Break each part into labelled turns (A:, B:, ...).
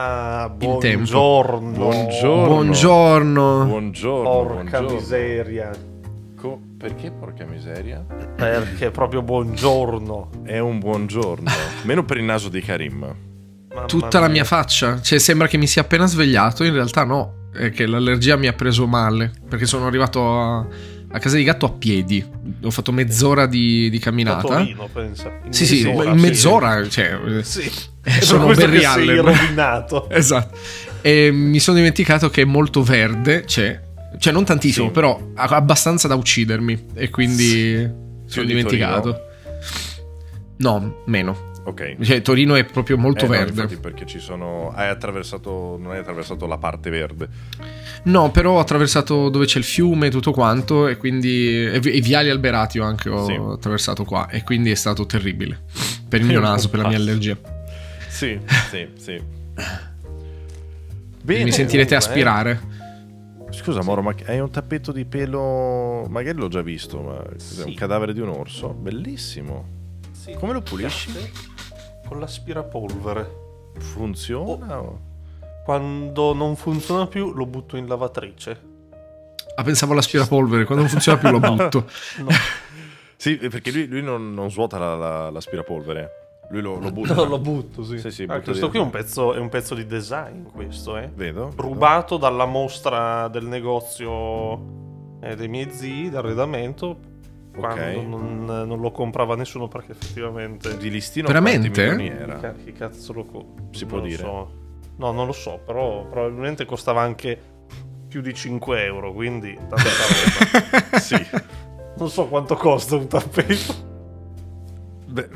A: Ah,
B: In tempo.
A: buongiorno.
B: Buongiorno.
C: Buongiorno.
B: Buongiorno.
A: Porca
B: buongiorno.
A: miseria.
B: Co- perché porca miseria?
A: Perché proprio buongiorno.
B: È un buongiorno. Meno per il naso di Karim.
A: Mamma
C: Tutta la
A: mia.
C: mia faccia. Cioè, sembra che mi sia appena svegliato. In realtà, no. È che l'allergia mi ha preso male. Perché sono arrivato a, a casa di gatto a piedi. Ho fatto mezz'ora di, di camminata.
A: Totorino, pensa. In
C: eh? Sì, sì,
A: mezz'ora,
C: in mezz'ora. Cioè, eh,
A: Sì.
C: eh,
A: È per
C: sono
A: questo
C: Barry
A: che sei
C: Allen.
A: rovinato.
C: esatto. E mi sono dimenticato che è molto verde. Cioè, cioè non tantissimo,
B: Sì.
C: però a- abbastanza da uccidermi. E quindi sono
B: di
C: dimenticato. No, meno.
B: Ok.
C: Cioè, Torino è proprio molto
B: Eh, no,
C: verde.
B: infatti, perché ci sono. Hai attraversato. Non hai attraversato la parte verde.
C: No, però ho attraversato dove c'è il fiume e tutto quanto, e quindi. e vi- e viali alberati ho anche ho
B: Sì.
C: attraversato qua, e quindi è stato terribile. Per il mio naso, per la mia allergia.
B: Sì, sì, sì.
C: E
B: Bene,
C: mi sentirete
B: comunque,
C: aspirare.
B: eh. Scusa, Moro, ma hai un tappeto di pelo. Magari l'ho già visto, ma cos'è? un cadavere di un orso. Bellissimo.
A: Sì.
B: Come lo pulisci?
A: Con l'aspirapolvere.
B: Funziona? o-
A: Quando non funziona più lo butto in lavatrice.
C: Ah, pensavo all'aspirapolvere, quando non funziona più lo butto.
A: No,
B: Sì, perché lui, lui non, non svuota la- la- l'aspirapolvere. Lui lo, lo butta.
A: no, lo butto, sì.
B: Sì, sì,
A: Ah,
B: butto
A: questo
B: dentro.
A: qui è un, pezzo, è un pezzo di design, questo, eh.
B: Vedo.
A: rubato dalla mostra del negozio eh, dei miei zii d'arredamento quando non, non lo comprava nessuno perché effettivamente
B: Di listino
C: Veramente?
B: quanti milioni
A: Chi
B: era?
A: ca- chi cazzo lo co-
B: Si
A: non
B: può
A: lo
B: dire?
A: so. no non lo so però probabilmente costava anche più di 5 euro quindi tanta roba.
B: sì.
A: non so quanto costa un tappeto
B: Beh,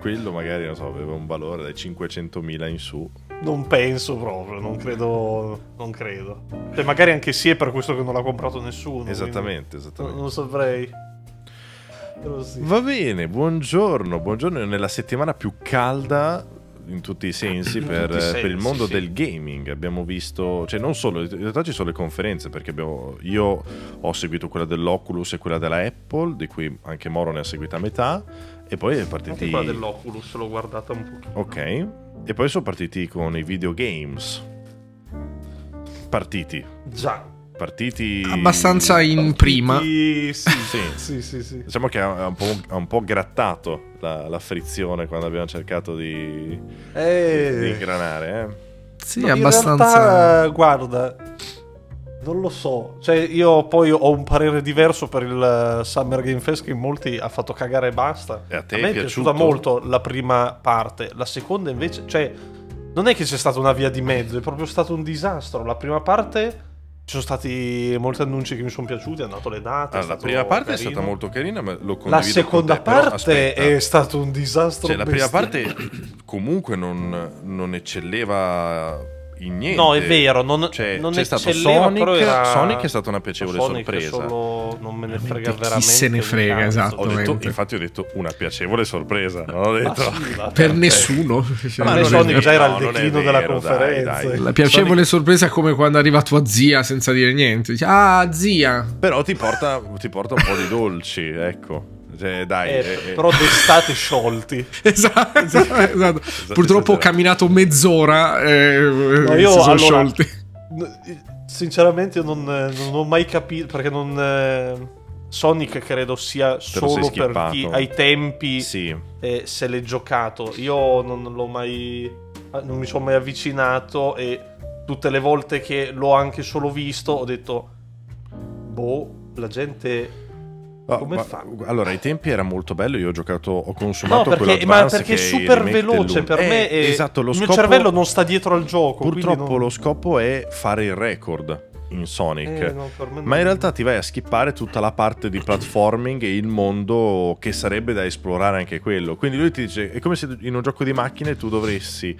B: quello magari, non so, aveva un valore dai 500.000 in su.
A: non penso proprio non credo non credo Cioè, magari anche sì è per questo che non l'ha comprato nessuno quindi
B: esattamente,
A: non,
B: esattamente.
A: non saprei però sì.
B: Va bene, buongiorno, buongiorno nella settimana più calda in tutti i sensi per,
A: tutti i sensi,
B: per il mondo
A: sì.
B: del gaming. Abbiamo visto, cioè non solo, in realtà ci sono le conferenze perché abbiamo- io ho seguito quella dell'Oculus e quella della Apple, di cui anche Moro ne ha seguita a metà, e poi è
A: Anche
B: partiti...
A: quella dell'Oculus l'ho guardata un pochino.
B: Ok, e poi sono partiti con i videogames. Partiti,
A: Già.
B: partiti...
C: Abbastanza in prima.
A: Sì, sì,
B: Sì.
A: sì, sì, sì.
B: Diciamo che ha ha un po', ha un po' grattato la, la frizione quando abbiamo cercato di, di
A: Eh,
B: ingranare. eh.
C: Sì,
A: no,
C: abbastanza.
A: In realtà, guarda, non lo so. Cioè, io poi ho un parere diverso per il eh, Summer Game Fest che in molti ha fatto cagare e basta.
B: E Eh, a te
A: me
B: è
A: è piaciuta
B: piaciuto?
A: molto la prima parte, la seconda invece, cioè, non è che c'è stata una via di mezzo, è proprio stato un disastro. La prima parte ci sono stati molti annunci che mi sono piaciuti, hanno dato le date. è
B: Allora, la
A: stato
B: prima parte è
A: carino.
B: stata molto carina, ma lo condivido
A: La
B: con
A: seconda
B: te, però
A: parte
B: aspetta.
A: è stato un disastro.
B: Cioè, la prima
A: bestiale.
B: parte comunque non, non eccelleva in niente.
A: No, è vero, non,
B: Cioè,
A: non
B: c'è stato
A: eccelleva,
B: Sonic,
A: però era-
B: Sonic è stata una piacevole
A: Sonic
B: sorpresa.
A: solo non me ne frega
C: chi
A: veramente.
C: se ne
A: un
C: frega,
A: cazzo.
C: esatto.
B: Ho detto-
C: Esattamente.
B: infatti ho detto una piacevole sorpresa, non ho
A: Ma cioè,
B: detto...
A: Ah, sì, va
C: Per
A: bene.
C: nessuno.
A: Ma
C: Cioè,
B: Ma
A: me
B: non
A: Sonic
B: è
A: già era il
B: vero, non è
A: declino
B: vero,
A: della
B: dai,
A: conferenza.
B: dai.
C: La piacevole sorpresa è come quando arriva tua zia senza dire niente. Dici, ah, zia.
B: Però ti porta, ti porta un po' di dolci, ecco. Cioè, dai,
A: Eh,
B: eh, eh.
A: però d'estate sciolti.
C: Esatto. esatto. Purtroppo ho
B: esatto.
C: camminato mezz'ora. eh,
A: No,
C: si
A: io,
C: sono
A: allora,
C: sciolti.
A: n- Sinceramente, io non, eh, non ho mai capito perché non. eh, Sonic credo sia
B: lo sei
A: solo per chi
B: skippato.
A: ai tempi
B: sì.
A: e se l'è giocato. Io non l'ho mai. ah, non mi sono mai avvicinato e tutte le volte che l'ho anche solo visto ho detto. Boh, la gente.
B: Ah,
A: Come
B: ma-
A: fa?
B: Allora, ai tempi era molto bello. Io ho giocato, ho
A: No,
B: consumato quello
A: perché, ma
B: Advance
A: perché è
B: che il
A: super
B: remake
A: veloce
B: dell'uno.
A: per
B: Eh,
A: me. E
B: esatto, lo
A: il mio
B: scopo-
A: cervello non sta dietro al gioco. quindi
B: Purtroppo
A: non-
B: lo scopo è fare il record in Sonic.
A: Eh, no, per me
B: Ma
A: non-
B: in realtà ti vai a skippare tutta la parte di platforming e il mondo che sarebbe da esplorare anche quello. Quindi lui ti dice: è come se in un gioco di macchine tu dovessi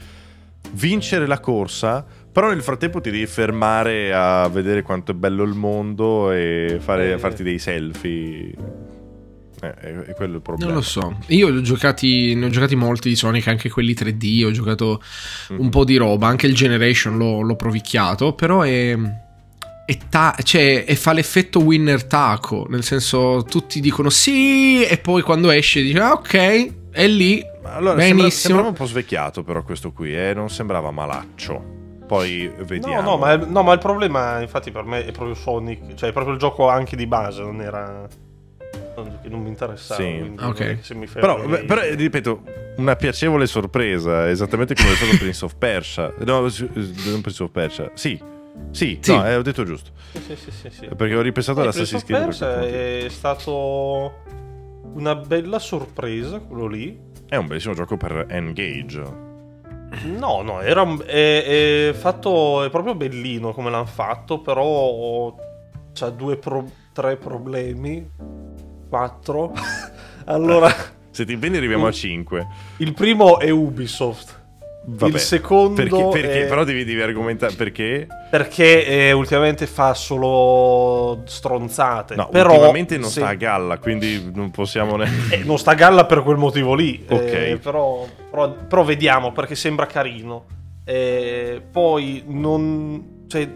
B: vincere la corsa, però nel frattempo ti devi fermare a vedere quanto è bello il mondo e fare-
A: Eh.
B: farti dei selfie. Eh, è, è quello il problema.
C: Non lo so. Io li ho giocati, ne ho giocati molti di Sonic, anche quelli 3D. Ho giocato
A: Mm.
C: un po' di roba. Anche il Generation l'ho, l'ho provicchiato. Però è. è ta- cioè, e fa l'effetto winner taco. Nel senso, tutti dicono sì. E poi quando esce, dice ah, ok. è lì.
B: Allora, sembra,
C: benissimo.
B: sembrava un po' svecchiato però questo qui, eh? non sembrava malaccio. Poi vediamo.
A: No, no ma, no, ma il problema, infatti, per me è proprio Sonic. Cioè, è proprio il gioco anche di base, non era. Non, non mi interessava.
B: Sì.
A: quindi
C: Ah, ok.
A: non è che se mi fermi
B: Però,
A: lì-
B: beh, però, eh, ripeto, una piacevole sorpresa, esattamente come è stato Prince of Persia. No, s- s- non Prince of Persia. Sì, sì,
C: Sì.
B: no, eh, ho detto giusto.
A: Sì, sì, sì, sì, sì.
B: Perché ho ripensato
A: Eh,
B: all'Assassin's
A: Prince
B: Creed.
A: of
B: per quel motivo.
A: Persia è stato una bella sorpresa quello lì.
B: È un bellissimo gioco per Engage.
A: No, no, era un- è, è fatto è proprio bellino come l'hanno fatto, però c'ha due pro- tre problemi, quattro. allora,
B: Se ti prendi arriviamo a 5.
A: Uh, il primo è Ubisoft.
B: Vabbè.
A: il secondo
B: Perché, perché
A: è-
B: però devi, devi argomentare perché?
A: perché eh, ultimamente fa solo stronzate.
B: No,
A: Eh, però
B: ultimamente non
A: se-
B: sta a galla, quindi non possiamo neanche...
A: eh, non sta a galla per quel motivo lì.
B: Ok.
A: eh, però, però- però vediamo perché sembra carino. Eh, poi non, cioè,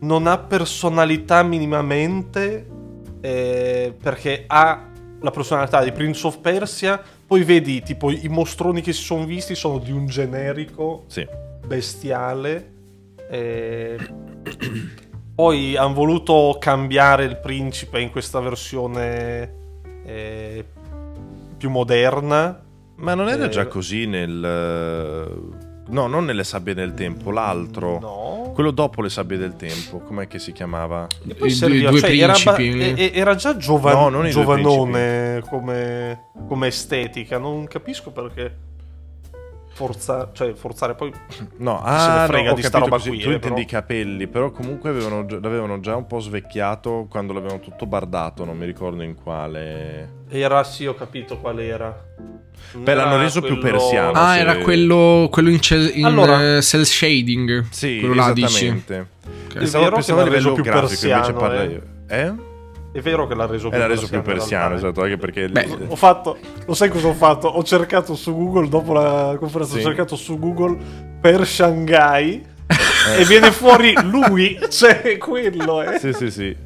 A: non ha personalità minimamente eh, perché ha la personalità di Prince of Persia. Poi vedi tipo i mostroni che si sono visti sono di un generico
B: Sì.
A: bestiale. eh, poi hanno voluto cambiare il principe in questa versione eh, più moderna.
B: Ma non era
A: Eh,
B: già così nel... No, non nelle sabbie del tempo, l'altro.
A: No.
B: Quello dopo le sabbie del tempo, com'è che si chiamava?
A: E
C: I due-
A: serviva- cioè,
C: due
A: era ba-
C: principi. eh.
A: e- e- era, già giova-
B: No, non i due
A: giovanone come, come estetica. Non capisco perché forza- cioè, forzare poi.
B: No, ah,
A: frega
B: no, ho
A: di sta
B: capito
A: roba
B: così.
A: qui,
B: tu
A: eh,
B: intendi i
A: però.
B: capelli, però comunque avevano gi- l'avevano già un po' svecchiato quando l'avevano tutto bardato, non mi ricordo in quale...
A: Era sì, ho capito qual era.
B: Beh, l'hanno reso più persiano.
A: Ah,
C: Ah,
B: sì.
C: era quello, quello in, ce- in,
A: Allora.
C: eh, cell shading.
B: Sì,
C: quello là dici.
B: esattamente.
A: È vero
B: Pensavo,
A: che
B: pensavo a
A: l'hanno
B: livello
A: reso più
B: grafico, invece
A: persiano,
B: parla
A: eh?
B: io. Eh?
A: È vero che l'ha reso più
B: Era reso
A: persiano.
B: più
A: in
B: persiano,
A: realtà, eh.
B: esatto, anche perché...
C: Beh,
A: Ho fatto, lo sai cosa ho fatto? Ho cercato su Google, dopo la conferenza,
B: Sì.
A: ho cercato su Google per Shanghai e viene fuori lui, cioè è quello. Eh.
B: Eh. Sì, sì, sì.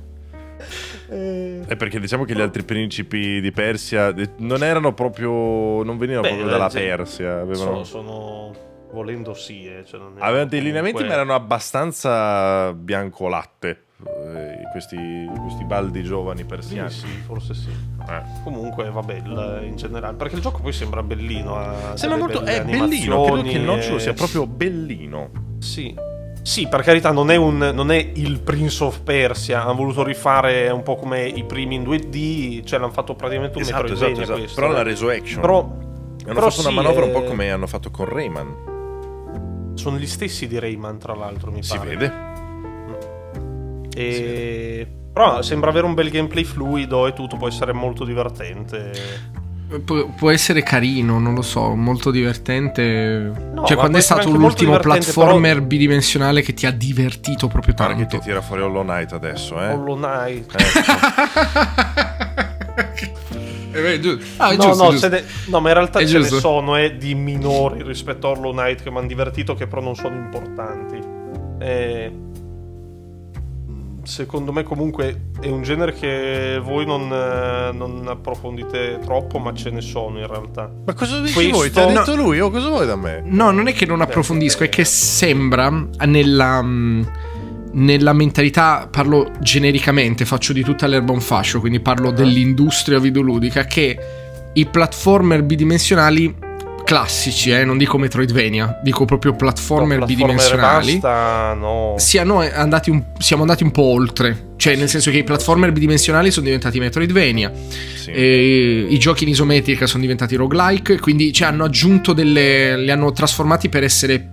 A: Eh,
B: È perché diciamo che gli altri principi di Persia eh, non erano proprio. non venivano
A: Beh, eh,
B: proprio dalla
A: sì.
B: Persia. Avevano,
A: sono, sono- volendo sì, eh, cioè non è-
B: avevano dei lineamenti, ma
A: comunque-
B: erano abbastanza biancolatte. eh, Questi, questi baldi giovani persiani.
A: Sì, sì, forse sì.
B: Eh.
A: Comunque, vabbè, il- in generale, perché il gioco poi sembra bellino. ha delle
B: Sembra molto.
A: belle
B: È bellino. Credo
A: animazioni eh,
B: che il nocciolo
A: e-
B: sia proprio bellino.
A: Sì. Sì, per carità, non è, un, non è il Prince of Persia. Hanno voluto rifare un po' come i primi in 2D, cioè l'hanno fatto praticamente un Metroidvania questo.
B: Esatto, Però la
A: eh.
B: resurrection.
A: Però-
B: hanno
A: però
B: fatto una
A: sì,
B: manovra un po'
A: eh,
B: come hanno fatto con Rayman.
A: Sono gli stessi di Rayman, tra l'altro, mi
B: Si
A: pare.
B: vede.
A: E- Però sembra avere un bel gameplay fluido e tutto, può essere molto divertente.
C: Eh, Pu- può essere carino, non lo so, molto divertente.
A: No, ma può
C: cioè, quando è
A: essere
C: stato
A: anche molto
C: l'ultimo
A: divertente,
C: platformer bidimensionale che ti ha divertito proprio
B: Guarda che ti
C: tanto.
B: tira fuori Hollow Knight adesso, eh.
A: Hollow Knight.
C: Eh, beh, giu- ah, è
A: no,
C: giusto,
A: no,
C: giusto.
A: ce ne- no, ma in realtà
C: È
A: ce
C: giusto.
A: ne sono eh, di minori rispetto a Hollow Knight che mi hanno divertito, che però non sono importanti. Eh, mm, secondo me, comunque, è un genere che voi non, eh, non approfondite troppo, ma ce ne sono in realtà.
B: Ma cosa dici
A: Questo-
B: voi? Ti ha
A: No.
B: detto lui? O cosa vuoi da me?
C: No, non è che non approfondisco, è che sembra nella, mm, nella mentalità, parlo genericamente, faccio di tutta l'erba un fascio, quindi
A: Ah.
C: parlo dell'industria videoludica, che i platformer bidimensionali classici, eh, non dico Metroidvania, dico proprio platformer
A: No,
C: bidimensionali,
A: basta, no.
C: siano andati un- siamo andati un po' oltre. Cioè, nel senso che i platformer bidimensionali sono diventati Metroidvania,
B: Sì.
C: e I giochi in isometrica sono diventati roguelike, quindi cioè, hanno aggiunto delle. li hanno trasformati per essere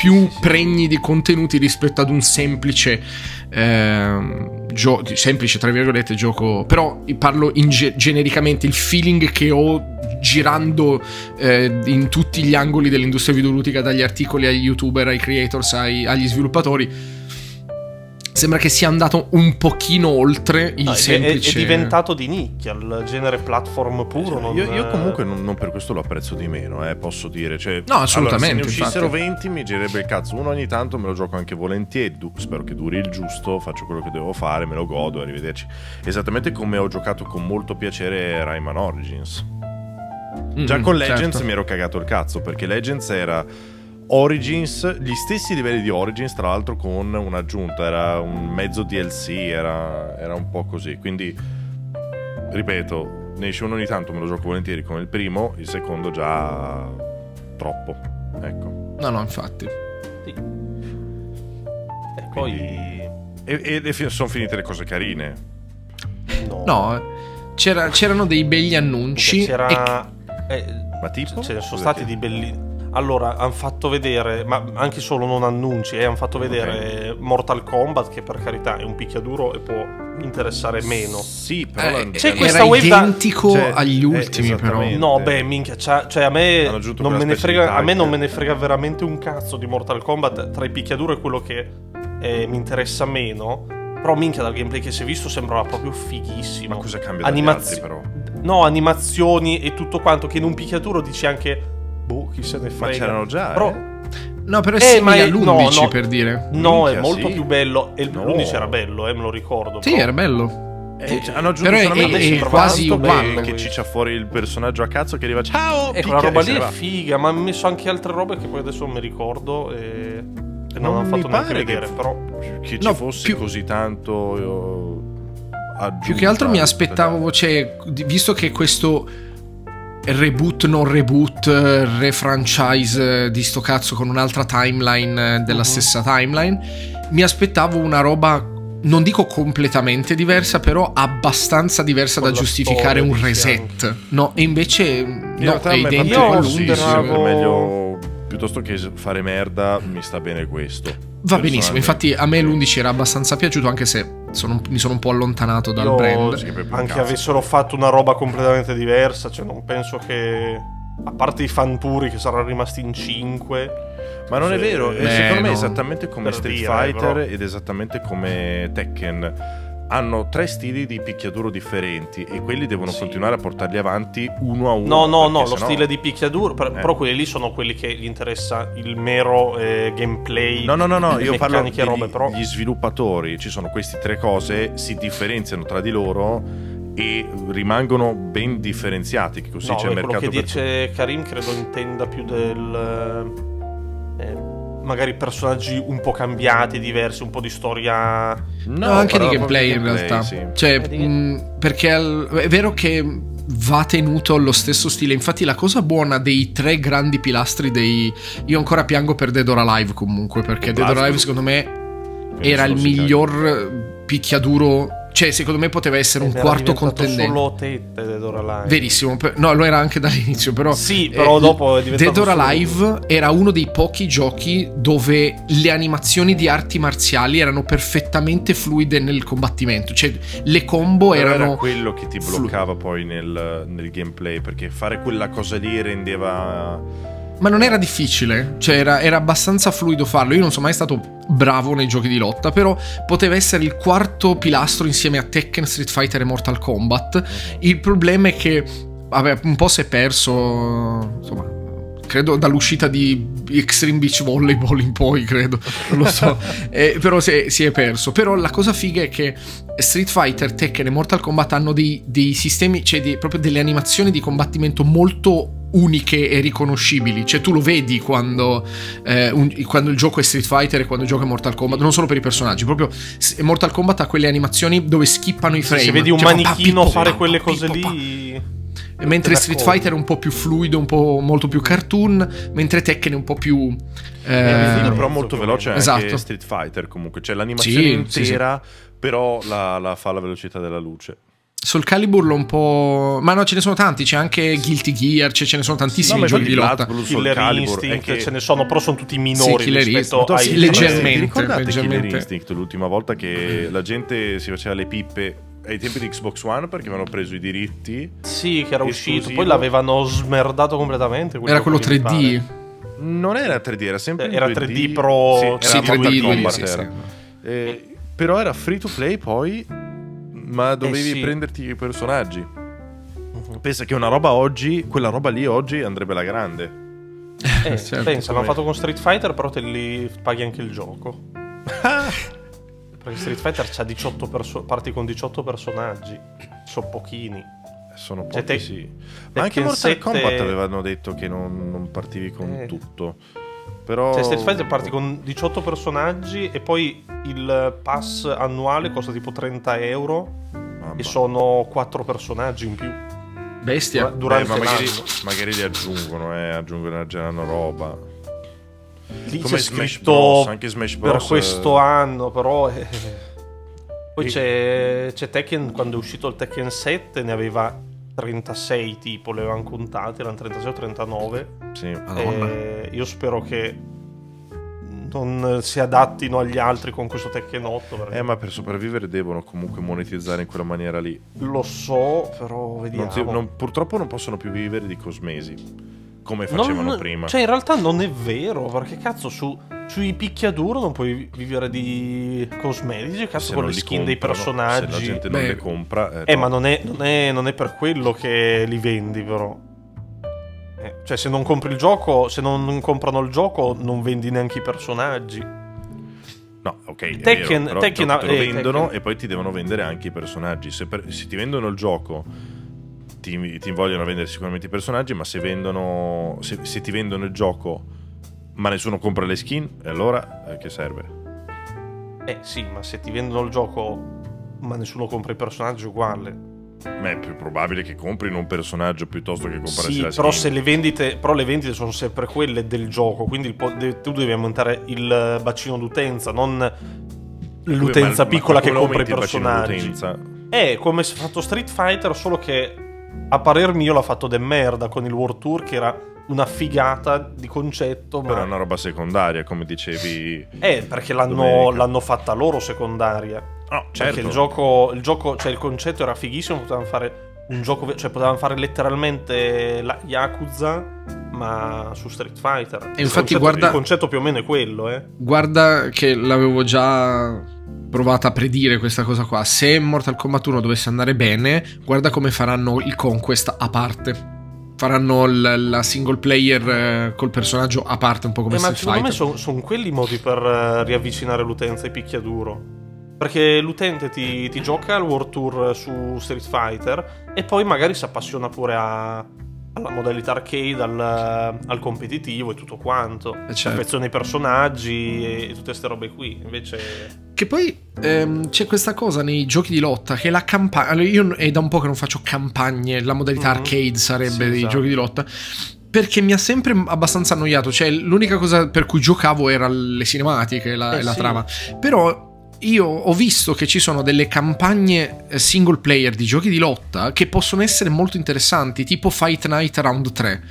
C: più pregni di contenuti rispetto ad un semplice. ehm, gio- semplice tra virgolette gioco però parlo in ge- genericamente il feeling che ho girando eh, in tutti gli angoli dell'industria videoludica dagli articoli agli youtuber ai creators ai- agli sviluppatori sembra che sia andato un pochino oltre il
A: No, Ah, è- è-
C: semplice
A: è, diventato di nicchia il genere platform puro. non- eh,
B: Io,
C: eh,
B: io comunque non, non per questo lo apprezzo di meno, eh, posso dire. Cioè,
C: No, assolutamente,
B: allora, se ne uscissero
C: infatti.
B: 20 mi girerebbe il cazzo. Uno ogni tanto me lo gioco anche volentieri. du- spero che duri il giusto, faccio quello che devo fare, me lo godo, arrivederci. Esattamente come ho giocato con molto piacere Rayman Origins. Già
C: Mm,
B: con Legends
C: certo.
B: mi ero cagato il cazzo perché Legends era Origins, gli stessi livelli di Origins, tra l'altro con un'aggiunta, era un mezzo DLC, era, era un po' così. Quindi, ripeto, Nation ogni tanto me lo gioco volentieri come il primo, il secondo già troppo. Ecco.
C: No, no, infatti.
A: Sì. E poi...
B: E, e- e fi- sono finite le cose carine.
C: No, eh, c'era- c'erano dei begli annunci. e-
A: C'era... eh,
B: Ma tipo?
A: ce ne sono
B: Scusate.
A: stati di belli... Allora, hanno fatto vedere, ma anche solo non annunci, eh, hanno fatto vedere Mortal Kombat, che per carità è un picchiaduro e può interessare meno.
B: Sì, però
C: eh,
B: l'hanno-
A: c'è
C: era
A: questa wave da-
C: identico
B: Cioè,
C: agli
B: eh,
C: ultimi, però.
B: esattamente.
A: No, beh, minchia, c'ha- cioè a me,
B: Hanno aggiunto
A: non
B: quella
A: me ne
B: specie di
A: frega, a me
B: tag.
A: non me ne frega veramente un cazzo di Mortal Kombat. Tra i picchiaduro è quello che eh, mi interessa meno. Però, minchia, dal gameplay che si è visto sembrava proprio fighissimo.
B: Ma cosa cambia dagli
A: Animazio-
B: altri, però?
A: No, animazioni e tutto quanto. Che in un picchiaduro dici anche, boh, chi se ne frega.
B: c'erano già,
A: Però,
B: eh?
C: No, però è
A: Eh, ma
C: simile
A: è-
C: all'11
A: no, no.
C: per dire.
A: No,
B: Minchia,
A: è molto
B: sì.
A: più bello. E il-
B: No.
A: l'11 era bello, eh, me lo ricordo.
C: Sì,
A: però.
C: era bello.
B: Eh, cioè, hanno aggiunto
C: Però è-
B: solamente
A: è-
B: il
A: è
B: sopravvento,
A: quasi
B: beh,
C: uguale.
B: Che ciccia fuori il personaggio a cazzo che arriva.
C: Ecco,
B: Ciao!
A: E
B: picchia,
A: quella Ecco, roba
B: se
A: lì
B: ne
A: è
B: va.
A: figa, ma hanno messo anche altre robe che poi adesso non mi ricordo. E, e non,
B: Non
A: hanno
B: mi
A: fatto neanche
B: pare che-
A: vedere, però.
B: Che
C: No,
B: ci fosse
C: più-
B: così tanto. io, aggiunta
C: Più che altro mi
B: al-
C: aspettavo, cioè, di- visto che questo reboot, non reboot, eh, refranchise eh, di sto cazzo con un'altra timeline eh, della
B: Uh-huh.
A: Mhm.
C: stessa timeline, mi aspettavo una roba, non dico completamente diversa, però abbastanza diversa
A: Con
C: da
A: la
C: giustficare
A: storia
C: un
A: di
C: reset. No, e invece
B: diciamo. In
C: no,
B: realtà
C: è
B: a me fa
C: identico
B: piacere,
A: io
B: sì, sì,
C: all'undicesimo.
A: speravo-
B: è meglio piuttosto che fare merda, mi sta bene questo.
C: Va benissimo,
B: Personalmente.
C: infatti a me l'11 era abbastanza piaciuto, anche se sono- mi sono un po' allontanato dal
A: Io-
C: brand.
B: Sì, che proprio un
A: anche
B: cazzo.
A: avessero fatto una roba completamente diversa, cioè non penso che a parte i fanturi che saranno rimasti in 5.
B: Ma non è
A: Sì.
B: vero, eh,
C: Beh,
B: secondo me è
C: no.
B: esattamente come
A: Per
B: Street
A: dire,
B: Fighter
A: però.
B: ed esattamente come Tekken. Hanno tre stili di picchiaduro differenti e quelli devono
A: Sì.
B: continuare a portarli avanti uno a uno.
A: No, no, no,
B: perché
A: lo
B: sennò-
A: stile di picchiaduro, per-
B: Eh.
A: però quelli lì sono quelli che gli interessa il mero eh, gameplay.
B: No, no, no, no,
A: le
B: io parlo
A: meccaniche
B: degli
A: e robe, però
B: gli sviluppatori, ci sono queste tre cose, si differenziano tra di loro e rimangono ben differenziati, che così
A: no,
B: c'è
A: beh, quello
B: mercato
A: che
B: per
A: dice Karim credo intenda più del eh, magari personaggi un po' cambiati, diversi, un po' di storia
C: No, anche di
B: però
C: gameplay in
B: proprio
C: realtà.
B: gameplay, sì.
C: Cioè,
A: Eh, di-
C: mh, perché al- è vero che va tenuto lo stesso stile. Infatti, la cosa buona dei tre grandi pilastri dei. Io ancora piango per Dead or Alive comunque, perché Dead or Alive, secondo me,
B: Quindi
C: era
B: sono
C: il
B: sicari.
C: miglior picchiaduro. Cioè, secondo me poteva essere un
A: era
C: quarto
A: diventato
C: contendente.
A: solo tette Dead or Alive.
C: Verissimo. per- No, lo era anche dall'inizio, però.
A: Sì, però
C: Eh,
A: dopo è diventato
C: Dead or
A: solo-
C: Alive eh, era uno dei pochi giochi dove le animazioni di arti marziali erano perfettamente fluide nel combattimento, cioè le combo
B: Però
C: erano
B: Era quello che ti
C: flu-
B: bloccava poi nel, nel gameplay, perché fare quella cosa lì rendeva...
C: Ma non era difficile, cioè era, era abbastanza fluido farlo. Io non sono mai stato bravo nei giochi di lotta, però poteva essere il quarto pilastro insieme a Tekken, Street Fighter e Mortal Kombat. Il problema è che, vabbè, un po' si è perso, insomma, credo dall'uscita di Extreme Beach Volleyball in poi, credo, non lo so, Eh, però si è, si è perso. Però la cosa figa è che Street Fighter, Tekken e Mortal Kombat hanno dei, dei sistemi, cioè dei- proprio delle animazioni di combattimento molto uniche e riconoscibili. Cioè, tu lo vedi quando, eh, un- quando il gioco è Street Fighter e quando il gioco è Mortal Kombat, non solo per i personaggi, proprio s- Mortal Kombat ha quelle animazioni dove skippano i
A: Se,
C: frame.
A: se vedi un
C: Cioè, pa-
A: manichino
C: pippo,
A: fare
C: pa-
A: quelle
C: pippo,
A: cose
C: pa-
A: lì.
C: Mentre Street
A: d'accordo.
C: Fighter è un po' più fluido, un po' molto più cartoon, mentre Tekken è un po' più...
B: È
C: eh,
B: un però molto veloce anche
C: Esatto.
B: Street Fighter comunque, cioè l'animazione
C: Sì, sì, sì.
B: intera, però la, la fa alla velocità della luce.
C: Soul Calibur l'ho un po'... Ma no, ce ne sono tanti, c'è anche Guilty Gear, c'è- ce ne sono tantissimi
B: ma
C: giochi
B: infatti
C: di lotta.
B: Blood Blue Soul
A: Killer
B: Calibur è
A: Instinct,
B: che-
A: ce ne sono, però sono tutti minori
C: Killer
A: rispetto
C: Instinct,
A: ai
C: sì,
B: Madonna,
C: leggermente,
B: Vi ricordate
C: leggermente.
B: Killer Instinct Mm. l'ultima volta che la gente si faceva le pippe ai tempi di Xbox One perché avevano preso i diritti?
A: Sì, che era uscito,
B: Esclusivo.
A: poi l'avevano smerdato completamente.
C: Era quello
A: che mi
C: 3D.
B: Non era 3D, era sempre in
A: Era
B: 2D,
A: 3D Pro-
B: sì, era
C: Sì,
A: Mortal
C: 3D,
B: Mortal Kombat
C: sì,
B: era.
C: sì.
B: Eh, però era free to play poi, ma dovevi
A: sì.
B: prenderti i personaggi.
A: Mhm.
B: Pensa che una roba oggi, quella roba lì oggi andrebbe alla grande.
A: pare. Eh,
C: Certo,
A: pensa, l'hanno
B: come-
A: fatto con Street Fighter, però te li paghi anche il gioco. Perché Street Fighter c'ha 18 perso- parti con 18 personaggi. Sono pochini.
B: sono
A: Cioè,
B: pochi,
A: Tek-
B: sì. Ma anche
A: Tekken
B: Mortal
A: 7
B: Kombat avevano detto che non, non partivi con
A: Eh.
B: tutto. Però...
A: Cioè, Street Fighter parti con 18 personaggi e poi il pass annuale costa tipo 30 euro
B: Mamma.
A: e sono 4 personaggi in più.
C: Bestia.
A: Ora- durante
B: Eh, ma magari,
A: l'anno.
B: magari li aggiungono, eh, aggiungono aggiungeranno roba.
A: Lì
B: Come
A: c'è
B: Smash
A: scritto
B: Bros, anche Smash Bros,
A: per questo
B: eh.
A: anno, però... eh. Poi
B: E-
A: c'è, c'è Tekken, quando è uscito il Tekken 7 ne aveva 36 tipo, le avevano contate, erano 36 o 39.
B: Sì.
C: Madonna.
A: Eh, io spero che non si adattino agli altri con questo Tekken 8. perché
B: Eh, ma per sopravvivere devono comunque monetizzare in quella maniera lì.
A: Lo so, però vediamo.
B: Non si- non- purtroppo non possono più vivere di cosmesi come
A: Non-
B: facevano prima.
A: Cioè, in realtà non è vero, perché cazzo, su, sui picchiaduro non puoi vivere di cosmetici, cazzo,
B: Se
A: con
B: non
A: le
B: li
A: skin dei
B: comprano, Se la
A: personaggi.
B: gente non
C: Beh,
B: le compra, eh,
A: Eh,
B: no.
A: ma non è, non è- non è per quello che li vendi, però. Eh, cioè, se non compri il gioco, se non comprano il gioco, non vendi neanche i personaggi.
B: No, ok. è
A: Tekken-
B: vero, però
A: Tekken-
B: il gioco te lo
A: eh,
B: vendono
A: Tekken.
B: e poi ti devono vendere anche i personaggi. Se, per- se ti vendono il gioco, ti, ti vogliono vendere sicuramente i personaggi. Ma se, vendono, se, se ti vendono il gioco, ma nessuno compra le skin, e allora eh, che serve?
A: Eh sì, ma se ti vendono il gioco, ma nessuno compra i personaggi, è uguale.
B: Ma è più probabile che comprino un personaggio piuttosto che comprarsi
A: Sì,
B: la skin.
A: però, se le vendite, però le vendite sono sempre quelle del gioco, quindi il po- de- tu devi aumentare il eh, bacino d'utenza, non l'utenza
B: Ma- ma
A: piccola che
B: come
A: compra i
B: aumenti il bacino
A: personaggi.
B: d'utenza?
A: È come se ha fatto Street Fighter, solo che a parer mio l'ha fatto de merda con il World Tour, che era una figata di concetto,
B: Però è
A: ma...
B: una roba secondaria, come dicevi.
A: Eh, perché l'hanno,
B: Domenica.
A: l'hanno fatta loro secondaria.
B: No, certo.
A: Perché Cioè, il gioco, il gioco- cioè il concetto era fighissimo, potevano fare un gioco, ve- cioè potevano fare letteralmente la Yakuza, ma su Street Fighter. Il
C: infatti
A: concetto-
C: guarda-
A: Il concetto più o meno è quello, eh.
C: Guarda che l'avevo già provata a predire questa cosa qua. Se Mortal Kombat 1 dovesse andare bene, guarda come faranno il Conquest a parte. Faranno l- la single player eh, col personaggio a parte, un po' come
A: Eh, ma
C: Street
A: secondo me
C: Fighter.
A: sono quelli i modi per eh, riavvicinare l'utenza ai picchiaduro. Perché l'utente ti, ti gioca al World Tour su Street Fighter e poi magari si appassiona pure a- alla modalità arcade, al, al competitivo e tutto quanto.
C: Eh, certo.
A: Affeziona i personaggi e, e tutte ste robe qui. Invece...
C: Che poi ehm, c'è questa cosa nei giochi di lotta che la campagna. Allora, io è da un po' che non faccio campagne, la modalità
A: Mhm.
C: arcade sarebbe
A: Sì,
C: dei
A: esatto.
C: giochi di lotta. Perché mi ha sempre abbastanza annoiato. Cioè, l'unica cosa per cui giocavo era le cinematiche la-
A: Eh,
C: e la
A: sì.
C: trama. Però. Io ho visto che ci sono delle campagne eh, single player di giochi di lotta che possono essere molto interessanti, tipo Fight Night Round 3.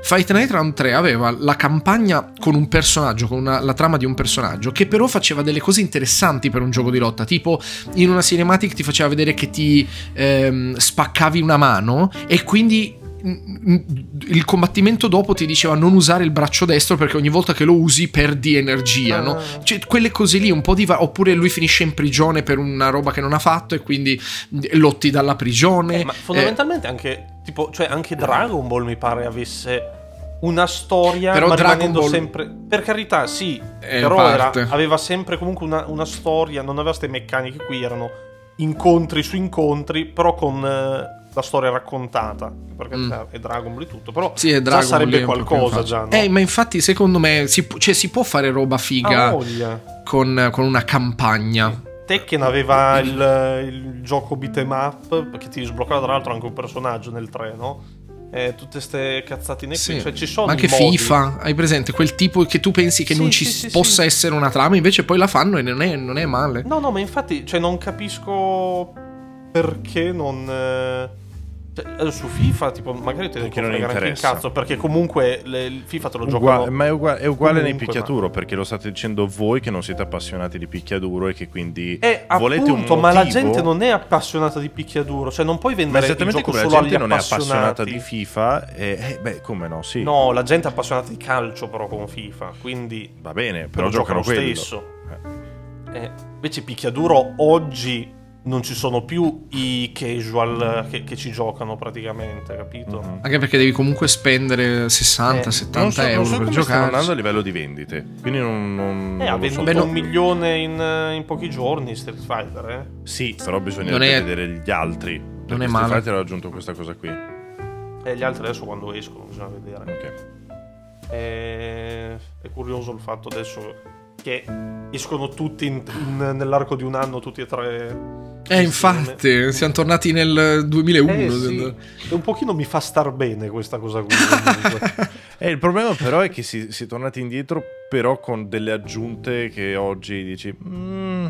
C: Fight Night Round 3 aveva la campagna con un personaggio, con una- la trama di un personaggio, che però faceva delle cose interessanti per un gioco di lotta. Tipo, in una cinematic ti faceva vedere che ti ehm, spaccavi una mano e quindi mm, mm, il combattimento dopo ti diceva non usare il braccio destro perché ogni volta che lo usi perdi energia, no?
A: Ah.
C: Cioè, quelle cose lì un po' di va- oppure lui finisce in prigione per una roba che non ha fatto e quindi mm, lotti dalla prigione.
A: Eh, ma fondamentalmente anche, tipo, cioè anche Dragon Ball mi pare avesse una storia,
C: Però
A: ma
C: Dragon
A: rimanendo
C: Ball-
A: sempre... Per carità, sì,
C: È
A: però era-
C: Eh, parte.
A: aveva sempre comunque una, una storia, non aveva queste meccaniche qui, erano incontri su incontri, però con eh, la storia raccontata. Per carità, è Dragon Ball e tutto, però
C: Mm. Sì, è
A: già
C: Dragon
A: sarebbe
C: Ball è un po' più
A: qualcosa
C: facile.
A: già, no?
C: Eh, ma infatti, secondo me si, pu- cioè, si può fare roba
A: Ha
C: figa
A: voglia.
C: con, con una campagna.
A: Tekken aveva il, il gioco beat'em up che ti sbloccava tra l'altro anche un personaggio nel 3, no? Eh, tutte ste cazzatine qui,
C: Sì.
A: cioè ci sono
C: Ma anche
A: i modi.
C: FIFA, hai presente quel tipo che tu pensi che
A: Sì,
C: non ci
A: sì, sì,
C: possa
A: sì.
C: essere una trama, invece poi la fanno e non è, non è male.
A: No, no, ma infatti, cioè, non capisco perché non. eh, cioè, eh, su FIFA, tipo, magari te ne
B: Perché
A: può
B: non
A: fregare anche il
B: interessa.
A: cazzo, perché comunque le- il FIFA te lo
B: Ugua-
A: giocano.
B: ma è uguale, è uguale nei
A: comunque,
B: picchiaduro perché lo state dicendo voi che non siete appassionati di picchiaduro e che quindi
A: Eh,
B: volete
A: appunto,
B: un motivo
A: ma la gente non è appassionata di picchiaduro, cioè non puoi
B: ma
A: vendere il
B: esattamente
A: gioco
B: come la
A: solo agli
B: gente non è appassionata
A: appassionati.
B: di FIFA e eh, beh come no sì
A: No, la gente è appassionata di calcio però con FIFA, quindi
B: va bene
A: però
B: però
A: gioca
B: giocano
A: lo
B: quello
A: stesso. Eh, invece picchiaduro oggi non ci sono più i casual eh, che, che ci giocano praticamente, capito?
B: Mhm.
C: Anche perché devi comunque spendere 60-70
A: Eh,
B: non so, non
C: euro
B: so
C: per
B: come stanno andando a
C: giocare.
B: livello di vendite quindi non, non,
A: Eh, ha
B: Mm, non lo so.
A: venduto
C: Beh, no-
A: un milione in, in pochi giorni Street Fighter, eh?
B: sì però bisogna
C: Non è-
B: vedere gli altri
C: Non è
B: Street
C: male.
B: Fighter ha aggiunto questa cosa qui. Ok.
A: E gli altri adesso quando escono, bisogna vedere. E- È curioso il fatto adesso che escono tutti in- in- nell'arco di un anno, tutti e tre.
C: Eh, infatti, siamo tornati nel 2001.
A: Eh, sì. E un pochino mi fa star bene questa cosa qui. comunque.
B: Eh, il problema però è che si, si è tornati indietro, però con delle aggiunte che oggi dici... "Mm, mm",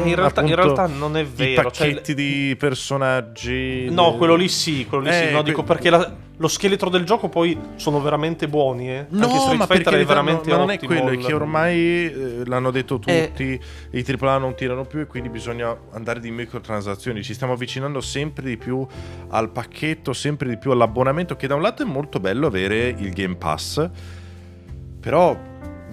A: in realtà- in
B: appunto,
A: realtà non è
B: I
A: vero, cioè-
B: pacchetti di personaggi...
A: no,
B: del-
A: quello lì sì, quello lì
B: Eh,
A: sì. No, dico
B: que-
A: perché la- lo scheletro del gioco poi sono veramente buoni, eh. Anche
B: No,
A: Street
B: ma
A: Fighter
B: perché
A: è veramente
B: ma non è
A: ottimo
B: quello, è
A: il-
B: che ormai eh, l'hanno detto
A: Eh.
B: tutti, i AAA non tirano più e quindi bisogna andare di microtransazioni. Ci stiamo avvicinando sempre di più al pacchetto, sempre di più all'abbonamento, che da un lato è molto bello avere il Game Pass, però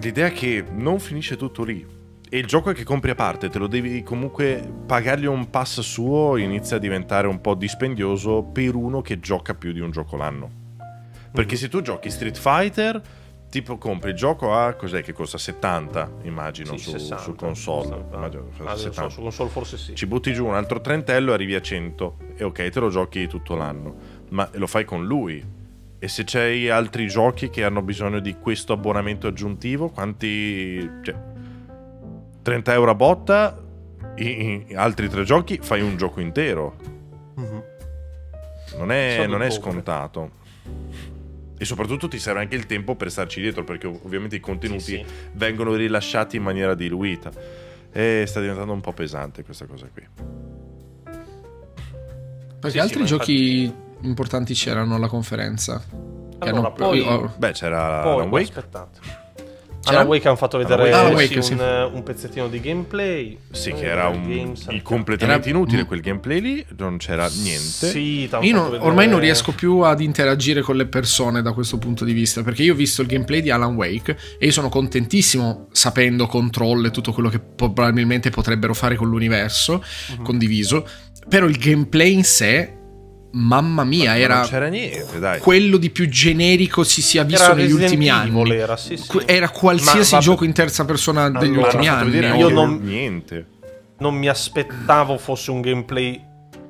B: l'idea è che non finisce tutto lì. E il gioco è che compri a parte, te lo devi comunque pagargli un pass suo, inizia a diventare un po' dispendioso per uno che gioca più di un gioco l'anno.
A: Mhm.
B: Perché se tu giochi Street Fighter, tipo compri il gioco a cos'è che costa 70, immagino,
A: Sì,
B: su,
A: 60,
B: su console.
A: 60.
B: Immagino,
A: Ah, non so,
B: 70.
A: su console forse sì.
B: Ci butti giù un altro trentello e arrivi a 100. E ok, te lo giochi tutto l'anno, ma lo fai con lui. E se c'hai altri giochi che hanno bisogno di questo abbonamento aggiuntivo, quanti... Cioè, 30 euro a botta, i- i- altri tre giochi, fai un gioco intero.
A: Mhm.
B: Non è,
A: Sono
B: non è
A: povero.
B: scontato. E soprattutto ti serve anche il tempo per starci dietro, perché ov- ovviamente i contenuti
A: Sì, sì.
B: vengono rilasciati in maniera diluita. E sta diventando un po' pesante questa cosa qui.
C: Perché
A: sì,
C: altri
A: ma
C: giochi importanti c'erano alla conferenza. Che
A: Allora,
C: hanno-
A: poi-
C: oh,
B: Beh, c'era
A: Poi,
B: Ah, Alan Wake.
A: aspettate.
C: C'era?
A: Alan Wake hanno fatto vedere
B: Wake.
C: Alan
A: eh, sì,
C: Wake, sì.
A: un, un pezzettino di gameplay.
B: Sì,
A: Eh,
B: che era un,
A: games-
B: il completamente
C: Era-
B: inutile
C: mm.
B: quel gameplay lì, non c'era niente.
A: Sì, t'hanno
C: Io
A: fatto
C: non-
A: vedere-
C: ormai non riesco più ad interagire con le persone da questo punto di vista, perché io ho visto il gameplay di Alan Wake e io sono contentissimo sapendo controllo e tutto quello che probabilmente potrebbero fare con l'universo
A: Mhm.
C: condiviso, però il gameplay in sé, mamma mia,
B: Ma
C: era
B: Non c'era niente, dai.
C: quello di più generico si sia visto
A: Era
C: negli
A: Resident
C: ultimi
A: Evil,
C: anni.
A: Era, sì, sì.
C: Que- Era qualsiasi
A: Ma, vabbè,
C: gioco in terza persona degli
A: Allora,
C: ultimi
B: Hanno fatto
C: anni.
B: vedere
A: Io
B: anche
A: non-
B: niente.
A: Non mi aspettavo fosse un gameplay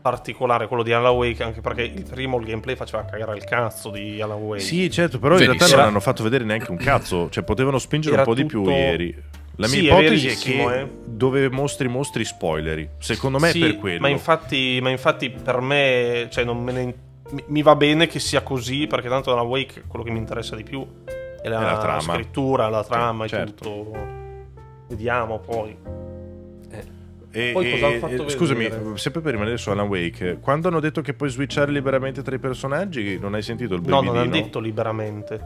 A: particolare quello di Alan Wake, anche perché il primo il gameplay faceva cagare il cazzo di Alan Wake.
B: Sì, certo, però in realtà
C: Verissimo.
B: non hanno fatto vedere neanche un cazzo. Cioè, potevano spingere
A: Era
B: un po' di più
A: tutto-
B: ieri. La mia
A: Sì, è
B: ipotesi è
A: verissimo,
B: che
A: eh.
B: dove mostri mostri spoileri. Secondo me
A: Sì,
B: è per quello.
A: Ma infatti, ma infatti per me, cioè, non me ne- mi, mi va bene che sia così, perché tanto Alan Wake quello che mi interessa di più è la,
B: È la trama.
A: scrittura, la trama
B: Sì, certo.
A: e tutto. Vediamo poi.
B: E-
A: Poi
B: e-
A: cosa hanno fatto
B: e- scusami,
A: vedere?
B: sempre per rimanere su Alan Wake, quando hanno detto che puoi switchare liberamente tra i personaggi, non hai sentito il
A: No,
B: brividino?
A: non hanno detto liberamente.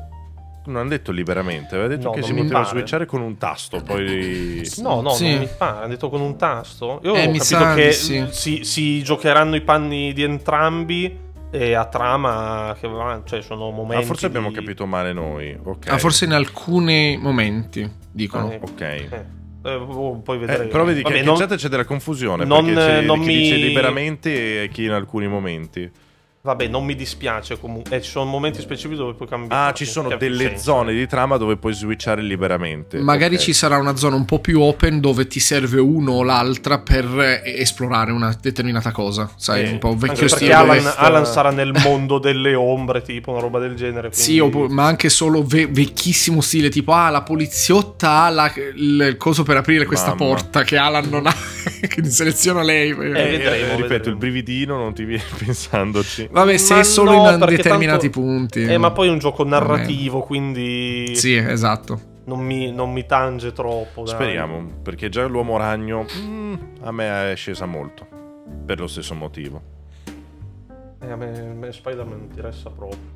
B: Non hanno detto liberamente, aveva detto
A: No,
B: che
A: non
B: si
A: mi
B: poteva
A: pare.
B: switchare con un tasto, poi...
A: No, no,
C: Sì.
A: non mi pare. Hanno detto con un tasto. Io
C: Eh,
A: ho
C: mi
A: capito
C: sa
A: che
C: di sì.
A: si, si giocheranno i panni di entrambi. E a trama che va- cioè sono momenti.
B: Ah, forse abbiamo
A: di-
B: capito male noi, ok.
C: Ah, forse in alcuni momenti dicono.
A: Ah, ecco.
B: Ok.
A: Eh, eh, boh, poi
B: Eh,
A: vedremo.
B: però vedi che
A: Vabbè,
B: anche in
A: non-
B: chat c'è della confusione,
A: non-
B: perché c'è
A: non
B: chi
A: mi-
B: dice liberamente e chi in alcuni momenti.
A: Vabbè, non mi dispiace comunque. Eh, ci sono momenti specifici dove puoi cambiare.
B: Ah, ci sono
A: Cioè,
B: delle
A: sì.
B: zone di trama dove puoi switchare liberamente.
C: Magari
B: ok.
C: ci sarà una zona un po' più open dove ti serve uno o l'altra per eh, esplorare una determinata cosa. Sai,
B: Eh,
C: un po' un
A: Anche
C: vecchio
A: perché
C: stile.
A: Alan,
B: questa-
A: Alan sarà nel mondo delle ombre, tipo una roba del genere.
C: Sì,
A: quindi-
C: oppo- ma anche solo ve- vecchissimo stile, tipo ah, la poliziotta ha la- il coso per aprire questa
B: Mamma.
C: porta che Alan non ha, quindi seleziona lei.
A: Eh,
B: Eh,
A: vedremo,
B: ripeto,
A: vedremo.
B: il brividino non ti viene pensandoci.
C: Vabbè, se
A: Ma
C: è solo
A: no,
C: in
A: perché
C: determinati
A: tanto-
C: punti.
A: Eh, ma poi è un gioco
C: Va bene.
A: narrativo, quindi
C: Sì, esatto.
A: non, mi, non mi tange troppo. dai.
B: Speriamo, perché già l'uomo ragno mm, a me è scesa molto. Per lo stesso motivo.
A: Eh, a me, a me Spider-Man non interessa proprio.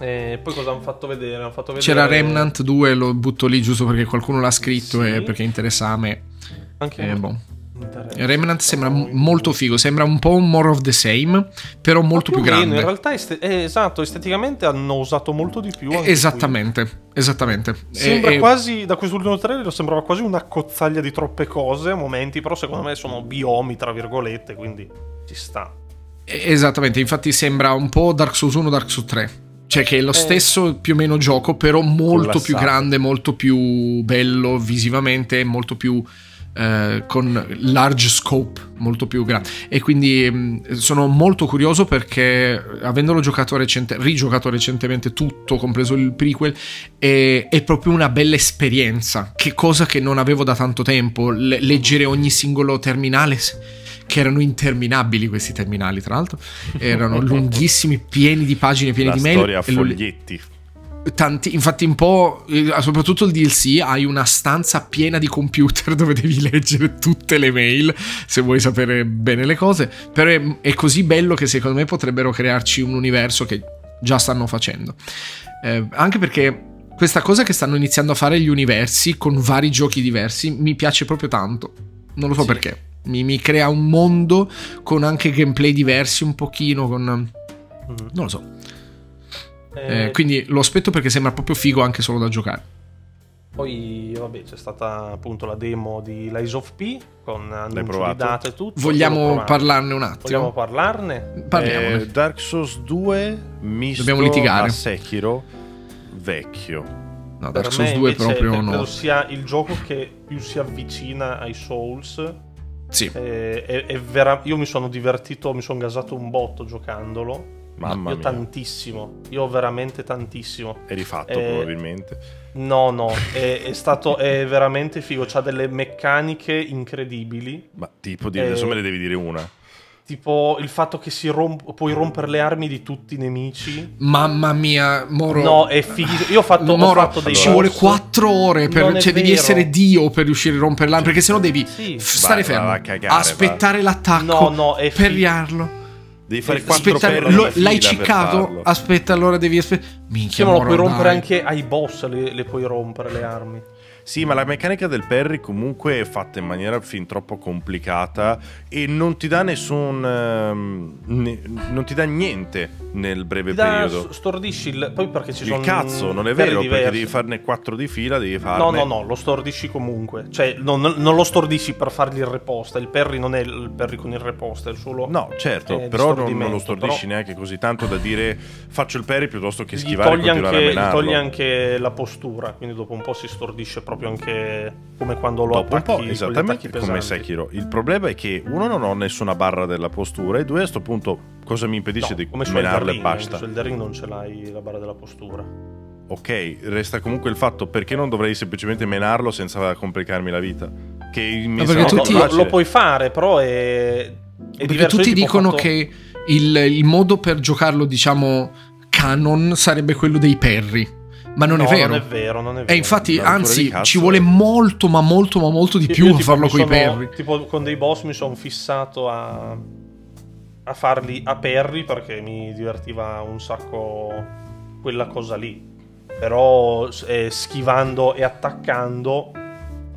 A: E poi cosa hanno fatto vedere? Hanno fatto vedere
C: C'era Remnant 2, lo butto lì giusto perché qualcuno l'ha scritto
A: Sì.
C: e perché interessa a me.
A: Anche
C: Eh, boh.
A: mi interessa.
C: Remnant sembra
A: Però-
C: m- molto figo, sembra un po' un more of the same, però molto
A: Ma più o
C: più,
A: meno,
C: grande.
A: in realtà, est- eh, esatto, esteticamente hanno usato molto di più. anche qui.
C: Eh, Esattamente, esattamente.
A: Sembra
C: E- e-
A: quasi, da quest'ultimo trailer, sembrava quasi una cozzaglia di troppe cose a momenti, però secondo me sono biomi, tra virgolette, quindi ci sta.
C: e- Esattamente, infatti sembra un po' Dark Souls 1, Dark Souls 3. Cioè che è lo
A: Eh.
C: stesso più o meno gioco, però molto più
B: Collassato.
C: grande, molto più bello visivamente, molto più eh, con large scope molto più grande. E quindi mh, sono molto curioso perché avendolo giocato recente, rigiocato recentemente tutto, compreso il prequel, è, è proprio una bella esperienza. Che cosa che non avevo da tanto tempo, le- leggere ogni singolo terminale. s- Che erano interminabili questi terminali, tra l'altro, erano lunghissimi, pieni di pagine, pieni
B: la
C: di mail.
B: storia a
C: e lo-
B: foglietti.
C: tanti, infatti un po', eh, soprattutto il DLC, hai una stanza piena di computer dove devi leggere tutte le mail se vuoi sapere bene le cose, però è, è così bello che secondo me potrebbero crearci un universo che già stanno facendo. Eh, anche perché questa cosa che stanno iniziando a fare gli universi con vari giochi diversi mi piace proprio tanto, non lo so
A: Sì.
C: perché. Mi, mi crea un mondo con anche gameplay diversi un pochino, con... non
A: Mhm.
C: lo so.
A: Eh,
C: Eh, quindi lo aspetto perché sembra proprio figo anche solo da giocare.
A: Poi, vabbè, c'è stata appunto la demo di Lies of P con annuncio di
B: provato?
A: data e tutto. Io l'ho
C: Vogliamo
A: provato.
C: parlarne un attimo?
A: Vogliamo parlarne?
C: Parliamone.
B: Eh, Dark Souls 2 misto
C: Dobbiamo litigare.
B: a Sekiro vecchio.
C: no,
A: Per
C: Dark Souls
A: me,
C: 2
A: invece,
C: proprio
A: credo
C: no.
A: sia il gioco che più si avvicina ai Souls.
C: Sì.
A: Eh, è- è vera- Io mi sono divertito, mi sono gasato un botto giocandolo.
B: Mamma
A: io
B: mia.
A: tantissimo, io veramente tantissimo.
B: È rifatto
A: Eh,
B: probabilmente.
A: No, no, è, è stato è veramente figo, c'ha delle meccaniche incredibili.
B: Ma tipo, di...
A: eh,
B: adesso me ne devi dire una.
A: Tipo il fatto che si romp- puoi rompere le armi di tutti i nemici.
C: Mamma mia, Moro.
A: No, è figo. Io ho fatto, ho
C: Moro,
A: fatto dei
C: ci vuole
A: boss.
C: 4 ore. Per,
A: Non è
C: cioè, devi
A: vero.
C: essere Dio per riuscire a rompere l'arma. Perché sennò devi
A: Sì.
C: f- stare
B: Vai,
C: fermo,
B: va a cagare,
C: aspettare
A: No,
C: l'attacco,
A: no, è fi-
C: perriarlo.
B: Devi fare
A: eh,
B: quattro
C: aspettare-
B: perle
C: lo-
B: alla fila
C: l'hai
B: per
C: ciccato.
B: farlo.
C: Aspetta, allora devi aspettare. Minchia,
A: Sì, ma lo
C: Moro,
A: puoi rompere
C: dai.
A: anche ai boss, le, le puoi rompere le armi.
B: Sì, ma la meccanica del Perry comunque è fatta in maniera fin troppo complicata e non ti dà nessun. ehm, ne- non ti dà niente nel breve
A: Ti dà-
B: periodo.
A: stordisci il... Poi perché ci sono...
B: Il cazzo, non è
A: pelle
B: vero, perché
A: diverse.
B: devi farne quattro di fila, devi farne.
A: No, no, no, lo stordisci comunque. Cioè, non, non lo stordisci per fargli il reposta. Il Perry non è il Perry con il reposta, è il solo...
B: No, certo,
A: Eh,
B: però non- non,
A: stordimento,
B: lo stordisci
A: però-
B: neanche così tanto da dire faccio il Perry piuttosto che
A: Gli
B: schivare e
A: togli, anche,
B: continuare a
A: gli
B: menarlo.
A: togli anche la postura, quindi dopo un po' si stordisce proprio anche come quando lo
B: Dopo un
A: attacchi
B: po',
A: con gli
B: esattamente
A: attacchi
B: come
A: pesanti.
B: Sekiro. Il problema è che uno non ho nessuna barra della postura e due a sto punto cosa mi impedisce
A: No,
B: di
A: come su Elden
B: menarlo e
A: Ring,
B: basta.
A: Su Elden Ring non ce l'hai la barra della postura.
B: Ok, resta comunque il fatto perché non dovrei semplicemente menarlo senza complicarmi la vita. Che il mio
C: perché
A: No,
C: tutti-
A: lo,
B: facile.
A: lo puoi fare, però è. è
C: Perché
A: diverso. Io
C: tutti
A: tipo ho
C: dicono
A: fatto-
C: che il, il modo per giocarlo, diciamo, canon sarebbe quello dei perri. Ma non
A: No,
C: è vero.
A: Non è vero, non è vero.
C: E infatti,
B: No, pure di
C: anzi,
B: cazzo,
C: ci vuole
B: eh.
C: molto, ma molto, ma molto di
A: Io-
C: più
A: io
C: a
A: tipo
C: farlo
A: mi
C: coi
A: sono-
C: perri.
A: Tipo, con dei boss mi sono fissato a. a farli a perri perché mi divertiva un sacco quella cosa lì. Però eh, schivando e attaccando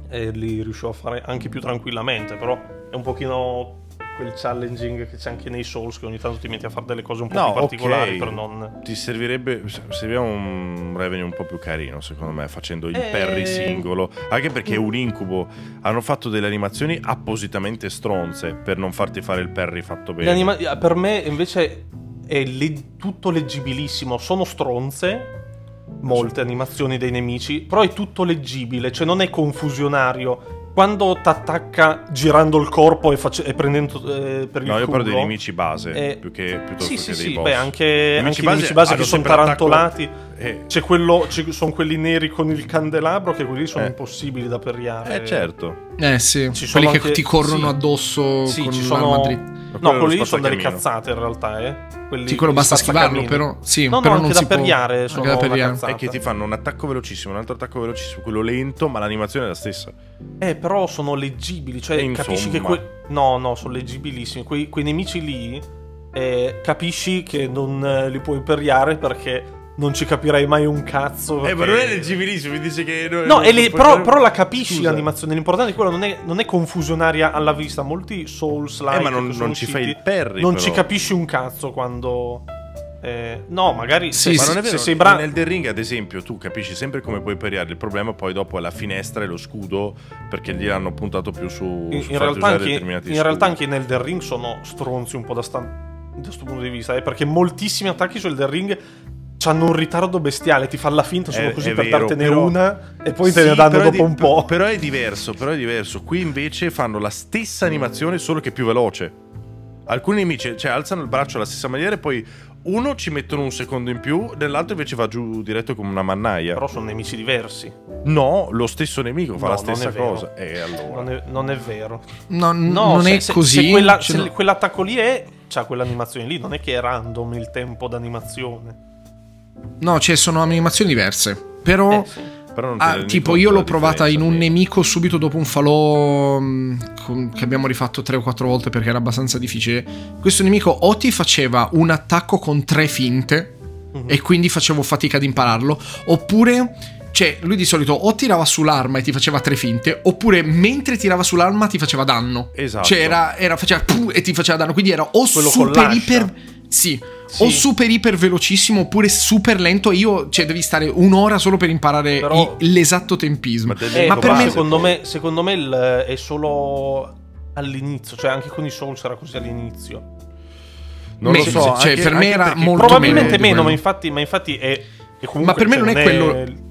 A: eh, li riuscivo a fare anche più tranquillamente. Però è un pochino quel challenging che c'è anche nei Souls che ogni tanto ti metti a fare delle cose un po'
B: No,
A: più particolari
B: ok.
A: per non.
B: Ti servirebbe serviva un revenue un po' più carino, secondo me, facendo il
A: Eh.
B: Perry singolo, anche perché è un incubo. Hanno fatto delle animazioni appositamente stronze per non farti fare il Perry fatto
A: Gli
B: bene.
A: anima- eh, per me invece è le- tutto leggibilissimo, sono stronze molte animazioni dei nemici, però è tutto leggibile, cioè non è confusionario. Quando ti attacca girando il corpo e, face- e prendendo eh, per il
B: No, io
A: culo,
B: parlo dei nemici base,
A: eh,
B: più che,
A: sì,
B: piuttosto che
A: sì,
B: dei
A: sì,
B: boss.
A: beh, anche- anche i nemici base
B: hanno
A: che sono
B: sempre l'attacco-
A: tarantolati. cioè,
B: Eh,
A: C'è quello, ci sono quelli neri con il candelabro che quelli lì sono
B: Eh.
A: impossibili da perriare.
B: eh, certo.
C: Eh sì,
A: Ci sono
C: quelli che
A: anche-
C: ti corrono
A: sì.
C: addosso
A: Sì,
C: con
A: ci
C: l'arma
A: sono...
C: dritta.
B: quello è
A: No,
B: lo
A: quelli lì sono delle
B: spazzacamino.
A: cazzate in realtà, eh. Quelli,
C: Sì, quello basta schivarlo,
A: spazzacamini.
C: però. Sì,
A: No,
C: però
A: no,
C: non
A: anche
C: si
A: da
C: può-
A: perriare
C: anche
A: sono
C: da
A: una
C: perriare.
A: cazzata.
B: È che ti fanno un attacco velocissimo, un altro attacco velocissimo, quello lento, ma l'animazione è la stessa.
A: Eh, però sono leggibili, cioè
B: E Eh, insomma.
A: capisci che... que- No, no, sono leggibilissimi. Quei, quei nemici lì eh, capisci che non eh, li puoi perriare perché non ci capirai mai un cazzo.
B: Eh,
A: perché-
B: ma non è leggibilissimo, mi dice che...
A: No, è lì- però, però la capisci
B: Scusa.
A: l'animazione. L'importante è quello, non è, non è confusionaria alla vista. Molti Souls like
B: Eh, ma non-
A: che sono
B: non ci
A: usciti,
B: fai il parry,
A: Non
B: però.
A: ci capisci un cazzo quando. eh, no, magari
C: Sì,
A: se,
B: Ma non è
A: se
B: vero,
A: sei bravo.
B: nel The Ring ad esempio tu capisci sempre come puoi pariare il problema poi dopo è la finestra e lo scudo perché lì hanno puntato più su,
A: in,
B: su
A: in
B: farti
A: realtà
B: usare
A: anche,
B: determinati
A: in realtà
B: scudi.
A: anche nel The Ring sono stronzi un po' da, sta, da sto punto di vista, eh, perché moltissimi attacchi sul The Ring C'hanno un ritardo bestiale, ti fa la finta solo
B: È-
A: così
B: è
A: per
B: vero,
A: dartene
B: però-
A: una e poi te
B: Sì,
A: ne danno
B: però è
A: dopo
B: di-
A: un po'.
B: Però è diverso, però è diverso. Qui invece fanno la stessa animazione, solo che più veloce. Alcuni nemici, cioè, alzano il braccio alla stessa maniera e poi uno ci mettono un secondo in più, nell'altro invece va giù diretto come una mannaia.
A: Però sono nemici diversi.
B: No, lo stesso nemico fa
A: No,
B: la
A: non
B: stessa
A: è vero.
B: cosa. E allora...
A: Non è, non è vero.
C: No, n-
A: No,
C: non
A: se-
C: è
A: se-
C: così.
A: Se, quella-
C: Cioè,
A: se
C: no.
A: quell'attacco lì è, c'ha quell'animazione lì, non è che è random il tempo d'animazione.
C: No, cioè sono animazioni diverse. Però,
A: Eh, sì.
B: Però non te ne
C: ah,
B: rendi
C: tipo,
B: conto
C: io l'ho
B: della
C: provata in
B: differenza,
C: un
B: quindi.
C: nemico subito dopo un falò mh, con- che abbiamo rifatto 3 o 4 volte perché era abbastanza difficile. Questo nemico o ti faceva un attacco con tre finte
A: Mhm.
C: e quindi facevo fatica ad impararlo, oppure... Cioè, lui di solito o tirava sull'arma e ti faceva tre finte, oppure mentre tirava sull'arma ti faceva danno.
B: Esatto.
C: Cioè, era, era- faceva puh e ti faceva danno. Quindi era o
A: Quello con
C: super
A: l'ascia.
C: iper. Sì,
A: Sì.
C: o super iper velocissimo oppure super lento. Io, cioè, devi stare un'ora solo per imparare
A: Però-
C: i- l'esatto tempismo.
B: Ma
A: Eh,
B: del-
C: ma
A: ma
C: per me-
A: secondo me, secondo me il- è solo all'inizio, cioè anche con i Souls era così all'inizio.
B: Non lo
C: Sì,
B: so,
C: sì, cioè,
B: anche-
C: per me
B: anche
C: era
B: perché-
C: molto
A: Probabilmente
C: meno di
A: meno, ma
C: quello.
A: infatti, ma infatti è, è comunque,
C: Ma per me
A: cioè,
C: non è quello-
A: No,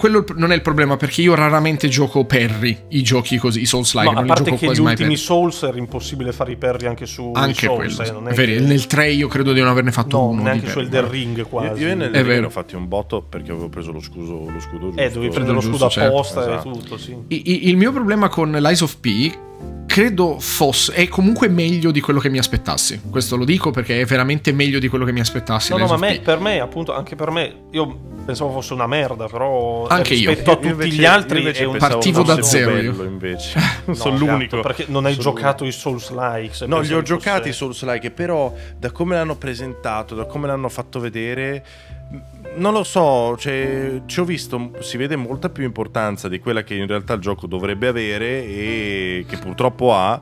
C: Quello non è il problema perché io raramente gioco Perry, i giochi così, i Souls like,
A: a
C: non li
A: parte
C: gioco
A: che gli
C: quasi mai
A: ultimi
C: Perry.
A: Souls era impossibile fare i perri anche su
C: Anche
A: Souls,
C: quello.
A: eh, non
C: è
A: è
C: vero,
A: che-
C: Nel 3 io credo di non averne fatto
A: no,
C: uno.
A: neanche
C: di
A: su
C: Perry.
A: Elden Ring
B: Io,
A: quasi.
B: io nel
C: È vero.
B: ho fatti un botto perché avevo preso lo scudo, lo scudo giusto.
A: eh, dovevi prendere lo
C: Giusto,
A: scudo
C: certo,
A: apposta
B: esatto.
A: e tutto, sì.
C: I- i- il mio problema con Lies of P credo fosse è comunque meglio di quello che mi aspettassi questo lo dico perché è veramente meglio di quello che mi aspettassi
A: No, no, ma
C: Lies of
A: me-
C: P.
A: per me, appunto, anche per me, io pensavo fosse una merda, però
C: Anche io.
A: rispetto a tutti gli altri è un
C: pensavo Partivo da
A: fosse-
C: zero, io.
B: Bello, invece.
A: No,
B: sono
A: esatto,
B: l'unico.
A: Perché non hai
B: Sono
A: giocato i Souls Likes.
B: No, li ho giocati i Souls Like, però da come l'hanno presentato, da come l'hanno fatto vedere, m- non lo so, cioè, ci ho visto, si vede molta più importanza di quella che in realtà il gioco dovrebbe avere e che purtroppo ha.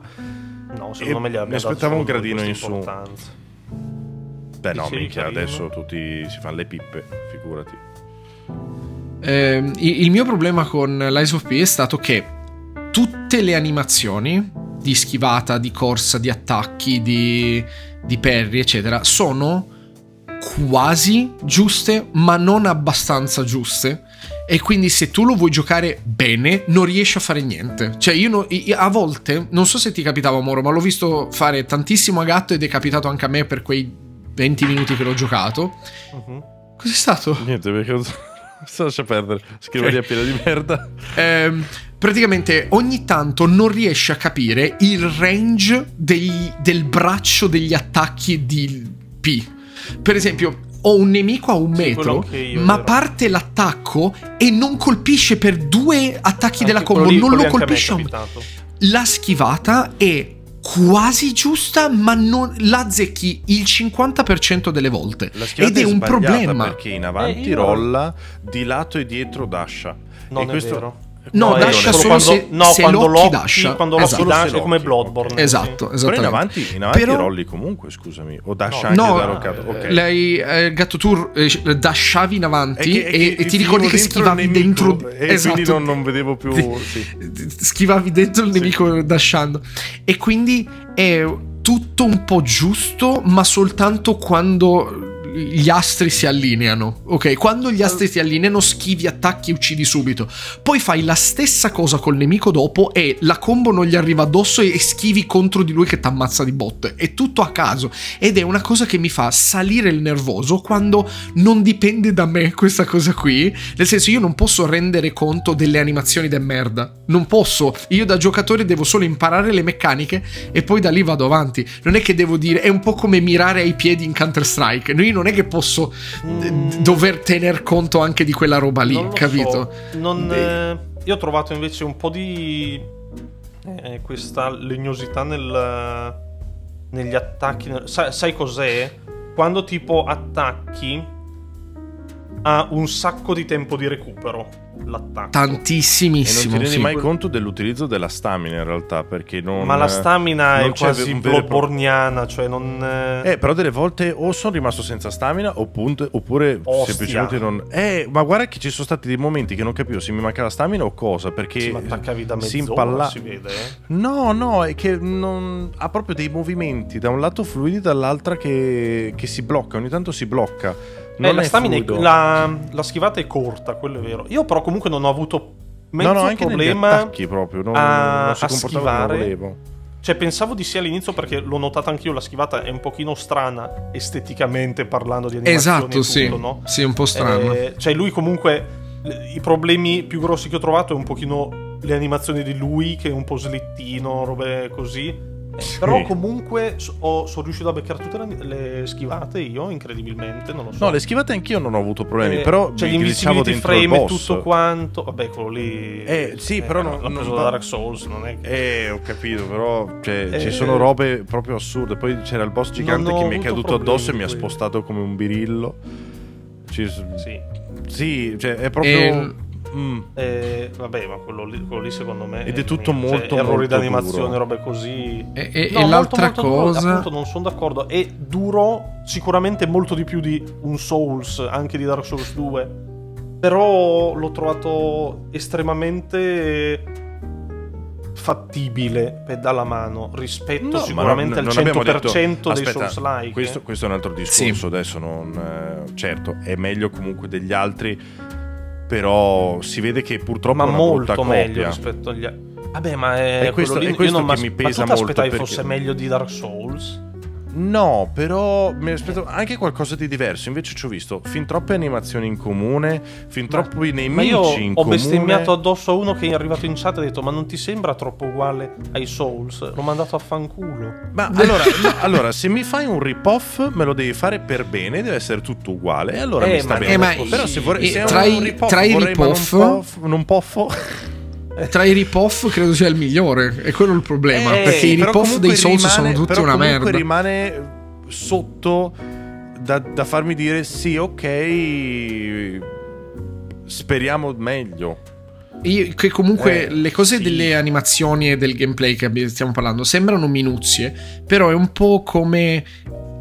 A: No, secondo
B: E
A: me li abbia
B: mi aspettavo un gradino in su. Beh no,
A: Dicevi,
B: minchia,
A: Carino?
B: adesso tutti si fanno le pippe, figurati.
C: Ehm, i- il mio problema con Lies of P è stato che tutte le animazioni di schivata, di corsa, di attacchi, di, di parry, eccetera, sono quasi giuste, ma non abbastanza giuste. E quindi se tu lo vuoi giocare bene, non riesci a fare niente. Cioè, io, no- i- a volte, non so se ti capitava Moro, ma l'ho visto fare tantissimo a gatto ed è capitato anche a me per quei 20 minuti che l'ho giocato. Cos'è stato?
B: Niente, perché non so, so lascia perdere, scrivo
C: Ok.
B: di appena di merda.
C: Ehm, praticamente ogni tanto non riesce a capire il range dei- del braccio degli attacchi di P. Per esempio, ho un nemico a un
A: Sì, quello
C: metro,
A: anche io,
C: ma
A: vero.
C: parte l'attacco e non colpisce per due attacchi della combo, non lo colpisce. a un- La schivata è quasi giusta, ma non la azzecchi il 50% delle volte.
B: La schivata
C: Ed è un
B: sbagliata
C: problema.
B: perché in avanti
A: Eh, io-
B: rolla, di lato e dietro dascia.
A: Non
B: e
A: è
B: questo...
A: vero.
C: No,
B: hai
C: dasha solo
B: ragione.
C: se-
A: no,
C: se
A: quando
C: l'occhi
A: l'occhi-
C: dasha.
A: Quando l'occhi
B: Esatto.
A: dasha
B: Se
A: è come
B: l'occhi,
A: Bloodborne. sì.
C: Esatto,
B: Però in
C: esattamente.
B: avanti, in avanti
C: Però-
B: rolli comunque, scusami. O dash
A: No,
B: anche
C: no,
B: da roccato.
A: eh,
B: Ok.
C: Lei, eh, gatto, tu eh, dasciavi in avanti
B: È che- è
C: e,
B: che
C: e ti
B: finivo
C: ricordi che
B: dentro
C: schivavi
B: il nemico,
C: dentro. Esatto.
B: e quindi non, non vedevo più. sì.
C: Schivavi dentro il nemico dasciando. E quindi è tutto un po' giusto, ma soltanto quando gli astri si allineano. Ok, quando gli astri si allineano, schivi, attacchi e uccidi subito. Poi fai la stessa cosa col nemico dopo e la combo non gli arriva addosso e schivi contro di lui che ti ammazza di botte. È tutto a caso. Ed è una cosa che mi fa salire il nervoso quando non dipende da me questa cosa qui. Nel senso, io non posso rendere conto delle animazioni de merda. Non posso. Io da giocatore devo solo imparare le meccaniche e poi da lì vado avanti. Non è che devo dire. È un po' come mirare ai piedi in Counter-Strike. Io non è che posso d-
A: Mm.
C: dover tener conto anche di quella roba lì,
A: Non lo
C: capito?
A: so. Non,
C: Eh.
A: eh, io ho trovato invece un po' di eh, questa legnosità nel- negli attacchi. nel- sai, sai cos'è? Quando tipo attacchi ha un sacco di tempo di recupero l'attacco.
B: E non ti
C: Tantissimissimo.
B: rendi
C: sì.
B: mai conto dell'utilizzo della stamina in realtà, perché non... eh,
A: Ma la stamina
B: non
A: è
B: c'è
A: quasi
B: un vero e proprio-
A: bloodborniana, cioè non... eh,
B: Eh, però delle volte o sono rimasto senza stamina oppure, oppure
A: Ostia.
B: semplicemente non... Eh, ma guarda che ci sono stati dei momenti che non capivo se mi manca la stamina o cosa, perché...
A: sì, ma attaccavi da mezz'ora,
B: si
A: si,
B: impalla-
A: vede. eh.
B: No, no, è che non... ha proprio dei movimenti, da un lato fluidi, dall'altra che, che si blocca, ogni tanto si blocca. Non
A: Eh, la,
B: è
A: stamina è-
B: fluido.
A: la, la schivata è corta, quello è vero. Io però comunque non ho avuto mezzo
B: no, no, anche negli
A: problema.
B: attacchi proprio. Non,
A: a-
B: non si
A: a
B: comportava come
A: schivare.
B: volevo.
A: Cioè, pensavo di sì all'inizio perché l'ho notata anch'io, la schivata è un pochino strana esteticamente parlando di animazione.
C: Esatto, sì.
A: no?
C: Sì, un po' strano.
A: Eh, cioè, lui comunque l- i problemi più grossi che ho trovato è un pochino le animazioni di lui che è un po' slittino, robe così. Eh,
B: Sì.
A: Però comunque so- ho- sono riuscito a beccare tutte le, le schivate io, incredibilmente, non lo so.
B: No, le schivate anch'io non ho avuto problemi,
A: Eh,
B: però
A: cioè,
B: mi
A: gli
B: glitchavo
A: invisibility
B: dentro il
A: frame e
B: boss.
A: tutto quanto. Vabbè, quello lì.
B: Eh, sì, però
A: l'ha
B: non-
A: preso
B: non-
A: da Dark Souls, non è che.
B: Eh, ho capito, però cioè,
A: Eh.
B: ci sono robe proprio assurde. Poi c'era il boss gigante
A: Non ho
B: che mi è
A: avuto
B: caduto
A: problemi
B: addosso e
A: con
B: mi ha
A: quello.
B: spostato come un birillo. Ci- sì.
A: Sì.
B: cioè, è proprio.
C: E-
B: Mm.
A: Eh, vabbè, ma quello lì, quello lì secondo me.
B: Ed è tutto
A: cioè,
B: molto,
A: errori
B: molto
A: d'animazione,
B: duro.
A: robe così.
C: E, e-
A: No,
C: e
A: molto,
C: l'altra
A: molto duro,
C: cosa...
A: appunto, non sono d'accordo. È duro, sicuramente molto di più di un Souls, anche di Dark Souls 2. Però l'ho trovato estremamente fattibile per dalla mano rispetto
B: No,
A: sicuramente
B: ma non-
A: al
B: non abbiamo
A: 100%
B: detto-
A: dei
B: aspetta,
A: Souls like. eh.
B: Questo, questo è un altro discorso. Adesso non. eh, Certo, è meglio comunque degli altri. Però si vede che purtroppo
A: ma
B: è una brutta
A: molto
B: copia.
A: meglio rispetto agli altri. Vabbè, ma è,
B: È questo-
A: quello lì,
B: è questo
A: io non
B: che mi
A: m'as-
B: pesa
A: ma tu
B: molto,
A: aspettavi
B: perché-
A: fosse meglio di Dark Souls?
B: No, però mi aspetto anche qualcosa di diverso. Invece ci ho visto fin troppe animazioni in comune, fin troppi nemici
A: Ma io
B: in
A: ho
B: comune.
A: bestemmiato addosso a uno che è arrivato in chat e ha detto: Ma non ti sembra troppo uguale ai Souls? L'ho mandato a fanculo.
B: Ma allora, ma allora, se mi fai un rip-off, me lo devi fare per bene, deve essere tutto uguale. E allora
A: Eh,
B: mi sta
A: ma-
B: bene.
C: eh, ma-
B: però se vorrei
C: eh,
B: se è
C: tra i-
B: un rip-off,
C: tra i
B: vorrei, ma
C: rip-off-
B: non, poff- non Eh, poffo.
C: Tra i rip-off credo sia il migliore, è quello il problema,
B: Eh,
C: perché
B: sì,
C: i
B: però
C: rip-off
B: comunque
C: dei Souls
B: rimane-
C: sono tutti
B: però
C: una
B: comunque
C: merda.
B: rimane sotto da, da farmi dire sì, ok, speriamo meglio.
C: Io- che comunque
B: Eh,
C: le cose
B: sì.
C: delle animazioni e del gameplay che abbi- stiamo parlando sembrano minuzie, però è un po' come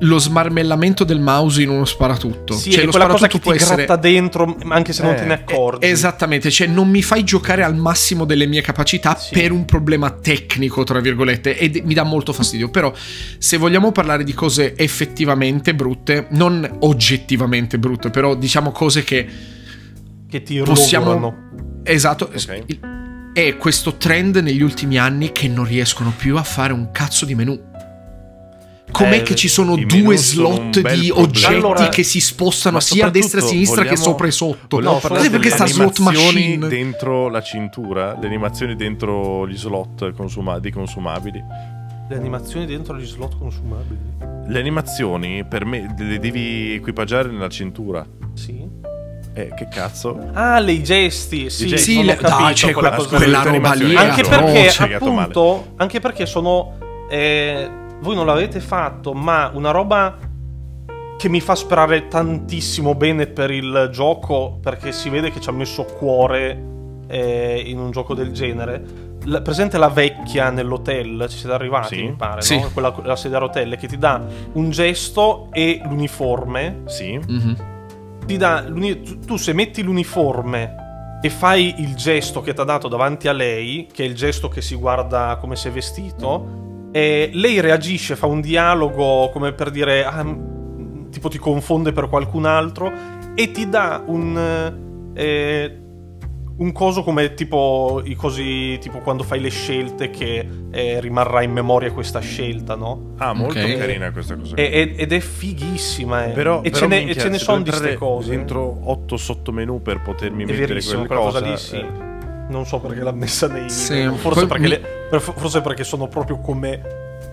C: lo smarmellamento del mouse in uno sparatutto.
A: Sì,
C: cioè,
A: è
C: lo
A: quella cosa
C: sparatutto
A: che ti
C: può essere
A: gratta dentro, ma anche se non
B: Eh,
A: te ne accorgi.
C: Eh, Esattamente, cioè non mi fai giocare al massimo delle mie capacità
A: Sì.
C: per un problema tecnico, tra virgolette, e d- mi dà molto fastidio. Però se vogliamo parlare di cose effettivamente brutte, non oggettivamente brutte, però diciamo cose che
A: Che ti
C: possiamo...
A: rogolano.
C: Esatto.
B: Ok.
C: il- È questo trend negli ultimi anni che non riescono più a fare un cazzo di menu. Com'è
A: Eh,
C: che ci sono
B: i
C: due
B: menu sono un
C: slot
B: bel
C: di
B: problema.
C: oggetti
A: Allora-
C: che si spostano
B: Ma
C: sia a destra e a
B: soprattutto
C: sinistra che
B: vogliamo-
C: sopra e sotto?
B: vogliamo
A: No,
B: parlare
A: forse
B: delle
A: perché sta
C: slot
B: animazioni
C: machine.
B: dentro la cintura, le animazioni dentro gli slot consuma- di consumabili.
A: Le animazioni dentro gli slot consumabili.
B: Le animazioni per me le devi equipaggiare nella cintura.
A: Sì.
B: Eh, che cazzo?
A: Ah, le- i gesti. Sì,
B: gesti.
A: non
C: Sì,
A: ho
C: le-
A: capito
C: dai, c'è
A: quella
C: quella-
A: cosa.
C: quella
B: delle
C: roba lì.
B: animazioni. Cioè,
A: anche
C: Cazzo,
A: perché
B: ho spiegato male.
A: appunto anche perché sono eh, voi non l'avete fatto ma una roba che mi fa sperare tantissimo bene per il gioco perché si vede che ci ha messo cuore eh, in un gioco del genere La- presente la vecchia nell'hotel ci siete arrivati
B: Sì.
A: mi pare
C: Sì.
A: no? quella la sedia a rotelle che ti dà un gesto e l'uniforme
B: Sì.
C: Mhm.
A: ti dà l'uni- tu- tu se metti l'uniforme e fai il gesto che ti ha dato davanti a lei, che è il gesto che si guarda come si è vestito, e lei reagisce, fa un dialogo come per dire "Ah, m- tipo ti confonde per qualcun altro e ti dà un eh, un coso come tipo i cosi tipo quando fai le scelte che eh, rimarrà in memoria questa scelta, no?
B: Ah, molto
C: Ok.
B: carina questa cosa. qui.
A: E- e- ed è fighissima, eh.
B: però,
A: e,
B: però,
A: ce ne,
B: minchia, se
A: sono
B: devo
A: di ste
B: entrare
A: cose. eh.
B: Dentro 8 sottomenu per potermi
A: è
B: mettere
A: verissimo
B: quelle
A: quella cosa,
B: cose.
A: lì, sì.
B: eh.
A: Non so perché l'ha messa nei
C: Sì,
A: forse,
C: poi
A: perché
C: mi-
A: le- per- forse perché sono proprio come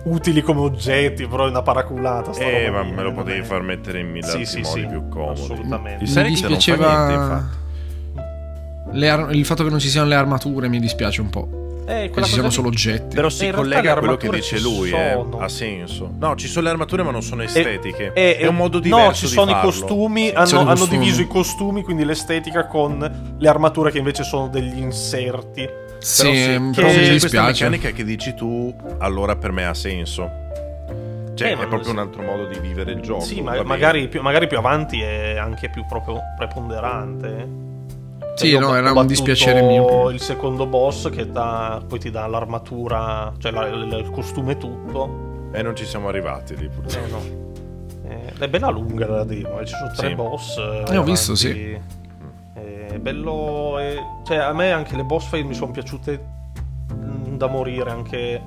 A: utili come oggetti, però è una paraculata. sta
B: Eh,
A: roba
B: ma
A: lì,
B: me lo
A: non
B: potevi
A: è-
B: far mettere in mille
A: Sì,
B: altri
A: sì,
B: modi
A: sì,
B: più comodi.
A: assolutamente.
B: Il
A: Mi
B: Serenity non fa niente, infatti.
C: Le ar- il fatto che non ci siano le armature mi dispiace un po'.
A: Eh,
C: Che
A: quella
C: ci siano
A: cosa
C: solo
A: lì-
C: oggetti.
B: Però si
A: in realtà
B: collega a
A: le
B: quello che
A: armature
B: dice
A: ci
B: lui, eh.
A: sono.
B: ha senso. No, ci sono le armature, ma non sono
A: eh,
B: estetiche.
A: eh,
B: è un modo diverso.
A: No, ci
B: di
A: sono i
B: farlo.
A: costumi.
B: Sì.
A: hanno,
C: Sono i
A: hanno
C: costumi.
A: diviso i costumi, quindi l'estetica con le armature che invece sono degli inserti.
C: sì,
B: però
C: però
B: se,
C: mi
B: però se c'è questa
C: dispiace.
B: meccanica che dici tu, allora per me ha senso. Cioè,
A: Eh, ma
B: è
A: non
B: proprio un
A: so.
B: altro modo di vivere il gioco.
A: sì, ma
B: va bene.
A: magari più, magari più avanti è anche più proprio preponderante. Cioè,
C: Sì,
A: Io
C: no,
A: ho
C: era un
A: battuto
C: dispiacere mio.
A: Il secondo boss che t'ha- poi ti dà l'armatura, cioè la- il il costume tutto.
B: Eh, E non ci siamo arrivati lì, purtroppo.
A: Eh, no. Eh, è bella lunga la demo, eh, ci sono tre
B: Sì.
A: boss.
C: Eh, ho visto, sì.
A: È bello. eh, cioè, a me anche le boss fight mi sono piaciute mm, da morire. Anche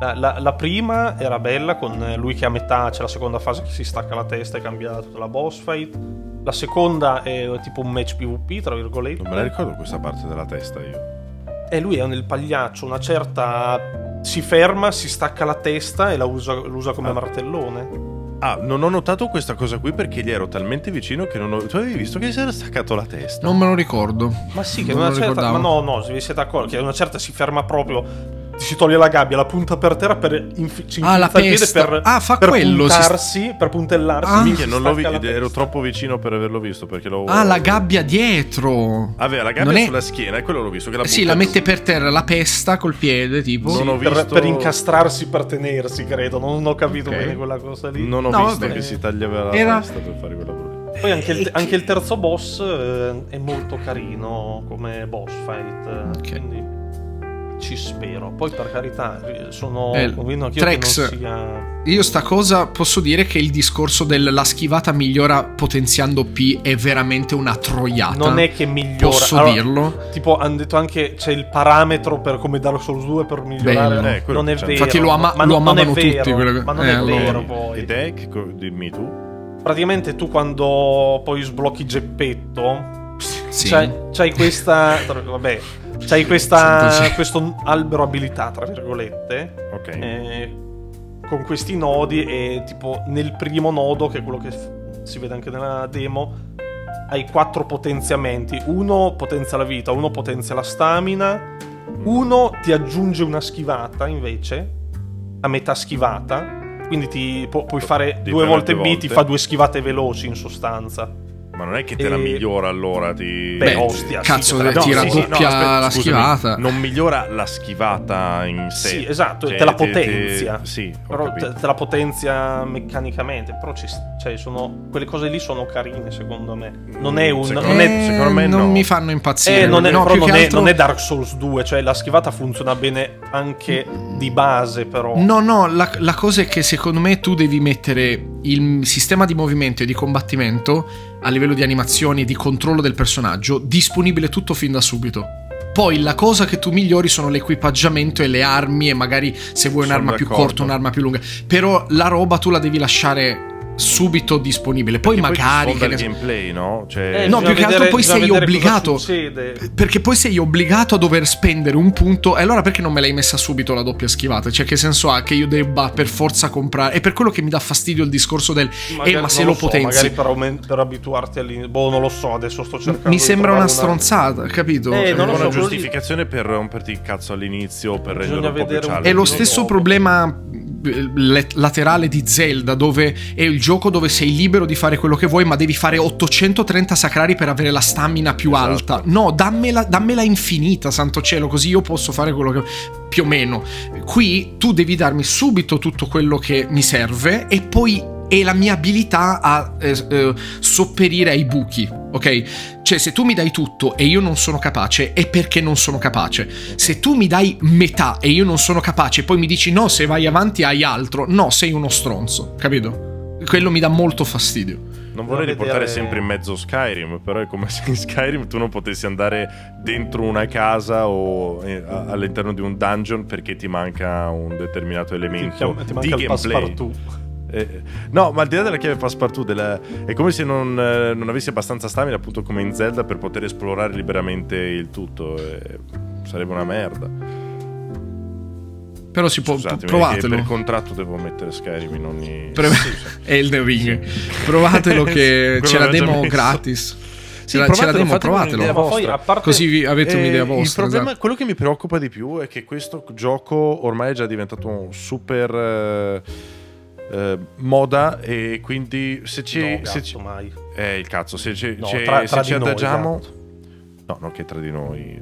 A: la, la- la prima era bella con eh, lui che a metà c'è la seconda fase che si stacca la testa e cambia tutta la boss fight. La seconda è eh, tipo un match PvP, tra virgolette.
B: Non me la ricordo questa parte della testa io.
A: E lui è nel pagliaccio, una certa. Si ferma, si stacca la testa e la usa, lo usa come
B: Ah.
A: martellone.
B: Ah, non ho notato questa cosa qui perché gli ero talmente vicino che non ho. Tu avevi visto che si era staccato la testa.
C: Non me lo ricordo.
A: Ma sì, che
C: Non
A: una
C: lo
A: certa.
C: ricordavo.
A: Ma no, no, se vi siete accorti, che una certa si ferma proprio. Si toglie la gabbia, la punta per terra per infi- ci infilza
C: Ah, la
A: il piede
C: pesta.
A: per,
C: Ah, fa
A: per
C: quello, si sta-
A: puntarsi, per puntellarsi.
C: Ah.
A: si
B: Minchia, non l'ho vi-
A: stacca la
B: ero
A: testa.
B: troppo vicino per averlo visto perché l'ho.
C: Ah, la gabbia dietro.
B: Aveva la gabbia
C: Non è-
B: sulla schiena, e quello l'ho visto. Che la
C: Sì,
B: butta
C: la
B: giù.
C: mette per terra, la pesta col piede, tipo.
B: Non ho
A: per,
B: visto-
A: per incastrarsi, per tenersi, credo. Non ho capito
C: Ok.
A: bene quella cosa lì.
B: Non ho
C: No,
B: visto
A: vabbè.
B: che si tagliava la
C: Era-
B: testa per fare quella brutta.
A: Poi anche il, anche il terzo boss eh, è molto carino come boss fight. eh,
C: Ok.
A: Quindi ci spero. Poi per carità, eh, sono
C: Eh,
A: convinto anch'io che non
C: Trex.
A: sia.
C: Io sta cosa posso dire che il discorso della schivata migliora potenziando P è veramente una troiata.
A: Non è che migliora.
C: Posso
A: Allora,
C: dirlo?
A: Tipo, hanno detto anche c'è il parametro per come Dark Souls 2 per migliorare.
C: Bello.
B: Eh, quello
A: non è
B: c'è.
A: vero.
C: Infatti lo ama-
A: ma
C: lo
A: non- non è
C: amavano tutti,
A: vero,
C: quello che-
A: Ma non
C: eh,
A: è
C: allora.
A: vero poi.
B: Ed è che co- dimmi tu.
A: Praticamente tu quando poi sblocchi Geppetto,
C: Sì.
A: C'hai, c'hai questa. tra- Vabbè, c'hai questa-
C: Santo cielo.
A: questo albero abilità, tra virgolette,
B: Ok.
A: eh, con questi nodi. E tipo nel primo nodo, che è quello che f- si vede anche nella demo, hai quattro potenziamenti: uno potenzia la vita, uno potenzia la stamina, uno ti aggiunge una schivata invece, a metà schivata. Quindi ti pu- puoi fare
B: Ti
A: due
B: preme
A: volte
B: due
A: B, ti
B: volte.
A: fa due schivate veloci in sostanza.
B: Ma non è che te la
A: eh,
B: migliora allora. Ti...
A: Beh,
C: Beh,
A: ostia,
C: cazzo,
A: sì, che te la-
C: ti
A: no, sì, sì, no,
C: raddoppia
B: aspetta,
C: la
B: scusami,
C: schivata.
B: Non migliora la schivata in sé.
A: Sì, esatto, te la
B: te- te-
A: potenzia.
B: sì, ho
A: Però
B: capito.
A: te, te la potenzia meccanicamente. Però ci, s- cioè, sono, quelle cose lì sono carine, secondo me. Non è un.
B: Secondo-
A: non
B: Eh,
A: è,
B: secondo me
C: non
B: no.
C: mi fanno impazzire.
A: eh, non è-
C: no,
A: però
C: più
A: non
C: che
A: è-
C: altro-
A: non è Dark Souls 2. Cioè, la schivata funziona bene anche di base, però.
C: No, no, la, la cosa è che secondo me tu devi mettere il sistema di movimento e di combattimento a livello di animazioni e di controllo del personaggio disponibile tutto fin da subito. Poi la cosa che tu migliori sono l'equipaggiamento e le armi e magari se vuoi
B: Sono
C: un'arma più
B: d'accordo.
C: corta, un'arma più lunga. Però la roba tu la devi lasciare subito disponibile. Poi
B: Perché
C: magari... che
B: ci
C: ne
B: sono dal
C: so-
B: gameplay, no? Cioè,
A: Eh,
C: no,
A: bisogna
C: più che altro poi
A: bisogna
C: sei
A: vedere cosa
C: obbligato. Eh,
A: succede.
C: Perché poi sei obbligato a dover spendere un punto. E allora perché non me l'hai messa subito la doppia schivata? Cioè, che senso ha che io debba per forza comprare? È per quello che mi dà fastidio il discorso del.
A: Magari-
C: eh, ma se
A: non
C: lo,
A: so,
C: potenzi.
A: Magari per, aument- per abituarti all'inizio. Boh, non lo so. Adesso sto cercando.
C: Mi
A: di
C: sembra
A: trovare
C: una stronzata, capito? Cioè,
A: Eh, non lo
B: una
A: so, quello lì-
B: giustificazione per romperti il cazzo all'inizio, per
A: Bisogna
B: rendere un po' più
A: vedere un-
B: challenge.
C: È lo
A: Non
C: stesso
A: trovo.
C: problema eh, le- laterale di Zelda, dove è il gioco dove sei libero di fare quello che vuoi, ma devi fare 830 sacrari per avere la stamina più
B: Esatto.
C: alta. No, dammela, dammela infinita, santo cielo, così io posso fare quello che. più o meno. Qui tu devi darmi subito tutto quello che mi serve e poi. è la mia abilità a eh, eh, sopperire ai buchi, ok? Cioè, se tu mi dai tutto e io non sono capace, è perché non sono capace. Se tu mi dai metà e io non sono capace, poi mi dici no, se vai avanti hai altro, no, sei uno stronzo, capito? Quello mi dà molto fastidio.
B: Non vorrei
A: Devo
B: riportare
A: vedere-
B: sempre in mezzo Skyrim, però è come se in Skyrim tu non potessi andare dentro una casa o eh, a- all'interno di un dungeon perché ti manca un determinato
A: Ti,
B: elemento
A: chiama- ti
B: di
A: manca il
B: gameplay.
A: passepartout.
B: Eh, no, ma al di là della chiave passepartout, della- è come se non, eh, non avessi abbastanza stamina, appunto come in Zelda, per poter esplorare liberamente il tutto. eh, sarebbe una merda.
C: Però si può
B: Scusatemi,
C: provatelo.
B: che per contratto devo mettere Skyrim in ogni...
C: Pre- Elden Ring. Provatelo che
B: Quello
C: c'è la
B: l'avevo già
C: demo
B: messo.
C: gratis.
B: Sì,
C: c'è, la, c'è la
B: provatelo,
C: demo,
B: fatemi un'idea,
C: provatelo.
B: ma-
A: Eh, Ma poi,
B: vostra.
A: a parte
C: Così vi- avete
B: Eh,
C: un'idea vostra.
B: Il problema,
C: esatto.
B: quello che mi preoccupa di più è che questo gioco ormai è già diventato un super eh, eh, moda e quindi se ci...
A: No,
B: se
A: cazzo,
B: ci-
A: mai.
B: eh, il cazzo, se ci,
A: No,
B: ci-
A: tra-
B: se
A: tra
B: ci
A: di noi,
B: adagiamo...
A: esatto.
B: No, non che tra di noi, eh,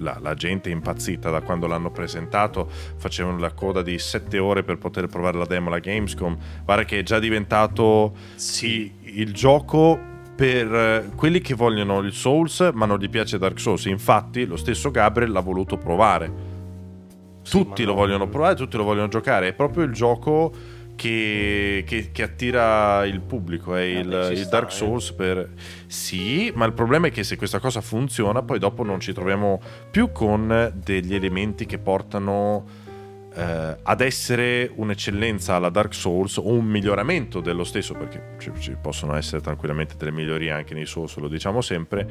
B: la, la gente è impazzita da quando l'hanno presentato, facevano la coda di 7 ore per poter provare la demo alla Gamescom, guarda che è già diventato sì, il gioco per eh, quelli che vogliono il Souls ma non gli piace Dark Souls, infatti lo stesso Gabriel l'ha voluto provare,
A: Sì,
B: tutti
A: ma
B: lo
A: no.
B: vogliono provare, tutti lo vogliono giocare, è proprio il gioco che, che- che attira il pubblico, è il,
A: beh, ci
B: il
A: sta,
B: Dark
A: eh.
B: Souls per... Sì, ma il problema è che se questa cosa funziona, poi dopo non ci troviamo più con degli elementi che portano eh, ad essere un'eccellenza alla Dark Souls o un miglioramento dello stesso, perché ci, ci possono essere tranquillamente delle migliorie anche nei Souls, lo diciamo sempre,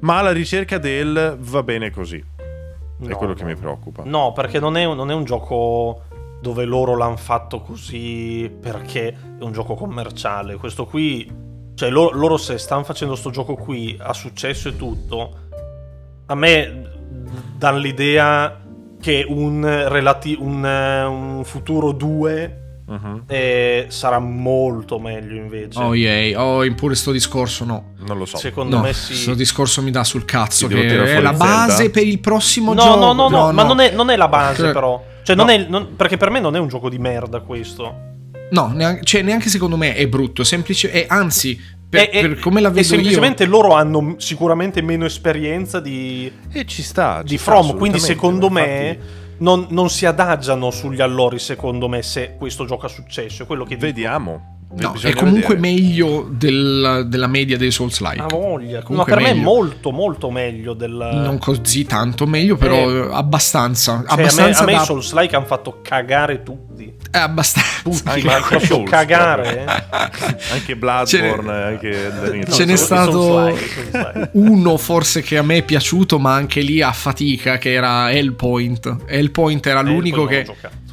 B: ma alla ricerca del va bene così. è
A: No,
B: quello che
A: no.
B: mi preoccupa.
A: No, perché non è, un- non è un gioco dove loro l'hanno fatto così perché è un gioco commerciale. Questo qui, cioè lo- loro, se stanno facendo sto gioco qui, ha successo e tutto, a me danno l'idea che un, relati- un, eh, un futuro 2
B: Mhm.
A: eh, sarà molto meglio invece.
C: Oh yeah, oh, impure sto discorso no.
B: Non lo so.
A: Secondo
C: No,
A: me sì.
C: questo discorso mi dà sul cazzo
B: Ti devo
C: che
B: tirare
C: è
B: fuori
C: la
B: Zelda?
C: base per il prossimo
A: No,
C: gioco.
A: no, no, no, ma non è, non è la base,
C: Cioè-
A: però. Cioè, non
C: No.
A: è- non- perché per me non è un gioco di merda questo.
C: No, neanche, cioè, neanche secondo me è brutto, è semplice, è, anzi, per,
A: È- è-
C: per come la
A: è
C: vedo io...
A: semplicemente loro hanno m- sicuramente meno esperienza di,
B: E ci sta. ci
A: di
B: sta
A: From. Quindi,
B: assolutamente,
A: secondo
B: ma
A: me,
B: infatti
A: non, non si adagiano sugli allori. Secondo me, se questo gioco ha successo, è quello che dico.
B: Vediamo.
C: No,
B: Bisogna
C: è comunque
B: vedere.
C: meglio del- della media dei Souls-like.
A: Ha voglia. Ma boh, eh.
C: Comunque
A: per me è
C: meglio.
A: molto, molto meglio del.
C: Non così tanto meglio, però
A: Eh.
C: abbastanza.
A: Cioè, a me,
C: abbastanza
A: a me
C: da-
A: i Souls like hanno fatto cagare tutti.
C: eh, abbastanza.
B: Anche
A: Ma
B: Dark
A: proprio
B: Souls,
A: cagare.
B: Anche Bloodborne, anche
A: eh.
B: Danilo.
A: No,
C: Ce
A: sono-
C: n'è stato-
A: sono Souls-like, Souls-like.
C: Uno forse che a me è piaciuto, ma anche lì a fatica, che era Hellpoint. Hellpoint era l'unico
A: Eh, poi non
C: che...
A: ho giocato.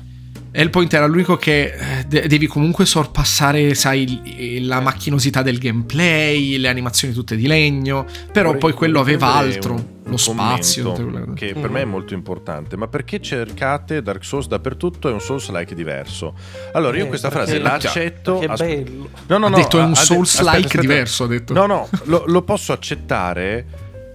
C: Hellpoint era l'unico che eh, de- devi comunque sorpassare, sai, il- la macchinosità del gameplay, le animazioni tutte di legno, però
B: Vorrei-
C: poi quello
B: vorrei
C: aveva
B: prendere
C: altro,
B: un- un
C: lo spazio. tutte
B: commento
C: quelle cose.
B: Che per me è molto importante. Ma perché cercate Dark Souls dappertutto? È un Souls-like diverso. Allora, io
A: Eh,
B: questa
A: perché-
B: frase l'accetto.
A: Perché è
B: asp-
A: bello.
B: No, no,
C: Ha
B: no,
C: detto è un
B: de-
C: Souls-like
B: aspetta, aspetta.
C: diverso, ha detto.
B: No, no, lo, lo posso accettare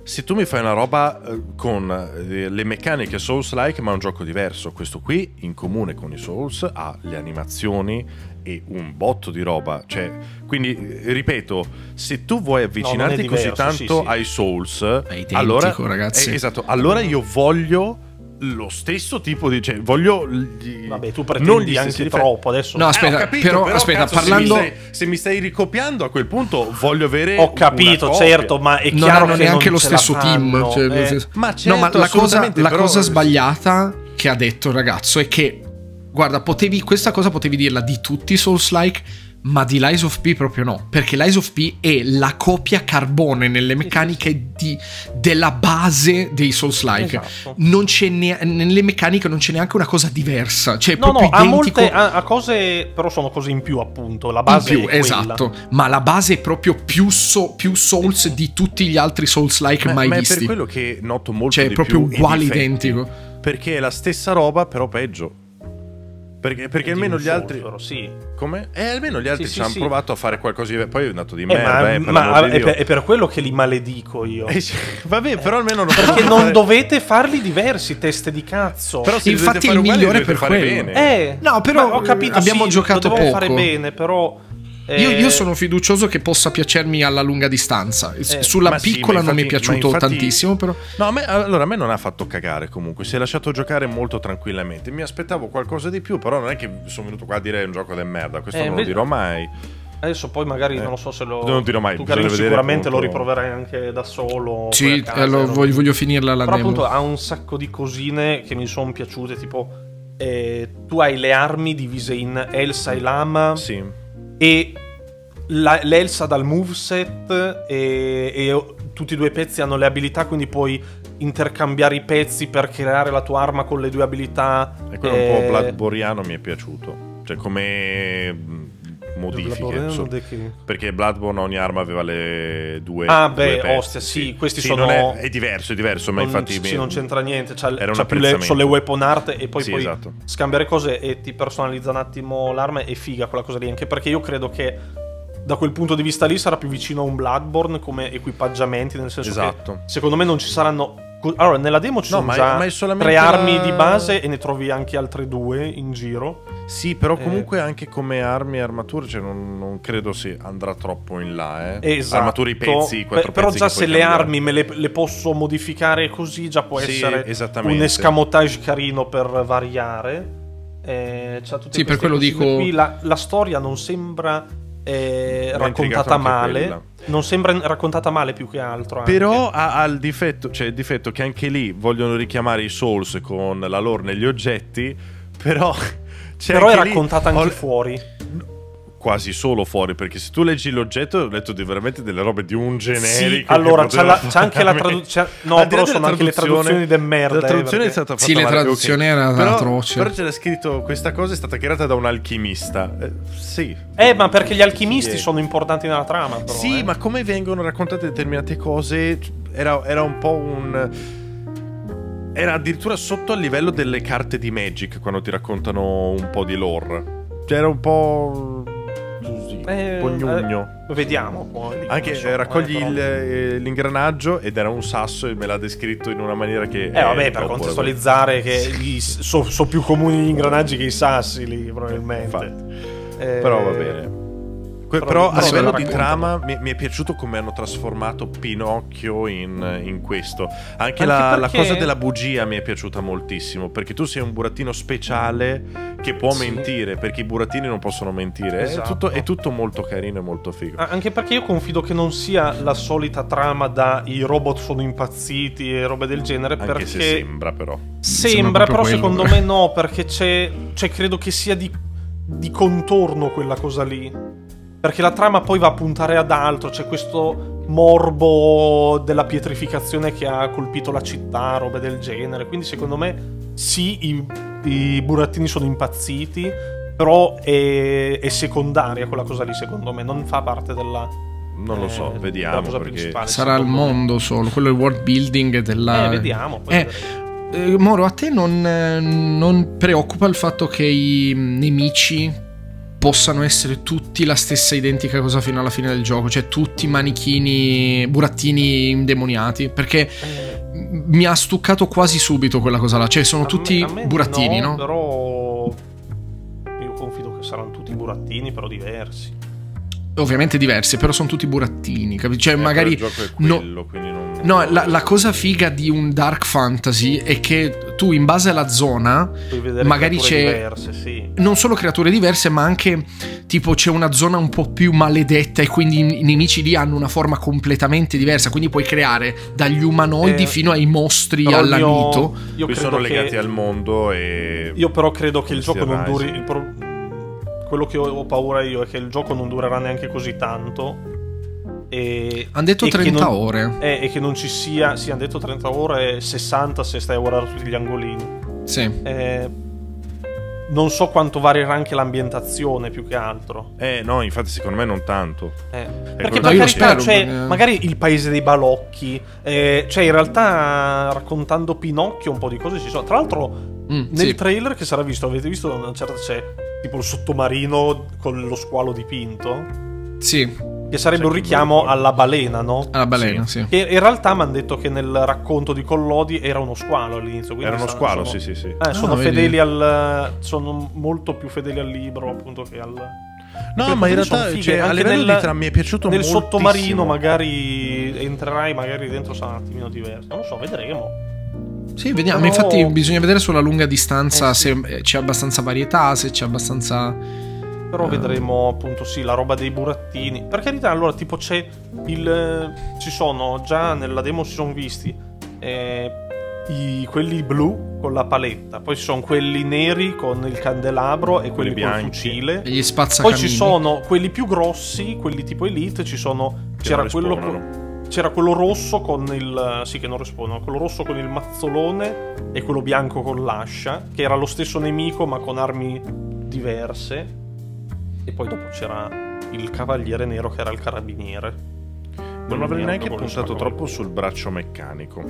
B: se tu mi fai una roba eh, con eh, le meccaniche Souls-like, ma un gioco diverso. Questo qui, in comune con i Souls, ha le animazioni e un botto di roba. Cioè, quindi, eh, ripeto, se tu vuoi avvicinarti così
A: diverso,
B: tanto
A: sì, sì.
B: ai Souls,
C: identico,
B: allora,
C: ecco, ragazzi.
B: eh, esatto, allora io voglio lo stesso tipo di... Cioè, voglio... gli-
A: Vabbè, tu
B: non
A: pretendi
B: gli
A: anche
B: stessi difetti.
A: troppo. Adesso
C: No, aspetta,
B: Eh, ho capito,
C: però, aspetta,
B: cazzo,
C: parlando...
B: Se mi, stai, se mi stai ricopiando a quel punto, voglio avere.
A: ho capito,
B: una copia.
A: certo, ma è
C: non
A: chiaro
C: hanno
A: che
C: neanche
A: non
C: lo
A: ce la
C: stesso team.
A: fanno,
C: cioè, nel
A: eh.
C: senso-
B: Ma certo,
C: no, ma la cosa,
B: assolutamente,
C: la
B: però-
C: cosa sbagliata che ha detto il ragazzo è che, guarda, potevi, questa cosa potevi dirla di tutti i Souls-like, ma di Lies of P proprio no. Perché Lies of P è la copia carbone nelle meccaniche di- della base dei Souls-like.
A: Esatto.
C: Non c'è ne- nelle meccaniche non c'è neanche una cosa diversa. Cioè, è
A: No, no,
C: proprio
A: ha
C: identico.
A: molte ha- ha cose, però sono cose in più, appunto. La base
C: in più,
A: è quella.
C: esatto, ma la base è proprio più, so- più Souls di tutti gli altri Souls-like
B: Ma,
C: mai
B: ma è
C: visti.
B: per quello che noto molto
C: Cioè, è
B: di
C: proprio
B: più i
C: uguale,
B: difetti,
C: identico.
B: Perché è la stessa roba, però peggio. Perché, perché
A: Di
B: almeno
A: un
B: gli altri.
A: software, sì.
B: Come? Eh, almeno gli altri
A: sì,
B: ci hanno
A: sì.
B: provato a fare qualcosa di. Poi è andato di
A: Eh,
B: merda.
A: ma
B: eh, per
A: ma
B: l'amor di
A: è,
B: Dio.
A: per, è per quello che li maledico io.
B: Eh, sì, Vabbè, però almeno non
A: Perché
B: potete
A: non
B: fare-
A: dovete farli diversi, teste di cazzo.
B: Però se li
C: Infatti
B: dovete fare
C: il
B: uguali,
C: migliore
B: li dovete
C: per
B: fare
C: quello.
B: bene.
A: eh,
C: No, però,
A: ma ho capito,
C: abbiamo
A: sì,
C: giocato
A: lo dovevo
C: poco.
A: fare bene, però... eh,
C: Io, io sono fiducioso che possa piacermi alla lunga distanza. S-
A: Eh,
C: Sulla
B: Ma sì,
C: piccola
B: ma
C: non mi è
B: infatti-
C: piaciuto
B: ma infatti-
C: tantissimo, però.
B: No, a me, allora a me non ha fatto cagare comunque, si è lasciato giocare molto tranquillamente. Mi aspettavo qualcosa di più, però non è che sono venuto qua a dire è un gioco del merda, questo
A: Eh,
B: non lo
A: invece-
B: dirò mai.
A: Adesso poi magari
B: Eh,
A: non lo so se lo...
B: non lo dirò mai,
A: Tu,
B: bisogna
A: Carino,
B: vedere
A: sicuramente lo
B: appunto-
A: riproverai anche da solo. poi a
C: Sì,
A: casa,
C: eh, lo-
A: non-
C: voglio, voglio finirla la
A: Però
C: demo.
A: appunto ha un sacco di cosine che mi sono piaciute, tipo eh, tu hai le armi divise in Elsa e Lama
B: Sì.
A: e la- l'Elsa dal moveset e, e tutti e due i pezzi hanno le abilità, quindi puoi intercambiare i pezzi per creare la tua arma con le due abilità.
B: E quello un po'
A: eh,
B: Bloodboreano mi è piaciuto, cioè come mh, modifiche.
A: Bloodborne,
B: so-
A: de che-
B: perché Bloodborne ogni arma aveva le due
A: Ah,
B: due
A: beh,
B: pezzi,
A: ostia, sì, questi
B: non
A: sono-
B: è, è diverso, è diverso, ma
A: non,
B: infatti...
A: sì,
B: mi-
A: sì, non c'entra niente. C'ha,
B: era un
A: c'ha più le,
B: apprezzamento.
A: sono le weapon art e poi
B: Sì,
A: puoi
B: esatto.
A: scambiare cose e ti personalizza un attimo l'arma. È figa quella cosa lì. Anche perché io credo che da quel punto di vista lì sarà più vicino a un Bloodborne come equipaggiamenti. Nel senso
B: Esatto.
A: che secondo me non ci saranno. co- Allora, nella demo ci
B: No,
A: sono
B: ma è-
A: già
B: ma è solamente
A: tre
B: la-
A: armi di base e ne trovi anche altre due in giro.
B: Sì, però
A: Eh.
B: comunque anche come armi e armature, cioè non, non credo si andrà troppo in là, eh.
A: Esatto.
B: Armature, i pezzi, i quattro
A: Beh, Però
B: pezzi
A: già
B: che
A: se
B: puoi
A: le
B: cambiare.
A: armi me le, le posso modificare così, già può
B: Sì,
A: essere
B: esattamente.
A: un escamotage carino per variare. eh, c'ha tutte
C: Sì, per
A: queste
C: quello
A: cosine
C: dico-
A: qui. La, la storia non sembra eh,
B: intrigato
A: raccontata
B: anche
A: male.
B: quella.
A: Non sembra raccontata male più che altro. anche.
B: Però ha, ha il difetto, cioè il difetto che anche lì vogliono richiamare i Souls con la lore negli oggetti, però c'è
A: Però è
B: anche lì-
A: raccontata anche
B: ho-
A: fuori.
B: quasi solo fuori, perché se tu leggi l'oggetto ho letto di veramente delle robe di un generico.
A: Sì, allora,
B: che
A: c'è,
B: poteva
A: la- c'è anche la
B: fare a me.
A: traduzione. No,
B: Al di là
A: però
B: della
A: sono anche le
B: traduzione-
A: traduzioni del merda.
B: La traduzione
A: eh,
B: è stata fatta
C: Sì, le
B: male,
C: traduzioni
B: ok.
C: erano
B: però,
C: atroce.
B: Però c'era scritto questa cosa è stata creata da un alchimista. Eh, sì.
A: perché- Eh, ma perché gli alchimisti
B: Sì, eh.
A: sono importanti nella trama, però.
B: Sì,
A: eh.
B: ma come vengono raccontate determinate cose era, era un po' un... Era addirittura sotto al livello delle carte di Magic quando ti raccontano un po' di lore. Cioè era un po'... Così,
A: Eh,
B: pognugno.
A: eh, vediamo poi.
B: Anche
A: Insomma,
B: eh, raccogli
A: eh, però-
B: il, eh, l'ingranaggio ed era un sasso e me l'ha descritto in una maniera che...
A: Eh, vabbè, per
B: dopo,
A: contestualizzare che gli- so, so più comuni gli ingranaggi che i sassi lì, probabilmente.
B: Infatti.
A: Eh,
B: Però va bene. Que- però
A: però
B: a livello
A: me
B: di
A: raccontalo.
B: trama mi, mi è piaciuto come hanno trasformato Pinocchio in, in questo.
A: Anche
B: Anche, la, la
A: perché-
B: cosa della bugia mi è piaciuta moltissimo, perché tu sei un burattino speciale che può
A: Sì.
B: mentire, perché i burattini non possono mentire. È,
A: Esatto.
B: tutto, è tutto molto carino e molto figo.
A: Ah, Anche perché io confido che non sia la solita trama da i robot sono impazziti e robe del genere,
B: Anche
A: perché
B: se sembra però.
A: Sembra,
C: Sembra proprio
A: però
C: quello.
A: secondo me no, perché c'è, cioè, credo che sia di, di contorno quella cosa lì. Perché la trama poi va a puntare ad altro, c'è questo morbo della pietrificazione che ha colpito la città, robe del genere. Quindi secondo me sì, i, i burattini sono impazziti, però è, è secondaria quella cosa lì secondo me, non fa parte della...
B: Non lo so,
A: eh,
B: vediamo.
A: della cosa
B: perché-
A: principale,
C: Sarà il
A: secondo me.
C: mondo solo, quello è il world building della...
A: Eh, vediamo. Poi
C: Eh,
A: vedremo.
C: Eh, Moro, a te non, eh, non preoccupa il fatto che i nemici possano essere tutti la stessa identica cosa fino alla fine del gioco, cioè tutti manichini, burattini indemoniati, perché
A: Eh.
C: m- mi ha stuccato quasi subito quella cosa là, cioè sono
A: A
C: tutti
A: me- a me
C: burattini, no?
A: Però io confido che saranno tutti burattini, però diversi.
C: Ovviamente diversi, però sono tutti burattini, capisci? Cioè
B: eh,
C: magari...
B: Il gioco è
C: no-
B: quello, quindi non...
C: No, la, la cosa figa di un dark fantasy è che tu in base alla zona
A: Puoi vedere
C: Magari
A: creature
C: c'è-
A: diverse, sì.
C: non solo creature diverse, ma anche tipo c'è una zona un po' più maledetta e quindi i i nemici lì hanno una forma completamente diversa, quindi puoi creare dagli umanoidi
A: Eh,
C: fino ai mostri
A: Però il mio-
C: all'anito.
A: Io
B: Qui
A: credo
B: sono
A: che-
B: legati al mondo e...
A: Io però credo che il
B: Questi
A: gioco non
B: Rise.
A: duri il pro- quello che ho- ho paura io è che il gioco non durerà neanche così tanto. E,
C: Hanno detto
A: e che
C: 30
A: non-
C: ore.
A: eh, e che non ci sia, sì, hanno detto 30 ore, 60 se stai a guardare tutti gli angolini.
C: Sì.
A: Eh, non so quanto varierà anche l'ambientazione più che altro.
B: Eh no, infatti secondo me non tanto.
A: Eh, perché
B: quello che-
A: per
B: ecco, No, io
A: carità,
C: spero,
A: cioè,
C: perché-
A: magari il paese dei balocchi, eh, cioè in realtà raccontando Pinocchio un po' di cose ci sono. Tra l'altro
C: Mm,
A: nel
C: sì.
A: trailer che sarà visto, avete visto una certa c'è tipo il sottomarino con lo squalo dipinto,
C: Sì,
A: che sarebbe un
B: Sai che
A: richiamo
B: non lo ricordo.
A: alla balena, no?
B: Ah.
C: alla balena, sì.
A: Che in realtà mi hanno detto che nel racconto di Collodi era uno squalo all'inizio. quindi
B: Era uno
A: sa-
B: squalo,
A: sono-
B: sì sì sì.
A: eh, sono
C: Ah, vedi.
A: fedeli al. Sono molto più fedeli al libro, appunto, che al.
B: No, ma in
A: Quindi sono
B: realtà
A: fighe.
B: cioè, a
A: Anche
B: livello
A: nel-
B: di tra mi è piaciuto
A: Nel
B: moltissimo.
A: sottomarino, magari entrerai, magari dentro sarà un attimino diverso. Non lo so, vedremo.
C: Sì, vediamo.
A: Però-
C: Infatti, bisogna vedere sulla lunga distanza
A: Eh, sì.
C: se eh, c'è abbastanza varietà, se c'è abbastanza.
A: Però
B: Ah.
C: Eh.
A: vedremo appunto sì la roba dei burattini. Per carità, allora tipo c'è il ci sono già nella demo si sono visti eh, i- quelli blu con la paletta, poi ci sono quelli neri con il candelabro e quelli,
B: Quelli
A: col
B: bianchi.
A: fucile.
C: Gli spazzacamini.
A: Poi ci sono quelli più grossi, quelli tipo Elite, ci sono
B: Che
A: c'era
B: non
A: quello
B: respawnano.
A: c'era quello rosso con il sì che non respawnano, quello rosso con il mazzolone e quello bianco con l'ascia, che era lo stesso nemico ma con armi diverse. E poi dopo c'era il cavaliere nero che era il carabiniere.
B: Non avrei neanche
A: Quello
B: puntato
A: spagnolo.
B: troppo sul braccio meccanico.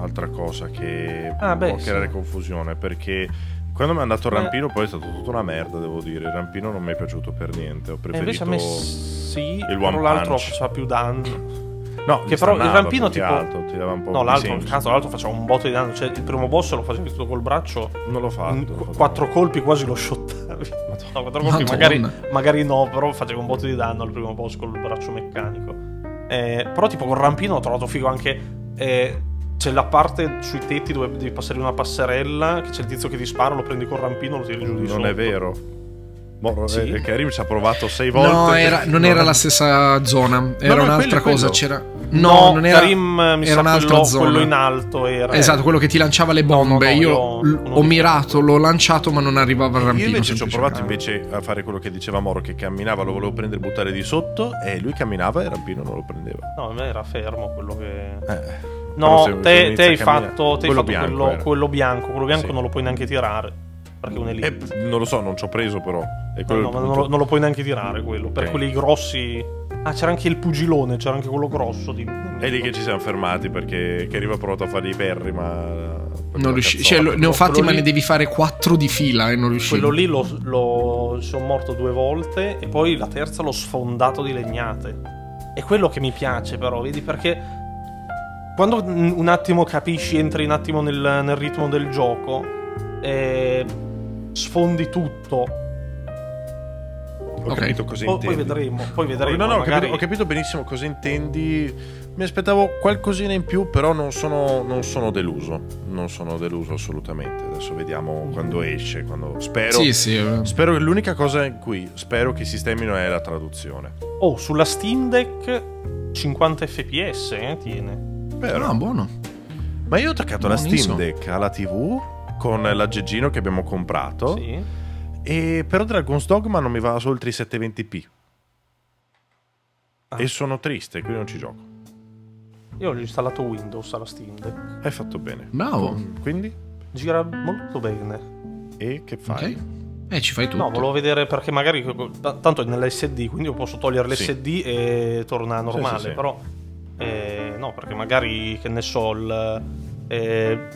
B: Altra cosa che
A: Ah, beh,
B: può creare
A: sì.
B: confusione perché quando mi è andato il
A: Eh.
B: rampino poi è stato tutta una merda, devo dire. Il rampino non mi è piaciuto per niente. Ho
A: E Eh, invece
B: preferito
A: a me sì,
B: il
A: però
B: one
A: l'altro
B: punch.
A: fa più danni.
B: No,
A: Che
B: gli
A: però il
B: stannava
A: rampino
B: più che
A: tipo
B: altro, ti dava un po'
A: No,
B: di
A: l'altro,
B: senso.
A: cazzo, l'altro faceva un botto di danno, cioè il primo boss lo facevi tutto col braccio
B: non l'ho fatto.
A: Mm,
B: l'ho
A: qu-
B: fatto
A: quattro
B: male.
A: colpi quasi lo shottavi. No, quattro colpi
C: Madonna.
A: magari, magari no, però faceva un botto di danno al primo boss col braccio meccanico. Eh, però tipo col rampino ho trovato figo anche... eh, c'è c'è la parte sui tetti dove devi passare una passerella, che c'è il tizio che ti spara, lo prendi col rampino, lo tiri giù di
B: Non
A: sotto.
B: è vero. Boh,
A: Sì.
B: eh, Karim ci ha provato sei volte.
C: No, era- non era la stessa zona, era
B: no,
C: un'altra
B: quello,
C: cosa.
B: quello.
C: C'era...
A: No,
C: No, non era.
A: Karim eh, mi
C: era
A: sa
C: un'altra
A: quello,
C: zona.
A: quello in alto era.
C: Esatto, quello che ti lanciava le
A: No, no,
C: bombe.
A: no,
C: io
A: io
C: l-
A: non
C: ho
A: mi-
C: mirato, l'ho lanciato, ma non arrivava al rampino.
B: Io invece ci ho
C: semplicemente.
B: provato invece a fare quello che diceva Moro, che camminava, lo volevo prendere e buttare di sotto, e lui camminava e il Rampino non lo prendeva.
A: No, a me era fermo quello che...
B: Eh, però
A: No,
B: se- se
A: te, te
B: inizia a
A: hai
B: camminare-
A: fatto, te hai
B: quello
A: fatto
B: bianco
A: quello,
B: era.
A: quello bianco. Quello bianco
B: Sì.
A: non lo puoi neanche tirare. Perché è un elite.
B: Eh, p- non lo so, non ci ho preso però. È
A: No,
B: quello
A: no,
B: il
A: ma non
B: punto.
A: lo, non lo puoi neanche tirare quello. Per
B: Ok.
A: quelli grossi. Ah, c'era anche il pugilone, c'era anche quello grosso. Di...
B: È lì che ci siamo fermati perché che arriva provato a fare i perri, ma.
C: Non riusci- cioè, lo- ne ho fatti,
A: quello
C: ma
A: lì-
C: ne devi fare quattro di fila e non riuscivo.
A: Quello lì lo, sono morto due volte e poi la terza l'ho sfondato di legnate. È quello che mi piace però, vedi perché quando mm, un attimo capisci, entri un attimo nel, nel ritmo del gioco, eh, sfondi tutto.
B: Ho
C: Ok.
B: capito cosa
A: Poi, poi
B: intendi.
A: vedremo, poi vedremo.
B: No, no, ho
A: magari-
B: capito, ho capito benissimo cosa intendi. Mi aspettavo qualcosina in più, però non sono, non sono deluso. Non sono deluso assolutamente. Adesso vediamo quando esce. Quando... Spero,
C: Sì, sì. eh.
B: spero che l'unica cosa in cui spero che sistemino è la traduzione.
A: Oh, sulla Steam Deck 50 fps eh, tiene.
B: Però-
C: No, Ah, buono.
B: Ma io ho attaccato la
C: Buonissimo.
B: Steam Deck alla TV con l'aggeggino che abbiamo comprato.
A: Sì.
B: E però Dragon's Dogma non mi va su oltre i 720p.
A: Ah.
B: E sono triste, quindi non ci gioco.
A: Io ho installato Windows alla Steam Deck.
B: Hai fatto bene.
C: Bravo.
B: Quindi?
A: Gira molto bene.
B: E che
C: Ok.
B: fai?
C: Eh, ci fai tutto.
A: No, volevo vedere perché magari t- tanto è nell'SD, quindi io posso togliere
B: Sì.
A: l'SD e torna normale,
B: sì, sì.
A: però eh, no, perché magari che ne so il eh,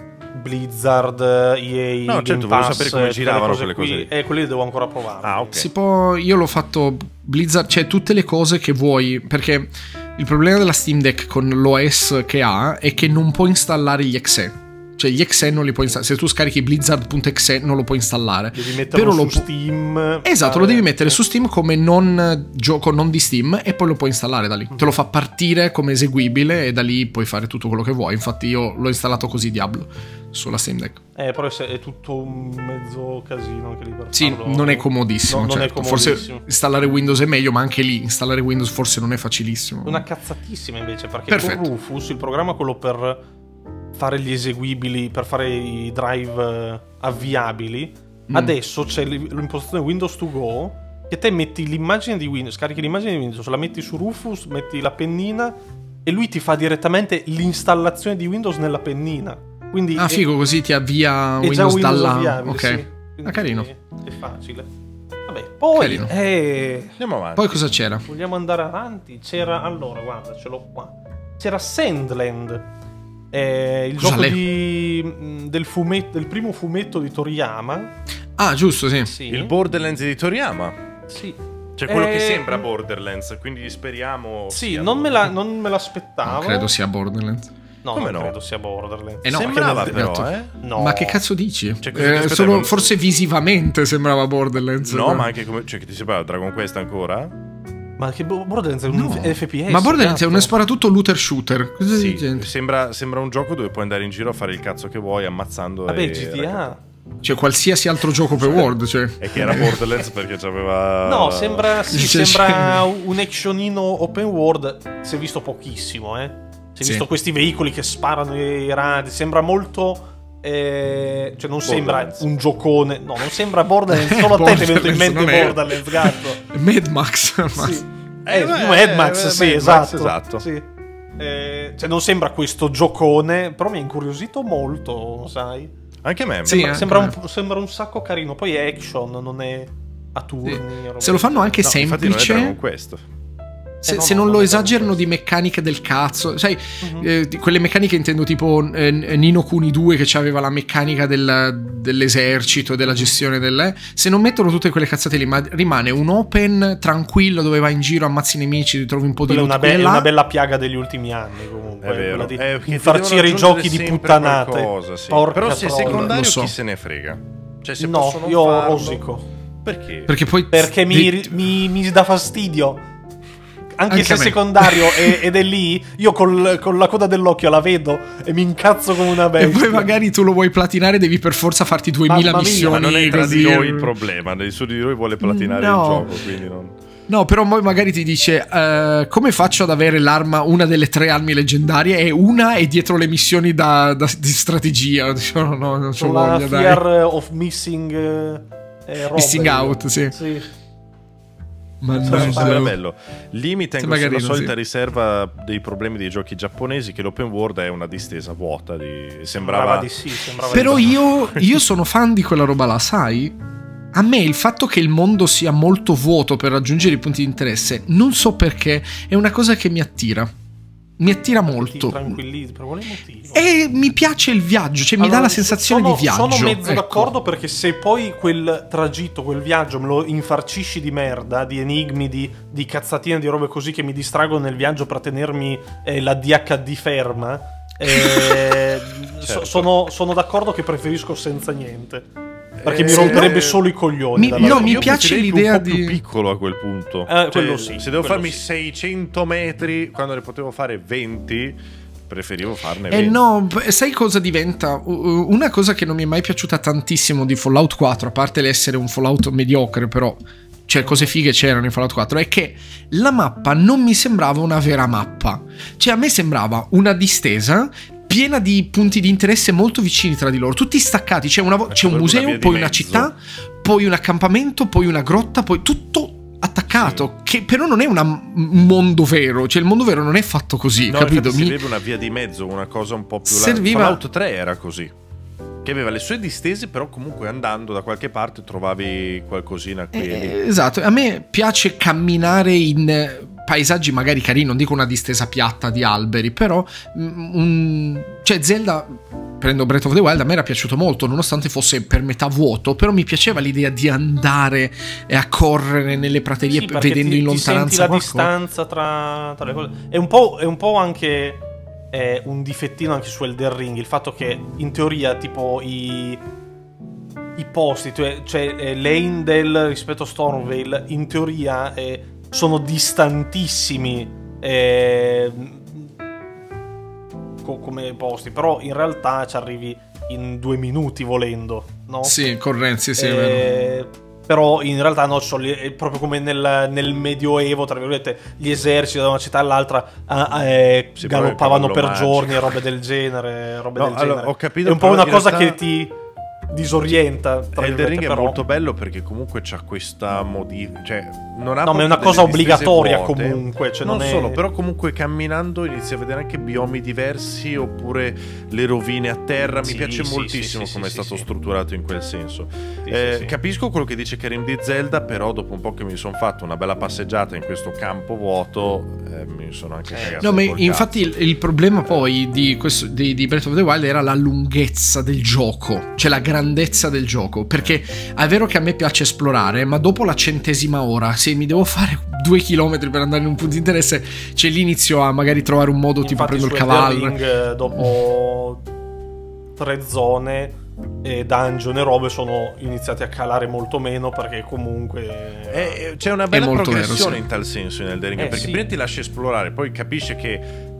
A: Blizzard, EA, Game
B: No, certo, volevo
A: Pass,
B: sapere come giravano quelle
A: qui.
B: cose lì.
A: Eh, quelli li devo ancora provare.
B: Ah, ok.
C: Si può, io l'ho fatto Blizzard, cioè tutte le cose che vuoi, perché il problema della Steam Deck con l'OS che ha è che non può installare gli exe. Cioè gli exe non li puoi installare, se tu scarichi blizzard.exe non lo puoi installare.
A: Devi metterlo
C: Però lo
A: su
C: pu-
A: Steam.
C: Esatto,
A: fare-
C: lo devi mettere su Steam come non eh, gioco non di Steam e poi lo puoi installare da lì. Te lo fa partire come eseguibile e da lì puoi fare tutto quello che vuoi. Infatti io l'ho installato così Diablo sulla Steam Deck.
A: Eh, però se- è tutto un mezzo casino anche lì per
C: Sì,
A: farlo.
C: non è comodissimo.
A: Ah, No, non è
C: certo.
A: comodissimo.
C: Forse installare Windows è meglio, ma anche lì installare Windows forse non è facilissimo.
A: È una cazzatissima invece perché
C: Perfetto.
A: con Rufus il programma è quello per fare gli eseguibili, per fare i drive eh, avviabili.
C: Mm.
A: Adesso c'è l- l'impostazione Windows to go che te metti l'immagine di Windows, scarichi l'immagine di Windows, la metti su Rufus, metti la pennina e lui ti fa direttamente l'installazione di Windows nella pennina. Quindi
C: Ah,
A: è-
C: figo, così ti avvia
A: è già
C: Windows,
A: Windows
C: dalla.
A: avviabile,
C: ok.
A: sì.
C: Ah, carino.
A: È, è facile. Vabbè, poi
C: Carino.
A: eh,
B: Andiamo avanti.
C: Poi cosa c'era?
A: Vogliamo andare avanti? C'era. Allora, guarda, ce l'ho qua. C'era Sandland. eh, il
C: Cosa
A: gioco
C: l'è?
A: di- mh, del, fumetto, del primo fumetto di Toriyama.
C: Ah, giusto, sì.
A: Sì.
B: Il Borderlands di Toriyama.
A: sì.
B: Cioè quello
A: Eh,
B: che sembra Borderlands, quindi speriamo...
A: Sì,
B: sia
A: non me, la-
B: Borderlands.
A: non me l'aspettavo.
C: Non credo sia Borderlands.
A: No,
B: Come
A: non
B: no?
A: credo sia Borderlands.
C: Eh no,
B: Sembrava
C: che-
B: però,
C: detto-
B: eh?
A: No.
C: Ma che cazzo dici? Eh,
B: Cioè, cosa ti aspettavi?
C: solo- forse visivamente sembrava Borderlands.
B: No, ma anche come... Cioè che ti sembrava Dragon Quest ancora?
A: Ma che Bo- Borderlands è un
C: No.
A: FPS?
C: Ma Borderlands è
A: cazzo.
C: un sparatutto looter shooter. Cosa
B: Sì,
C: gente?
B: sembra, sembra un gioco dove puoi andare in giro a fare il cazzo che vuoi ammazzando
A: Vabbè,
B: e...
A: GTA.
C: Cioè, qualsiasi altro gioco per World. Cioè.
B: E che era Borderlands perché c'aveva...
A: No, sembra, sì,
C: Eh, Cioè,
A: sembra un actionino open world. Si è visto pochissimo, eh. Si è
C: Sì.
A: visto questi veicoli che sparano i radi. Sembra molto. eh, cioè, non sembra
B: Borderlands.
A: un giocone. No, non sembra Borderlands. Eh, Solo a te ti è venuto in
C: Borderlands,
A: mente
C: non è-
A: Borderlands, gatto.
C: Mad Max. ma-
A: Sì.
B: Eh,
A: Eh,
B: beh,
A: no, Mad Max,
B: eh,
A: sì,
B: Mad Max,
A: esatto.
B: esatto.
A: Sì. Eh, cioè, non sembra questo giocone. Però mi ha incuriosito molto, sai.
B: Anche a me.
C: Sì,
B: ma-
C: eh.
A: Sembra un, sembra un sacco carino. Poi è action, non è a turni.
C: Sì.
A: roba
C: Se lo fanno anche
B: no, infatti non è
C: semplice.
B: Dragon Quest.
C: Se,
A: Eh, no,
C: se
A: no,
C: non
A: non
C: lo
A: è
C: esagerano
A: vero.
C: di meccaniche del cazzo, sai,
A: Mhm.
C: eh, di quelle meccaniche intendo tipo eh, Nino Kuni 2 che aveva la meccanica del- dell'esercito, della gestione delle... Se non mettono tutte quelle cazzate lì, ma rimane un open tranquillo dove vai in giro, ammazzi i nemici, ti trovi un po' di
A: Quella è
C: loot
A: una,
C: qui
A: be-
C: e
A: è
C: là.
A: una bella piaga degli ultimi anni comunque.
B: È vero.
A: quella Di
B: Eh, perché
A: infarcire i
B: devono
A: giochi di
B: aggiungere sempre
A: puttanate.
B: qualcosa, sì.
A: Porca
B: Però se è
A: troia.
B: secondario
C: Lo so.
B: chi se ne frega? Cioè se
A: no,
B: possono
A: io
B: farlo-
A: rosico.
B: Perché?
C: Perché poi...
A: Perché mi,
C: di-
A: mi, mi dà fastidio. anche,
C: Anche
A: se
C: a me.
A: secondario è- ed è lì, io col- con la coda dell'occhio la vedo e mi incazzo come una
C: E
A: bestia.
C: poi magari tu lo vuoi platinare, devi per forza farti 2000
A: Mamma mia,
C: missioni.
B: Ma non è tra
C: così.
B: di noi il problema, nessuno di noi vuole platinare
C: No.
B: il gioco, quindi non...
C: No, però poi magari ti dice: eh, Come faccio ad avere l'arma, una delle tre armi leggendarie? E una è dietro le missioni da, da- di strategia. Dice, No, no, non c'ho
A: Con la
C: voglia, dai.
A: fear of missing eh, eh, roba.
C: Missing out, sì.
B: Però
A: Sì,
C: Mannaggia.
B: sembra bello. Lì mi tengo
C: Sembra
B: sulla
C: carino,
B: solita
C: sì.
B: riserva dei problemi dei giochi giapponesi che l'open world è una distesa vuota. di-
A: Sembrava
B: Sembrava...
A: di sì, sembrava
C: Però
A: di sì.
C: io, io sono fan di quella roba là, sai? A me il fatto che il mondo sia molto vuoto per raggiungere i punti di interesse, non so perché, è una cosa che mi attira. Mi attira
A: Ti
C: molto. Eh,
A: tranquillizzi, per quale motivo?
C: E mi piace il viaggio, cioè mi dà
A: Allora,
C: la sensazione
A: sono-
C: di viaggio.
A: Sono mezzo
C: ecco.
A: d'accordo perché se poi quel tragitto, quel viaggio me lo infarcisci di merda, di enigmi, di, di cazzatine, di robe così che mi distraggo nel viaggio per tenermi eh, la DHD ferma, eh, so-
B: Certo.
A: sono, sono d'accordo che preferisco senza niente. Perché
B: Eh,
A: mi
C: sì,
A: romperebbe
B: eh,
A: solo i coglioni.
C: mi-
A: dalla
C: no,
A: roba.
C: mi
B: Io
C: piace
B: preferirei più
C: l'idea
B: un po' più
C: di-
B: piccolo a quel punto.
A: Eh,
B: Cioè,
A: quello sì,
B: Se devo
A: quello
B: farmi
A: sì.
B: 600 metri quando ne potevo fare 20, preferivo farne 20.
C: Eh no, p- sai cosa diventa? U- u- Una cosa che non mi è mai piaciuta tantissimo di Fallout 4, a parte l'essere un Fallout mediocre, però cioè cose fighe c'erano in Fallout 4, è che la mappa non mi sembrava una vera mappa. Cioè a me sembrava una distesa piena di punti di interesse molto vicini tra di loro, tutti staccati, c'è, una vo- c'è un
B: Ecco, Una via
C: museo,
B: di
C: poi una
B: mezzo.
C: città, poi un accampamento, poi una grotta, poi tutto attaccato, che però non è una- un mondo vero, cioè il mondo vero non è fatto così,
B: No,
C: capito?
B: infatti
C: Mi-
B: serviva una via di mezzo, una cosa un po' più
C: Serviva-
B: larga. Fallout 3 era così. Che aveva le sue distese, però comunque andando da qualche parte trovavi qualcosina qui e lì.
C: Eh, esatto, a me piace camminare in eh, paesaggi magari carini, non dico una distesa piatta di alberi, però mm, un- cioè Zelda prendo Breath of the Wild, a me era piaciuto molto, nonostante fosse per metà vuoto, però mi piaceva l'idea di andare e a correre nelle praterie
A: Sì, perché
C: vedendo
A: ti-
C: in
A: ti senti
C: lontananza
A: la
C: qualcosa.
A: distanza tra, tra le cose. È un po', è un po' anche eh, un difettino anche su Elden Ring. Il fatto che in teoria, tipo, i, i posti, cioè, cioè eh, Leyndell rispetto a Stormvale, in teoria eh, sono distantissimi. eh, co- come posti, però in realtà ci arrivi in due minuti volendo, no?
C: Sì, correnze, sì, è
A: Eh,
C: vero.
A: Però in realtà no, sono lì- è proprio come nel, nel Medioevo, tra virgolette, gli eserciti da una città all'altra ah, ah, eh,
B: Sì, però
A: galoppavano
B: il
A: per
B: cavallo magico.
A: giorni e robe del genere. Robe
B: No,
A: del
B: allora,
A: genere.
B: ho capito,
A: è un po'
B: però
A: una
B: in
A: cosa
B: realtà-
A: che ti disorienta. Tra
B: Elden
A: virgolette,
B: Ring è
A: però.
B: molto bello perché comunque c'ha questa modifica. Cioè, non ha
A: No, ma è
B: proprio
A: una
B: delle
A: cosa
B: distese
A: obbligatoria
B: vuote.
A: comunque, cioè
B: non
A: non è-
B: solo, però comunque camminando inizi a vedere anche biomi diversi oppure le rovine a terra. Mi
A: Sì,
B: piace
A: sì,
B: moltissimo
A: sì, sì,
B: come è
A: sì,
B: stato
A: sì.
B: strutturato in quel senso.
A: Sì,
B: Eh,
A: sì, sì.
B: Capisco quello che dice Karim di Zelda, però dopo un po' che mi sono fatto una bella passeggiata in questo campo vuoto, eh, mi sono anche
A: Eh.
B: cagato.
C: No, ma
B: col
C: infatti
B: cazzo.
C: il, il problema poi di, questo- di- di Breath of the Wild era la lunghezza del gioco, cioè la grandezza del gioco, perché è vero che a me piace esplorare, ma dopo la centesima ora, se mi devo fare due chilometri per andare in un punto di interesse, c'è l'inizio a magari trovare un modo, tipo
A: Infatti
C: prendo il
A: su Elden
C: cavallo.
A: Ring, eh, dopo tre zone e dungeon e robe sono iniziati a calare molto meno perché comunque
B: Eh, eh, c'è una bella
C: molto
B: progressione
C: vero, sì.
B: in tal senso in Elden Ring
A: Eh,
B: perché
A: sì.
B: prima ti lascia esplorare poi capisce che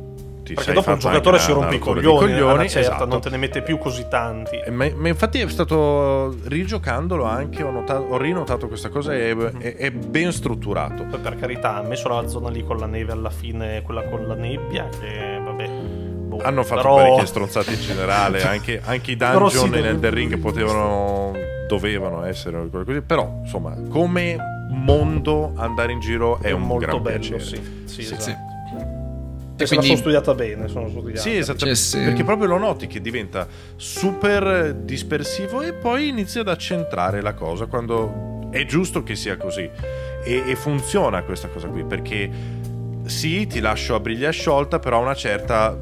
B: ti
A: Perché
B: sei
A: dopo un
B: fatto
A: giocatore
B: anche
A: si
B: una-
A: rompe i
B: una rottura di
A: coglioni, a una certa,
B: esatto.
A: non te ne mette più così tanti.
B: Eh, ma, ma infatti è stato rigiocandolo anche ho, notato- ho rinotato questa cosa e è, è ben strutturato
A: Poi per carità, ha messo la zona lì con la neve alla fine, quella con la nebbia, che vabbè... boh,
B: hanno fatto
A: però-
B: parecchie stronzate in generale anche, anche i
A: Però
B: dungeon
A: sì,
B: in
A: deve-
B: Elden Ring potevano dovevano essere qualcosa così però insomma come mondo andare in giro è, un
A: molto
B: gran
A: bello,
B: piacere
A: sì. Sì,
B: Sì,
A: esatto.
C: sì.
A: Cioè,
C: E
A: se la sono
C: quindi-
A: studiata bene, sono studiata.
B: Sì, esatto.
C: Cioè, sì.
B: Perché proprio lo noti che diventa super dispersivo e poi inizia ad accentrare la cosa quando è giusto che sia così. E, e funziona questa cosa qui perché sì, ti lascio a briglia sciolta, però a una certa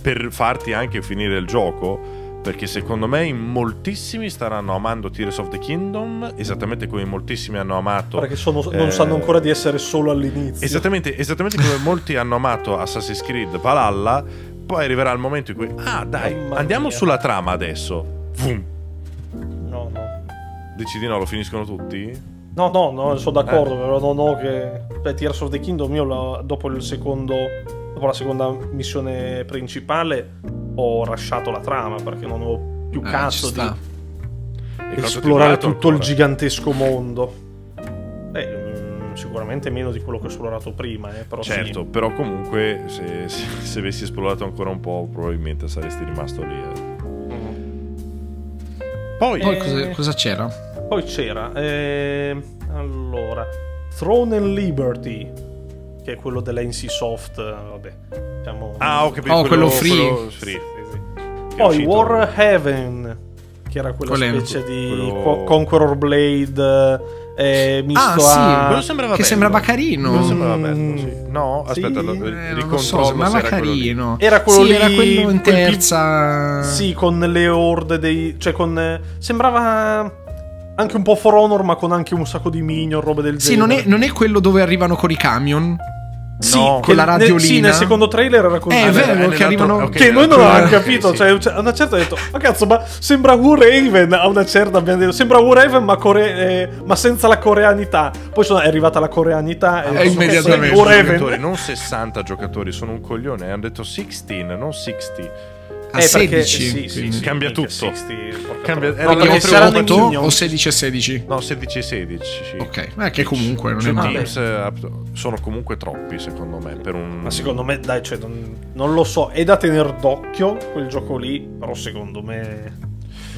B: per farti anche finire il gioco. Perché secondo me in moltissimi staranno amando Tears of the Kingdom esattamente come in moltissimi hanno amato.
A: Perché sono- non
B: eh,
A: sanno ancora di essere solo all'inizio.
B: Esattamente, esattamente come molti hanno amato Assassin's Creed Valhalla, poi arriverà il momento in cui, ah dai,
A: Mamma
B: andiamo
A: mia.
B: sulla trama adesso. Vum.
A: No, no.
B: Dici di no, lo finiscono tutti?
A: No, no,
B: Mm,
A: no, sono d'accordo,
B: eh.
A: però non ho che... Beh, Tears of the Kingdom io la- dopo il secondo... Dopo la seconda missione principale ho rasciato la trama perché non ho più
C: Eh,
A: cazzo
C: ci
A: di
C: sta.
B: E cosa ti
A: esplorare
B: dato
A: tutto il
B: ancora?
A: gigantesco mondo. Beh, mm, sicuramente meno di quello che ho esplorato prima, eh, però sì.
B: Certo, però comunque se, se- se avessi esplorato ancora un po' probabilmente saresti rimasto lì. eh.
A: Mm.
B: Poi,
C: Poi
A: Eh.
C: cosa, cosa c'era?
A: Poi c'era, ehm, allora, Throne and Liberty, che è quello della NC Soft, eh, vabbè, diciamo...
B: ah, ho capito.
C: Oh, quello free.
B: quello free.
A: Sì, sì.
B: che è
A: Poi
B: uscito.
A: War Heaven, che era quella
C: Qual è?
A: specie di
B: Quello-
A: Co- Conqueror Blade eh, misto
C: Ah, sì,
A: a...
B: Quello sembrava
C: che
B: bello.
C: sembrava carino.
B: Quello sembrava bello,
A: Mm.
B: sì. No, aspetta,
A: Sì,
B: lo-
A: eh,
C: Eh, non lo
B: ricontrollo
C: so, sembrava
B: se era quello lì.
C: carino.
A: Era quello
C: sì,
A: lì-
C: era quello in
A: quel pi-
C: terza.
A: Sì, con le orde dei... cioè con... eh, sembrava anche un po' For Honor, ma con anche un sacco di minion, robe del
C: Sì,
A: genere.
C: non è, non è quello dove arrivano con i camion?
A: Sì,
B: No.
C: con la
A: nel- Sì,
C: radiolina.
A: nel secondo trailer era così.
C: Eh, è
B: Ah,
C: vero,
B: beh,
C: che
B: nell'altro-
C: arrivano-
B: ok,
A: Che noi non
B: ok,
A: avevamo
B: ok,
A: capito,
B: sì.
A: cioè, cioè, a una certa ho detto, ma cazzo, ma sembra Warhaven, a una certa abbiamo detto, sembra Warhaven ma, core- eh, ma senza la coreanità. Poi sono- è arrivata la coreanità
C: Ah,
A: e
C: ma
A: sono-
C: immediatamente.
A: sono
B: Giocatori,
A: Warhaven.
B: non 60 giocatori, sono un coglione. Hanno detto 16, non 60.
C: A
A: Eh, perché-
C: 16.
A: sì, sì,
C: quindi.
A: sì,
B: Cambia
A: minchia,
B: tutto.
A: 60, porca troia.
B: Cambia- era
A: No,
C: Quindi
A: perché
C: o
A: saranno i
C: 8
A: minion.
C: o 16 e 16?
B: No, 16 e 16.
C: Ok, Ah, ma che comunque non è
B: Cioè,
C: male.
B: Teams, eh, sono comunque troppi, secondo me. Per un...
A: Ma secondo me, dai, cioè, non, non lo so, è da tener d'occhio quel gioco lì, però secondo me...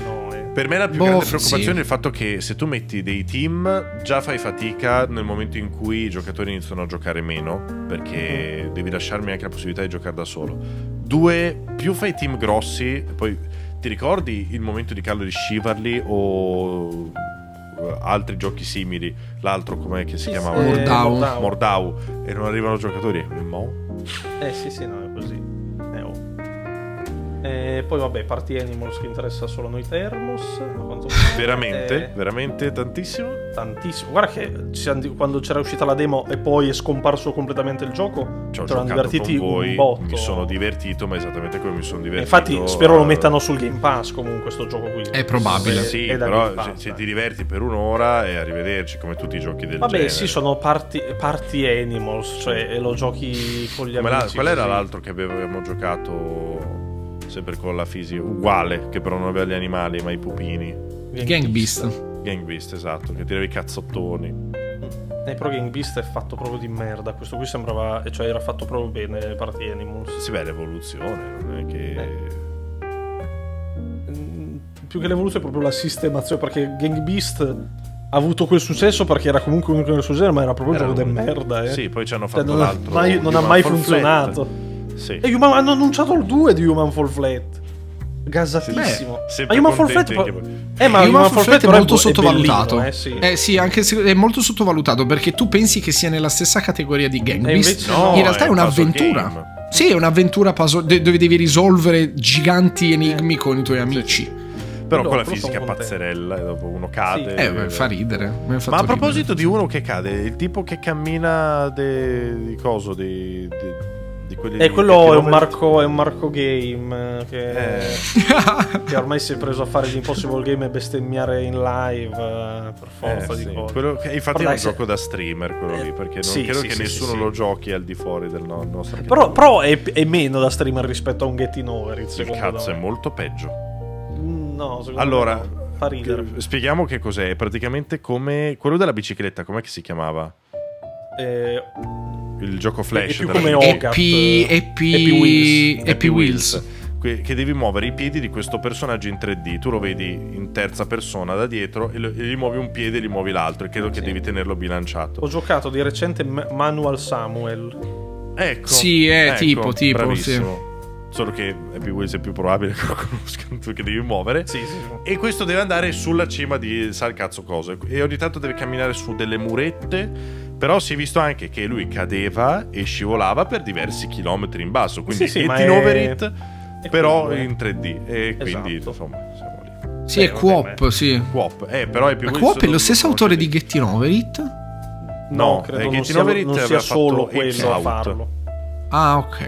A: No, eh. è...
B: Per me la più
C: Boh,
B: grande
C: sì.
B: preoccupazione è il fatto che se tu metti dei team già fai fatica nel momento in cui i giocatori iniziano a giocare meno, perché
C: Mm.
B: devi lasciarmi anche la possibilità di giocare da solo. Due, più fai team grossi, poi ti ricordi il momento di Carlo di Scivarli o eh, altri giochi simili? L'altro com'è che si
A: Sì,
B: chiamava?
A: sì, eh,
C: Mordau.
A: Mordau.
B: Mordau e non arrivano giocatori. Eh, mo?
A: Eh sì, sì, no, è così. Eh, oh. Eh, poi vabbè, Party Animals che interessa solo a noi Termos. a quanto pare.
B: Veramente,
A: Eh,
B: veramente tantissimo.
A: tantissimo. Guarda che ci siamo di- quando c'era uscita la demo e poi è scomparso completamente il gioco,
B: Ci ho
A: ci erano
B: giocato
A: divertiti
B: con voi,
A: un botto. Eh,
B: mi sono divertito, ma esattamente come mi sono divertito.
A: Infatti, spero lo
B: a-
A: mettano sul Game Pass comunque sto gioco qui.
C: È probabile.
A: Eh,
B: Sì,
A: è da
B: però
A: Game Pass,
B: se, se ti
A: eh.
B: diverti per un'ora e arrivederci, come tutti i giochi del
A: Vabbè,
B: genere.
A: sì, sono party, party Animals, cioè e lo giochi con gli
B: Come la-
A: amici.
B: qual era
A: così.
B: l'altro che avevamo giocato sempre con la fisi uguale, che però non aveva gli animali, ma i pupini.
C: Gang Beast.
B: Gang Beast, esatto, che tiravi i cazzottoni.
A: Eh, però Game Beast è fatto proprio di merda. Questo qui sembrava, cioè era fatto proprio bene Party Animals.
B: Sì, beh, l'evoluzione, non è che
A: Eh, Mm, più che l'evoluzione è proprio la sistemazione perché Gang Beast ha avuto quel successo perché era comunque unico nel suo genere ma era proprio
B: Era
A: un gioco di
B: un-
A: merda eh.
B: Sì, poi ci hanno
A: Cioè,
B: fatto
A: non, ha
B: l'altro.
A: mai- non ha
B: Human
A: mai
B: Fall Flat.
A: funzionato
B: Sì.
A: e Human- hanno annunciato il 2 di Human Fall Flat gasatissimo
B: sempre
A: ma Human Fall Flat
B: contenti
A: po-
B: anche-
A: eh, ma
C: Human
A: Human Fall
C: Fall Flat
A: Flat
C: è
A: però
C: molto
A: bu-
C: sottovalutato.
A: bellino, eh, sì.
C: Eh sì, anche se è molto sottovalutato perché tu pensi che sia nella stessa categoria di Gang
A: E
C: Beast.
A: Eh, invece no,
C: in realtà è,
B: un puzzle
C: un'avventura.
B: game.
C: Sì, è un'avventura puzzle- de- dove devi risolvere giganti
A: Eh.
C: enigmi con i tuoi amici.
B: Però
A: No,
B: con la
A: però sono
B: fisica
A: contento.
B: pazzerella, e dopo uno cade.
A: Sì.
C: Eh, beh, fa ridere. mi ha fatto
B: Ma a
C: ridere.
B: proposito di uno che cade, il tipo che cammina de- di coso, di, di, di quelli
A: e
B: di-
A: Eh, quello
B: Eh, che
A: è un,
B: ti rompe-
A: Marco, è un Marco Game eh, che,
B: Eh,
A: che ormai si è preso a fare gli Impossible Game e bestemmiare in live eh, per forza
B: eh,
A: di
B: sì.
A: cose.
B: Quello che- infatti è
A: Guarda,
B: un
A: se-
B: gioco da streamer quello
A: Eh,
B: lì, perché non
A: sì,
B: credo
A: sì,
B: che
A: sì,
B: nessuno
A: sì, sì.
B: lo giochi al di fuori del no- nostro
A: Però, però è, è meno da streamer rispetto a un Getting Over. Il
B: il
A: secondo
B: cazzo
A: me.
B: è molto peggio.
A: No, secondo
B: Allora,
A: me no. fa ridere.
B: che- spieghiamo che cos'è. È praticamente come quello della bicicletta, com'è che si chiamava?
A: Eh,
B: Il gioco flash.
A: È più
B: della
A: come eh.
B: bicicletta.
A: Hogarth.
C: Happy, happy,
A: Happy Wheels.
C: Happy Wheels.
B: Que- Che devi muovere i piedi di questo personaggio in 3D. Tu lo vedi in terza persona da dietro e, lo- e gli muovi un piede e gli muovi l'altro. E credo che devi tenerlo bilanciato.
A: ho giocato di recente M- Manual Samuel.
B: Ecco.
C: Sì, eh, tipo, tipo,
B: bravissimo. Solo che Happy Wheels è più probabile che lo conoscano tu che devi muovere.
A: Sì, sì.
B: E questo deve andare sulla cima di sa il cazzo cosa. E ogni tanto deve camminare su delle murette. Però si è visto anche che lui cadeva e scivolava per diversi chilometri in basso. Quindi
A: Sì, sì, ma
B: getting
A: è-
B: over it,
A: è
B: però
A: quello, eh.
B: in 3D. E quindi,
A: Esatto.
B: insomma, siamo lì.
C: Sì,
B: Beh,
C: è
B: vabbè,
C: Coop, sì.
B: Coop, eh, però è più
C: Ma
B: questo
C: Coop è
B: non
C: lo stesso autore di
B: conoscete.
C: Getting Over It?
A: No,
B: No, eh,
A: credo non
B: Getting
A: sia,
B: Over It
A: non sia
B: aveva
A: solo
B: fatto Apes
A: quello a
B: Out.
A: farlo.
C: Ah, ok.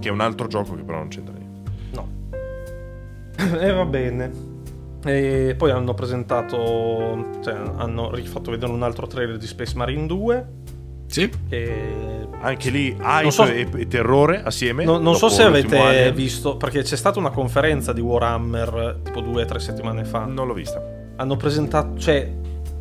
B: Che è un altro gioco che però non c'entra niente.
A: No. e va Eh, bene. E poi hanno presentato, cioè, hanno rifatto vedere un altro trailer di Space Marine 2.
C: Sì.
A: Che
B: Anche lì hype
A: Non so-
B: e, e terrore assieme.
A: No- non so
B: dopo
A: se
B: l'ultimo
A: avete
B: Alien.
A: visto, perché c'è stata una conferenza di Warhammer eh, tipo due o tre settimane fa.
B: Non l'ho vista.
A: Hanno presentato, cioè,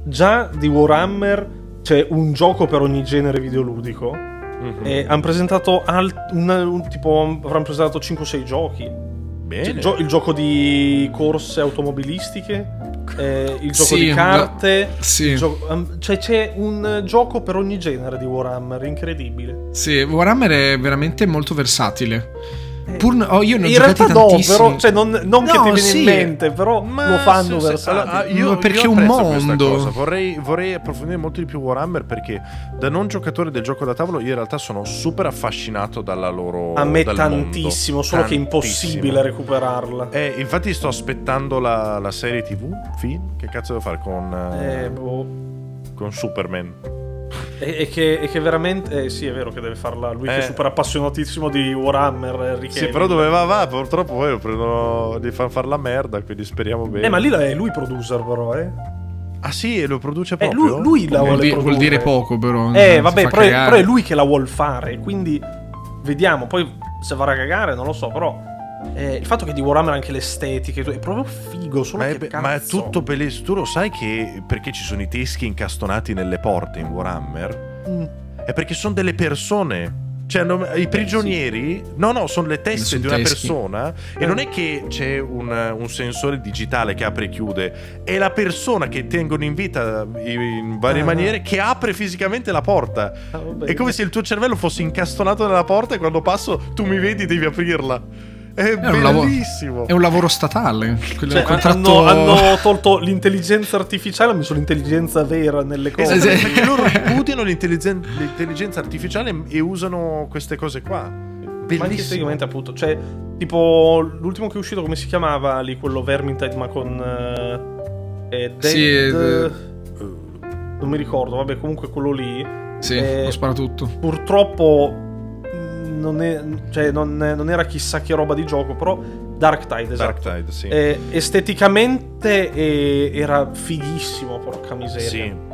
A: già di Warhammer c'è un gioco per ogni genere videoludico.
B: Eh, Mm.
A: E hanno presentato al- un- un- tipo, avranno presentato 5-6 giochi.
B: Bene.
A: C'è il,
C: eh.
A: gio- il gioco di corse automobilistiche, eh, il gioco
C: Sì,
A: di carte.
C: ma- sì.
A: il gioco- um, cioè, c'è un eh, gioco per ogni genere di Warhammer, incredibile.
C: Sì, Warhammer è veramente molto versatile.
A: Eh,
C: Pur n- oh, io ne ho
A: in
C: giocati
A: realtà no,
C: tantissimi.
A: però, cioè, non, non che
C: No,
A: ti viene
C: sì. Ah,
A: in mente, però
B: Ma
A: lo fanno
B: sì, sì,
A: versatili.
B: allora, io,
C: Ma perché
B: io
C: un
B: apprezzo questa
C: mondo?
B: cosa. Vorrei, vorrei approfondire molto di più Warhammer perché da non giocatore del gioco da tavolo io in realtà sono super affascinato dalla loro...
A: A me
B: dal
A: tantissimo,
B: mondo.
A: solo che è
B: Tantissimo.
A: impossibile recuperarla.
B: Eh, infatti sto aspettando la, la serie tv, film, che cazzo devo fare con, eh,
A: Eh, boh.
B: con Superman?
A: E, e che, e che veramente... Eh sì, è vero che deve farla lui che
B: Eh.
A: è super appassionatissimo di Warhammer. eh, Henry
B: Sì,
A: Cavill.
B: però doveva va, purtroppo poi lo prendono di far fare la merda, quindi speriamo bene.
A: Eh, ma lì la- è lui producer però, eh.
B: Ah sì, e lo produce
A: Eh,
B: proprio?
A: lui, lui la
C: Vuol,
A: vuole
C: di- vuol
A: produrre.
C: dire poco, però.
A: Eh,
C: si
A: vabbè,
C: fa
A: però è,
C: cagare.
A: però è lui che la vuol fare, quindi vediamo. Poi se farà cagare, non lo so, però eh, il fatto che di Warhammer anche l'estetica è proprio figo, solo
B: Ma è,
A: che
B: be- ma è
A: cazzo.
B: tutto per le- Tu lo sai che perché ci sono i teschi incastonati nelle porte in Warhammer?
A: Mm.
B: È perché sono delle persone. Cioè, non- i prigionieri, no, no, sono le teste
C: Sono
B: di una
C: teschi.
B: persona. E
A: Eh.
B: non è che c'è un, un sensore digitale che apre e chiude, è la persona che tengono in vita i- in varie
A: Ah.
B: maniere che apre fisicamente la porta.
A: Ah, vabbè.
B: È come se il tuo cervello fosse incastonato nella porta e quando passo tu mi vedi devi aprirla. È,
C: È un, lavoro,
B: bellissimo.
C: è un lavoro statale. Quello è
A: Cioè,
C: un contratto.
A: hanno, hanno tolto l'intelligenza artificiale, hanno messo l'intelligenza vera nelle cose.
C: Esatto. Sì.
B: Esattamente, perché loro ripudiano l'intelligen- l'intelligenza artificiale e usano queste cose qua.
A: Ma anche
B: Bellissimo.
A: tecnicamente, appunto, cioè, tipo l'ultimo che è uscito, come si chiamava lì quello Vermintide, ma con eh, eh, Dead,
C: Sì, eh,
A: non mi ricordo, vabbè, comunque quello lì.
C: Sì,
A: eh,
C: lo spara tutto.
A: purtroppo mh, non, è- cioè, non- non era chissà che roba di gioco, però Darktide, esatto.
B: Darktide, sì.
A: Eh, esteticamente eh, era fighissimo, porca miseria.
B: Sì.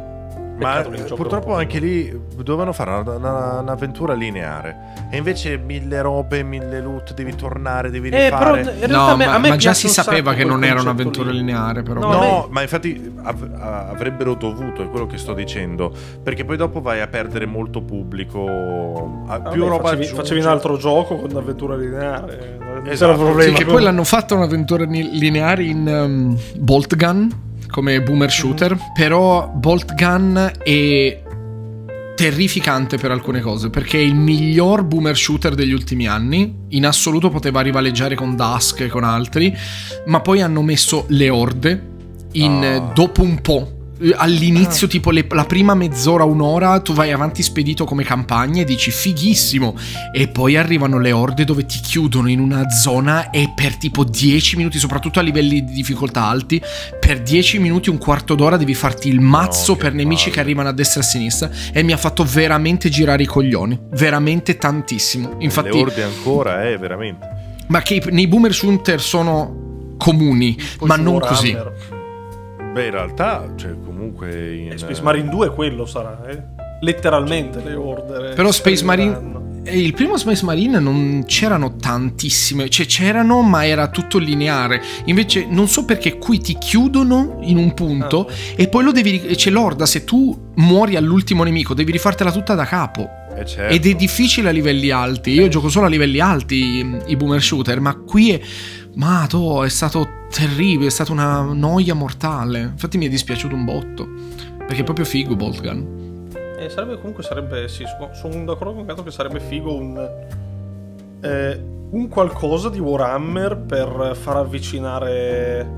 B: Ma eh,
A: Peccato che il gioco
B: purtroppo
A: non-
B: anche lì dovevano fare una- una- un'avventura lineare. E invece mille robe, mille loot, devi tornare, devi
A: Eh, però
B: rifare.
A: in realtà
C: No,
A: a me-
C: ma,
A: a me
C: ma già
A: piace
C: si
A: un
C: sapeva
A: sacco
C: che
A: quel
C: non era
A: concetto
C: un'avventura
A: lì.
C: lineare, però.
A: No, a me-
B: No, ma infatti av- a- avrebbero dovuto, è quello che sto dicendo, perché poi dopo vai a perdere molto pubblico, a-
A: Vabbè,
B: più roba
A: Ah, facevi,
B: aggiungi.
A: facevi un altro gioco con un'avventura lineare. eh, Non
B: Esatto.
A: c'era problema.
C: Sì, che poi l'hanno fatta un'avventura ni- lineare in ehm, Bolt Gun come boomer shooter, però Bolt Gun è terrificante per alcune cose, perché è il miglior boomer shooter degli ultimi anni, in assoluto poteva rivaleggiare con Dusk e con altri, ma poi hanno messo le orde in,
B: Ah.
C: dopo un po'. Eh, All'inizio, tipo le- la prima mezz'ora, un'ora, tu vai avanti spedito come campagna e dici fighissimo. E poi arrivano le orde dove ti chiudono in una zona e per tipo 10 minuti, soprattutto a livelli di difficoltà alti, per 10 minuti, un quarto d'ora devi farti il mazzo
B: No, che
C: per nemici
B: palle.
C: che arrivano a destra e a sinistra. E mi ha fatto veramente girare i coglioni. Veramente tantissimo. Infatti,
B: Le orde ancora, eh, veramente.
C: ma che i- nei boomer shooter sono comuni,
A: Poi
C: ma
A: su
C: non
A: Warhammer.
C: così.
B: Beh, in realtà, cioè, comunque... In,
A: Eh, Space Marine 2 quello sarà, eh. Letteralmente le ordere.
C: Però Space
A: scriveranno.
C: Marine. eh, Il primo Space Marine non c'erano tantissime, cioè c'erano, ma era tutto lineare. Invece, non so perché qui ti chiudono in un punto
A: Ah.
C: e poi lo devi. ri- C'è l'orda. Se tu muori all'ultimo nemico, devi rifartela tutta da capo.
B: eh, certo.
C: Ed è difficile a livelli alti.
A: Eh.
C: Io gioco solo a livelli alti i- i boomer shooter, ma qui è. Ma to, è stato terribile, è stata una noia mortale. Infatti mi è dispiaciuto un botto. Perché è proprio figo Bolt Gun.
A: Eh, sarebbe comunque sarebbe sì, sono- sono d'accordo con Cato che sarebbe figo un eh, un qualcosa di Warhammer per far avvicinare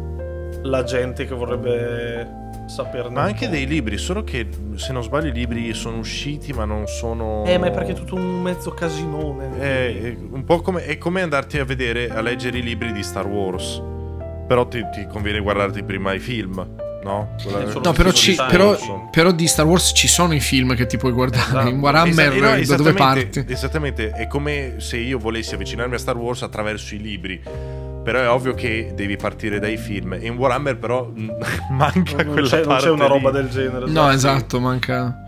A: la gente che vorrebbe saperne.
B: Ma
A: un
B: anche
A: po'.
B: dei libri, solo che se non sbaglio i libri sono usciti ma non sono...
A: Eh, ma è perché è tutto un mezzo casinone.
B: È un po' come, è come andarti a vedere, a leggere i libri di Star Wars. Però ti, ti conviene guardarti prima i film, no? Quella-
A: Eh, solo
C: No, però, ci-
A: Stesso
C: però-
A: discorso.
C: però di Star Wars ci sono i film che ti puoi guardare.
A: Esatto.
C: In Warhammer,
B: Esa- no,
C: da dove
B: esattamente-
C: parti?
B: Esattamente, è come se io volessi avvicinarmi a Star Wars attraverso i libri. Però è ovvio che devi partire dai film. In Warhammer, però, manca
A: non,
B: quella
A: c'è,
B: parte.
A: non c'è una roba
B: lì.
A: del genere.
C: No, esatto, manca.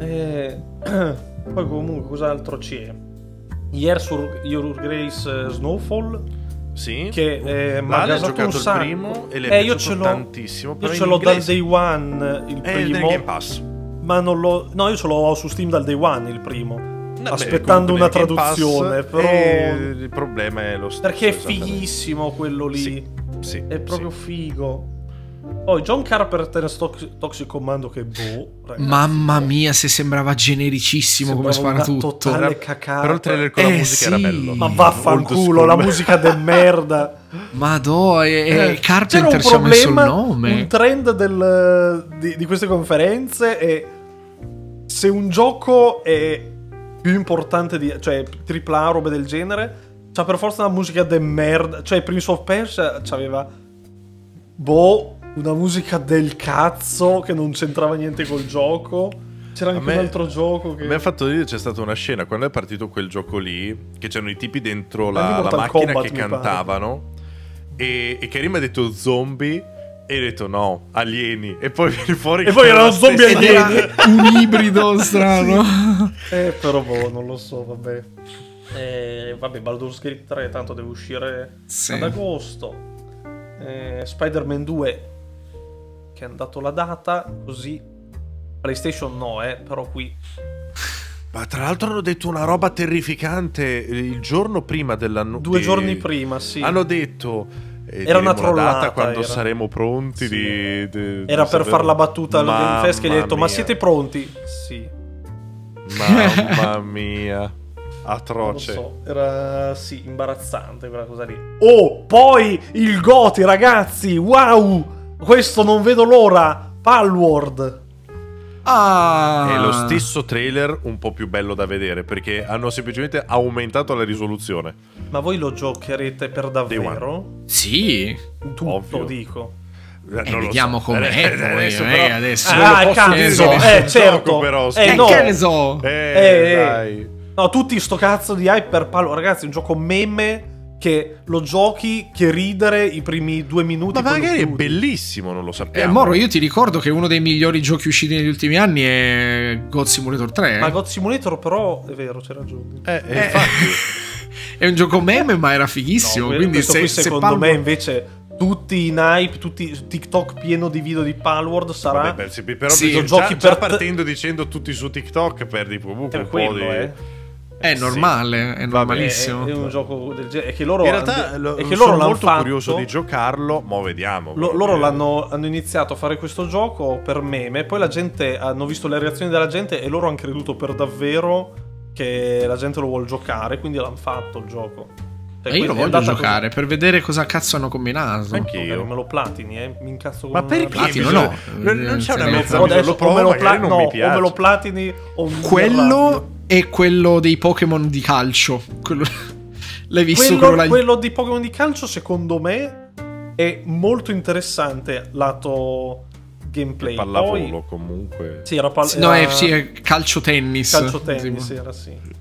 A: Eh, poi comunque cos'altro c'è? Years Your, Your Grace eh, Snowfall
B: Sì.
A: che eh, mi ha
B: Vale ha
A: gasato un
B: giocato il
A: sacco.
B: primo e le
A: Eh,
B: è
A: io
B: piaciuto
A: ce l'ho,
B: tantissimo.
A: Io
B: però
A: ce
B: in
A: l'ho dal
B: inglese
A: day one eh, il
B: È nel Game
A: primo,
B: Pass.
A: ma non l'ho. No, io ce l'ho su Steam dal day one il primo.
B: Vabbè,
A: aspettando una
B: comunque nel Game Pass,
A: traduzione, però-
B: eh, il problema è lo stesso.
A: Perché è
B: esattamente.
A: fighissimo quello lì.
B: Sì, sì,
A: È proprio figo. Poi John Carpenter Tox- Toxic Commando che boh. ragazzi.
C: Mamma mia, se sembrava genericissimo come
A: Sembrava
C: spara
A: una
C: tutto.
A: totale
B: Era-
A: cacata.
B: però il trailer con la
C: Eh,
B: musica era
C: sì.
B: bello.
A: Ma
C: Molto
A: vaffanculo,
B: school.
A: la musica de merda.
C: Madò, e, e
A: Eh,
C: Carpenter si
A: c'era
C: è
A: un
C: messo il
A: problema,
C: nome.
A: Un trend del- di, di queste conferenze è se un gioco è più importante di cioè AAA robe del genere, c'ha per forza una musica de merda, cioè Prince of Persia c'aveva boh, una musica del cazzo che non c'entrava niente col gioco. C'era anche
B: me-
A: un altro gioco che
B: Mi ha fatto dire c'è stata una scena quando è partito quel gioco lì, che c'erano i tipi dentro
A: Anche
B: la, la
A: Mortal
B: macchina
A: Kombat,
B: che
A: mi pare.
B: cantavano e, e Karim ha detto zombie e io ho detto no, alieni e poi viene fuori
A: E
B: che
A: poi
B: era
A: erano
B: la
A: zombie
B: stessa-
A: alieni.
C: un ibrido strano.
A: Eh, però boh, non lo so, vabbè. Eh, vabbè, Baldur's Gate 3 tanto deve uscire
C: Sì.
A: ad agosto. Eh, Spider-Man 2 che hanno dato la data, così PlayStation no, eh, però qui
B: Ma tra l'altro hanno detto una roba terrificante il giorno prima dell'annuncio.
A: due giorni prima, sì.
B: Hanno detto eh,
A: Era una
B: diremo la
A: trollata,
B: data quando
A: era.
B: saremo pronti
A: Sì.
B: di, di- di
A: Era per
B: sapere-
A: far la battuta al Game Fest che gli ho detto, ma
B: Mamma mia,
A: siete pronti? Sì.
B: Mamma mia,
A: Non lo
B: atroce.
A: so, era sì, imbarazzante quella cosa lì. Oh, poi il Goti, ragazzi, wow! Questo non vedo l'ora! Palward!
C: Ah.
B: È lo stesso trailer un po' più bello da vedere perché hanno semplicemente aumentato la risoluzione.
A: Ma voi lo giocherete per davvero?
C: Sì.
A: Tutto
B: Ovvio.
A: dico.
B: Eh,
C: E Eh, vediamo com'è. poi,
B: Adesso
C: eh,
B: però-
C: adesso.
B: Non lo
A: Ah,
B: posso
A: cazzo,
B: dire di
A: eh,
B: sto
A: certo.
B: gioco,
A: Eh,
B: però,
C: Eh,
B: scusa.
A: no.
C: che ne so?
B: Eh,
A: Eh,
B: dai.
A: No, tutti sto cazzo di hype per Palward. Ragazzi, è un gioco meme che lo giochi che ridere i primi due minuti.
B: Ma
A: poi lo
B: magari è
A: chiudi.
B: bellissimo, non lo sappiamo.
C: Eh, Moro, io ti ricordo che uno dei migliori giochi usciti negli ultimi anni è God Simulator 3. eh.
A: Ma God Simulator però è vero, c'era ragione.
B: Eh, eh,
C: Eh,
B: infatti.
C: è un gioco meme, ma era fighissimo.
A: que-
C: quindi
A: questo
C: se,
A: qui
C: se
A: secondo
C: Palmo-
A: me invece tutti in hype, tutti TikTok pieno di video di Palward sarà
B: Vabbè, beh, sì, però
C: Sì,
B: bisogna-
A: giochi
B: già, già
A: per-
B: partendo dicendo tutti su TikTok perdi comunque
A: per
B: un po'
A: quello,
B: di...
A: eh.
C: È
B: sì.
C: normale, è normalissimo.
A: È, è un gioco del genere. È che loro,
B: In realtà
A: hanno-
B: lo-
A: è che
B: sono
A: loro l'hanno
B: molto
A: fatto-
B: curioso di giocarlo, ma vediamo.
A: Lo-
B: però,
A: loro
B: eh.
A: l'hanno, hanno iniziato a fare questo gioco per meme, poi la gente hanno visto le reazioni della gente e loro hanno creduto per davvero che la gente lo vuole giocare, quindi l'hanno fatto il gioco. Cioè,
C: e
A: quindi
C: io lo
A: è
C: voglio
A: andata così.
C: giocare per vedere cosa cazzo hanno combinato.
B: Anche io.
A: Magari me lo platini, eh, mi incazzo con
B: Ma perché?
C: Platino
B: bisogna-
C: no.
B: Non non c'è una
C: Se ne
A: adesso
C: fa.
B: mezza misura, lo provo,
A: o me lo,
B: magari
A: pla-
B: non
A: no,
B: mi
A: o me
B: piace.
A: lo platini o mi arrabbio.
C: Quello e quello dei Pokémon di calcio. Quello- L'hai visto quello,
A: quello,
C: là?
A: quello di Pokémon di calcio secondo me è molto interessante lato gameplay. Poi-
B: Pallavolo comunque.
A: Sì, era, pal-
C: Sì, No,
A: era
B: eh,
C: è, sì, è calcio tennis.
A: calcio tennis,
C: Tipo.
A: era sì.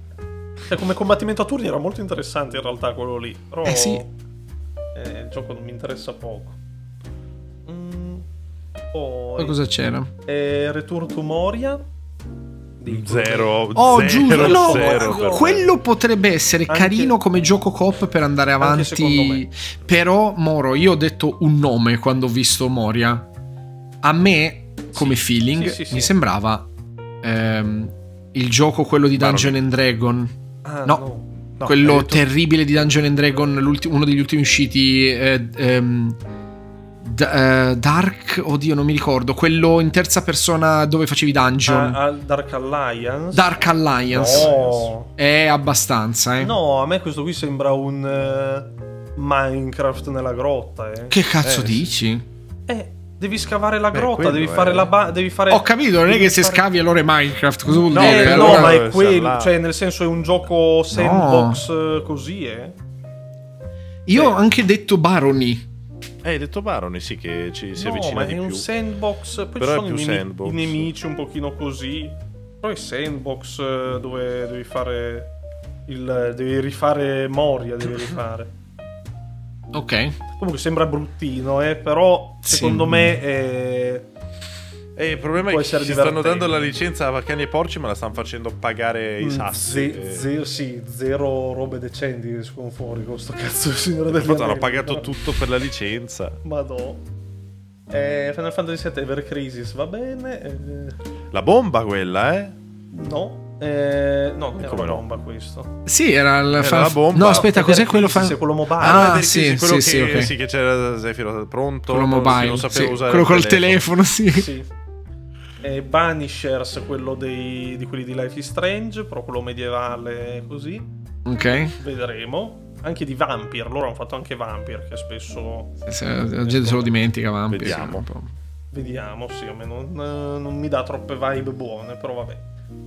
A: Cioè, come combattimento a turni era molto interessante in realtà quello lì. Però
C: Eh, sì.
A: eh, il gioco non mi interessa poco. Mm,
C: Poi
A: poi
C: cosa c'era?
A: eh, Return to Moria. di-
B: Zero,
C: Oh,
B: zero,
C: giusto, no,
B: zero,
A: guarda,
B: per-
C: quello potrebbe essere
A: Anche-
C: carino come gioco coop per andare
A: secondo me.
C: avanti. Però, Moro, io ho detto un nome quando ho visto Moria. A me, come
A: Sì,
C: feeling,
A: sì, sì, sì.
C: mi sembrava ehm, il gioco quello di Dungeon and Dragon.
A: Ah,
C: No.
B: No,
C: quello
B: hai detto-
C: terribile di Dungeon and Dragon, l'ulti- uno degli ultimi usciti. eh, ehm, D- eh, Dark, oddio, non mi ricordo. Quello in terza persona dove facevi dungeon.
A: Ah, ah, Dark Alliance.
C: Dark Alliance.
A: No.
C: È abbastanza, eh.
A: No, a me questo qui sembra un eh, Minecraft nella grotta. Eh.
C: Che cazzo
B: Eh,
C: dici?
A: Eh, devi scavare la
B: Beh,
A: grotta,
B: quello
A: devi
B: è-
A: fare la ba- devi fare
C: Ho capito, non è
A: devi
C: che se
A: fare-
C: scavi allora è Minecraft. Cosa vuol
B: No,
C: dire?
A: eh, no,
B: allora-
A: ma è
B: Eh,
A: quello,
B: sarà.
A: cioè nel senso è un gioco sandbox eh, così, eh.
C: Io ho anche detto Baroni.
B: Eh, hai detto Baroni, sì, che ci si
A: No,
B: avvicina
A: ma
B: di
A: è un
B: più.
A: sandbox, poi
B: Però
A: ci
B: è
A: sono i,
B: più
A: nemi-
B: sandbox.
A: i nemici un pochino così. Però è sandbox eh, dove devi fare il devi rifare Moria, devi rifare.
C: Ok.
A: Comunque sembra bruttino, eh, però secondo
C: Sì.
A: me è...
B: E Eh, il problema
A: Può
B: è che
A: essere
B: ci stanno
A: divertente.
B: dando la licenza a Vaccani e Porci, ma la stanno facendo pagare i sassi.
A: mm, Ze-
B: Eh,
A: zero, sì, zero robe decenti che escono fuori con sto cazzo di signore degli
B: infatti hanno
A: Anelli,
B: pagato
A: però-
B: tutto per la licenza.
A: Ma no. Eh, Final Fantasy VII Ever Crisis va bene. eh,
B: La bomba quella, eh?
A: no. Eh, no, era
B: come
A: una
B: no?
A: bomba questo.
C: Sì, era il fan-
B: la bomba.
C: No, aspetta, cos'è
A: Ever
C: quello
A: Crisis
C: fan-
A: è quello mobile.
C: Ah,
B: no, Ever
C: sì,
B: Crisis, quello
C: sì,
B: che,
C: sì, ok.
B: che c'era Zephyro pronto.
C: quello
B: non-
C: mobile,
B: Non
C: sì,
B: sapevo usare
C: quello
B: il
C: col telefono, sì.
A: Sì. Eh, Banishers, quello dei, di quelli di Life is Strange, però quello medievale così.
C: Ok.
A: Vedremo. Anche di Vampire, loro hanno fatto anche Vampire, che spesso
C: Se- La gente se lo dimentica, Vampir.
B: Vediamo.
C: sì, un po'.
A: vediamo, sì, a me non, eh, non mi dà troppe vibe buone, però vabbè.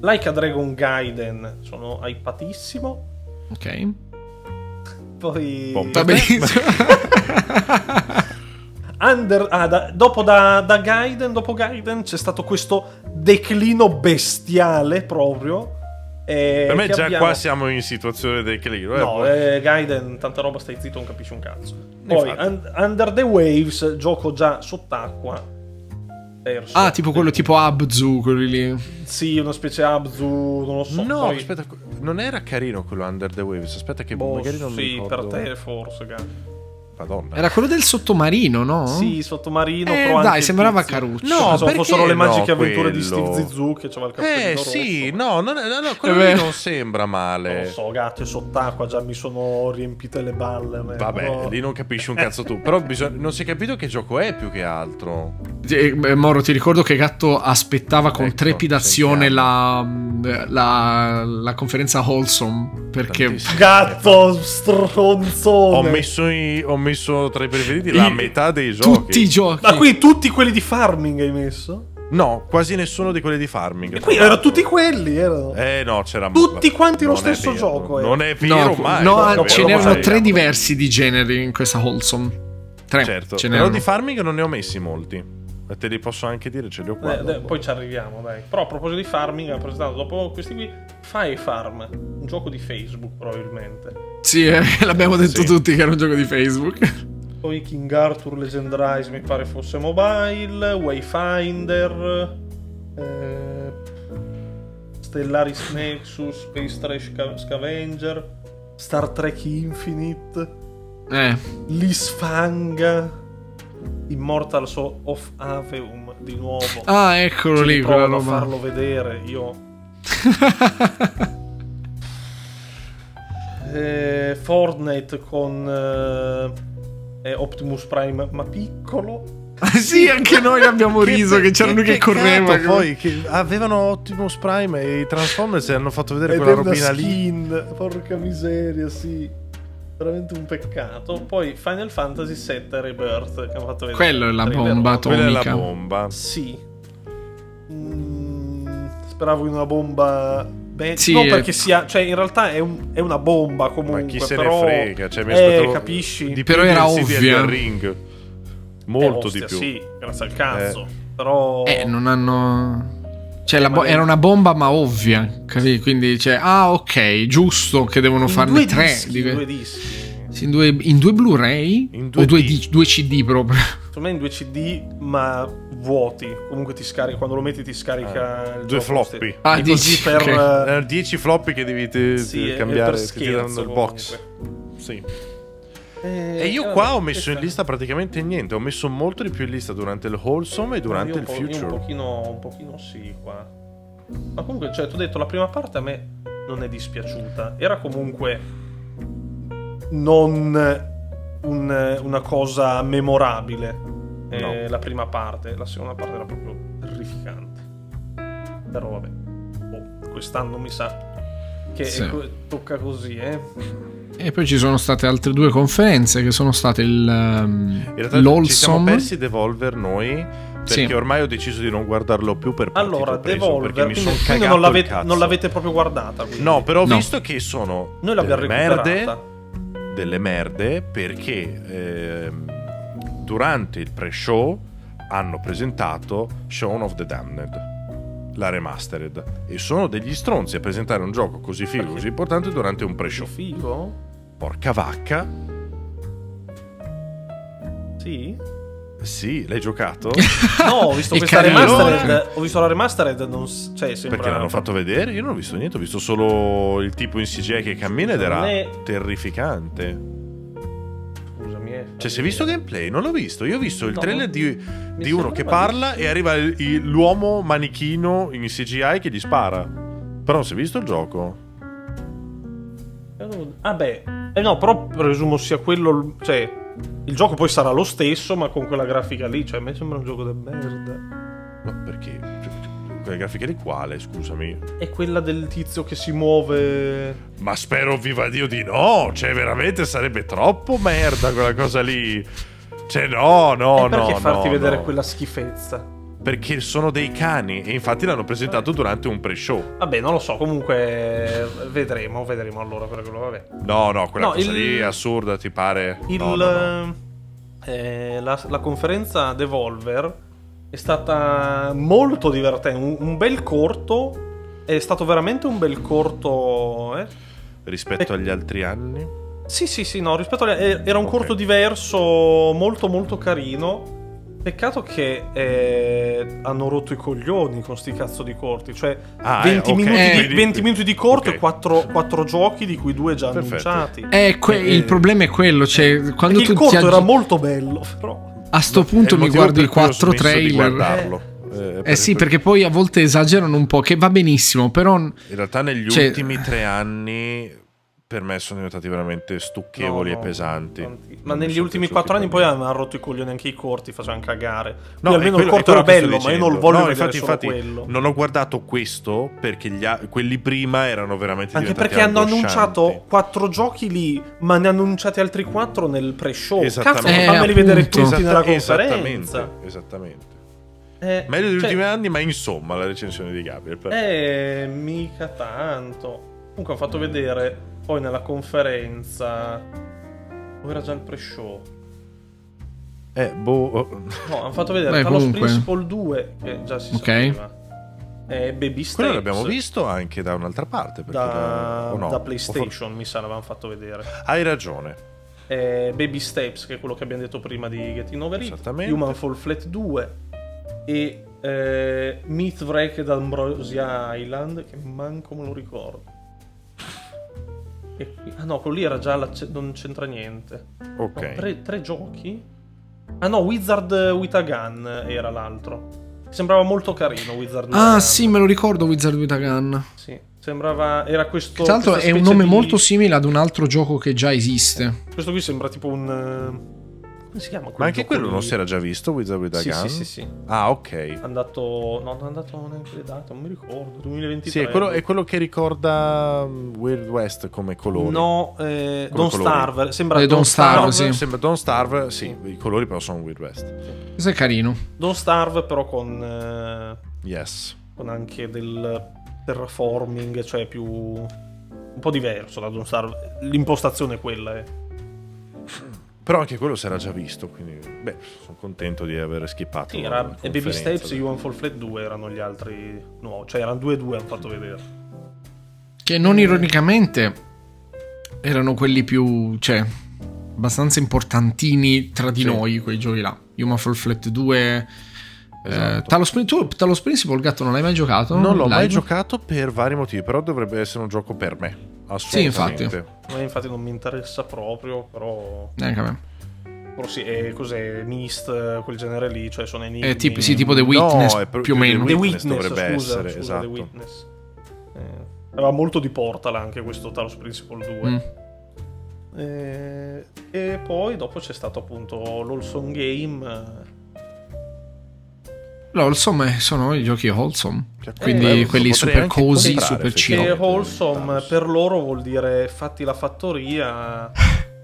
A: Like a Dragon Gaiden, sono hypatissimo.
C: Ok.
A: Poi
B: Bom.
C: Va benissimo.
A: Under- ah, da- dopo da, da Gaiden, dopo Gaiden c'è stato questo declino bestiale proprio. eh,
B: Per me
A: che
B: già
A: abbiamo-
B: qua siamo in situazione del clero. eh,
A: No,
B: poi-
A: eh, Gaiden, tanta roba, stai zitto, non capisci un cazzo. Poi
B: Infatti.
A: Un- Under the Waves, gioco già sott'acqua. Perso.
C: Ah, tipo quello tipo Abzu, quelli lì.
A: Sì, una specie Abzu, non lo so.
B: No,
A: poi-
B: aspetta, non era carino quello Under the Waves. Aspetta, che
A: boh,
B: magari non mi
A: sì, per
B: ricordo.
A: te forse. cara.
B: Madonna.
C: Era quello del sottomarino,
B: Ah?
C: no?
A: Sì, sottomarino.
C: Eh,
A: però anche
C: dai, sembrava
A: tizio.
C: caruccio.
B: No,
A: Pensavo
B: perché
A: fossero le
B: no,
A: magiche avventure di
B: quello?
A: Steve Zizou che c'aveva il
B: Eh
A: cappellino
B: sì,
A: rosso.
B: no, non, no, no,
C: Eh
B: quello
C: beh.
B: lì non sembra male.
A: Non lo so, gatto è sott'acqua, già mi sono riempite le balle. a me,
B: Vabbè,
A: eh, però-
B: lì non capisci un cazzo tu. Però bisogna- non si è capito che gioco è più che altro.
C: Eh, beh, Moro, ti ricordo che Gatto aspettava con
B: Ecco,
C: trepidazione la, la, la conferenza Wholesome perché
B: Tantissimo.
A: Gatto stronzone.
B: Ho messo, i- ho messo tra i preferiti
C: I-
B: la metà dei giochi.
C: tutti i giochi.
A: Ma qui tutti quelli di farming hai messo?
B: No, quasi nessuno di quelli di farming.
A: E qui erano tutti quelli, erano.
B: Eh no, c'era
A: Tutti quanti lo
B: Non è
A: stesso
B: vero,
A: gioco, eh.
B: Non è vero
C: No,
B: mai.
C: no, ah,
B: non è
C: ce
B: vero
C: n'erano
B: mai.
C: tre diversi di generi in questa Wholesome. Tre.
B: Certo,
C: ce
B: però
C: n'erano.
B: di farming non ne ho messi molti. E te li posso anche dire, ce li ho qua.
A: Eh, dai,
B: dopo.
A: poi ci arriviamo, dai. Però a proposito di farming, ha presentato dopo questi qui Fire Farm, un gioco di Facebook probabilmente.
C: Sì, eh, l'abbiamo detto
B: Sì.
C: tutti che era un gioco di Facebook.
A: Poi King Arthur Legendrise mi pare fosse mobile, Wayfinder, eh, Stellaris Nexus, Space Trash Sca- Scavenger, Star Trek Infinite,
C: Eh,
A: Lisfanga, Immortals of Aveum di nuovo.
C: ah, eccolo
A: Ci
C: lì, quella
A: riprovano a
C: roba.
A: farlo vedere io. Eh, Fortnite con eh, eh, Optimus Prime ma piccolo.
C: Ah, sì, anche noi abbiamo riso che, c'era lui che, correva.
B: peccato, Poi che avevano Optimus Prime e i Transformers e hanno fatto vedere
A: Ed
B: quella
A: è una
B: robina lì.
A: skin, porca miseria, sì. Veramente un peccato. Poi Final Fantasy VII Rebirth che hanno fatto vedere.
C: Quello è la
A: Trailer,
C: bomba,
A: no?
C: Tom.
B: Quella è la
C: Atomica.
B: bomba.
A: Sì. Mm, speravo in una bomba. Beh,
C: Sì,
A: non
C: eh.
A: perché sia. Cioè, in realtà è, un- è una bomba comunque.
B: Ma chi se
A: però...
B: ne frega? Cioè, mi
A: eh,
B: aspettavo
A: capisci?
B: Di
C: Però
B: più
C: era
B: del CD
C: ovvia.
B: al ring.
A: Eh,
B: Molto
A: ostia,
B: di più.
A: Sì, grazie al cazzo. Però.
C: Eh, non hanno. Cioè, la bo-
A: magari-
C: era una bomba, ma ovvia. Capì? Quindi, cioè, ah, ok, giusto che devono
A: in
C: farne
A: due
C: tre.
A: dischi,
C: di-
A: in due dischi.
C: Sì, in, due, in due Blu-ray?
B: In due
C: o due,
B: D.
C: di- due CD proprio.
A: Secondo me in due CD, ma vuoti. Comunque ti scarica. Quando lo metti, ti scarica.
B: Ah,
A: il
B: due
A: gioco lo
B: floppy.
A: stesso.
C: Ah,
A: E così
C: dici,
A: per.
C: ok.
A: eh,
B: Erano 10 floppy che devi te-
A: sì,
B: te-
A: è- è
B: cambiare.
A: per
B: che ti danno
A: scherzo,
B: il box. Sì.
A: comunque.
B: E io
A: eh,
B: qua ho
A: vabbè,
B: messo in
A: questa-
B: lista praticamente niente. Ho messo molto di più in lista durante il wholesome e durante
A: Io un
B: il
A: po- io
B: future.
A: Un pochino, un pochino sì qua. Ma comunque, cioè, ti ho detto, la prima parte a me non è dispiaciuta. Era comunque non un- una cosa memorabile. eh, La prima parte, la seconda parte era proprio terrificante. Però vabbè, Oh, quest'anno mi sa che
C: Sì.
A: ecco, tocca così, eh.
C: E poi ci sono state altre due conferenze che sono state il. Um,
B: In realtà ci siamo
C: l'Wholesome.
B: persi Devolver noi perché
C: Sì.
B: ormai ho deciso di non guardarlo più per partito
A: Allora,
B: preso,
A: Devolver,
B: perché mi
A: quindi,
B: sono
A: quindi
B: cagato
A: non,
B: il
A: l'avete,
B: cazzo.
A: non l'avete proprio guardata. quindi.
B: No, però ho
C: No.
B: visto che sono
A: Noi l'abbiamo
B: delle merde,
A: recuperata.
B: delle merde perché ehm, durante il pre-show hanno presentato Shaun of the Damned, la remastered, e sono degli stronzi a presentare un gioco così figo,
A: Perché?
B: così importante durante un
A: Che
B: pre-show.
A: figo?
B: Porca vacca.
A: Sì?
B: Sì, l'hai giocato?
A: No, ho visto
C: È
A: questa
C: carino.
A: remastered. Ho visto la remastered. Non, s- cioè, sembra...
B: Perché l'hanno fatto vedere? Io non ho visto niente, ho visto solo il tipo in CGI che cammina ed era
A: Me-
B: terrificante.
A: Scusami, eh.
B: Cioè, si è visto gameplay? Non l'ho visto. Io ho visto il
A: No.
B: trailer di, di
A: sembra
B: uno che
A: di-
B: parla e arriva il- il- l'uomo manichino in CGI che gli spara. Però non si è visto il gioco.
A: Ah, beh. Eh no, però presumo sia quello. l- Cioè, il gioco poi sarà lo stesso, ma con quella grafica lì. Cioè, a me sembra un gioco da merda.
B: Ma perché? Quella grafica di quale, scusami?
A: È quella del tizio che si muove.
B: Ma spero viva Dio di no! Cioè, veramente sarebbe troppo merda quella cosa lì. Cioè, no, no,
A: Eh, perché
B: no.
A: farti
B: no,
A: vedere
B: no.
A: quella schifezza?
B: Perché sono dei cani e infatti l'hanno presentato durante un pre-show.
A: Vabbè, non lo so. Comunque, vedremo. Vedremo allora. Per quello, vabbè.
B: No, no, quella
A: No,
B: cosa
A: il-
B: lì è assurda, ti pare? No,
A: Il,
B: no, no.
A: eh, la, la conferenza Devolver è stata molto divertente, un, un bel corto, è stato veramente un bel corto. eh.
B: Rispetto agli altri anni?
A: Sì, sì, sì, no, rispetto alle- eh, era un
B: Ok.
A: corto diverso, molto molto carino. Peccato che eh, hanno rotto i coglioni con sti cazzo di corti, cioè
B: Ah,
A: 20,
B: eh, ok,
A: minuti,
B: quindi-
A: di, 20 minuti di corto
B: ok.
A: e 4, giochi di cui due già
B: Perfetto.
A: annunciati.
C: Eh, que-
A: Eh,
C: il problema è quello, cioè,
A: Perché
C: quando tu
A: il
C: ti
A: corto
C: aggi-
A: era molto bello, però...
C: a sto
B: Eh,
C: punto mi guardo i quattro trailer. Eh sì, perché poi a volte esagerano un po', che va benissimo, però n-
B: In realtà negli
C: Cioè-
B: ultimi tre anni per me sono diventati veramente stucchevoli
A: No, no,
B: e pesanti.
A: tanti. Ma
B: Non mi
A: negli
B: sono
A: ultimi
B: piaciuti
A: quattro anni
B: per
A: poi
B: niente.
A: hanno rotto i coglioni anche i corti, facevano cagare. Qui
B: è
A: almeno
B: quello-
A: il corto
B: è
A: era
B: quello che
A: bello,
B: sto
A: ma io non
B: dicendo.
A: lo voglio
B: No,
A: vedere
B: infatti,
A: solo
B: infatti,
A: quello.
B: Non ho guardato questo perché gli a- quelli prima erano veramente
A: Anche
B: diventati
A: perché hanno
B: angoscianti.
A: annunciato quattro giochi lì, ma ne hanno annunciati altri quattro nel pre-show. Cazzo,
B: Esattamente.
A: ma
C: Eh,
A: fammeli vedere
C: appunto.
A: tutti nella
B: Esatta-
A: conferenza.
B: Esatto, Esattamente, esattamente.
A: Eh,
B: Meglio degli
A: cioè,
B: ultimi anni, ma insomma, la recensione di Gabriel. per-
A: Eh, mica tanto. Comunque ho fatto vedere poi nella conferenza... O era già il pre-show?
B: Eh, boh.
A: No, hanno fatto vedere
C: Beh,
A: Talos
C: comunque.
A: Principle 2, che già si
C: Ok.
A: sapeva. Eh, Baby Steps.
B: Quello l'abbiamo visto anche da un'altra parte. perché
A: da,
B: o no?
A: da
B: Ho
A: PlayStation, mi sa, l'avevano fatto vedere.
B: fatto- Hai ragione.
A: Eh, Baby Steps, che è quello che abbiamo detto prima di Getting Over It,
B: Esattamente.
A: Human Fall Flat 2 e eh, Mythwreck da Ambrosia Island, che manco me lo ricordo. E- ah no, quello lì era già, la- non c'entra niente.
B: Ok.
A: No, tre, tre giochi? Ah no, Wizard with a Gun era l'altro. Sembrava molto carino Wizard with a
C: Ah,
A: Gun.
C: sì, me lo ricordo Wizard with a Gun.
B: Oh,
A: Sì, sembrava... Era questo...
C: Che Tra l'altro
A: questa
C: è un
A: specie
C: nome
A: di-
C: molto simile ad un altro gioco che già esiste.
A: Questo qui sembra tipo un. eh, Come si chiama? quel
B: Ma anche
A: gioco
B: quello
A: lì?
B: non si era già visto, Wizard with a
A: Sì, sì,
B: Gun?
A: sì, sì.
B: Ah, ok.
A: Andato. No, non è andato neanche le date, non mi ricordo. 2023.
B: Sì, è quello, è quello che ricorda mm, Wild West come colore.
A: No, eh,
B: Come
A: Don't
B: colori.
A: Starve. Sembra
C: Eh,
A: Don't
C: Don't Starve,
A: Starve.
C: sì.
B: Sembra Don't Starve, sì, i colori però sono Wild West.
C: Questo è carino.
A: Don't Starve, però con. eh,
B: Yes.
A: con anche del terraforming, cioè più. un po' diverso da Don't Starve. L'impostazione è quella, eh.
B: Però anche quello si era già visto, quindi beh, sono contento di aver skippato.
A: Sì,
B: la
A: era, e Baby
B: conferenza.
A: Steps e You Fall Flat 2 erano gli altri. No, cioè erano due e due, hanno fatto vedere.
C: Che non
B: Eh.
C: ironicamente erano quelli più, cioè, abbastanza importantini tra di
B: Sì.
C: noi quei giochi là. Human Fall Flat 2.
B: Esatto.
C: Eh, Talos, Prin- tu Talos Principle, il gatto, non l'hai mai giocato?
B: Non l'ho mai
C: Live?
B: giocato per vari motivi, però dovrebbe essere un gioco per me. Assolutamente.
C: Sì,
A: A me infatti non mi interessa proprio, però.
C: Neanche a me.
A: Però sì, è, cos'è? Mist, quel genere lì, cioè sono enigmi.
C: Eh, tipo- sì, tipo The Witness,
B: è pro-
C: più o
B: The
C: meno.
A: The
B: Witness
A: Witness,
B: dovrebbe
A: scusa,
B: essere,
A: scusa,
B: esatto.
A: The Witness. Eh, aveva molto di Portal anche questo Talos Principle 2.
C: Mm.
A: Eh, e poi dopo c'è stato appunto l'Olson Game. eh,
C: No, insomma, sono i giochi wholesome.
B: Cioè,
A: Eh,
C: Quindi
B: bello,
C: quelli
B: potrei
C: super
B: anche
C: cozy,
B: comprare,
C: super
A: Che
C: chill.
B: effettivamente,
A: wholesome
B: Thanos.
A: per loro vuol dire fatti la fattoria.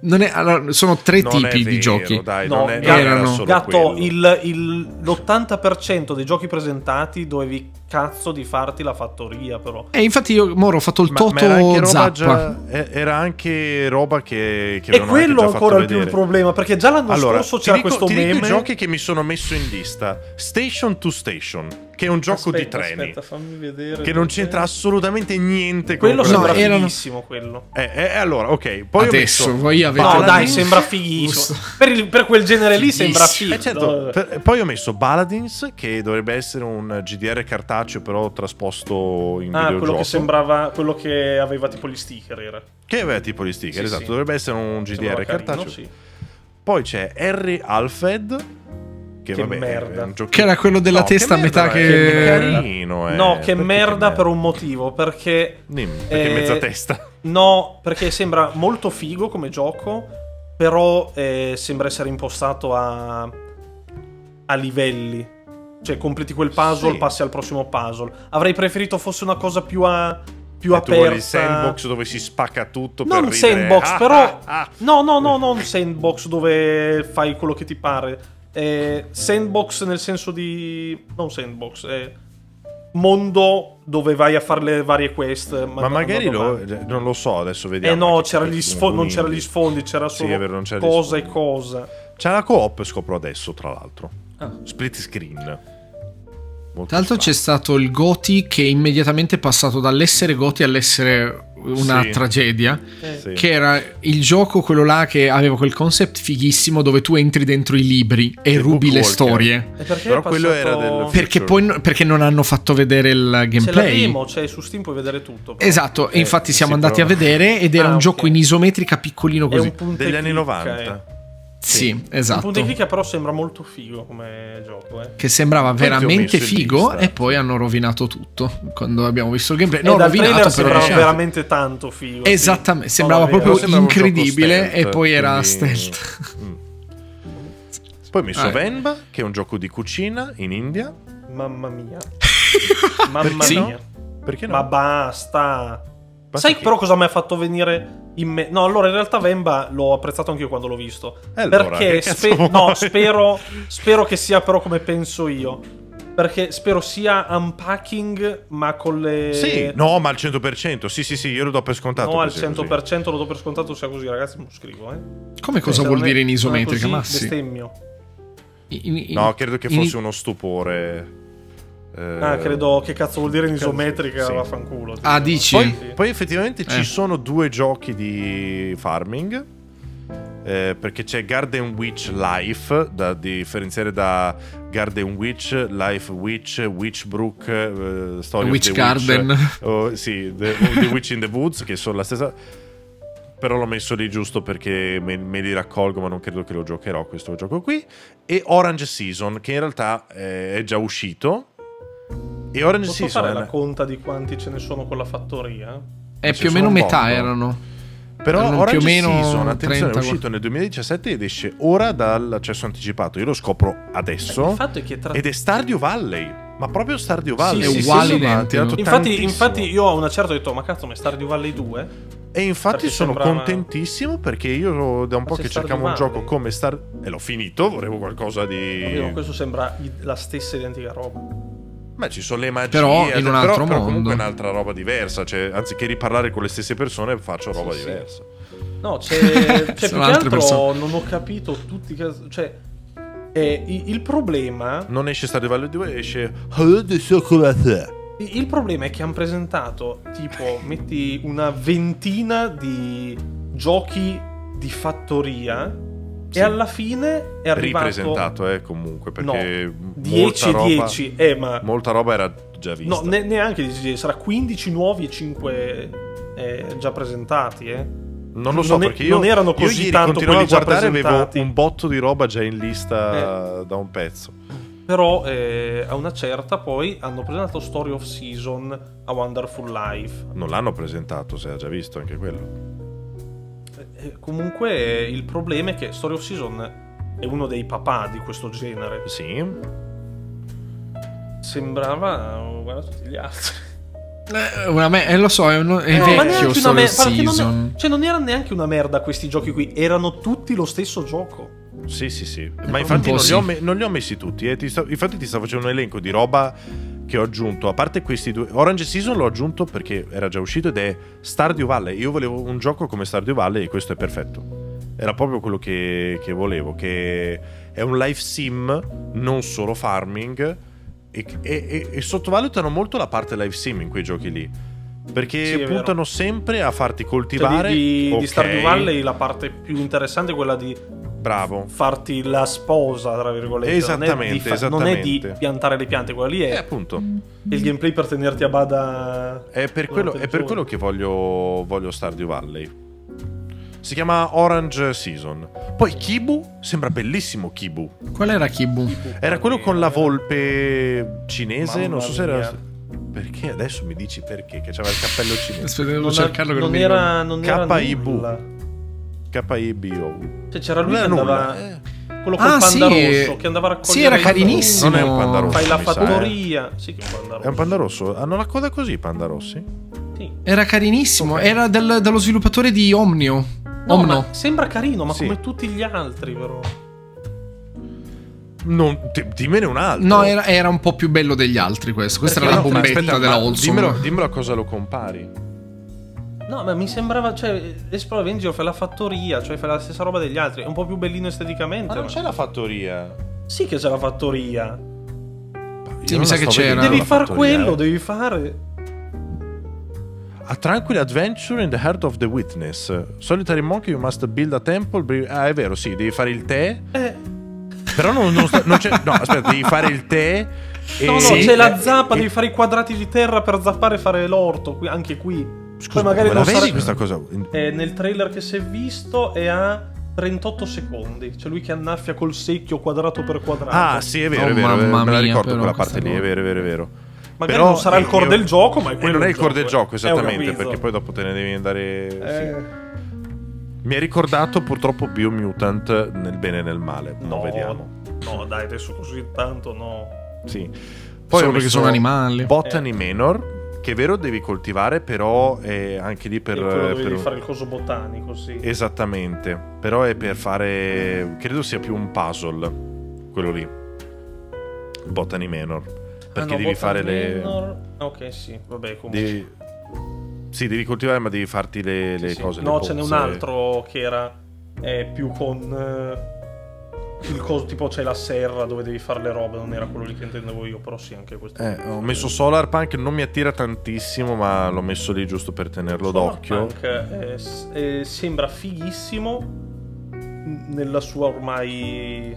C: Non è- allora, sono tre
B: Non è
C: tipi di
B: vero,
C: giochi.
B: Dai,
A: No,
B: non è, non
A: erano-
B: era solo
A: Gatto,
B: quello.
A: il- il- l'80% dei giochi presentati dovevi cazzo di farti la fattoria, però.
C: E infatti io, Moro, ho fatto il
B: Ma- ma era
C: Toto
B: anche roba
C: Zappa.
B: già- eh, era anche roba che, che
A: E
B: avevano anche
A: quello
B: già
A: ancora
B: fatto
A: il più
B: vedere.
A: problema, perché già l'anno
B: Allora,
A: scorso
B: ti
A: c'era
B: dico,
A: questo
B: ti
A: meme.
B: dico i giochi che mi sono messo in lista. Station to Station. che è un gioco
A: Aspetta,
B: di treni.
A: Aspetta, fammi vedere.
B: Che non c'entra assolutamente niente
A: Quello
B: con quella
A: sembra
C: No, era-
A: fighissimo, quello.
B: Eh, eh, allora, ok. Poi ho
C: Adesso
B: messo-
C: voi avete...
A: No,
B: Paladin-
A: dai, sembra fighissimo. Per, il- per quel genere lì
C: Fighissimo.
A: sembra figo.
B: Eh, certo, per- poi ho messo Baladins, che dovrebbe essere un GDR cartaceo, però trasposto in
A: Ah, quello
B: videogioco.
A: che sembrava. Quello che aveva tipo gli sticker era.
B: Che aveva tipo gli sticker,
A: Sì,
B: esatto.
A: sì.
B: Dovrebbe essere un
A: Sembrava
B: GDR
A: carino,
B: cartaceo. Eh,
A: sì.
B: Poi c'è Harry Alfred. Che,
A: Che
B: vabbè,
A: merda.
B: è un giochino-
C: Che era quello della
B: No, che
C: testa a
B: merda,
C: metà
B: ma è
C: che-
B: carino, eh.
A: no,
B: Perché
A: che merda per un motivo. Perché.
B: Dimmi, perché
A: eh,
B: mezza testa.
A: No, perché sembra molto figo come gioco, però eh, sembra essere impostato a, a livelli. Cioè, completi quel puzzle,
B: Sì.
A: passi al prossimo puzzle. Avrei preferito fosse una cosa più, a, più
B: E tu vuoi
A: aperta.
B: il sandbox dove si spacca tutto
A: Non
B: per
A: un
B: ridere.
A: sandbox,
B: Ah,
A: però.
B: ah, ah.
A: No, no, no, non sandbox dove fai quello che ti pare. Eh, sandbox nel senso di. Non sandbox, eh, mondo dove vai a fare le varie quest.
B: Ma magari
A: domani.
B: lo, non lo so, adesso
A: Eh
B: vediamo.
A: no,
B: Perché
A: c'era
B: c'è
A: gli
B: un
A: sfo- non
B: indie.
A: c'era gli sfondi, c'era
B: Sì,
A: solo
B: è vero, non c'era gli
A: cosa e
B: sfondi.
A: cosa.
B: C'è la co-op, scopro adesso, tra l'altro.
A: Ah.
B: Split screen. Molto
C: Tra l'altro c'è
B: strano.
C: stato il Goti che è immediatamente passato dall'essere Goti all'essere una
B: Sì.
C: tragedia.
A: Eh,
B: Sì.
C: Che era il gioco, quello là che aveva quel concept fighissimo dove tu entri dentro i libri e
B: Del
C: rubi le
B: Bookwalker.
C: storie.
A: E perché
B: Però
A: è passato...
B: quello era del-
C: Perché
B: Sure.
C: poi no- perché non hanno fatto vedere
A: Se
C: il
A: la
C: gameplay.
A: demo, cioè su Steam puoi vedere tutto. però.
C: Esatto, e
B: Eh,
C: infatti
B: sì,
C: siamo
B: però-
C: andati a vedere ed era
A: Ah,
C: un
A: ok.
C: gioco in isometrica piccolino
A: È
C: così.
A: un punto
B: Degli
A: e
B: anni
A: clicca,
B: 90.
A: eh.
C: Sì,
A: Un punto e
C: esatto.
A: clicca però sembra molto figo come gioco, eh.
C: Che sembrava
B: Infatti ho messo
C: veramente
B: in
C: figo
B: lista.
C: e poi hanno rovinato tutto quando abbiamo visto il gameplay.
A: Eh,
C: No,
A: dal trailer
C: rovinato però.
A: sembrava
C: diciamo-
A: veramente tanto figo. sì.
C: Esattamente,
A: No,
C: sembrava
A: davvero.
C: proprio-
B: Però sembrava un gioco
C: incredibile
B: stealth,
C: e poi era
B: quindi-
C: stealth.
B: Mm. Poi ho messo
C: Ah, ecco.
B: Venba, che è un gioco di cucina in India.
A: Mamma mia. Mamma
B: Perché
A: mia.
B: Perché no?
A: Ma basta.
B: Basta
A: Sai
B: che-
A: però cosa mi ha fatto venire in me? No, allora in realtà Vemba l'ho apprezzato anche io quando l'ho visto.
B: Eh, allora, che
A: perché
B: cazzo
A: spe-
B: vuoi?
A: no, spero, spero che sia però come penso io. Perché spero sia unpacking ma con le...
B: Sì, no, ma al 100%. Sì, sì, sì, io lo do per scontato.
A: No, al
B: così, così.
A: 100% lo do per scontato sia così ragazzi, me lo scrivo. Eh.
C: Come cosa
A: Se
C: vuol
A: non è-
C: dire in
A: non è
C: isometrica,
A: così,
C: Massi?
A: bestemmio.
C: In- in-
B: No, credo che
C: in-
B: fosse uno stupore. Eh,
A: Ah, credo che cazzo vuol dire in
B: cazzo,
A: isometrica,
B: sì.
A: vaffanculo.
C: Ah,
A: tipo.
C: dici?
B: Poi,
A: Sì.
B: poi effettivamente ci
C: Eh.
B: sono due giochi di farming. eh, perché c'è Garden Witch Life, da differenziare da Garden Witch, Life Witch, Witchbrook, eh, Story
C: Witch
B: of the
C: Garden.
B: Witch, oh, sì, the, The Witch in the Woods, che sono la stessa. Però l'ho messo lì giusto perché me, me li raccolgo, ma non credo che lo giocherò questo gioco qui. E Orange Season, che in realtà eh, è già uscito. E Orange
A: Posso
B: Season
A: fare
B: è
A: la
B: una-
A: conta di quanti ce ne sono con la fattoria?
C: Eh,
B: ci
C: più o
B: sono
C: meno
B: un
C: metà
B: botto.
C: erano.
B: Però
C: Erano
B: Orange
C: più o meno
B: Season, attenzione,
C: 30.
B: è uscito nel 2017 ed esce ora dall'accesso anticipato. Io lo scopro adesso.
A: Il fatto è che tra...
B: Ed è Stardew Valley. Ma proprio Stardew Valley.
A: Sì, sì, È uguale,
B: ma ha
C: identico.
B: tirato
A: Infatti,
B: tantissimo.
A: infatti io a una certa ho detto, ma cazzo, ma è Stardew Valley 2?
B: E infatti
A: perché
B: sono
A: sembrava-
B: contentissimo perché io da un po'
A: c'è
B: che
A: Stardew
B: cercavo un
A: Valley.
B: gioco come Star... E l'ho finito, volevo qualcosa
A: Davvero,
B: di...
A: questo sembra i- la stessa identica roba.
B: Ma ci sono le magie.
C: Però in un
B: però-
C: altro
B: però
C: mondo.
B: comunque è un'altra roba diversa. Cioè, anziché riparlare con le stesse persone, faccio roba
A: sì.
B: diversa.
A: No, c'è, c'è più
C: Sono
A: che
C: altre
A: altro
C: persone.
A: non ho capito tutti i casi- Cioè, eh, i- il problema...
B: Non esce Stardew Valley 2, esce... Hello, the Chocolate.
A: i- Il problema è che hanno presentato, tipo, metti una ventina di giochi di fattoria
B: Sì.
A: e alla fine è arrivato...
B: ripresentato eh, comunque perché
A: no,
B: molta
A: 10
B: roba-
A: 10, eh, ma...
B: molta roba era già vista
A: No, ne- neanche 10, sarà 15 nuovi e 5 già presentati, eh.
B: non lo so
A: non è-
B: perché io
A: non erano
B: io
A: così
B: ieri
A: tanto
B: continuavo
A: quelli già
B: a guardare avevo
A: presentati. Eh.
B: un botto di roba già in lista da un pezzo
A: Però eh, a una certa poi hanno presentato Story of Season a Wonderful Life.
B: non l'hanno presentato se ha già visto anche quello
A: Eh, eh, comunque eh, il problema è che Story of Season è uno dei papà di questo genere.
B: sì
A: Sembrava... eh, Guarda tutti gli altri.
C: Eh, una me- eh, lo so, è, uno- è
A: No, ma neanche
C: vecchio
A: una
C: solo
A: mer-
C: il
A: guarda che non è-
C: season.
A: cioè non era neanche una merda questi giochi qui, erano tutti lo stesso gioco.
B: sì sì sì ma infatti
C: po'
B: non li,
C: sì.
B: ho me- non li ho messi tutti eh. Ti sto- infatti ti sto facendo un elenco di roba che ho aggiunto a parte questi due Orange Season l'ho aggiunto perché era già uscito ed è Stardew Valley io volevo un gioco come Stardew Valley e questo è perfetto era proprio quello che, che volevo che è un life sim non solo farming e, e- e sottovalutano molto la parte live sim in quei giochi lì. Perché
A: Sì, è vero.
B: puntano sempre a farti coltivare
A: Cioè, di, di,
B: Ok,
A: di Stardew Valley la parte più interessante è quella di
B: Bravo.
A: farti la sposa, tra virgolette. non è di,
B: Esattamente,
A: non è di
B: esattamente.
A: piantare le piante, quella lì
B: E
A: è
B: Eh,
C: Eh,
B: appunto.
C: mm.
A: il gameplay per tenerti a bada.
B: È per
A: durante
B: quello,
A: il
B: è per
A: giorno.
B: quello che voglio, voglio Stardew Valley. Si chiama Orange Season. Poi Kibu sembra bellissimo. Kibu
C: Qual era Kibu?
B: era quello con la volpe cinese.
A: Mamma
B: non so se era.
A: mia.
B: Perché adesso mi dici perché? Che c'aveva il cappello cinese.
C: Aspetta, devo
A: Non,
C: cercarlo che
A: non
C: mi ricordo.
A: era, non era
B: KIB.
A: nulla.
B: K-I-B-O.
A: Cioè, c'era lui
B: Non
A: che
B: era nulla.
A: andava.
B: eh.
A: Quello col
C: Ah,
A: panda
C: sì.
A: rosso che andava a raccogliere.
C: Sì, era
A: i bambini.
C: carinissimo.
B: Non è un panda rosso.
A: Fai la
B: mi sa, eh.
A: fattoria. Sì, che è un panda
B: È un
A: rosso.
B: panda rosso. Hanno la coda così i panda rossi?
A: Sì.
C: Era carinissimo.
A: Ok.
C: Era del- dallo sviluppatore di Omnio.
A: No,
C: Omno.
A: ma sembra carino, ma
B: Sì.
A: come tutti gli altri, però.
B: Non, di- dimmene un altro.
C: No, era, era un po' più bello degli altri questo. Questa
A: Perché
C: era
A: no,
C: la
A: ma
C: bombetta
B: Aspetta,
C: della
B: ma Dimmelo,
C: Olson.
B: dimmelo a cosa lo compari.
A: No, ma mi sembrava, cioè, Explore Avenger fai la fattoria, cioè fai la stessa roba degli altri, è un po' più bellino esteticamente.
B: Ma non
A: ma-
B: c'è la fattoria.
A: Sì che c'è la fattoria.
B: Io
C: Sì,
B: non
C: mi sa
B: la
C: che
B: sto
C: c'era.
B: vedendo
A: devi
B: la
A: far
B: fattoria,
A: quello,
B: eh.
A: devi fare...
B: A tranquil adventure in the heart of the witness. Solitary monk, you must build a temple. bri- Ah, è vero, sì, devi fare il tè.
A: Eh,
B: Però non, non sta- non c'è. No, aspetta, devi fare il tè. E... Eh,
A: no, no,
C: Sì.
A: c'è la
B: e-
A: zappa,
B: e-
A: devi fare i quadrati di terra per zappare e fare l'orto, qui- anche qui.
B: Scusa,
A: Poi magari
B: ma la
A: non
B: vedi
A: sarà-
B: questa cosa?
A: Eh, nel trailer che si è visto è a 38 secondi, c'è lui che annaffia col secchio quadrato per quadrato.
B: Ah, sì, è vero,
C: Oh,
B: è vero.
C: mamma
B: me la
C: mia,
B: ricordo
C: però,
B: quella parte
C: questa
B: lì, è
C: roba.
B: vero, è vero, è vero.
A: Magari non sarà il core
B: eh,
A: del gioco, ma è
B: eh,
A: quello
B: Non è
A: del
B: il core del
A: gioco,
B: gioco,
A: eh. È un
B: esattamente,
A: avviso.
B: perché poi dopo te ne devi andare. sì.
A: Eh,
B: Mi ha ricordato purtroppo Biomutant nel bene e nel male.
A: no,
B: No, vediamo.
A: No, dai, adesso così tanto no.
B: Sì.
C: Solo
B: ho
C: perché
B: messo
C: sono animali.
B: Botany Menor, che è vero devi coltivare, però è anche lì per...
A: Per, quello devi
B: per-
A: fare il coso botanico, sì.
B: Esattamente, però è per fare... credo sia più un puzzle, quello lì. Botany Menor. Perché
A: Ah, no,
B: devi fare le...
A: Botanor- ah, Ok, sì, vabbè, comunque.
B: Devi... Sì, devi coltivare, ma devi farti le, le
A: Sì, sì.
B: cose. le
A: No, ce n'è un
B: pozze.
A: altro che era eh, più con eh, il coso tipo c'è la serra dove devi fare le robe, non era quello lì che intendevo io, però sì, anche questo.
B: Eh, ho messo Solar Punk, non mi attira tantissimo, ma l'ho messo lì giusto per tenerlo d'occhio.
A: Cyberpunk, eh, s- eh, sembra fighissimo n- nella sua ormai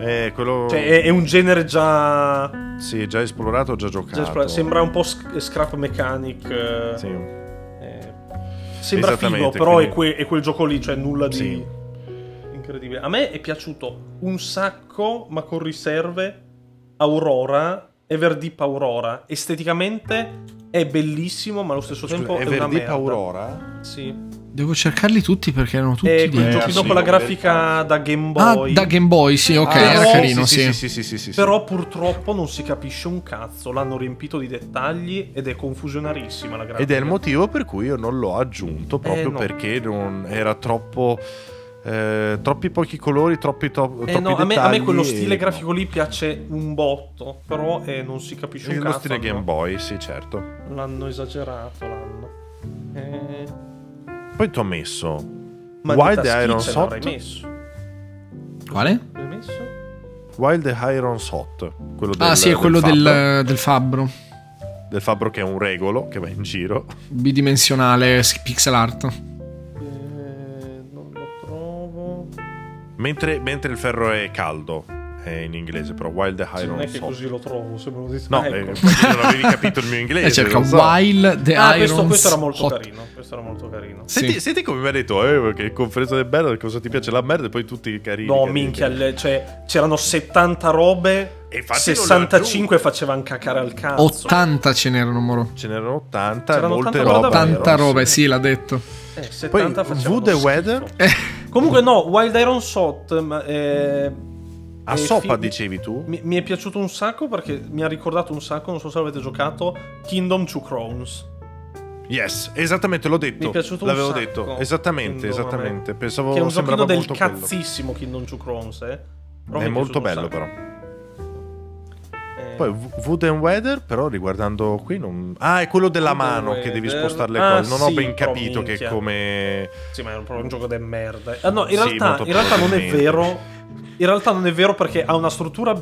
B: Eh, quello
A: cioè è, è un genere già, già
B: sì, già esplorato, già giocato.
A: esplorato. sembra un po' sc- scrap mechanic eh,
B: Sì.
A: eh, sembra figo
B: Esattamente,
A: però
B: quindi-
A: è, que- è quel gioco lì cioè nulla di
B: Sì.
A: incredibile a me è piaciuto un sacco ma con riserve Aurora Everdeep Aurora esteticamente è bellissimo ma allo stesso
B: Scusa,
A: tempo è, una
B: Everdeep
A: merda
B: Aurora?
A: sì
C: Devo cercarli tutti perché erano tutti
A: E
C: di-
A: quel
B: Eh,
A: giochino
B: sì,
A: con la
B: come
A: grafica
B: del
A: da Game
C: Ah,
A: Boy.
C: da Game Boy, sì, ok,
A: Ah,
C: era
A: sì,
C: carino, sì.
B: Sì, sì, sì, sì, sì, sì.
A: Però purtroppo non si capisce un cazzo. L'hanno riempito di dettagli ed è confusionarissima la grafica.
B: Ed è il motivo per cui io non l'ho aggiunto, proprio
A: Eh, no.
B: perché non era troppo... eh, troppi pochi colori, troppi, to- troppi
A: Eh no, a me, a me
B: dettagli
A: quello
B: e-
A: stile
B: no.
A: grafico lì piace un botto. Però eh, non si capisce un
B: È lo
A: cazzo.
B: stile Game
A: hanno-
B: Boy, sì, certo.
A: L'hanno esagerato. L'hanno. Eh,
B: Poi ti ho messo
A: ma
B: Wild
A: Data
B: Iron
A: Skitch
B: Soft?
A: l'avrei messo.
C: Quale?
A: L'hai messo?
B: Wild Irons Hot, quello del
C: Ah, sì, è quello del, eh,
B: fabbro,
C: del fabbro.
B: del fabbro che è un regolo che va in giro.
C: Bidimensionale s- pixel art.
A: Eh, non lo trovo.
B: Mentre, mentre il ferro è caldo, è in inglese, però Wild
A: Sì, non è
B: Irons
A: che
B: Hot.
A: così lo trovo. Se me lo dite.
B: No,
A: Ah,
B: eh,
A: ecco.
B: perché non avevi capito il mio inglese.
C: Eh, cerca
B: non so.
C: Wild the
A: Ah, questo,
C: Irons
A: questo era molto
C: Hot.
A: carino. Questo era molto carino.
C: Sì.
B: Senti, senti come mi ha detto, eh, che conferenza del merda, cosa ti piace la merda e poi tutti carini.
A: No,
B: carini,
A: minchia,
B: carini.
A: le- cioè, c'erano 70 robe,
B: E infatti non le ho
A: 65 facevano cacare al
B: Ah,
A: cazzo.
C: 80 ce n'erano, Moro.
B: Ce n'erano 80,
A: C'erano
B: molte
A: 80
B: robe.
A: robe,
B: però,
C: 80
B: sì.
C: roba, sì, l'ha detto.
A: Eh,
B: Poi
A: 70 facevano
B: V the
A: schifo.
B: Weather, Eh.
A: Comunque no, Wild Iron Shot ma, eh,
B: a
A: eh,
B: Sopa
A: fi-
B: dicevi tu?
A: mi, mi è piaciuto un sacco perché mi ha ricordato un sacco, non so se avete giocato, Kingdom Two Crowns.
B: Yes, esattamente, l'ho detto.
A: Mi è piaciuto un
B: L'avevo
A: sacco.
B: detto, esattamente,
A: Kingdom,
B: esattamente.
A: vabbè.
B: Pensavo
A: che è un
B: sembrava
A: giochino del
B: molto quello.
A: cazzissimo Kingdom Two Crowns, eh. Però mi
B: È molto
A: piaciuto un
B: bello
A: sacco.
B: però.
A: Eh,
B: Poi V- Wood and Weather, però riguardando qui non... Ah, è quello della
A: Wood and
B: mano che devi
A: Weather.
B: spostare le
A: Ah,
B: cose. Non ho
A: sì,
B: ben
A: però
B: capito che
A: minchia.
B: come...
A: Sì, ma è proprio un gioco de merda. Ah, no, in
B: Sì,
A: realtà,
B: molto
A: in realtà non è
B: probabilmente.
A: vero. In realtà non è vero perché ha una struttura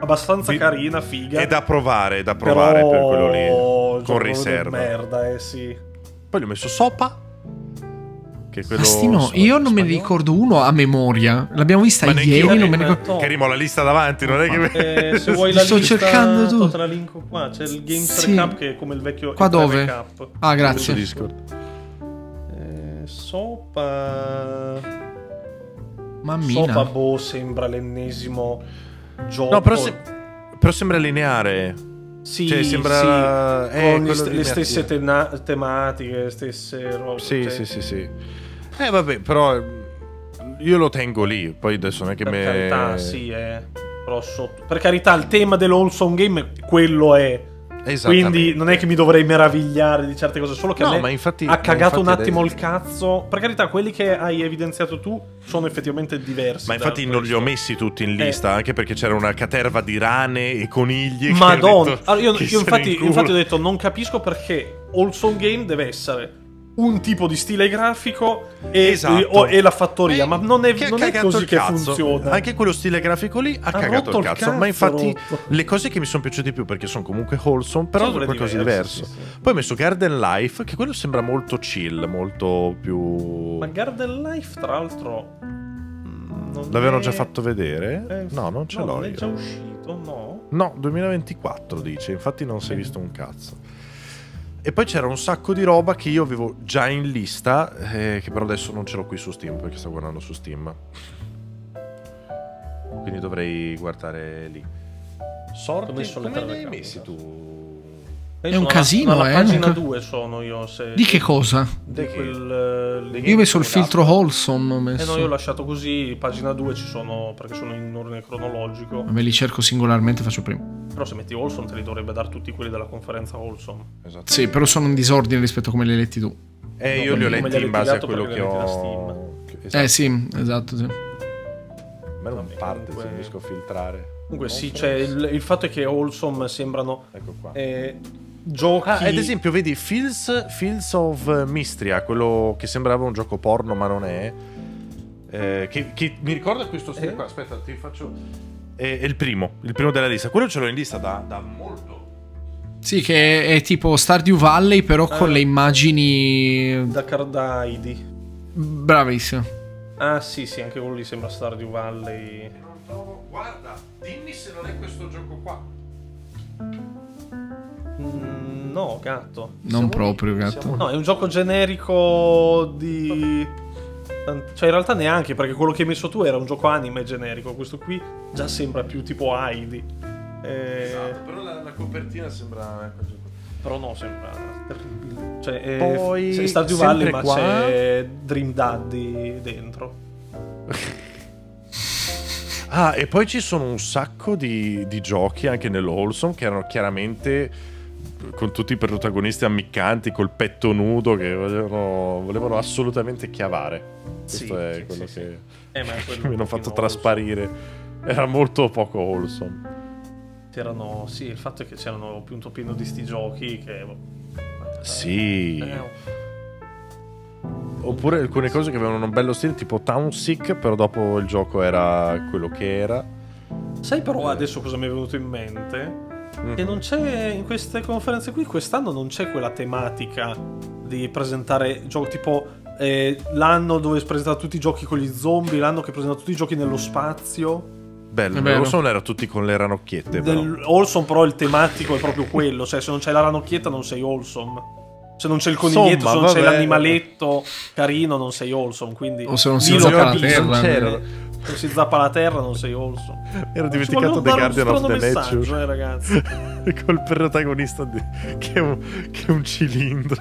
A: abbastanza
B: Vi-
A: carina, figa.
B: È da provare, è da provare
A: però...
B: per quello lì.
A: gioco
B: Con
A: di
B: riserva.
A: Merda, eh sì.
B: Poi gli ho messo Sopa. Che è quello.
C: Mastino,
B: so-
C: io non me ne
B: spagnolo.
C: ricordo uno a memoria. L'abbiamo vista
B: Ma neanch'io,
C: ieri, non
B: eh,
C: me ne ricordo.
A: Tom,
B: Che rimo la lista davanti, non è che.
A: eh, se vuoi la
C: Sto
A: lista,
C: cercando tutto.
A: to- te la linko qua. C'è il Game 3
C: Sì.
A: Cup che è come il vecchio
C: Qua
A: il 3
C: dove?
A: Cup.
C: Ah,
B: Su
C: grazie.
B: Discord.
A: Eh, sopa.
C: Mammina.
A: Sopa boh, sembra l'ennesimo gioco.
B: No, però, se- però sembra lineare.
A: Sì,
B: cioè, sembra-
A: sì,
B: eh,
A: con
B: quello
A: le, st-
B: di
A: le stesse
B: Mattia.
A: tena- tematiche, le stesse robe.
B: Sì,
A: cioè,
B: sì, sì, sì. Eh, vabbè, però. eh, Io lo tengo lì. Poi adesso non è che
A: Per
B: me.
A: carità, sì, è grosso. Per carità, il tema dell'Holson Game quello è.
B: Esattamente.
A: Quindi non è che mi dovrei meravigliare di certe cose, solo che
B: No,
A: a me
B: ma infatti-
A: ha cagato
B: ma
A: un
B: infatti
A: attimo
B: adesso-
A: il cazzo. Per carità, quelli che hai evidenziato tu sono effettivamente diversi.
B: Ma
A: da
B: infatti non li
A: questo.
B: ho messi tutti in
A: Eh.
B: lista, anche perché c'era una caterva di rane e conigli. che ho
A: Madonna,
B: detto,
A: Allora, io,
B: "Chi
A: io
B: se ne
A: infatti,
B: incula?"
A: infatti ho detto non capisco perché Olson Game deve essere un tipo di stile grafico e,
B: Esatto.
A: e- o- e la fattoria, ma non è,
B: Che ha
A: non è
B: cagato
A: così
B: il
A: che
B: cazzo.
A: funziona.
B: Anche quello stile grafico lì ha,
A: Ha
B: cagato
A: rotto
B: il
A: il
B: cazzo.
A: cazzo,
B: ma infatti
A: rotto.
B: le cose che mi sono piaciute di più, perché sono comunque wholesome, però
A: Sono
B: sono
A: quelle
B: qualcosa di
A: diverse,
B: diverso.
A: sì, sì.
B: Poi ho messo Garden Life, che quello sembra molto chill, molto più.
A: Ma Garden Life, tra l'altro, non
B: L'avevano
A: è-
B: già fatto vedere?
A: eh,
B: no, non ce l'ho
A: non è
B: io.
A: già uscito, no?
B: No, 2024 dice, infatti non si è visto un cazzo. E poi c'era un sacco di roba che io avevo già in lista, eh, che però adesso non ce l'ho qui su Steam perché sto guardando su Steam. Quindi dovrei guardare lì. Sorti,
A: Ho messo le
B: come
A: tre
B: li hai
A: account,
B: messi
A: esatto.
B: tu?
A: Io
C: È un
A: sono alla-
C: casino,
A: alla
C: eh,
A: pagina
C: non ca-
A: 2 sono io. Se...
C: Di che cosa?
A: Di
B: Di che?
A: quel, eh,
C: Io ho messo il filtro Holson. Ho
A: Eh no, io ho
C: messo.
A: lasciato così, pagina 2 ci sono, perché sono in ordine cronologico.
C: Me li cerco singolarmente, faccio prima.
A: Però se metti Olson te li dovrebbe dare tutti quelli della conferenza Olson.
B: Esatto.
C: Sì, però sono in disordine rispetto a come li hai letti tu.
B: Eh,
A: No,
B: io li ho
A: come li
B: letti
A: hai
B: in base a
A: retirato
B: quello
A: perché
B: che
A: li hai letti da
B: ho... che-
C: Eh
B: Esatto.
C: sì, esatto, sì.
B: Ma non
A: Vabbè,
B: parte
A: comunque-
B: se riesco a filtrare.
A: Comunque sì,
B: Conference.
A: c'è il, il fatto è che Olson sembrano
B: Ecco qua.
A: eh, giochi...
B: Ah, ad esempio, vedi Fields, Fields of Mistria, quello che sembrava un gioco porno, ma non è. Eh, che, che mi ricorda questo stile
A: Eh?
B: qua. Aspetta, ti faccio. È, è il primo, il primo della lista. Quello ce l'ho in lista da, da molto.
C: Sì, che è, è tipo Stardew Valley, però con
A: Ah.
C: le immagini.
A: Da Cardaidi.
C: Bravissimo.
A: Ah sì, sì, anche quello lì sembra Stardew Valley.
B: Non trovo. Guarda, dimmi se non è questo gioco qua.
A: Mm, no, gatto.
C: Non proprio, gatto.
A: No, è un gioco generico di... Cioè, in realtà neanche, perché quello che hai messo tu era un gioco anime generico. Questo qui già sembra più tipo Heidi. Eh,
B: Esatto, però la, copertina sembra. eh,
A: Però no, sembra terribile. Cioè, è,
B: Poi,
A: c'è Stardew
B: sempre
A: Valley, ma
B: qua-
A: c'è Dream Daddy dentro.
B: Ah, e poi ci sono un sacco di, di giochi anche nell'Holson che erano chiaramente con tutti i protagonisti ammiccanti, col petto nudo, che volevano, volevano assolutamente chiavare. Questo
A: Sì,
B: è
A: sì,
B: quello
A: sì,
B: che
A: Eh, ma è quello
B: che mi hanno
A: un
B: fatto
A: pochino
B: trasparire. Era molto poco Holson.
A: olso. C'erano, sì, il fatto è che c'erano più un topino di sti giochi che... boh,
B: Sì.
A: Eh,
B: Oppure alcune cose che avevano un bello stile, tipo Townsick, però dopo il gioco era quello che era.
A: Sai però adesso cosa mi è venuto in mente?
B: Mm.
A: Che non c'è in queste conferenze qui, quest'anno non c'è quella tematica di presentare giochi tipo eh, l'anno dove si presentano tutti i giochi con gli zombie, l'anno che presenta tutti i giochi nello spazio.
B: Bello,
C: È vero.
B: l'Holson era tutti con le ranocchiette, però.
A: Del- Olson però il tematico è proprio quello, cioè se non c'è la ranocchietta non sei Olson. Se non c'è il coniglietto,
B: Insomma,
A: se non c'è
B: vabbè.
A: l'animaletto carino non sei Olson, quindi...
C: O se non si
A: lì lo
C: zappa la
A: capisco.
C: terra. eh.
A: Se non si zappa la terra non sei Olson.
B: Era
A: Ci
B: dimenticato
A: vogliono
B: The
A: dare
B: Guardian
A: uno
B: of the
A: strano
B: Nature.
A: messaggio, eh, ragazzi.
B: col protagonista di- che, è un, che è un cilindro.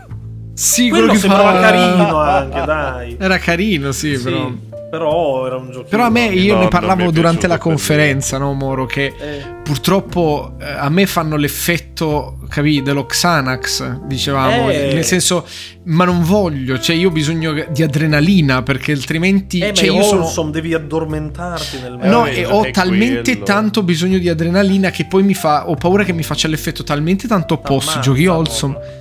C: Sì, quello,
A: Quello
C: che
A: sembrava
C: fa-
A: carino anche, dai.
C: Era carino, sì,
A: Sì,
C: però.
A: però era un giochino.
C: Però a me, io
B: No,
C: ne
B: non mi
C: parlavo
B: è
C: durante
B: piaciuto
C: la
B: per
C: conferenza, no, Moro? Che
A: Eh,
C: purtroppo eh, a me fanno l'effetto, capì, dello Xanax, dicevamo,
A: Eh.
C: nel senso, ma non voglio, cioè io ho bisogno di adrenalina perché altrimenti...
A: eh, ma
C: cioè,
A: è
C: io sono-
A: wholesome, devi addormentarti nel mezzo.
C: No, e
B: Eh, è
C: ho
B: quello.
C: talmente tanto bisogno di adrenalina che poi mi fa. Ho paura che mi
A: Ah,
C: faccia l'effetto talmente tanto opposto.
A: T'ammazza
C: Giochi
A: proprio.
C: wholesome.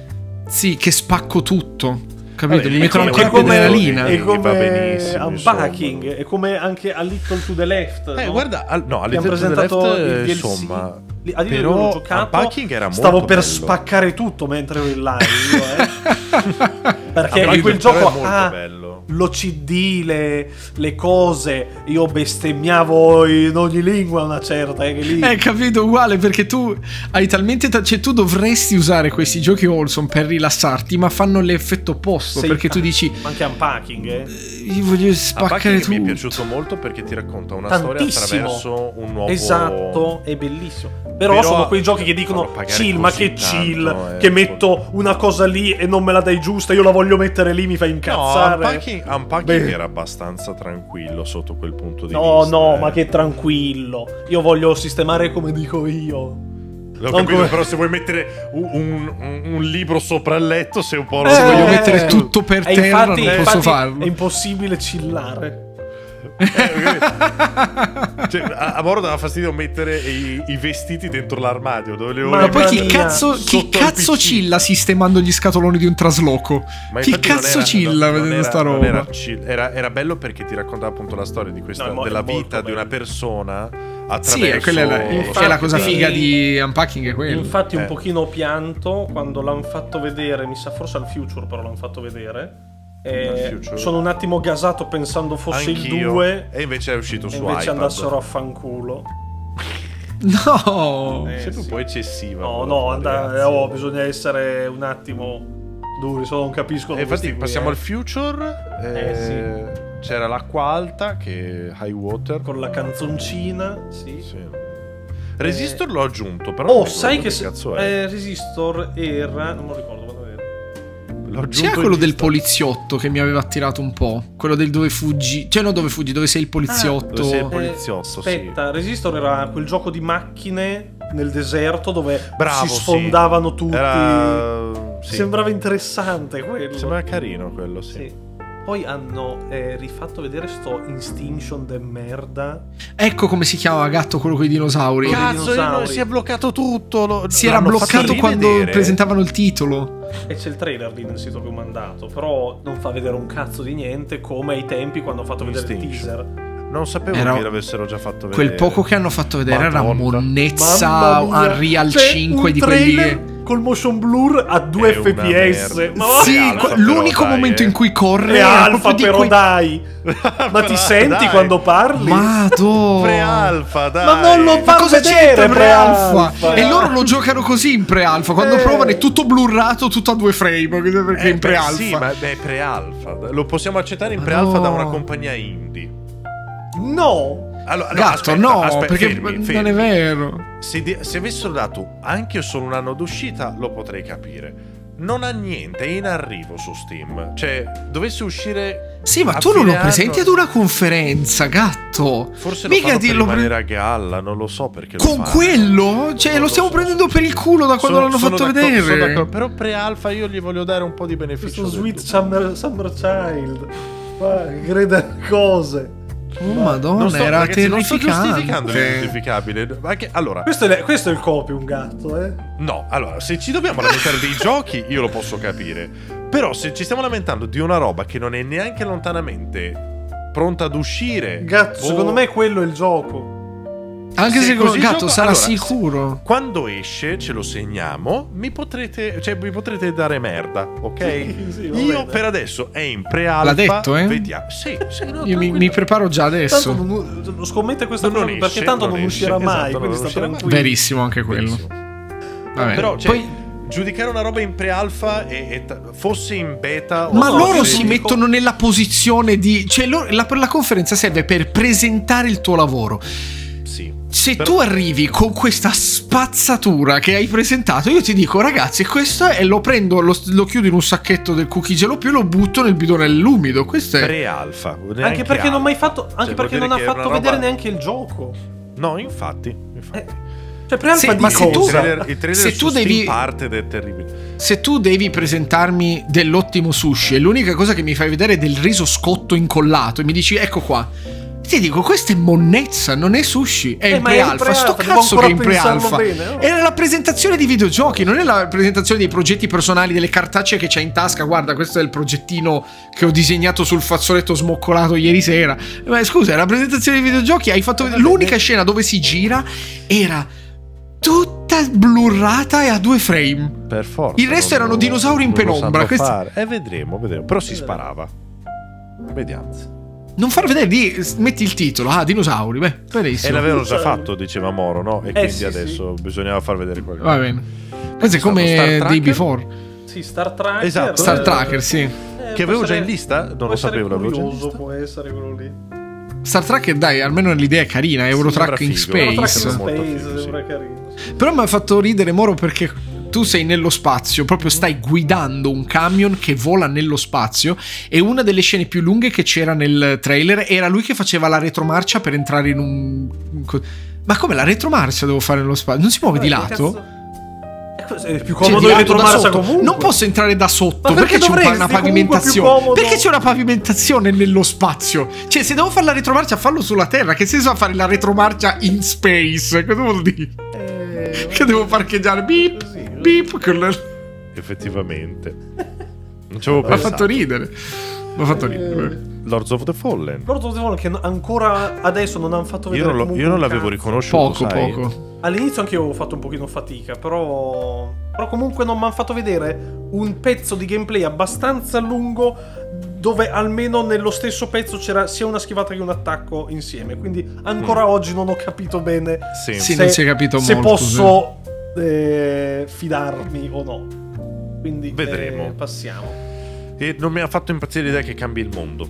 C: Sì, che spacco tutto. capito?
B: Vabbè,
C: Gli mettono
B: è
C: anche il
B: come-
C: pedalina.
B: è
A: E
B: Mi
A: come
B: Eh, va benissimo,
A: a
B: insomma.
A: Backing, e come anche a Little to the Left.
B: Eh,
A: no?
B: guarda, al- no,
A: Abbiamo
B: all'interno del
A: presentato
B: left,
A: il DLC.
B: insomma,
A: Lì- a dire
B: però
A: che l'ho giocato,
B: Unpacking era molto
A: stavo per
B: bello.
A: spaccare tutto mentre ero in live. io, eh. Perché
B: Unpacking
A: in quel
B: però è
A: gioco
B: molto
A: ha
B: bello.
A: l'OCD, le, le cose. Io bestemmiavo in ogni lingua una certa. eh, che lì-
C: Eh, capito, uguale, perché tu hai talmente... ta- cioè, tu dovresti usare questi giochi wholesome per rilassarti, ma fanno l'effetto opposto,
A: sei-
C: perché tu dici,
A: Ma anche Unpacking, eh.
C: io voglio spaccare
B: Unpacking
C: tutto.
B: mi è piaciuto molto perché ti racconta una storia
A: Tantissimo.
B: attraverso un nuovo
A: Esatto, è bellissimo. Però,
B: Però-
A: sono quei giochi che
B: Fanno
A: dicono
B: pagare
A: chill, ma
B: così
A: che chill,
B: tanto, eh,
A: che metto una cosa lì e non me la dai giusta, io la voglio mettere lì, mi fai
B: No,
A: incazzare.
B: Unpacking, Unpacking
A: Beh.
B: era abbastanza tranquillo sotto quel punto di
A: No,
B: vista.
A: no,
B: eh.
A: ma che tranquillo. Io voglio sistemare come dico io.
B: L'ho
A: non
B: capito,
A: come-
B: però se vuoi mettere un, un- un libro sopra il letto sei un po'
A: Eh,
C: Se voglio
B: Eh,
C: mettere tutto per
A: E
C: terra,
A: infatti,
C: non posso
A: infatti
C: farlo.
A: È impossibile chillare.
B: Eh, Cioè, a, a Moro dava fastidio mettere i, i vestiti dentro l'armadio dove le
A: Ma
C: Ma
B: ore-
C: poi chi
A: Madonna,
C: cazzo, chi
B: sotto il
C: cazzo
B: PC.
C: cilla sistemando gli scatoloni di un trasloco?
B: Ma
C: Chi
B: infatti non
C: cazzo
B: era-
C: cilla
B: no, non
C: vedendo
B: era-
C: sta
B: non
C: roba?
B: Era, chill, era- era bello perché ti raccontava appunto la storia di questa,
A: No, è mo-
B: della
A: è molto
B: vita di una
A: bello.
B: persona attraverso
C: Sì, è, quella è la,
B: lo
C: è la
A: Infatti-
C: cosa
B: spectacolo.
C: figa di Unpacking, è quella.
A: Infatti,
B: eh.
A: un pochino ho pianto quando l'hanno fatto vedere. Mi sa, forse al Future, però l'hanno fatto vedere. E
B: Al Future.
A: sono un attimo gasato pensando fosse il
B: Anch'io.
A: 2.
B: e invece è uscito
A: E
B: su
A: invece
B: iPad.
A: andassero a fanculo.
C: No!
A: Eh,
B: sempre un po' eccessiva
A: No,
B: però,
A: no,
B: ragazzi.
A: and- oh, bisogna essere un attimo duri, solo non capisco.
B: E Eh, infatti passiamo al future
A: Eh,
B: eh, c'era l'acqua alta che è high water
A: con la canzoncina, sì.
B: Sì. resistor l'ho aggiunto però non
A: Eh. Oh,
B: mi
A: sai
B: ricordo
A: che se-
B: cazzo è
A: eh, Resistor era, non me lo ricordo, vado a vedere.
B: l'ho aggiunto
C: C'era quello
B: in
C: del
B: lista.
C: poliziotto che mi aveva attirato un po'. Quello del dove fuggi. Cioè, no, dove fuggi, dove sei il poliziotto.
B: Ah, dove sei il
A: Eh,
B: poliziotto, sì. Mm.
A: aspetta, Resistor era quel gioco di macchine nel deserto dove
B: Bravo,
A: si
B: sì.
A: sfondavano tutti.
B: era Eh, sì.
A: Sembrava interessante quello.
B: sembrava carino quello sì.
A: Sì. Poi hanno eh, rifatto vedere sto Instinction de merda.
C: Ecco come si chiama gatto quello con i dinosauri.
A: Cazzo,
B: io non-
A: dinosauri.
B: bloccato tutto. lo-
C: si era
B: l'hanno fatto
C: bloccato quando
B: rivedere.
C: presentavano il titolo.
A: E c'è il trailer lì nel sito che ho mandato, però non fa vedere un cazzo di niente come ai tempi quando ho fatto vedere il
B: Instinction.
A: teaser.
B: Non sapevo
C: Era-
B: che l'avessero già fatto vedere.
C: Quel poco che hanno fatto vedere era
B: Madonna. Cioè,
C: monnezza
A: Mamma mia.
C: Unreal
A: C'è
C: 5
A: un
C: di quelli che.
A: trailer Col motion blur a 2
B: È una
A: fps.
B: merda.
A: Ma
C: Sì,
B: È alfa
C: que-
B: però,
C: l'unico
B: dai,
C: momento
B: eh.
C: in cui corre
A: è
C: era
A: alfa
C: proprio di
A: però
C: quei-
A: dai. Ma ti
B: Dai,
A: senti
B: dai.
A: quando parli?
C: Madò.
B: Pre-alfa, dai.
A: Ma non lo fa-
C: Ma cosa
A: Vedete,
C: c'entra pre-alfa?
A: pre-alfa?
C: E loro lo giocano così in pre-alfa. Quando
A: Eh.
C: provano è tutto blurrato, tutto a due frame. Perché
B: Eh,
C: in
B: beh,
C: pre-alfa.
B: Sì, ma beh, è pre-alfa. Lo possiamo accettare in
C: Ma
B: pre-alfa da una
C: no.
B: compagnia indie.
A: No.
B: Allora,
C: Gatto,
B: aspetta,
C: no,
B: aspetta,
C: perché
B: fermi,
C: non
B: fermi.
C: è vero.
B: Se, di- se avessero dato anche solo un anno d'uscita, lo potrei capire. Non ha niente, è in arrivo su Steam. Cioè, dovesse uscire.
C: Sì, ma
B: a
C: tu non lo
B: fine
C: presenti
B: anno-
C: ad una conferenza, gatto.
B: Forse lo
C: Mica
B: fanno
C: ti-
B: per
C: lo pre-
B: rimanere a galla, non lo so perché lo
C: Con
B: fanno.
C: quello? Cioè,
B: Non
C: lo stiamo
B: so.
C: prendendo per il culo da quando
B: Sono-
C: l'hanno
B: sono
C: fatto
B: d'accordo-
C: vedere.
B: sono d'accordo, però pre-alfa io gli voglio dare un po' di
A: Questo
B: beneficio. del
A: Sweet
B: dubbio.
A: Summer, Summer Child. Ma grida cose.
C: Oh, Madonna,
B: Non sto-
C: era
B: ragazzi, non sto giustificando
C: terrificante.
B: l'ingiustificabile. Ma che- allora,
A: Questo è, questo è il copy un gatto, eh.
B: no, allora, se ci dobbiamo lamentare dei giochi, io lo posso capire. Però se ci stiamo lamentando di una roba che non è neanche lontanamente pronta ad uscire...
A: Gatto,
B: boh,
A: secondo me quello è il gioco.
C: Anche
B: se
C: se con
B: così
C: gatto
B: gioco-
C: sarà
B: allora,
C: sicuro.
B: Quando esce, ce lo segniamo, mi potrete, cioè, mi potrete dare merda, ok?
A: Sì, sì, va
B: Io
A: bene.
B: per adesso è in pre-alfa.
C: L'ha detto, eh?
B: Vediamo. Sì, sì, no,
C: Io mi,
B: tranquillo.
C: mi preparo già adesso.
A: Tanto non, scommette questa
B: Non
A: cosa
B: esce,
A: perché tanto
B: non
A: non,
B: esce,
A: uscirà mai,
B: esatto,
A: quindi
B: non
A: sta
B: uscirà mai.
A: tranquillo.
C: Verissimo anche quello.
B: Benissimo.
C: Vabbè.
B: Però cioè,
C: Poi-
B: giudicare una roba in pre-alfa e, e ta- fosse in beta o
C: Ma
A: no,
C: loro
A: io
C: si
A: dico-
C: mettono nella posizione di. Cioè, loro- la, la conferenza serve per presentare il tuo lavoro.
B: Sì.
C: Se
B: Però-
C: tu arrivi con questa spazzatura che hai presentato, io ti dico, ragazzi, questo è. Lo prendo, lo, lo chiudo in un sacchetto del cookie gelo più e lo butto nel bidonello umido. Questo è.
B: pre-alfa.
A: Anche perché non, ho mai fatto, anche
B: Cioè,
A: perché
B: vuol dire
A: non ha
B: che era
A: fatto
B: una roba-
A: vedere neanche il gioco.
B: No, infatti, infatti.
A: Eh, Cioè, prealfa
C: Sì,
A: di
C: ma se
A: cosa?
B: Il
C: tu-
B: trailer, il trailer
C: se
B: su
C: tu
B: Steam
C: devi-
B: parte ed è terribile.
C: Se tu devi presentarmi dell'ottimo sushi e l'unica cosa che mi fai vedere è del riso scotto incollato e mi dici ecco qua, ti dico, questa è monnezza, non è sushi, è
A: Eh,
C: in
A: ma è in
C: pre-alfa.
A: pre-alfa,
C: Sto
A: devo
C: cazzo che
A: ancora
C: è in
A: pensarlo
C: pre-alfa.
A: bene, oh. no?
C: Era la presentazione di videogiochi, non è la presentazione dei progetti personali, delle cartacce che c'hai in tasca. Guarda, questo è il progettino che ho disegnato sul fazzoletto smoccolato ieri sera. Ma scusa, è la presentazione dei videogiochi. Hai fatto. L'unica scena dove si gira era tutta blurrata e a due frame.
B: Per forza.
C: Il resto
B: non
C: erano
B: lo-
C: dinosauri in
B: non lo
C: penombra,
B: sanno
C: questi-
B: fare. Eh, vedremo, vedremo. Però si sparava. Vediamo.
C: Non far vedere, di, metti il titolo. Ah, dinosauri. Beh,
B: E
C: benissimo.
B: l'avevano già fatto, diceva Moro, no? E
C: Eh,
B: quindi
A: sì,
B: adesso bisognava far vedere qualcosa.
C: Va bene. Questo è come
B: Star Tracker?
C: Day Before.
A: Sì, Star Tracker.
B: Esatto.
C: Star
A: eh,
C: Tracker, sì.
A: eh, può
B: Che avevo già
A: essere-
B: in lista? Non
A: può
B: lo
A: essere
B: sapevo, l'avevo già in
A: curioso,
B: lista.
A: può essere quello lì.
C: Star Tracker, dai, almeno l'idea è carina. Eurotrack in
B: sembra figo.
C: Space.
B: Eurotrack in
A: Space,
B: molto figo, sì.
A: sembra carino.
C: Però mi ha fatto ridere Moro perché tu sei nello spazio, proprio stai guidando un camion che vola nello spazio e una delle scene più lunghe che c'era nel trailer era lui che faceva la retromarcia per entrare in un... in co- Ma come la retromarcia devo fare nello spazio? Non si muove di
A: Vabbè, che
C: lato?
A: cazzo- Eh, questo È più
C: Cioè,
A: comodo
C: di
A: il
C: lato da
A: retromarcia
C: sotto.
A: comunque.
C: Non posso entrare da sotto
A: Ma perché
C: perché, c'è un pa- una
A: dovresti? Comunque è più
C: pavimentazione.
A: comodo.
C: Perché c'è una pavimentazione nello spazio? Cioè, se devo fare la retromarcia, fallo sulla Terra. Che senso ha fare la retromarcia in space? Cosa vuol dire?
A: Eh,
C: Che devo parcheggiare? Beep,
A: Così, eh.
C: beep. con la-
B: Effettivamente. Non ci
C: Mi
B: avevo
C: ha
B: pensato.
C: fatto ridere. Mi ha fatto ridere.
B: Lords of the Fallen.
A: Lord of the Fallen che no- ancora adesso non hanno fatto
B: Io
A: vedere
B: non, lo-
A: comunque
B: io non
A: un
B: l'avevo
A: cazzo.
B: riconosciuto.
C: Poco,
B: sai.
C: poco.
A: All'inizio anche io avevo fatto un pochino fatica, però però comunque non mi hanno fatto vedere un pezzo di gameplay abbastanza lungo dove almeno nello stesso pezzo c'era sia una schivata che un attacco insieme, quindi ancora oggi non ho capito bene
B: Mm. Sì.
C: Sì. non si è capito
A: se
C: molto,
A: posso eh, fidarmi o no. Quindi eh,
B: Vedremo.
A: passiamo.
B: E non mi ha fatto impazzire l'idea che cambi il mondo.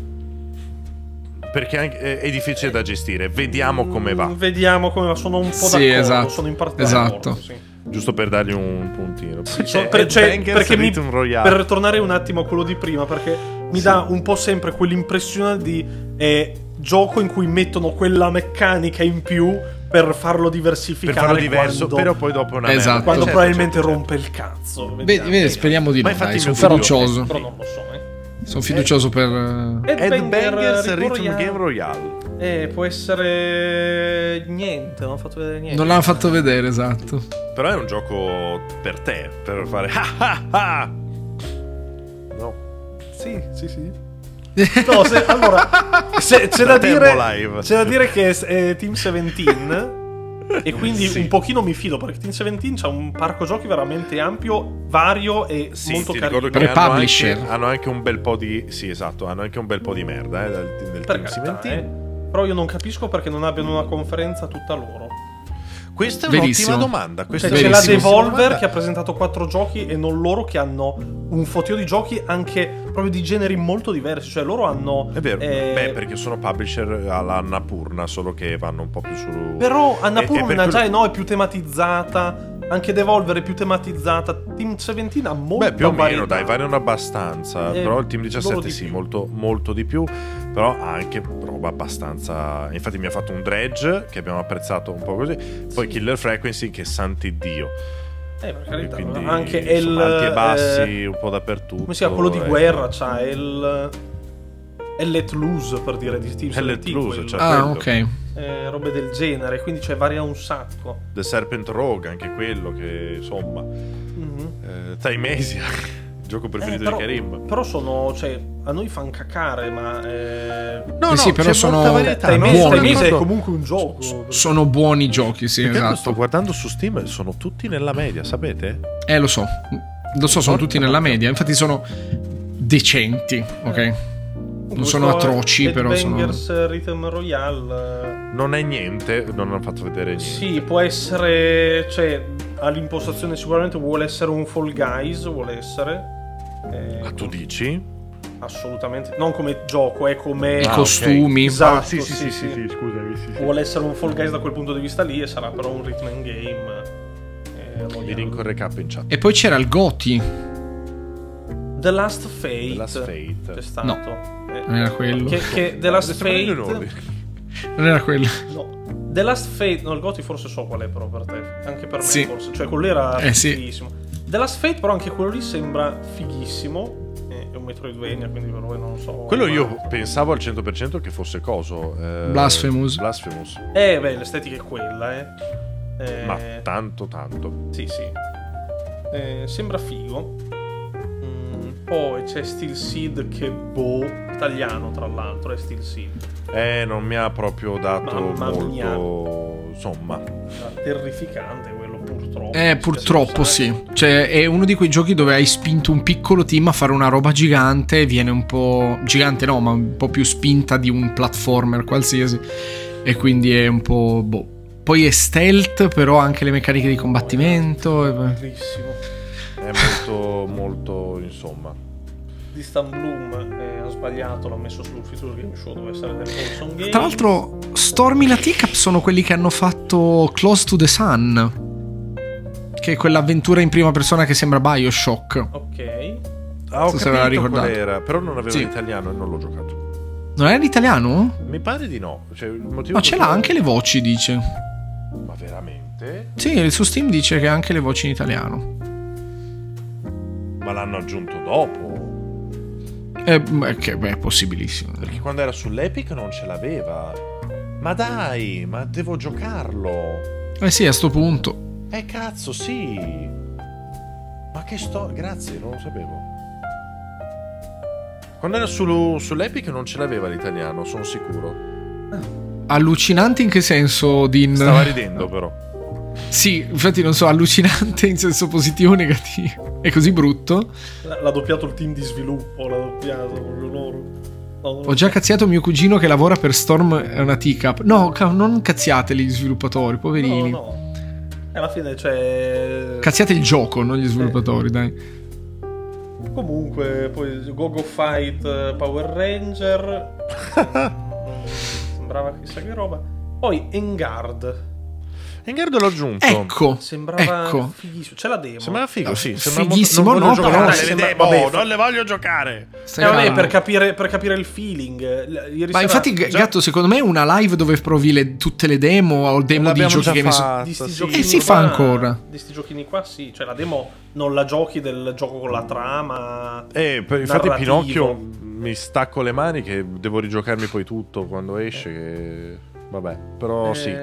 B: Perché anche- è, è difficile da gestire. Vediamo come va.
A: Mm, Vediamo come va, sono un po'
C: Sì,
A: d'accordo,
C: esatto.
A: sono in parte
C: Esatto.
A: d'accordo, sì.
B: Giusto per dargli un puntino.
A: So-
B: Perché
A: per- cioè,
B: Headbangers
A: perché mi-
B: Rhythm Royale.
A: per tornare un attimo a quello di prima, perché mi
B: Sì.
A: dà un po' sempre quell'impressione di eh, gioco in cui mettono quella meccanica in più per farlo diversificare
B: per farlo diverso,
A: quando,
B: però poi dopo è una
C: Esatto.
B: merda.
A: quando
B: Certo,
A: probabilmente
B: certo, certo.
A: rompe il cazzo.
C: Vedi,
A: Vediamo,
C: vedi,
A: vediamo.
C: speriamo di
B: Ma
C: no.
B: infatti
C: Dai, sono
B: mi sono-
C: fiducioso.
A: Però non lo so, eh.
C: Sono fiducioso per. eh,
B: certo. Headbangers
A: Headbanger,
B: Rhythm
A: Royale.
B: Game Royale.
A: Eh, può essere niente, non ho fatto vedere niente.
C: Non l'hanno fatto vedere, esatto.
B: Però è un gioco per te, per fare ah ah ah. No.
A: Sì, sì, sì. No, se- allora, Ah, se- c'è, da
B: Da Thermolive.
A: dire, c'è da dire che è Team 17 e quindi
B: Sì.
A: un pochino mi fido perché Team 17 ha un parco giochi veramente ampio, vario e
B: Sì,
A: molto
B: ti
A: carino.
B: ricordo che hanno
C: Republisher.
B: anche, hanno anche un bel po' di sì, esatto, hanno anche un bel po' di merda eh, dal, nel
A: Per
B: Team
A: carità,
B: Seventeen.
A: eh. Però io non capisco perché non abbiano una conferenza tutta loro.
B: Questa è
C: Verissimo.
B: un'ottima domanda. Questa
A: Cioè,
B: è
A: c'è
C: verissimo.
A: la
B: un'ottima
A: Devolver
B: domanda.
A: che ha presentato quattro giochi e non loro che hanno un fotio di giochi anche proprio di generi molto diversi. Cioè loro hanno...
B: È vero,
A: eh,
B: beh, perché sono publisher alla Annapurna, solo che vanno un po' più su
A: Però
B: E- e per
A: Annapurna
B: quello-
A: già è, no, è più tematizzata. Anche Devolver è più tematizzata. Team 17 ha molta
B: Beh, più o meno,
A: varietà.
B: dai, variano abbastanza.
A: Eh,
B: però il Team
A: loro
B: 17
A: di
B: sì,
A: più.
B: molto, molto di più. Però ha anche roba abbastanza. Infatti, mi ha fatto un dredge che abbiamo apprezzato un po' così. Poi
A: Sì.
B: Killer Frequency, che santiddio.
A: Eh, per
B: E
A: carità.
B: quindi
A: anche il.
B: insomma, alti e bassi,
A: eh,
B: un po' dappertutto.
A: come si chiama? Quello di
B: eh.
A: guerra c'ha il. È Let Loose per dire di Team
B: È Let
A: 17.
B: Loose,
A: quel-
B: cioè.
C: Ah,
B: quello.
C: ok.
A: eh, robe del genere. Quindi cioè, varia un sacco.
B: The Serpent Rogue, anche quello che insomma.
A: Mhm.
B: Eh, Timesia, il gioco
A: Eh,
B: preferito
A: però,
B: di Karim.
A: però sono. Cioè, a noi fan cacare, ma. Eh...
B: No,
C: Eh sì, però
B: c'è
C: sono-
B: molta
A: Cioè,
B: varietà.
A: Time
B: no?
C: Mesa-
A: Maze-
C: Buono.
A: Time Maze è
B: Ricordo-
A: comunque un gioco.
C: Sono buoni giochi, sì,
B: Perché adesso Sto
C: esatto.
B: guardando su Steam, sono tutti nella media, sapete?
C: Eh, lo so. Lo so, sono tutti nella media. Infatti, sono decenti, ok? Non sono
A: Questo
C: atroci, però sono-
A: Headbangers Rhythm Royale. eh,
B: Non è niente, non hanno fatto vedere niente.
A: Sì, può essere. Cioè, all'impostazione sicuramente vuole essere un Fall Guys, vuole essere. Eh,
B: Ah, tu dici?
A: Assolutamente. Non come gioco, è come.
C: I
B: Ah,
C: costumi.
A: Esatto,
B: Ah, sì, sì, sì, sì, sì, scusami. Sì, sì.
A: Vuole essere un Fall Guys da quel punto di vista lì e sarà però un rhythm and game. eh,
B: Mi
A: royale.
B: rinco il recap in chat.
C: E poi c'era il Goti.
A: The Last Fate.
B: The Last Fate.
A: C'è stato. Eh,
C: non era quello.
A: Che, che The Last
B: Adesso prendo in
A: Fate.
B: ordine.
C: Non era quello.
A: No, The Last Fate, no, il Goti forse so qual è però per te, anche per me
C: Sì.
A: forse, cioè quello lì era
C: Eh, sì.
A: fighissimo. The Last Fate però anche quello lì sembra fighissimo, eh, un Metroidvania, quindi per voi non so.
B: Quello
A: ma-
B: io pensavo al 100% che fosse coso. eh,
C: Blasphemous.
B: Blasphemous.
A: Eh, beh, l'estetica è quella, eh. Eh,
B: Ma tanto, tanto.
A: Sì, sì. Eh, sembra figo. Mm, poi c'è Steel Seed che boh, italiano tra l'altro, è Steel Seed.
B: Eh, non mi ha proprio dato
A: Mamma
B: molto.
A: mia.
B: Insomma,
A: Era Terrificante quello purtroppo.
C: Eh, purtroppo sì. Cioè, è uno di quei giochi dove hai spinto un piccolo team a fare una roba gigante, viene un po'. gigante no, ma un po' più spinta di un platformer qualsiasi. E quindi è un po'. boh. Poi è stealth, però ha anche le meccaniche di combattimento. eh, e-
A: Bellissimo.
B: è molto, molto. Insomma.
A: Di Stan Bloom eh, ha sbagliato, l'ha messo sul Future Game Show, dove essere del Wilson
B: Ehm.
A: Game.
C: Tra l'altro, Stormy e Teacup sono quelli che hanno fatto Close to the Sun. Che è quell'avventura in prima persona che sembra Bioshock.
A: Ok.
B: Ah, ho
C: So se l'aveva
B: capito qual
C: ricordato.
B: era, però non avevo
C: Sì.
B: l'italiano e non l'ho giocato.
C: Non è l'italiano?
B: Mi pare di no. Cioè, il motivo
C: No,
B: per
C: ce
B: cui-
C: l'ha anche le voci, dice.
B: Ma veramente?
C: Sì, su Steam dice che ha anche le voci in italiano.
B: Ma l'hanno aggiunto dopo?
C: Eh, beh, che beh, è possibilissimo.
B: Perché quando era sull'Epic non ce l'aveva. Ma dai, ma devo giocarlo.
C: Eh sì, a sto punto.
B: Eh cazzo, sì. Ma che sto... Grazie, non lo sapevo. Quando era sullo- sull'Epic non ce l'aveva l'italiano, sono sicuro.
C: Allucinante in che senso, Din?
B: Stava ridendo però.
C: Sì, infatti non so, allucinante in senso positivo o negativo. È così brutto.
A: L- L'ha doppiato il team di sviluppo, l'ha doppiato proprio loro. No, non-
C: Ho già cazziato mio cugino che lavora per Storm è una teacup. No, ca- non cazziateli gli sviluppatori,
A: No,
C: poverini.
A: no. E alla fine cioè, c'è.
C: Cazziate il gioco, non gli sviluppatori,
A: Eh.
C: dai.
A: Comunque, poi Gogo Fight eh, Power Ranger. Mm, sembrava chissà che roba. Poi Engard.
B: Engardo l'ho aggiunto.
C: Ecco,
A: Sembrava
C: ecco.
A: fighissimo. C'è la demo.
B: Sembrava figo, sì. Sembra
C: Fighissimo,
B: molto...
C: no,
B: non voglio giocare
C: però
B: alle
A: sembra-
B: demo,
A: vabbè, fa-
B: non le voglio giocare.
C: Stai
A: Eh, vabbè,
C: calmo.
A: per capire, per capire il feeling. L- Ieri
C: Ma
A: sera-
C: infatti, G-
A: già-
C: Gatto, secondo me una live dove provi le- tutte le demo o demo di
B: L'abbiamo
C: giochi
B: già
C: che hai messo.
B: fatta,
A: di sti
B: sì.
A: giochini
C: Eh, si
A: qua-
C: fa ancora.
A: Di sti giochini qua, sì. Cioè, la demo non la giochi del gioco con la trama.
B: Eh, per- infatti
A: narrativo.
B: Pinocchio mi stacco le mani che devo rigiocarmi poi tutto quando esce. che- Vabbè, però
A: Eh,
B: sì.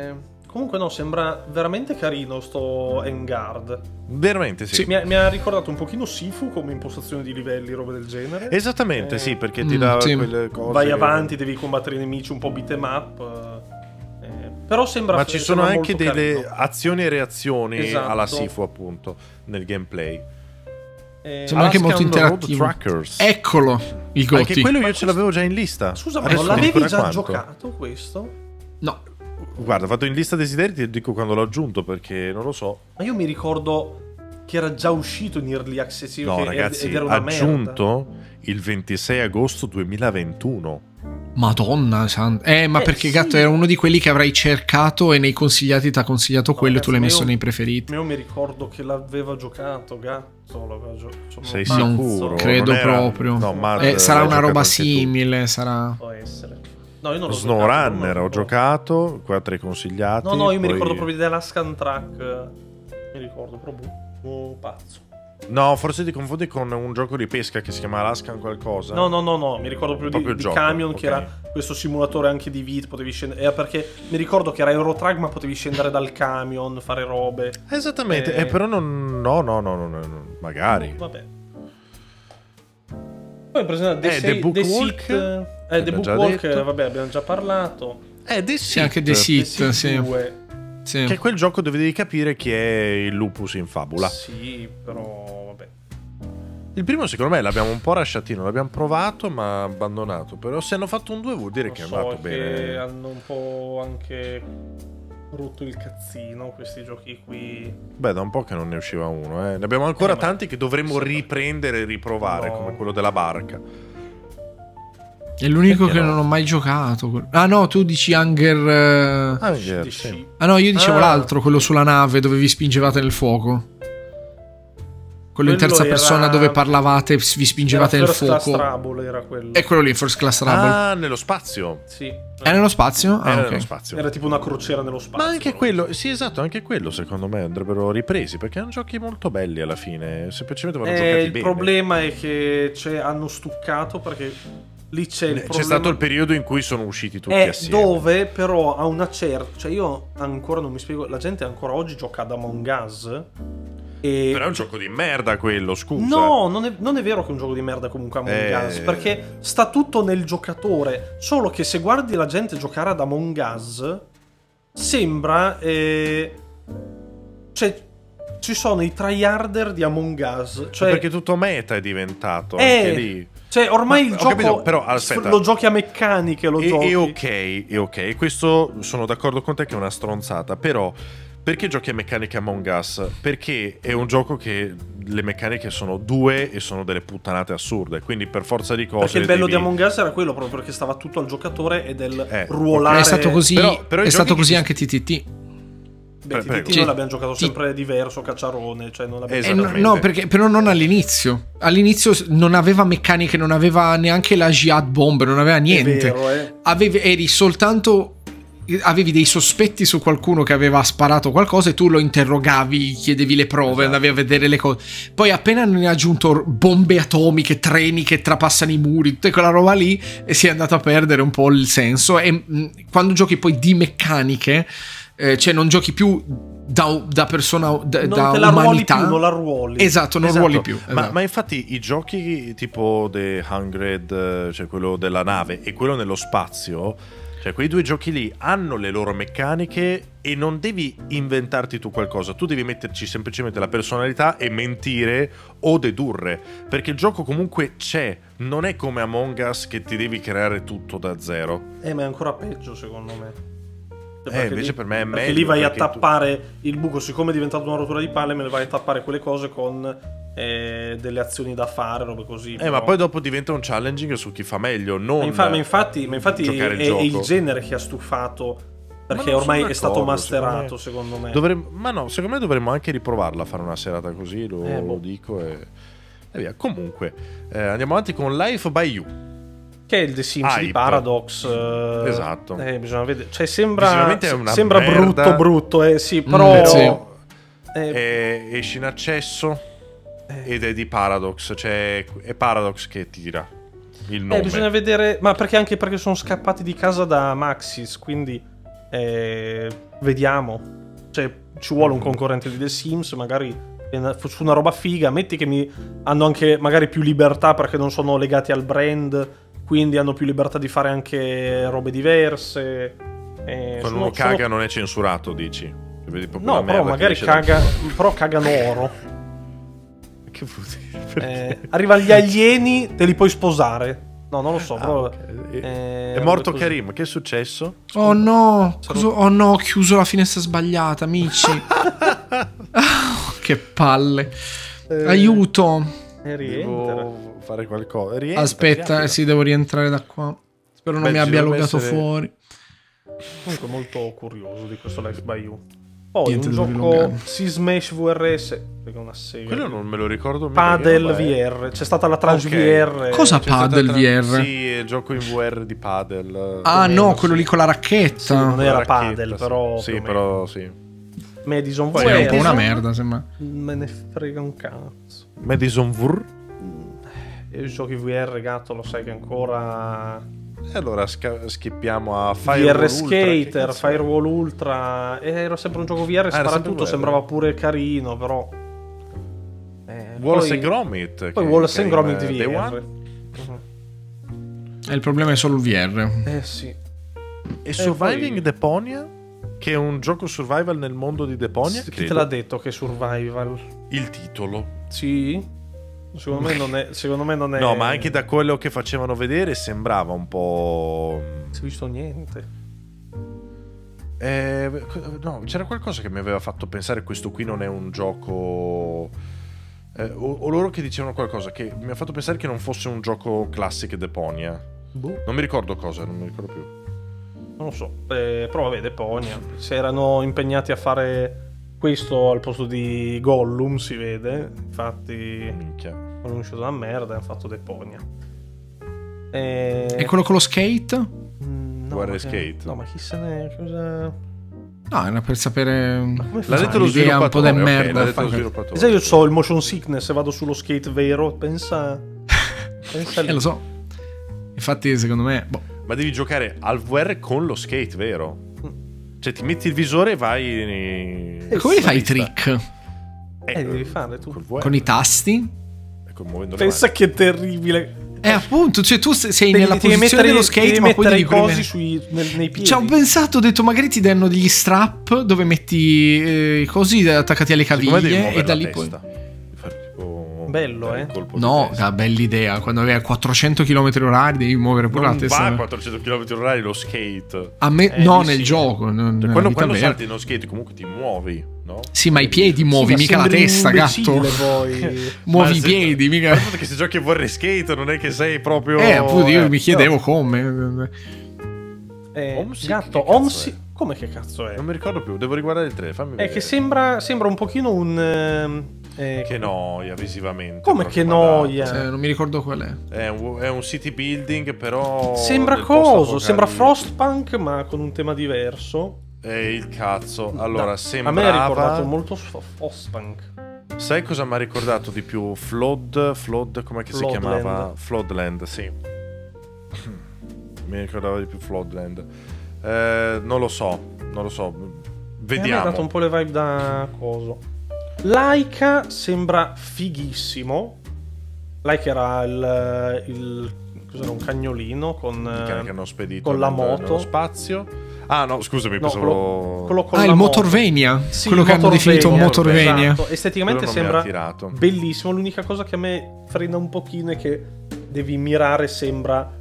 A: Comunque, no, sembra veramente carino sto Engard.
B: Veramente sì.
A: Mi ha, mi ha ricordato un pochino Sifu come impostazione di livelli, roba del genere.
B: Esattamente,
A: Eh,
B: sì, perché ti
C: Mm,
B: dà
C: sì.
B: quelle cose.
A: Vai
B: che-
A: avanti, devi combattere i nemici un po' beat 'em up. eh, però sembra
B: Ma ci sono
A: sembra
B: anche
A: molto
B: delle
A: carino.
B: azioni e reazioni
A: Esatto.
B: alla Sifu, appunto, nel gameplay.
A: Eh,
C: Sembra anche
B: Alaska
C: molto
B: on the Road
C: interattivo.
B: Trackers.
C: Eccolo, il
B: Anche
C: Gotti.
B: quello io
A: Ma
B: ce l'avevo già in lista.
A: Scusa, ma
B: Adesso
A: non
B: ti dico
A: l'avevi
B: da
A: già
B: quanto.
A: giocato questo?
C: No,
B: Guarda, ho fatto in lista desideri, ti dico quando l'ho aggiunto perché non lo so.
A: Ma io mi ricordo che era già uscito in Early Access
B: No,
A: che-
B: ragazzi,
A: ed era una merda.
B: aggiunto il 26 agosto 2021.
C: Madonna, san- eh, ma
A: Eh,
C: perché
A: sì.
C: Gatto era uno di quelli che avrei cercato e nei consigliati ti ha consigliato
A: No,
C: quello e tu l'hai
A: ragazzi,
C: messo
A: io-
C: nei preferiti.
A: Io mi ricordo che l'aveva giocato, gatto. L'aveva giocato.
B: Sei
C: Non
B: sicuro?
C: credo
B: Non era-
C: proprio.
B: no, ma-
C: Eh,
B: eh,
C: sarà
B: l'hai
C: una
B: giocato
C: roba
B: anche tu.
C: simile, sarà.
A: Può essere. No, io non l'ho giocato, non
B: Snowrunner
A: lo
B: ho
A: ricordo.
B: giocato, qua tra i consigliati.
A: No, no, io mi
B: poi-
A: ricordo proprio di The Alaskan Track. Mi ricordo proprio. Oh, pazzo.
B: Esatto. No, forse ti confondi con un gioco di pesca che si chiama Alaskan qualcosa.
A: No, no, no, no, mi ricordo più
B: Proprio
A: di,
B: il
A: di
B: gioco,
A: Camion
B: ok.
A: che era questo simulatore anche di vita, potevi scendere... Era perché mi ricordo che era Eurotrack ma potevi scendere dal camion, fare robe.
B: Esattamente,
A: Eh.
B: eh, però non... No, no, no, no, no, no, magari.
A: Vabbè. Poi presenta The,
B: Eh, The
A: Sa-
B: Book
A: The
B: Walk,
A: Seat, eh, The
B: l'abbiamo
A: Book
B: già
A: Walk,
B: detto.
A: vabbè, abbiamo già parlato.
B: Eh, The
C: Sì, anche The
B: Sit,
A: The
C: Sit,
A: Seat
C: sì.
A: 2.
C: sì.
B: Che è quel gioco dove devi capire chi è il lupus in fabula.
A: Sì, però vabbè.
B: Il primo secondo me l'abbiamo un po' rasciatino, l'abbiamo provato ma abbandonato. Però se hanno fatto un 2 vuol dire
A: Lo
B: che è
A: so
B: andato
A: che
B: bene.
A: hanno un po' anche rotto il cazzino questi giochi qui.
B: Beh, da un po' che non ne usciva uno, eh. Ne abbiamo ancora
A: Eh, ma-
B: tanti che dovremmo
A: sì, ma-
B: riprendere e riprovare,
A: No.
B: come quello della barca.
C: È l'unico
B: Perché
C: che
B: no?
C: non ho mai giocato. Ah, no, tu dici Hunger. eh.
B: Ah,
A: Di
B: sì.
A: sci-
C: Ah, no, io dicevo
A: Ah.
C: l'altro, quello sulla nave dove vi spingevate nel fuoco. Quello in terza
A: era-
C: persona dove parlavate, vi spingevate
A: Era
C: nel
A: First Class
C: fuoco.
A: Trouble era quello.
B: Ecco.
C: È quello lì, First Class Rumble.
B: Ah, nello spazio.
A: Sì.
C: È nello spazio?
B: Era
C: Ah,
B: nello
C: ok.
B: spazio.
A: Era tipo una crociera nello spazio.
B: Eh. Ma anche quello, sì esatto, anche quello secondo me andrebbero ripresi perché hanno giochi molto belli alla fine, semplicemente vanno
A: Eh,
B: giocati
A: il
B: bene.
A: problema è che c'è- hanno stuccato perché lì c'è il
B: Eh, C'è
A: problema.
B: stato il periodo in cui sono usciti tutti
A: è
B: assieme.
A: dove però a una certa cioè io ancora non mi spiego la gente ancora oggi gioca ad Among Us e
B: Però è un gioco di merda quello, scusa.
A: No, non è, non è vero che è un gioco di merda comunque Among
B: Eh.
A: Us, perché sta tutto nel giocatore, solo che se guardi la gente giocare ad Among Us, sembra... eh, cioè, ci sono i tryharder di Among Us, cioè...
B: perché tutto meta è diventato
A: eh,
B: anche lì.
A: cioè, ormai
B: Ma-
A: il
B: ho
A: gioco
B: capito, però, aspetta.
A: lo giochi a meccaniche, lo
B: E,
A: giochi.
B: e ok, e ok, questo sono d'accordo con te che è una stronzata, però perché giochi a meccaniche Among Us? Perché è un gioco che le meccaniche sono due e sono delle puttanate assurde, quindi per forza di cose...
A: Perché il bello di
B: devi-
A: Among Us era quello proprio perché stava tutto al giocatore e del
B: Eh,
A: ruolare.
C: È stato così,
B: Però- però i
C: è
B: giochi
C: stato
B: che
C: così
B: ci-
C: anche TTT.
A: Beh,
B: Prego.
A: TTT
C: Cioè,
A: noi l'abbiamo giocato
C: ti-
A: sempre diverso, cacciarone. Cioè non l'abbiamo
C: Eh,
A: giocato-
C: no,
B: Esattamente.
C: no, perché, però non all'inizio. All'inizio s- non aveva meccaniche, non aveva neanche la jihad bomb, non aveva
A: È
C: niente.
A: vero, eh.
C: Avevi, eri soltanto. Avevi dei sospetti su qualcuno che aveva sparato qualcosa e tu lo interrogavi, chiedevi le prove,
B: Esatto.
C: andavi a vedere le cose. Poi, appena ne ha aggiunto r- bombe atomiche, treni che trapassano i muri, tutta quella roba lì, e si è andato a perdere un po' il senso. E mh, quando giochi poi di meccaniche, eh, cioè non giochi più da, da persona, da,
A: non
C: da
A: te la
C: umanità.
A: ruoli più, non la ruoli.
C: Esatto, non
B: Esatto.
C: ruoli più.
B: Ma,
C: esatto.
B: ma infatti i giochi tipo The Hungred, eh, cioè quello della nave e quello nello spazio, cioè quei due giochi lì hanno le loro meccaniche e non devi inventarti tu qualcosa, tu devi metterci semplicemente la personalità e mentire o dedurre, perché il gioco comunque c'è, non è come Among Us che ti devi creare tutto da zero.
A: Eh, ma è ancora peggio, secondo me. Cioè,
B: Eh,
A: perché
B: invece per me è
A: perché
B: meglio,
A: lì vai a
B: perché tu-
A: tappare il buco, siccome è diventato una rottura di palle, me ne vai a tappare quelle cose con eh, delle azioni da fare, robe così.
B: Eh, ma poi dopo diventa un challenging su chi fa meglio, non
A: Ma infa- ma infatti, ma infatti
B: giocare il
A: è, è il
B: gioco.
A: genere che ha stufato. Perché
B: non sono
A: ormai è stato
B: d'accordo,
A: masterato, secondo me.
B: Dovremmo- ma no, secondo me dovremmo anche riprovarla a fare una serata così, lo,
A: Eh, boh.
B: lo dico e, e via. Comunque, eh, andiamo avanti con Life by You.
A: Che è il The Sims di
B: Ah, Hype.
A: Paradox. eh,
B: Esatto.
A: Eh, bisogna vedere. Cioè, sembra,
B: Visivamente è una
A: sembra
B: merda.
A: brutto, brutto, eh, sì,
C: Mm,
A: però...
C: sì.
A: eh,
B: Eh, esce in accesso ed è di Paradox, cioè è Paradox che tira il nome.
A: Eh, bisogna vedere, ma perché anche perché sono scappati di casa da Maxis, quindi eh, vediamo. Cioè, ci vuole un concorrente di The Sims, magari è una- su una roba figa. Metti che mi hanno anche magari più libertà perché non sono legati al brand, quindi hanno più libertà di fare anche robe diverse. Eh,
B: Quando
A: sono-
B: uno caga
A: sono-
B: non è censurato, dici? Cioè, Vedi proprio la
A: No, però
B: merda che
A: magari
B: esce da-
A: caga, però cagano oro.
B: Che vuol dire?
A: Eh,
B: Perché?
A: arriva gli alieni, te li puoi sposare. No, non lo so,
B: Ah,
A: però...
B: ok. È-
A: eh,
B: è morto
A: così.
B: Karim, che è successo?
C: Oh no, cosa- oh no, ho chiuso la finestra sbagliata, amici. Ah, che palle. Aiuto.
A: Eh, rientra.
B: Devo fare qualcosa. Rientra,
C: Aspetta, eh,
B: rientra.
C: sì, devo rientrare da qua. Spero non
B: Beh,
C: mi
B: ci
C: abbia
B: dovrebbe
C: logato
B: essere-
C: fuori.
A: Comunque molto curioso di questo Life by You. Poi
C: Niente
A: un
C: da
A: gioco
C: dilungare.
A: Sea Smash VRS, perché è una sega.
B: Quello non me lo ricordo mica, che
A: Padel
B: roba è.
A: VR, c'è stata la Trans
B: Ok.
A: VR.
C: Cosa
B: C'è stata
C: Padel
B: tra-
C: VR?
B: Cioè, Sì, è il gioco in VR di Padel.
C: Ah
A: meno,
C: no,
A: sì.
C: quello lì con la racchetta.
A: Sì, non era
B: Racchetta,
A: Padel,
B: sì.
A: però
B: Sì,
A: più o
B: però sì.
A: Madison
B: Poi
C: Sì, era un
A: VR.
C: po' una merda, sembra.
A: Me ne frega un cazzo.
B: Madison VR.
A: E i giochi VR, gatto, lo sai che ancora
B: E allora sca- schippiamo a Firewall
A: VR
B: Ultra, che
A: Skater,
B: cazzo è? Ah,
A: Firewall Ultra, eh, era sempre un gioco VR,
B: sempre
A: sparatutto,
B: VR.
A: sembrava pure carino, però eh,
B: Wallace
A: poi-
B: and
A: Poi
B: Gromit. che-
A: Wallace
B: che
A: and Gromit cioè.
B: arriva-
A: di
B: Day
A: VR.
B: One.
C: E Eh, il problema è solo il VR.
A: Eh sì.
B: E Surviving
A: Eh, poi-
B: Deponia, che è un gioco survival nel mondo di Deponia.
A: Chi te
B: credo.
A: l'ha detto che è survival?
B: Il titolo.
A: Sì. Secondo me non è. Secondo me non è.
B: No, ma anche da quello che facevano vedere sembrava un po'...
A: Non si è visto niente.
B: Eh, co- no, c'era qualcosa che mi aveva fatto pensare questo qui non è un gioco. eh, o, o loro che dicevano qualcosa che mi ha fatto pensare che non fosse un gioco classic Deponia.
A: Boh.
B: Non mi ricordo cosa, non mi ricordo più.
A: Non lo so. Eh, però vabbè, Deponia. Si erano impegnati a fare Questo al posto di Gollum si vede, infatti
B: Eh, Minchia.
A: non è uscito una merda, hanno fatto Deponia. E...
C: E quello con lo skate?
A: Mm, no,
B: Guerra
A: ma che-
B: e skate.
A: No, ma chi se ne... Cosa...
C: No, era per sapere.
A: come
B: L'ha
A: fai?
B: detto lo
C: un'idea un po'
B: sviluppatore.
C: da
B: ok,
C: merda,
B: l'ha detto lo
C: fai-
B: sviluppatore.
A: Sai, io ho il motion sickness se vado sullo skate vero, pensa... pensa lì.
C: Eh, lo so. Infatti, secondo me. boh.
B: Ma devi giocare al VR con lo skate, vero? Cioè, ti metti il visore e vai. in-
A: Eh,
C: Come li fai i
B: vista.
C: trick?
A: Eh, devi farle tu.
B: col VR.
C: Con i tasti?
B: Ecco, muovendo le
A: Pensa che terribile.
C: Eh, appunto, cioè tu se- sei
A: Devi-
C: nella
A: devi
C: posizione
A: mettere-
C: dello skate,
A: devi
C: ma poi
A: mettere
C: devi
A: i cosi
C: premere.
A: sui, nel- nei piedi.
C: Ci ho pensato, ho detto magari ti danno degli strap dove metti eh, i cosi attaccati alle
B: mani. Secondo me devi
C: caviglie
B: muovere
C: e da
B: la
C: lì poi...
B: testa. Devi fare tipo-
A: Bello,
B: dare il
A: eh?
B: colpo di
C: No,
B: testa.
C: da bella idea, quando aveva 400 km orari devi muovere pure
B: non
C: la testa.
B: va a 400 km/h lo skate.
C: A me,
A: Eh,
C: no,
A: lì
C: nel
A: sì.
C: gioco. non-
B: Cioè,
C: nella
B: quando
C: Ah, vita
B: quando
C: vera.
B: salti nello skate comunque ti muovi, no?
C: Sì, ma i piedi
A: Sì,
C: muovi,
A: ma
C: mica la
A: sembri un
C: testa, gatto.
A: imbecille Poi.
C: Muovi
B: Ma
C: i
B: se-
C: piedi, mica.
B: Guarda che se giochi a vorrei skate non è che sei proprio...
C: Eh, appunto, io
B: eh.
C: mi chiedevo come.
A: Eh,
B: Homesick, che
A: gatto,
B: cazzo
A: Omsi.
B: è?
A: Come che cazzo è?
B: eh, Non mi ricordo più, devo riguardare il 3, fammi
A: È
B: vedere.
A: Eh, che sembra, sembra un pochino un. ehm, eh,
B: Che noia visivamente.
A: Come
B: però,
A: che
B: guarda.
A: noia?
C: Eh, non mi ricordo qual è.
B: È un, è un city building però...
A: Sembra
B: del
A: coso,
B: post-apocalittico.
A: sembra Frostpunk, ma con un tema diverso.
B: Eh, il cazzo.
A: No, A
B: Allora,
A: me ha
B: sembrava...
A: ricordato molto F- Frostpunk.
B: Sai cosa mi ha ricordato di più? Flood, Flood, come si
A: Floodland.
B: chiamava? Floodland, sì. Mi ricordava di più Floodland. Eh, non lo so, non lo so.
A: Eh, a me ha
B: Vediamo.
A: dato un po' le vibe da coso. Laika sembra fighissimo. Laika era il. il cos'era, un cagnolino con.
B: I cani che
A: eh,
B: hanno spedito
A: con la
B: nel-
A: moto.
B: nello spazio. Ah no, scusami,
A: eh, no,
B: pensavo...
A: quello, quello con
C: Ah,
A: la
C: il
A: moto.
C: Motorvenia.
A: Sì,
C: quello
A: il
C: che hanno definito
B: Motorvenia.
C: Motorvenia.
A: Esatto. Esteticamente
B: Quello non mi ha
A: sembra
B: attirato.
A: bellissimo. L'unica cosa che a me frena un pochino è che devi mirare, sembra.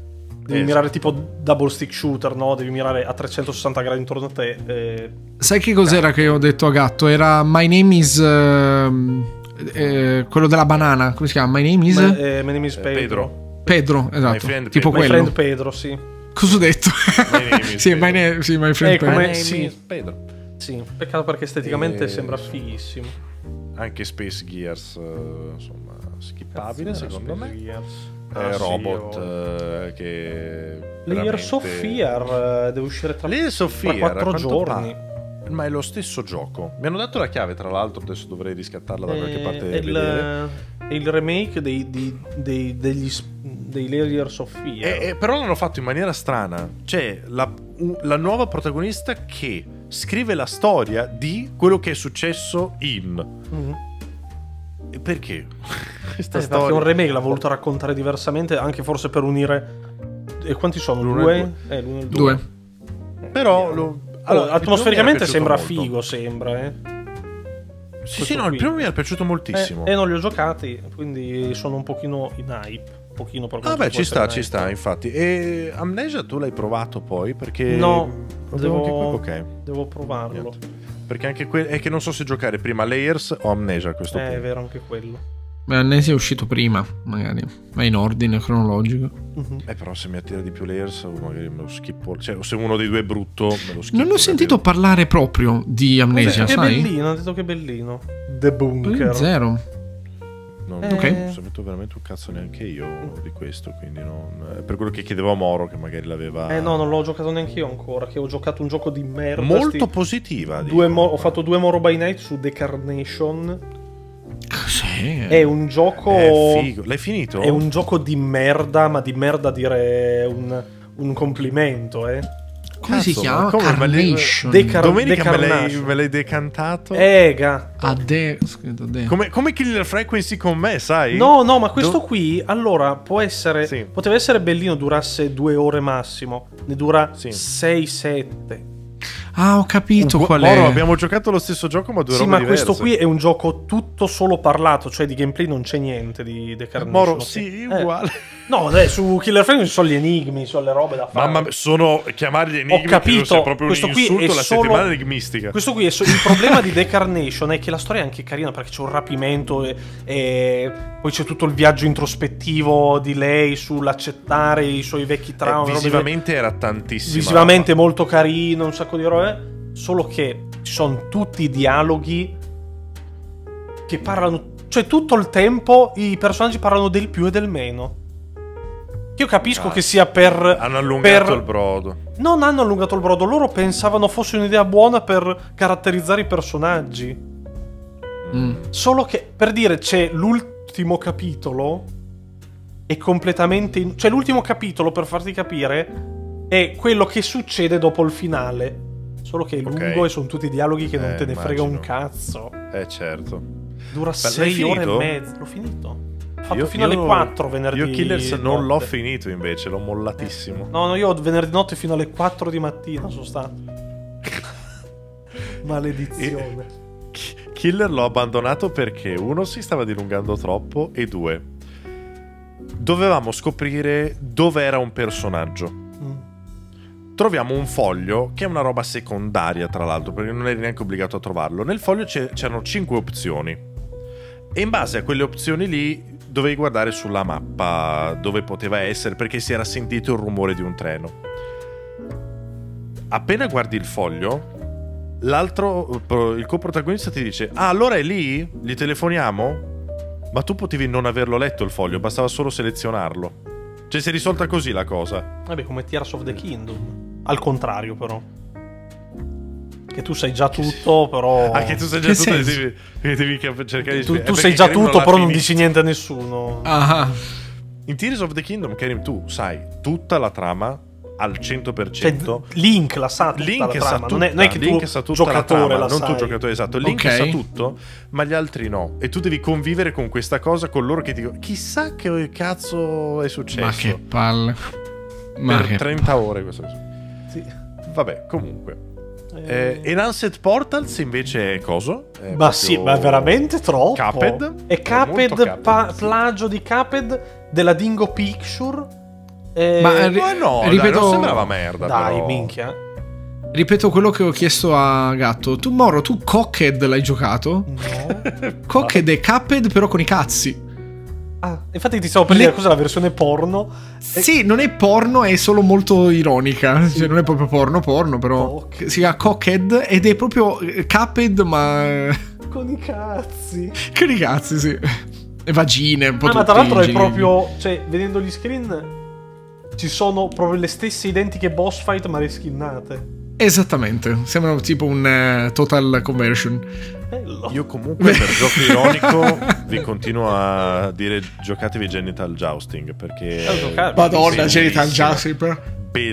A: Devi
B: Esatto.
A: mirare tipo double stick shooter, no? Devi mirare a 360 gradi intorno a te. eh.
C: Sai che cos'era che ho detto a gatto? Era My Name is. ehm, eh, quello della banana. Come si chiama? My name is.
A: Ma- eh, my name is
B: Eh,
A: Pedro.
B: Pedro.
C: Pedro. Esatto.
B: friend
C: tipo
B: Pedro.
A: My
C: quello.
A: friend Pedro, sì.
C: Cosa ho detto?
B: My name is
C: sì,
B: Pedro.
C: my name, sì, my friend
A: Eh,
C: Pedro.
A: come-
B: Eh,
A: sì.
B: Pedro.
A: Sì, peccato perché esteticamente
B: Eh,
A: sembra
B: sì.
A: fighissimo.
B: Anche Space Gears, eh, insomma, skippabile
A: Cazzo,
B: secondo
A: Space
B: me.
A: Gears.
B: Eh,
A: Ah, sì,
B: robot
A: oh.
B: eh, che...
A: Layers of Fear eh, deve uscire tra,
B: Layers
A: tra
B: of Fear, a
A: quattro
B: quanto
A: giorni.
B: Ma è lo stesso gioco. Mi hanno dato la chiave, tra l'altro, adesso dovrei riscattarla da qualche
A: Eh,
B: parte.
A: è
B: e vedere.
A: il, è il remake dei, di- dei- degli s- dei Layers of Fear.
B: Eh, eh, però l'hanno fatto in maniera strana. C'è la, u- la nuova protagonista che scrive la storia di quello che è successo in.
A: Mm.
B: E Perché? Questa
A: Eh, perché un remake l'ha voluto raccontare diversamente, anche forse per unire. E quanti sono?
B: L'uno e
A: due? Eh, l'uno e il due.
C: Due.
B: Però lo-
A: Allora,
B: Oh, il
A: Oh, atmosfericamente
B: primo mi
A: sembra
B: era piaciuto
A: figo, sembra. Eh.
B: molto. Sì, sì,
A: questo
B: no, il
A: qui.
B: primo mi era piaciuto moltissimo.
A: Eh, eh, non li ho giocati, quindi sono un pochino in hype. Un pochino per
B: Ah
A: quanto
B: beh,
A: può
B: ci sta, ci
A: essere in
B: sta, infatti. E Amnesia tu l'hai provato poi? Perché...
A: hype. No,
B: Abbiamo
A: devo,
B: anche que- Ok.
A: devo provarlo.
B: Niente. Perché anche que- è che non so se giocare prima Layers o Amnesia a questo
A: Eh, è
B: punto.
A: vero anche quello.
C: Ma Amnesia è uscito prima, magari. Ma in ordine cronologico.
A: Mhm.
B: Eh, però se mi attira di più Layers o magari me lo schippo. Cioè, o se uno dei due è brutto, me lo schippo.
C: Non ho sentito
B: capito?
C: parlare proprio di
A: Che
C: Amnesia, sai?
A: bellino, ha detto che bellino. The
C: Poi
A: Bunker.
C: Zero.
B: Non,
A: Eh.
B: non ho saputo veramente un cazzo neanche io di questo. Quindi non... eh, Per quello che chiedevo a Moro, che magari l'aveva.
A: Eh no, non l'ho giocato neanche io ancora, che ho giocato un gioco di merda.
B: Molto
A: sti-
B: positiva.
A: Due
B: dicono.
A: mo- ho fatto due Moro by Night su The Carnation.
C: Cos'è?
A: È un gioco.
B: È Eh. figo. L'hai finito?
A: È un gioco di merda, ma di merda dire un, un complimento, eh.
C: Come si
B: Cazzo,
C: chiama?
B: ma come? Ma le-
C: Carnation.
A: Deca- Car-
B: Domenica me l'hai,
A: Decarnation.
B: me l'hai decantato.
A: Eh, gatto.
C: Ah, de- scritto de-
B: Come, come Killer Frequency con me, sai?
A: No, no, ma questo
B: Do-
A: qui, allora, può essere...
B: Sì.
A: Poteva essere bellino, durasse due ore massimo. Ne dura
B: Sì.
A: 6-7.
C: Ah, ho capito
B: Mo-
C: qual è.
B: Moro, abbiamo giocato lo stesso gioco, ma due
A: Sì,
B: robe
A: ma
B: diverse.
A: questo qui è un gioco tutto solo parlato, cioè di gameplay non c'è niente di Decarnation.
B: Moro, sì,
A: Eh,
B: uguale.
A: No, dai, su Killer Frame ci sono gli enigmi, ci sono le robe da fare.
B: Mamma mia, sono chiamarli enigmi.
A: Ho
B: credo sia
A: capito,
B: proprio
A: questo
B: un
A: qui
B: insulto
A: è
B: alla
A: solo-
B: settimana enigmistica.
A: Questo qui è so- il problema di Decarnation è che la storia è anche carina perché c'è un rapimento e, e poi c'è tutto il viaggio introspettivo di lei sull'accettare i suoi vecchi
B: Eh,
A: traumi. robe del-
B: visivamente era tantissimo.
A: visivamente molto carino, un sacco di robe, solo che ci sono tutti i dialoghi che parlano, cioè tutto il tempo i personaggi parlano del più e del meno. Che Io capisco
B: Ah.
A: che sia per...
B: Hanno allungato
A: per-
B: il brodo.
A: Non hanno allungato il brodo, loro pensavano fosse un'idea buona per caratterizzare i personaggi.
C: Mm.
A: Solo che, per dire, c'è l'ultimo capitolo. È completamente. in- Cioè, l'ultimo capitolo, per farti capire, è quello che succede dopo il finale. Solo che è
B: Ok.
A: lungo e sono tutti dialoghi che non
B: Eh,
A: te ne frega un
B: immagino.
A: cazzo.
B: Eh certo.
A: Dura
B: l'hai
A: 6 ore e
B: finito?
A: mezza. L'ho finito. Ho fatto
B: Io-
A: fino alle
B: io-
A: 4 venerdì.
B: Io Killers non
A: notte.
B: l'ho finito invece, l'ho mollatissimo.
A: No, no, io venerdì notte fino alle 4 di mattina sono stato. Maledizione.
B: Ki- Killer l'ho abbandonato perché uno si stava dilungando troppo e due dovevamo scoprire dove era un personaggio.
A: Mm.
B: Troviamo un foglio che è una roba secondaria, tra l'altro, perché non eri neanche obbligato a trovarlo. Nel foglio c'è- c'erano cinque opzioni e in base a quelle opzioni lì dovevi guardare sulla mappa dove poteva essere perché si era sentito il rumore di un treno. Appena guardi il foglio, l'altro, pro- il coprotagonista ti dice: Ah, allora è lì? Gli telefoniamo? Ma tu potevi non averlo letto il foglio, bastava solo selezionarlo. Cioè, si è risolta così la cosa.
A: Vabbè, come Tears of the Kingdom. Al contrario, però. Che tu sai già tutto, però.
B: Anche Ah, tu sai già
C: Che
B: tutto, e
C: senso?
B: devi, e devi cap- cercare di
A: Oh. Tu-
B: spiegare.
A: tu
B: Eh,
A: sai
B: perché
A: già
B: Karim
A: tutto,
B: l'ha
A: però non
B: finito.
A: dici niente a nessuno.
C: Ah, ah.
B: In Tears of the Kingdom, Karim, tu sai tutta la trama al 100%.
A: Cioè, Link la sa tutta
B: Link
A: la
B: sa
A: trama. non, è, non è che
B: Link
A: tu
B: sa tutta la
A: giocatore
B: trama,
A: la
B: non
A: sai.
B: tu giocatore, esatto. Link
C: Ok.
B: sa tutto, ma gli altri no. E tu devi convivere con questa cosa con loro che ti dicono chissà che cazzo è successo.
C: Ma che palle. Ma
B: per
C: che
B: 30 ore questo.
A: Sì.
B: Vabbè, comunque.
A: Eh,
B: Eh, Enhanced Portals invece è coso? È
A: ma
B: proprio-
A: sì, ma è veramente troppo.
B: Cuphead?
A: È
B: È molto
A: Caped,
B: Cuphead, sì.
A: plagio di Caped della Dingo Picture. Eh,
C: Ma,
B: Ma no, dai,
C: Ripeto-
B: non sembrava merda.
A: dai,
B: però.
A: minchia.
C: Ripeto quello che ho chiesto a Gatto. Tu, Moro, tu Cockhead l'hai giocato?
A: No.
C: Cockhead è Cuphead, però con i cazzi.
A: Ah, infatti ti stavo per dire
C: Le-
A: cos'è la versione porno.
C: Sì, non è porno, è solo molto ironica. Cioè, non è proprio porno, porno, però.
A: Cock.
C: Si chiama Cockhead ed è proprio eh, Cuphead, ma.
A: Con i cazzi.
C: Che di cazzi, sì. E vagine, un po'
A: Ah, ma
C: tutti
A: tra l'altro è
C: giri-
A: proprio. Cioè, vedendo gli screen. Ci sono proprio le stesse identiche boss fight, ma reskinnate.
C: Esattamente. Sembra tipo un eh, total conversion.
A: Bello.
B: Io comunque per gioco ironico vi continuo a dire giocatevi Genital Jousting perché
A: Eh, giocare.
C: Madonna,
B: bellissimo.
C: Genital Jazz, però.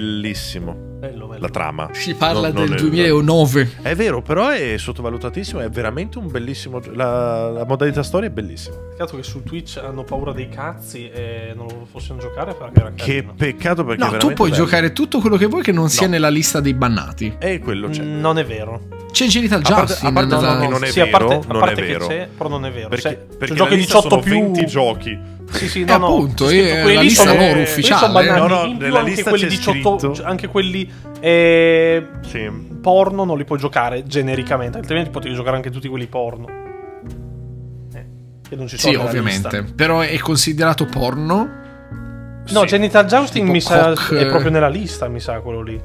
B: Bellissimo
A: Bello, bello.
B: la trama.
C: Si parla
B: Non- non
C: del
B: è-
C: 2009.
B: È vero, però è sottovalutatissimo, è veramente un bellissimo gio- la, la modalità storia è bellissima.
A: Peccato che su Twitch hanno paura dei cazzi e non lo possono giocare perché era
B: Che
A: carino.
B: peccato perché è
C: No, tu
B: veramente
C: puoi
B: bello.
C: giocare tutto quello che vuoi che non sia
B: No.
C: nella lista dei bannati.
B: E quello c'è.
A: Mm, Non è vero.
C: C'è Genital
B: A parte-
C: Justin
B: a parte- no,
C: nella-
B: no, no, non è
A: sì, a parte,
B: vero,
A: a
B: non
A: parte
B: è
A: che
B: vero.
A: c'è, però non è vero.
B: Perché,
A: Cioè,
B: perché
A: cioè,
B: la
A: giochi
B: lista
A: 18
B: sono
A: più
B: 20 giochi.
A: Sì, sì,
C: Eh,
A: no, no.
C: appunto,
A: C'è scritto
C: eh,
A: quelli
C: la lista
A: sono-
C: loro
A: quelli
C: ufficiale.
A: sono bannati,
B: No, no,
A: in più
B: nella
A: anche
B: lista
A: quelli
B: c'è
A: 18
B: scritto-
A: Anche quelli eh,
B: Sì.
A: porno non li puoi giocare genericamente, altrimenti potevi giocare anche tutti quelli porno. Eh, che non ci sono
C: Sì,
A: nella
C: ovviamente.
A: lista.
C: Però è considerato porno.
A: No,
B: Sì.
A: Genital Jousting
C: Tipo
A: mi sa
C: cock,
A: è
C: eh.
A: proprio nella lista, mi sa quello lì.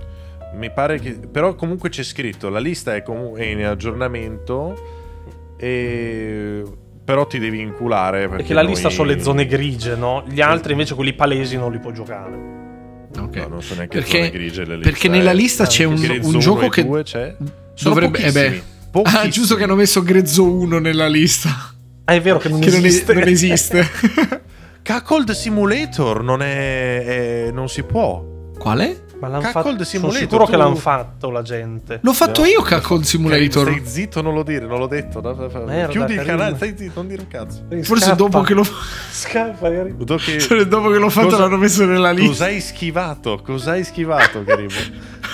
B: Mi pare che. Però comunque c'è scritto: la lista è, comu- è in aggiornamento. E. Però ti devi inculare. Perché,
A: Perché la lista
B: noi-
A: sono le zone grigie, no? Gli altri invece quelli palesi non li puoi giocare.
C: Ok.
B: No, non so neanche zone
C: perché,
B: grigie le liste,
C: perché nella
B: eh.
C: lista c'è un,
B: Grezzo
C: un
B: uno
C: gioco
B: e
C: che
B: due c'è? Sono
C: dovrebbe... eh beh.
B: pochissimi, pochissimi.
C: Ah, giusto che hanno messo Grezzo 1 nella lista.
A: Ah, è vero che non
C: Che non,
A: esiste.
C: esiste. non esiste.
B: Cuckold Simulator non è. è- non si può.
C: Qual è?
A: Ma l'hanno
B: Cuckold
A: fatto. Sono
B: Simulator,
A: sicuro che
B: tu-
A: l'hanno fatto la gente.
C: L'ho fatto
B: No,
C: io Cacol Simulator.
B: Cioè, Stai zitto, non lo dire, non l'ho detto. no, no, no.
A: Merda,
B: Chiudi
A: Karim.
B: il canale, stai zitto, non dire un cazzo.
C: Forse
A: Scappa.
C: dopo che l'ho,
A: Scappa, magari.
B: Do che-
C: Cioè, dopo che l'ho fatto
B: Cosa-
C: l'hanno messo nella lista.
B: Cos'hai schivato? Cos'hai schivato, Garibo?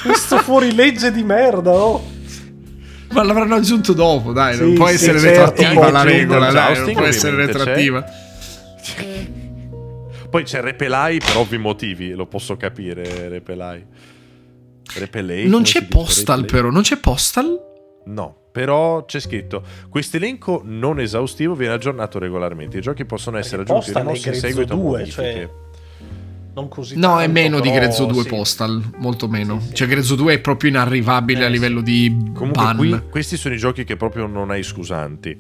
A: Questo fuorilegge di merda, oh.
C: Ma l'avranno aggiunto dopo, dai. non
A: Sì,
C: può
A: sì,
C: essere
A: certo,
C: retroattiva la
A: certo.
C: regola, dai. Non
B: Jousting,
C: può essere
B: ovviamente, c'è.
C: retroattiva.
B: Poi c'è Repelai per ovvi motivi, lo posso capire, Repelai. Repelai.
C: Non
B: come si
C: c'è
B: dice?
C: Postal,
B: Repelai?
C: però. Non c'è Postal?
B: No, però c'è scritto, questo elenco non esaustivo viene aggiornato regolarmente, i giochi possono essere
A: Perché
B: aggiunti e
A: Postal è
B: rimossi in
A: grezzo
B: seguito a
A: due,
B: modifiche.
A: cioè- non così
C: No, è
A: tanto,
C: meno di
A: però
C: Grezzo 2
A: sì.
C: Postal, molto meno.
A: Sì, sì.
C: Cioè Grezzo 2 è proprio inarrivabile
A: Eh,
C: a
A: sì.
C: livello di
B: Comunque
C: ban.
B: qui, questi sono i giochi che proprio non hai scusanti.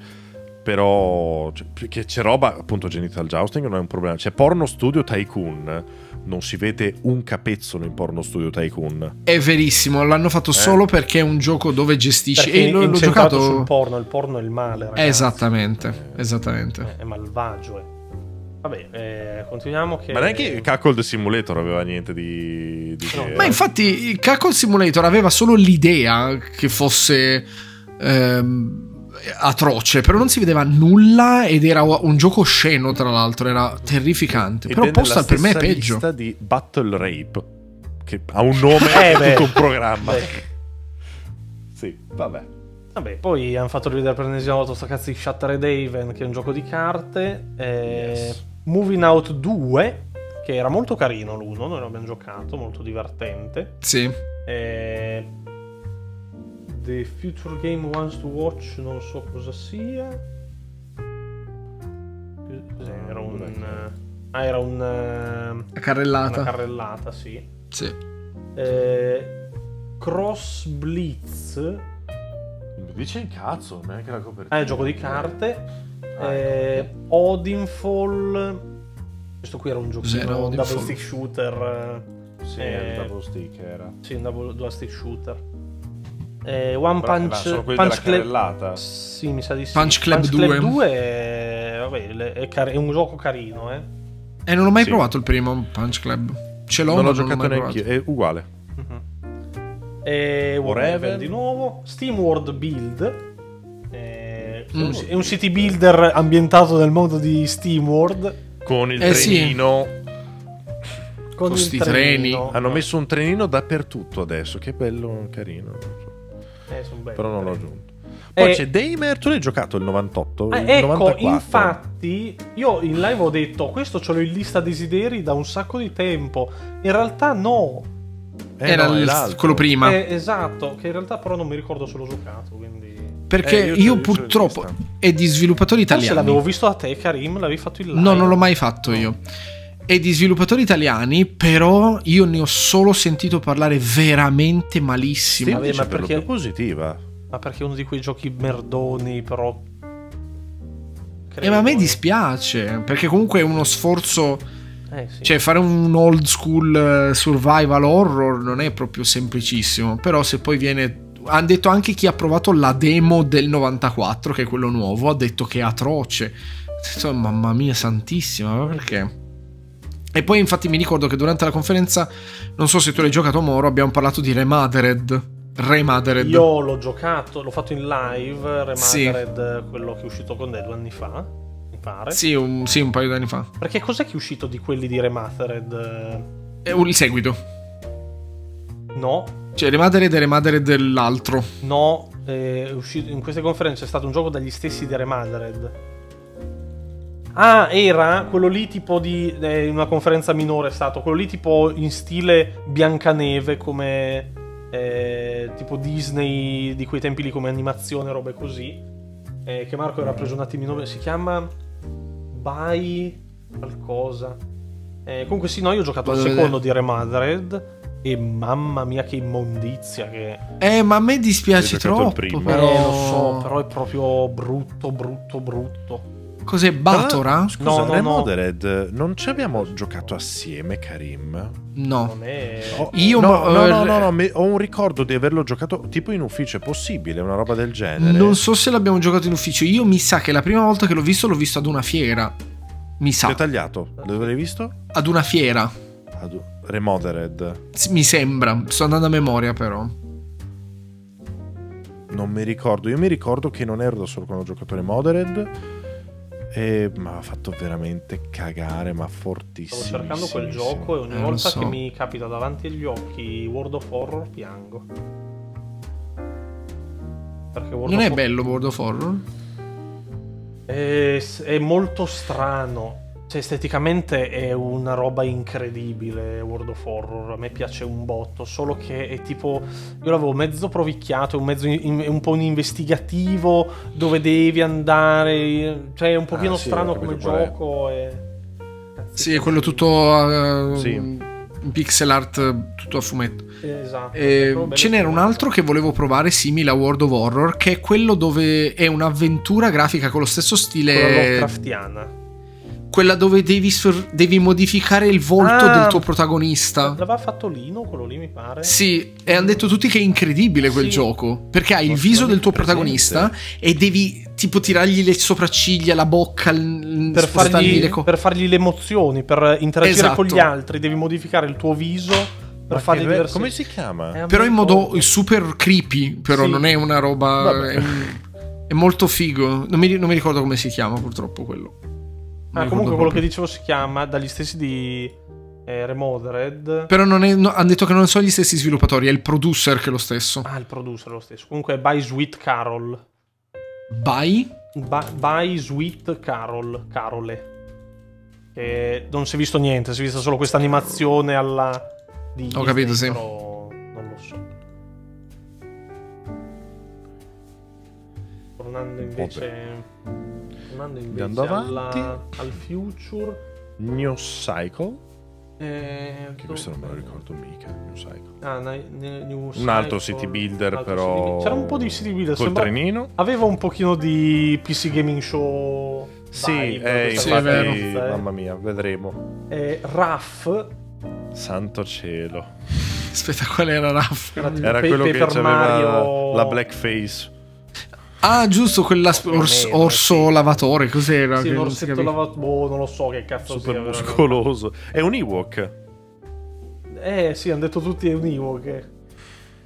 B: Però cioè, che c'è roba, appunto genital jousting non è un problema. C'è Porno Studio Tycoon, non si vede un capezzolo in Porno Studio Tycoon.
C: È verissimo, l'hanno fatto solo perché è un gioco dove gestisci
A: Eh. Perché
C: e l'ho, l'ho
A: incentrato
C: giocato
A: sul porno, il porno è il male, ragazzi.
C: Esattamente, esattamente.
A: È, è malvagio. eh. Vabbè, eh, continuiamo che
B: Ma neanche Cuckold Simulator aveva niente di... di
A: Eh No.
B: che-
C: Ma infatti il Cackle Simulator aveva solo l'idea che fosse ehm, atroce, però non si vedeva nulla ed era un gioco osceno tra l'altro, era terrificante.
B: Ed
C: però
B: è nella
C: Postal per me è
B: stessa
C: peggio.
B: lista di Battle Rape, che ha un nome
A: Eh,
B: e
A: beh.
B: tutto un programma.
A: Beh,
B: Sì, vabbè.
A: vabbè, poi hanno fatto rivedere per l'ennesima volta sta cazzo di Shattered Haven, che è un gioco di carte. eh,
B: Yes.
A: Moving Out 2, che era molto carino l'uno, noi l'abbiamo giocato, molto divertente.
C: Sì.
A: Eh, The Future Game Wants to Watch, non so cosa sia. Cos'è? Era un... Ah, era un... eh,
C: La
A: Una
C: carrellata.
A: carrellata, sì.
C: sì.
A: Eh, Cross Blitz
B: Dice il cazzo, neanche la copertina.
A: ah, è un gioco di carte.
B: Ah,
A: Eh, Odinfall. Questo qui era un giochino,
C: Cos'era
A: un double
C: Odinfall?
A: stick shooter.
B: Sì,
A: Eh,
B: il double stick era.
A: eh, Sì, un double, dual stick shooter. Eh, One
B: Però,
A: Punch,
B: ma sono quelli
A: Punch
B: della
A: Club.
B: carrellata.
A: Sì, mi sa di sì.
C: Punch Club 2.
A: 2 è, vabbè, le- è car- è un gioco carino, eh.
C: E non l'ho mai
B: Sì.
C: provato il primo Punch Club. Ce l'ho,
B: non
C: ma
B: l'ho
C: non l'ho
B: giocato
C: mai
B: neanche io.
C: provato.
B: È uguale.
A: Mhm. E
B: Warhaven.
A: Warhaven di nuovo. Steam World Build. Eh,
C: Mm.
A: È un city builder ambientato nel mondo di Steam World.
B: Con il
C: Eh, sì.
B: trenino.
A: Con
C: Con
A: il
C: sti
A: trenino.
B: Hanno messo un trenino dappertutto adesso. Che bello, carino. non so.
A: Eh, son belli.
B: Però non l'ho aggiunto. Poi
A: Eh,
B: c'è Daymer, tu l'hai giocato il 98?
A: Ah,
B: il
A: ecco,
B: 94.
A: infatti, io in live ho detto: Questo ce l'ho in lista desideri da un sacco di tempo. In realtà, no.
B: Eh,
C: Era
B: no, è
C: il-
B: l'altro.
C: quello prima.
A: Eh, esatto, che in realtà, però, non mi ricordo se l'ho giocato. Quindi.
C: perché
B: eh, io
C: io,
B: ce l'ho- io ce l'ho in
C: purtroppo
B: lista.
C: è di sviluppatori
A: Forse
C: italiani.
A: l'avevo visto a te, Karim. L'avevi fatto in live.
C: No, non l'ho mai fatto io. È di sviluppatori italiani, però io ne ho solo sentito parlare veramente
B: Sì,
C: malissimo.
A: Vabbè,
B: invece
A: ma
B: per lo
A: perché-
B: più positiva.
A: Ma perché è uno di quei giochi merdoni, però.
C: e Eh, ma a me
A: Credo,
C: dispiace, perché comunque è uno sforzo,
A: eh. Eh, sì.
C: cioè fare un old school eh, survival horror non è proprio semplicissimo, però se poi viene... Hanno detto anche chi ha provato la demo del 94, che è quello nuovo, ha detto che è atroce. Insomma, Mamma mia santissima, ma perché? E poi infatti mi ricordo che durante la conferenza, non so se tu l'hai giocato Moro, abbiamo parlato di Remathered. Remathered.
A: Io l'ho giocato, l'ho fatto in live,
C: Sì.
A: Remastered, quello che è uscito con te due anni fa, mi pare.
C: Sì un, sì, un paio d'anni fa.
A: Perché cos'è che è uscito di quelli di Remastered?
C: È un- il seguito.
A: No,
C: Cioè Remathered e Remathered dell'altro.
A: no, eh, è uscito, in queste conferenze è stato un gioco dagli stessi di Remastered. Ah, era quello lì tipo di... eh, in una conferenza minore è stato, quello lì tipo in stile Biancaneve come... eh, tipo Disney di quei tempi lì come animazione, robe così. eh, che Marco era preso un attimino... Si chiama... By... qualcosa. Eh, comunque sì, no, io ho giocato al
C: Vado a
A: secondo di Remastered e mamma mia che immondizia che...
C: Eh, ma a me dispiace
B: Hai giocato il
C: troppo.
B: primo.
C: Però...
A: Eh, lo so, però è proprio brutto, brutto, brutto.
C: Cos'è Batora?
B: Ah, Scusa,
A: No, no, no.
B: Remothered, non ci abbiamo giocato assieme, Karim?
C: No.
A: Non è...
B: Ho-
C: Io
B: no,
C: mo-
B: no,
C: eh,
B: no, no, no, me- ho un ricordo di averlo giocato tipo in ufficio, è possibile, una roba del genere.
C: Non so se l'abbiamo giocato in ufficio. Io mi sa che la prima volta che l'ho visto l'ho visto ad una fiera. Mi
B: Ti ho
C: sa.
B: tagliato, dove l'hai visto?
C: Ad una fiera.
B: Ad- Remothered.
C: S- Mi sembra. Sto andando a memoria però.
B: Non mi ricordo, io mi ricordo che non ero da solo quando ho giocato Remothered. E mi ha fatto veramente cagare, ma fortissimo.
A: Stavo cercando quel gioco e ogni
C: Eh, lo
A: volta
C: so.
A: che mi capita davanti agli occhi World of Horror piango. Perché World
C: Non
A: of
C: è
A: Hor-
C: bello World of Horror?
A: È, è molto strano. Cioè, esteticamente è una roba incredibile World of Horror. A me piace un botto. Solo che è tipo. Io l'avevo mezzo provicchiato, un, mezzo in- un po' un investigativo dove devi andare. Cioè, è un pochino
B: Ah, sì, ho
A: strano
B: capito
A: come
B: qual è.
A: gioco. e-
C: Sì, quello tutto eh,
B: Sì.
C: in pixel art, tutto a fumetto.
A: Esatto.
C: Eh,
A: Però bello
C: ce n'era un
A: fumetto.
C: altro che volevo provare simile a World of Horror, che è quello dove è un'avventura grafica con lo stesso
A: Quella
C: stile,
A: Lovecraftiana.
C: quella dove devi, sor- devi modificare il volto
A: Ah.
C: del tuo protagonista.
A: L'aveva fatto Lino, quello lì mi pare.
C: Ah. Sì, e hanno detto tutti che è incredibile quel
A: Sì.
C: gioco, perché hai il
B: Ma
C: viso
B: non è
C: del tuo
B: presente.
C: protagonista e devi tipo tirargli le sopracciglia, la bocca, l-
A: Per
C: spostargli
A: fargli,
C: le cose.
A: per fargli le emozioni, per interagire
C: Esatto.
A: con gli altri, devi modificare il tuo viso per
B: Ma
A: fargli
B: che-
A: diversi.
B: Come si chiama?
A: Eh,
C: Però in modo
A: molto-
C: super creepy, però
A: Sì.
C: non è una roba...
B: Vabbè.
C: È, è molto figo. Non mi, non mi ricordo come si chiama purtroppo quello.
A: Ah, comunque quello che dicevo si chiama dagli stessi di eh, Remothered.
C: Però non è- no, hanno detto che non sono gli stessi sviluppatori, è il producer che è lo stesso.
A: Ah, il producer è lo stesso. Comunque è By Sweet Carol.
C: Bye.
A: Ba- by Sweet Carol. Carole. Che non si è visto niente, si è vista solo questa animazione alla di
C: Ho capito,
A: Disney,
C: sì.
A: però non lo so. Tornando invece Tornando invece
B: Andando avanti.
A: alla- al future
B: New Cycle?
A: eh,
B: Che questo non me lo ricordo mica. New Cycle.
A: Ah, ne- ne- New
B: Un altro
A: Cycle,
B: city builder,
A: un altro
B: però.
A: city builder. C'era un po' di city builder.
B: Col
A: sembra-
B: trenino.
A: Aveva un pochino di PC Gaming Show.
B: Sì,
A: vibe,
B: eh,
A: questa
C: Sì,
B: infatti,
A: cosa,
C: è
A: eh.
B: mamma mia, vedremo.
A: Eh, Raff
B: Santo cielo.
C: Aspetta, qual era Raff?
A: Era tipo-
B: Era
A: Pe-
B: quello che
A: Paper
B: aveva
A: Mario-
B: la blackface.
C: Ah, giusto, quella sp-
A: Proprio
C: ors-
A: meno,
C: orso lavatore, cos'era?
A: sì,
C: Che
A: un
C: non si
A: orsetto
C: capiva.
A: lavato. Boh, non lo so che cazzo
B: Super
A: sia,
B: muscoloso. È un Ewok.
A: veramente. Eh, sì, hanno detto tutti è un Ewok.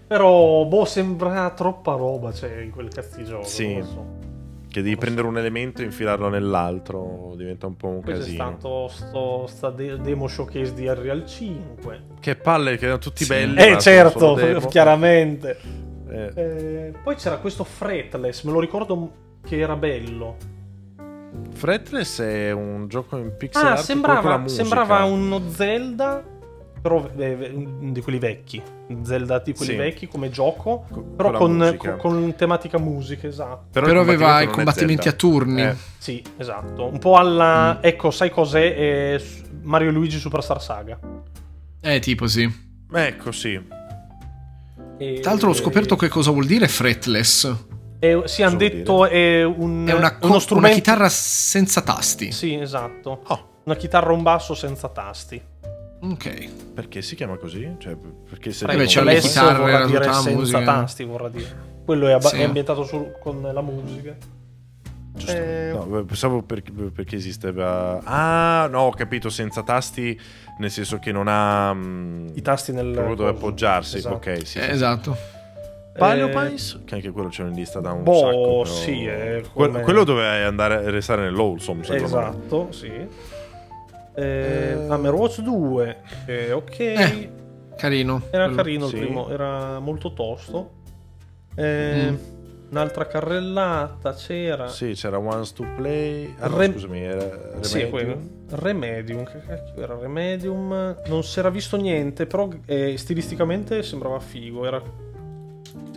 A: Però, boh, sembra troppa roba, cioè, in quel cazzo di gioco.
B: Sì.
A: non lo so.
B: Che devi prendere un elemento e infilarlo nell'altro. Diventa un po' un
A: Poi c'è
B: casino.
A: stato sto, sta de- demo showcase di Unreal 5.
B: Che palle, che erano tutti
C: Sì.
B: belli. ma
A: Eh,
B: sono
A: certo,
B: solo demo.
A: chiaramente.
B: Eh,
A: Eh, poi c'era questo fretless, me lo ricordo m- che era bello.
B: Fretless è un gioco in pixel
A: Ah,
B: art con la
A: sembrava,
B: musica.
A: sembrava uno Zelda, però eh, ve- un- di quelli vecchi. Zelda di quelli
B: Sì.
A: vecchi come gioco,
B: Co-
A: però
B: la
A: con,
B: musica.
A: co- con tematica musica, esatto.
B: il
C: Però aveva i
B: combattimento non è
C: combattimenti a
B: Zelda.
C: turni.
B: Eh,
A: Sì, esatto. Un po' alla... Ecco, sai cos'è? Eh, s- Mario e Luigi Superstar Saga.
C: Eh, tipo sì.
B: Ecco, sì.
A: E-
C: Tra l'altro ho scoperto che cosa vuol dire fretless.
A: Eh, sì, hanno
B: Cosa vuol
A: detto Eh, è un,
C: È una, co-
A: uno
C: una
A: strumento...
C: chitarra senza tasti.
A: Sì, esatto.
B: Oh,
A: Una chitarra a un basso senza tasti.
C: Ok.
B: perché si chiama così? Cioè, perché se
C: Beh,
B: devo-
C: c'è
A: c'è
C: la
A: la
C: chitarra, era
A: vorrà dire
C: tutta la
A: senza
C: musica.
A: tasti, vorrà dire. Quello è, ab-
C: Sì.
A: è ambientato sul- con la musica.
B: Giusto.
A: Eh.
B: No, pensavo per- perché esisteva. Ah, no, ho capito. Senza tasti, nel senso che non ha. mm,
A: I tasti nel
B: proprio dove
A: coso.
B: appoggiarsi.
A: Esatto.
B: Ok, sì.
C: Eh,
B: sì.
C: esatto.
B: Paleo
A: Eh,
B: Pines, che anche quello c'è in lista da un
A: boh,
B: sacco. però-
A: sì, eh,
B: Que-
A: come-
B: quello doveva andare a restare nell'Olsom, secondo me.
A: Esatto, sì. Eh,
B: Eh.
A: Ameroz 2, eh, ok.
C: Eh, Carino.
A: era
C: Quello.
A: carino
B: sì.
A: il primo, era molto tosto. Eh,
C: Mm.
A: Un'altra carrellata c'era.
B: Sì, c'era Once to Play. Ah, no,
A: Rem-
B: scusami, era
A: Sì,
B: Remedium.
A: quello. Remedium, che cacchio era Remedium? Non si era visto niente, però eh, stilisticamente sembrava figo. Era...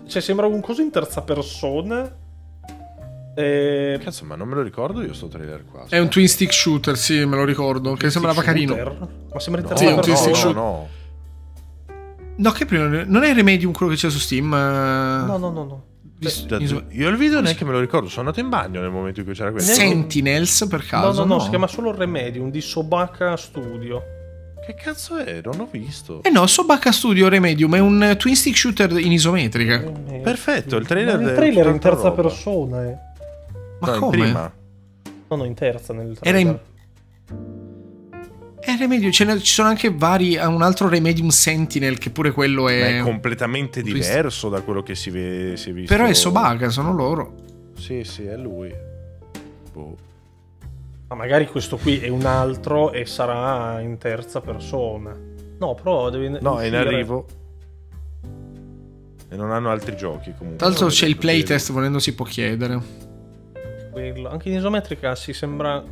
A: Cioè, sembrava un coso in terza persona. Eh,
B: Cazzo, ma non me lo ricordo io sto trailer qua.
C: È un twin stick shooter, sì, me lo ricordo. Che sembrava carino.
A: shooter? Ma sembra in
B: No,
A: terza
C: Sì, è un twin
B: no,
C: stick
B: no,
A: persona.
C: shoot.
B: no.
C: No, che prima. Non è Remedium quello che c'è su Steam? eh?
A: No, no, no, no. Cioè,
C: Vis-
B: Da-
C: iso-
B: Io il video neanche me lo ricordo. Sono andato in bagno nel momento in cui c'era questo.
C: Sentinels per
A: No,
C: caso?
A: no, no, si chiama solo Remedium di Sobaka Studio.
B: Che cazzo è? Non ho visto.
C: Eh no, Sobaka Studio Remedium è un eh, twin stick shooter in isometrica.
A: Remedium.
B: Perfetto, il trailer
A: Ma
B: è
A: il trailer in
B: tutta
A: terza
B: roba.
A: persona, eh.
C: Ma
B: No, in
C: come?
B: Prima.
A: No, no, in terza nel
C: Era in-
A: trailer.
C: Eh, Remedium, ce ne- ci sono anche vari. ha Un altro Remedium Sentinel che pure quello
B: Ma
C: è.
B: è completamente
C: twist.
B: diverso da quello che si, ve- si è visto.
C: Però è Sobaka, sono loro.
B: Sì, sì, è lui. Boh.
A: Ma magari questo qui è un altro e sarà in terza persona. No, però deve
B: No, è in
A: uscire-
B: arrivo. E non hanno altri giochi comunque.
C: Tra l'altro
B: Non
C: c'è
B: ho
C: il
B: detto ieri.
C: playtest, volendo si può chiedere.
A: quello. Anche in isometrica si sembra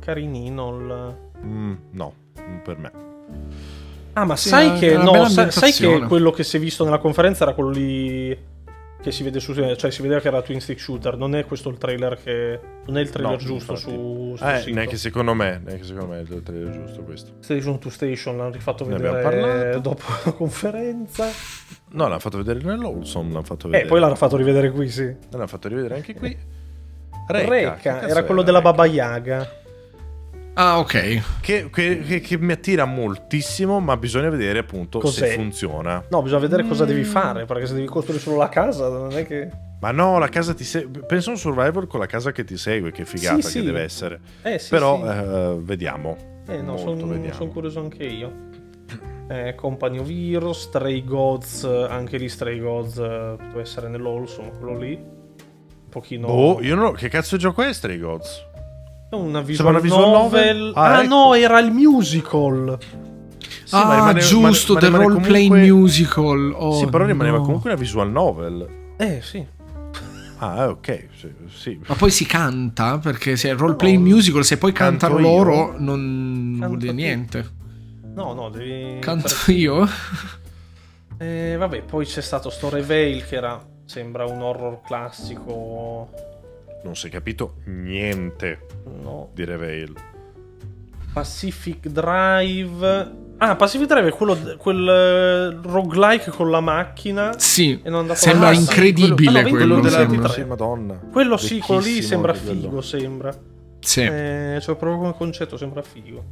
A: carinino il...
B: Mm, no, non per me.
A: Ah, ma
C: Sì,
A: sai
C: è
A: che
C: una
A: no,
C: bella
A: sa- sai che
C: ambientazione.
A: quello che si è visto nella conferenza era quello lì che si vede su cioè si vedeva che era twin stick shooter non è questo il trailer che non è il trailer
B: No,
A: giusto
B: infatti.
A: su, su
B: Eh,
A: sito.
B: neanche secondo me, neanche secondo me è il trailer giusto questo.
A: Station to Station l'hanno rifatto
B: Ne abbiamo
A: vedere
B: parlato.
A: dopo la conferenza
B: No, l'hanno fatto vedere nell'Olson, l'hanno fatto
A: e
B: vedere.
A: Eh, poi l'hanno fatto rivedere qui sì
B: L'hanno fatto rivedere anche qui.
A: Reca,
B: che cazzo
A: era quello della
B: Reca?
A: Baba Yaga
C: Ah, ok.
B: Che, che- che- che mi attira moltissimo, ma bisogna vedere appunto
A: Cos'è?
B: se funziona.
A: no bisogna vedere cosa devi fare perché se devi costruire solo la casa non è che
B: Ma no, la casa ti segue. Pensa a un survivor con la casa che ti segue, che figata
A: Sì,
B: che
A: sì.
B: deve essere.
A: eh sì
B: Però
A: sì.
B: eh, vediamo.
A: Eh no,
B: Molto
A: sono
B: vediamo.
A: curioso anche io. Eh, Compagno Virus, Stray Gods, eh, anche lì Stray Gods eh, poteva essere nell'Olson, quello lì. Un pochino...
B: Boh, io non lo- Che cazzo di gioco è Stray Gods?
A: Una visual,
B: una visual
A: novel.
B: novel?
A: Ah,
B: Ah, ecco.
A: no, era il musical.
B: Sì,
C: ah,
B: ma rimane-
C: giusto,
B: ma- ma
C: The
B: rimane
C: Role Playing
B: comunque-
C: Musical. Oh,
B: sì, però rimaneva
C: no.
B: comunque una visual novel.
A: Eh sì.
B: Ah, eh, ok. Sì, sì.
C: Ma poi si canta, perché se è Role
A: No.
C: Playing Musical, se poi
B: Canto
C: cantano
B: io.
C: loro, non
A: Canto
C: vuol dire
A: tu.
C: niente.
A: No, no, devi...
C: Canto io?
A: Eh, vabbè, poi c'è stato sto Reveil che era... Sembra un horror classico...
B: Non si è capito niente
A: No.
B: di Reveil.
A: Pacific Drive... Ah, Pacific Drive è quello, quel eh, roguelike con la macchina.
C: Sì.
A: E non andato
C: Sembra
B: Ah,
A: alla massa.
C: incredibile
A: quello,
C: quello
A: quello
C: della-
A: sembra.
B: Sì, Madonna.
A: Quello sì, quello lì
B: Vecchissimo
A: sembra
B: anche quello.
A: figo, sembra.
C: Sì.
A: Eh, cioè proprio come concetto sembra figo.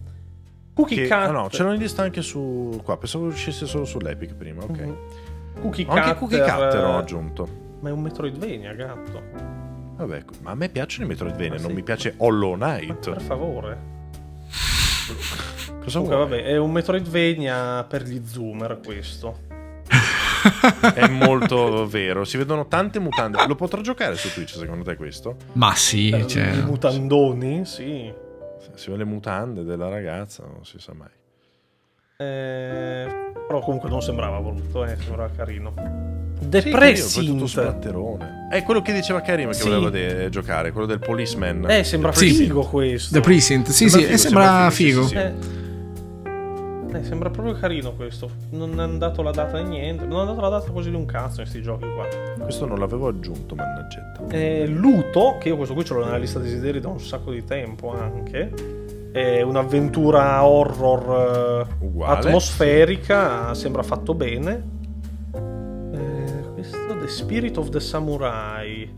A: Cookie
B: Che-
A: Cat.
B: ah, no, c'erano in lista anche su. Qua, pensavo uscisse solo sull'Epic prima. Ok.
A: Mhm. Cookie
B: Ma Anche
A: Cutter,
B: Cookie Cutter ho
A: eh,
B: aggiunto.
A: Ma è un Metroidvania, gatto.
B: Vabbè, ecco, ma a me piacciono i Metroidvania,
A: Ma
B: non
A: Ah, sì.
B: mi piace Hollow
A: Ma per
B: Knight.
A: favore.
B: Cosa
A: Comunque,
B: vuoi?
A: vabbè, è un Metroidvania per gli zoomer questo.
B: È molto vero, si vedono tante mutande. Lo potrò giocare su Twitch secondo te questo?
C: Ma sì,
A: Eh,
C: cioè...
A: I mutandoni, sì.
B: Si vede le mutande della ragazza, non si sa mai.
A: Eh, però comunque non sembrava brutto, eh, sembrava carino. The
B: Sì,
A: Precinct.
B: carino, poi tutto splatterone. È quello che diceva Karim che
A: Sì.
B: voleva de- giocare, quello del policeman.
A: Eh, sembra
B: The Precinct.
A: figo questo.
C: The Precinct, sì,
B: Sembra
C: sì,
B: figo,
C: e sembra
B: sembra
C: figo.
B: figo, sì, sì,
A: Eh. Eh, sembra proprio carino questo. Non hanno dato la data né niente. Non hanno dato la data così di un cazzo in questi giochi qua.
B: Questo non l'avevo aggiunto, mannaggetta.
A: Eh, Luto, che io questo qui ce l'ho nella lista desideri da un sacco di tempo anche. È un'avventura horror eh,
B: Uguale.
A: atmosferica. Sembra fatto bene. Eh, questo The Spirit of the Samurai.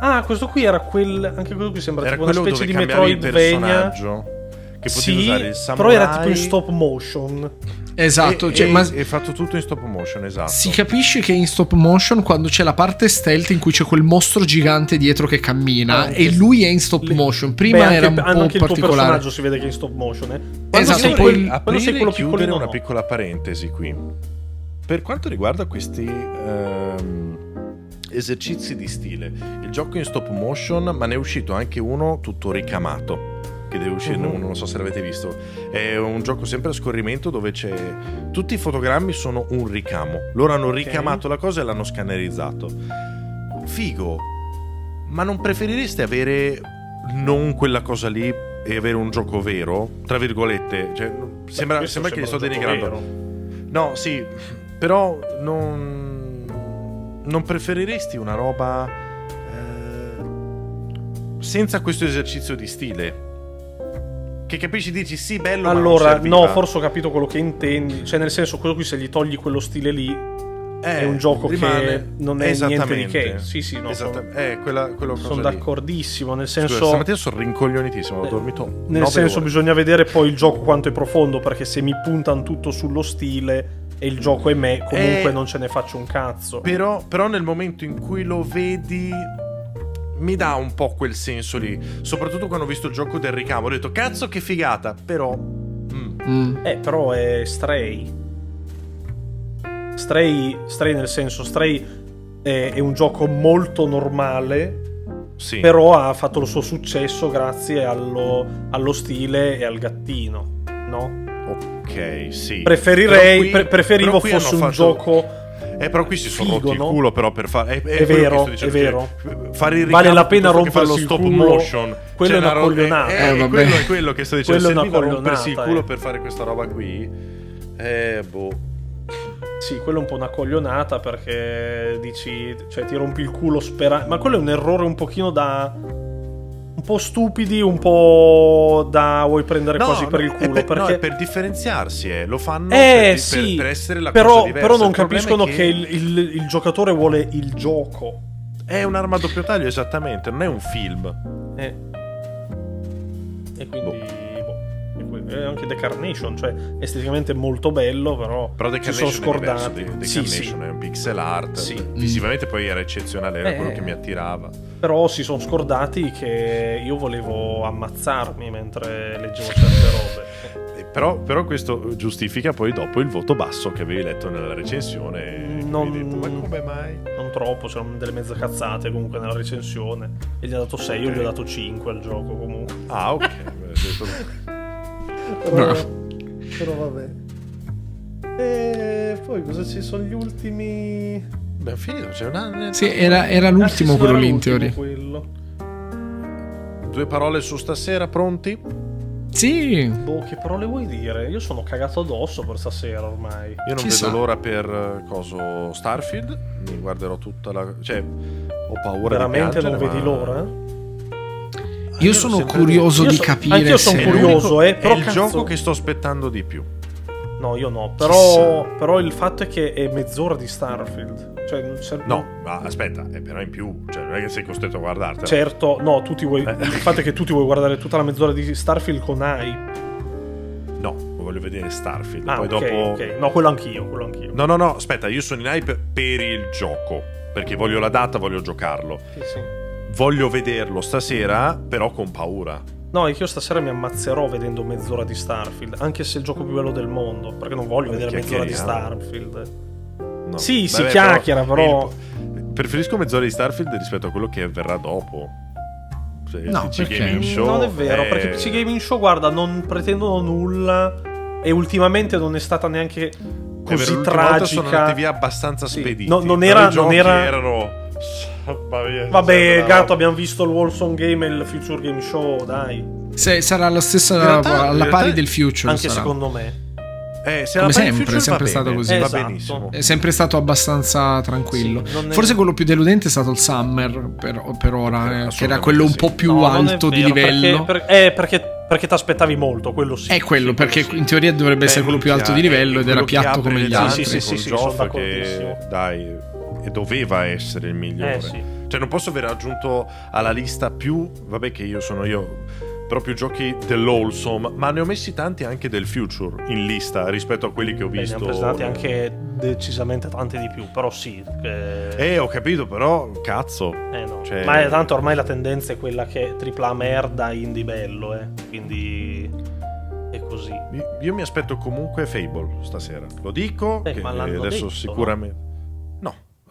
A: Ah, questo qui era quel. Anche questo qui sembra
B: Era
A: tipo una
B: quello
A: specie
B: dove
A: di
B: cambiavi il
A: Metroidvania.
B: personaggio. Che potevi
A: Sì,
B: usare il
A: però
B: samurai.
A: era tipo in stop motion.
C: Esatto,
B: e,
C: cioè,
B: e-
C: ma
B: e fatto tutto in stop motion, esatto.
C: si capisce che è in stop motion quando c'è la parte stealth in cui c'è quel mostro gigante dietro che cammina
A: Anche-
C: Ah, e lui è in stop
A: Le-
C: motion.
A: Beh,
C: Prima
A: anche,
C: era un
A: anche
C: po'
A: il tuo
C: particolare.
A: personaggio si vede che è in stop motion. Eh. Quando
C: Esatto,
A: sei
C: poi
A: quel- quando
B: aprire
A: sei quello
B: e chiudere
A: piccolino,
B: una
A: no.
B: piccola parentesi qui. Per quanto riguarda questi ehm, esercizi di stile, il gioco è in stop motion, ma ne è uscito anche uno tutto ricamato. Che deve uscire,
A: Mhm.
B: non- non so se l'avete visto. È un gioco sempre a scorrimento dove c'è. Tutti i fotogrammi sono un ricamo. Loro hanno ricamato la cosa e l'hanno scannerizzato. Figo, ma non preferireste avere non quella cosa lì e avere un gioco vero? Tra virgolette, cioè, sembra,
A: Questo
B: sembra che li
A: un
B: sto
A: gioco
B: denigrando.
A: vero.
B: No, sì, però non, non preferiresti una roba eh, senza questo esercizio di stile? Che capisci, dici sì, bello. ma non
A: Allora,
B: serviva.
A: no, forse ho capito quello che intendi. Cioè, nel senso, quello qui, se gli togli quello stile lì,
B: Eh,
A: è un gioco che
B: rimane-
A: non è niente di che.
B: Esattamente.
A: Sì, sì, no,
B: Esatta- eh, quella, quello cosa
A: sono
B: lì.
A: d'accordissimo. Nel
B: Scusa,
A: senso,
B: stamattina sono rincoglionitissimo, ho
A: Eh,
B: dormito.
A: nel
B: nove
A: senso
B: ore.
A: bisogna vedere poi il gioco quanto è profondo. Perché se mi puntano tutto sullo stile e il gioco è me, comunque
B: Eh.
A: non ce ne faccio un cazzo.
B: Però, però nel momento in cui lo vedi mi dà un po' quel senso lì. Soprattutto quando ho visto il gioco del ricamo, ho detto cazzo che figata, però... mm,
C: Mm.
A: Eh, però è Stray. Stray, Stray nel senso, Stray è, è un gioco molto normale,
B: sì.
A: però ha fatto il suo successo grazie allo, allo stile e al gattino, no?
B: Ok, sì.
A: Preferirei,
B: Però qui-
A: pre- preferivo
B: però qui
A: fosse un
B: hanno fatto-
A: gioco...
B: Eh, però qui si sono
A: figo,
B: rotti
A: no?
B: il culo però per fare... È,
A: È
B: quello che
A: vero,
B: sto dicendo,
A: è vero.
B: che Fare il
A: Vale
B: ricamo
A: la pena
B: piuttosto che fare lo
A: rompersi il
B: stop
A: culo.
B: motion.
A: Quello
B: C'è
A: è una
B: ro-
A: coglionata.
B: Eh,
C: Eh, vabbè.
B: quello è quello che sto dicendo.
A: Quello è eh. una
B: Serviva rompersi il
A: coglionata,
B: culo
A: eh.
B: per fare questa roba qui. Eh, boh.
A: Sì, quello è un po' una coglionata perché dici, cioè ti rompi il culo sperando, ma quello è un errore un pochino da un po' stupidi, un po' da vuoi prendere
B: No,
A: quasi
B: no,
A: per il
B: è
A: culo,
B: per, no,
A: perché
B: è per differenziarsi, eh. lo fanno per,
A: eh
B: per-
A: sì,
B: per essere la
A: però,
B: cosa diversa.
A: però non
B: Il problema è
A: capiscono che, il, il- il giocatore vuole il gioco.
B: è un'arma a doppio taglio, esattamente, non è un film.
A: Eh. E quindi boh. E que- e anche The Carnation, cioè esteticamente molto bello, però,
B: Però The
A: si sono
B: Carnation è diverso,
A: scordati.
B: The, The
A: Sì, sì.
B: Carnation è un pixel art.
A: Sì.
B: Visivamente poi era eccezionale, era
A: Eh.
B: quello che mi attirava.
A: Però si sono scordati che io volevo ammazzarmi mentre leggevo certe robe.
B: Eh, Però, però questo giustifica poi dopo il voto basso che avevi letto nella recensione.
A: Non-
B: Hai detto, ma come mai?
A: Eh, Non troppo, c'erano delle mezze cazzate comunque nella recensione. E gli ha dato 6, io
B: Ok.
A: gli ho dato 5 al gioco comunque.
B: Ah, ok. Beh, ho detto-
A: Però,
C: No.
A: però vabbè. E poi cosa ci sono gli ultimi...
B: Abbiamo finito, c'è una...
C: Sì, era, era l'ultimo
A: Ah, sì, sì,
C: quello
A: era
C: lì in
A: l'ultimo
C: teoria.
A: quello.
B: Due parole su stasera, pronti? Io
C: Sì,
A: Boh, che parole vuoi dire? Io sono cagato addosso per stasera ormai.
B: non
C: Chissà.
B: vedo l'ora per eh, coso Starfield, mi guarderò tutta la... cioè, ho paura
A: Veramente
B: di piangere,
A: non vedi
B: ma-
A: l'ora?
B: Ah,
C: io
B: l'ho
C: sono
B: sempre
C: curioso
A: Io
C: di
A: so-
C: capire
A: anch'io son
B: detto.
C: se
B: È
A: curioso. eh, però
B: È il
A: cazzo-
B: gioco che sto aspettando di più.
A: No, io no. Però, però il fatto è che è mezz'ora di Starfield. Cioè, non c'è-
B: No, ma aspetta, è però in più, cioè non è che sei costretto a guardartela.
A: Certo, no, tu ti vuoi.
B: Eh.
A: Il fatto è che tu ti vuoi guardare tutta la mezz'ora di Starfield con hype.
B: No, voglio vedere Starfield,
A: Ah,
B: poi
A: ok,
B: dopo
A: ok. No, quello anch'io, quello anch'io.
B: No, no, no, aspetta, io sono in hype per il gioco, perché voglio la data, voglio giocarlo.
A: Sì, sì.
B: Voglio vederlo stasera, però con paura.
A: No, è che io stasera mi ammazzerò vedendo mezz'ora di Starfield, anche se è il gioco più bello del mondo, perché non voglio
B: Vabbè,
A: vedere mezz'ora di
B: chiacchieriamo.
A: Starfield.
B: No.
A: Sì, si chiacchiera, però-
B: il- Preferisco mezz'ora di Starfield rispetto a quello che verrà dopo. Cioè,
C: No,
B: il PC
C: perché?
B: Gaming Show
A: Mm, non è vero, perché PC Gaming Show, guarda, non pretendono nulla e ultimamente non è stata neanche
B: è vero,
A: così
B: l'ultima volta Sono
A: tragica.
B: andati via abbastanza
A: Sì.
B: spediti.
A: No, non
B: però
A: era-
B: i giochi
A: non era-
B: erano... esatto, Mamma mia,
A: Vabbè,
B: era-
A: gatto, abbiamo visto il Warzone Game e il Future Game Show, dai.
C: se sarà la stessa
B: In realtà- in
C: alla
B: realtà
C: pari
B: è-
C: del future.
A: Anche
C: sarà.
A: secondo me.
B: Eh, se
C: Come
B: la fai
C: sempre,
B: in future
C: è sempre
B: va
C: stato
B: bene,
C: così.
B: Va
A: Esatto.
B: benissimo.
C: È sempre stato abbastanza tranquillo.
A: Sì, non è-
C: Forse quello più deludente è stato il Summer per, per ora, eh, che era
B: Assolutamente
C: quello un
B: sì.
C: po' più
A: No, non è
C: alto di
A: vero,
C: livello.
A: Perché, per- eh, perché, perché ti aspettavi molto, quello sì.
C: È quello,
A: Sì,
C: perché
A: sì.
C: in teoria
B: Eh,
C: dovrebbe essere quello più alto di livello ed era piatto come gli
A: le
C: altri.
A: Sì, sì, sì, sì, sono
B: che,
A: d'accordissimo.
B: dai, e doveva essere il migliore.
A: Eh, sì.
B: Cioè, non posso aver aggiunto alla lista più, vabbè che io sono io, proprio giochi dell'Olsom, ma ne ho messi tanti anche del Future in lista rispetto a quelli che ho
A: Beh, ne
B: visto.
A: hanno presentati anche decisamente tanti di più, però sì. che-
B: Eh, ho capito, però, cazzo.
A: eh, no.
B: cioè-
A: Ma è- tanto ormai la tendenza è quella che tripla merda indie bello, eh. Quindi è così.
B: Io- Io mi aspetto comunque Fable stasera. Lo dico,
A: Eh,
B: che
A: ma l'hanno
B: adesso
A: detto,
B: sicuramente... No?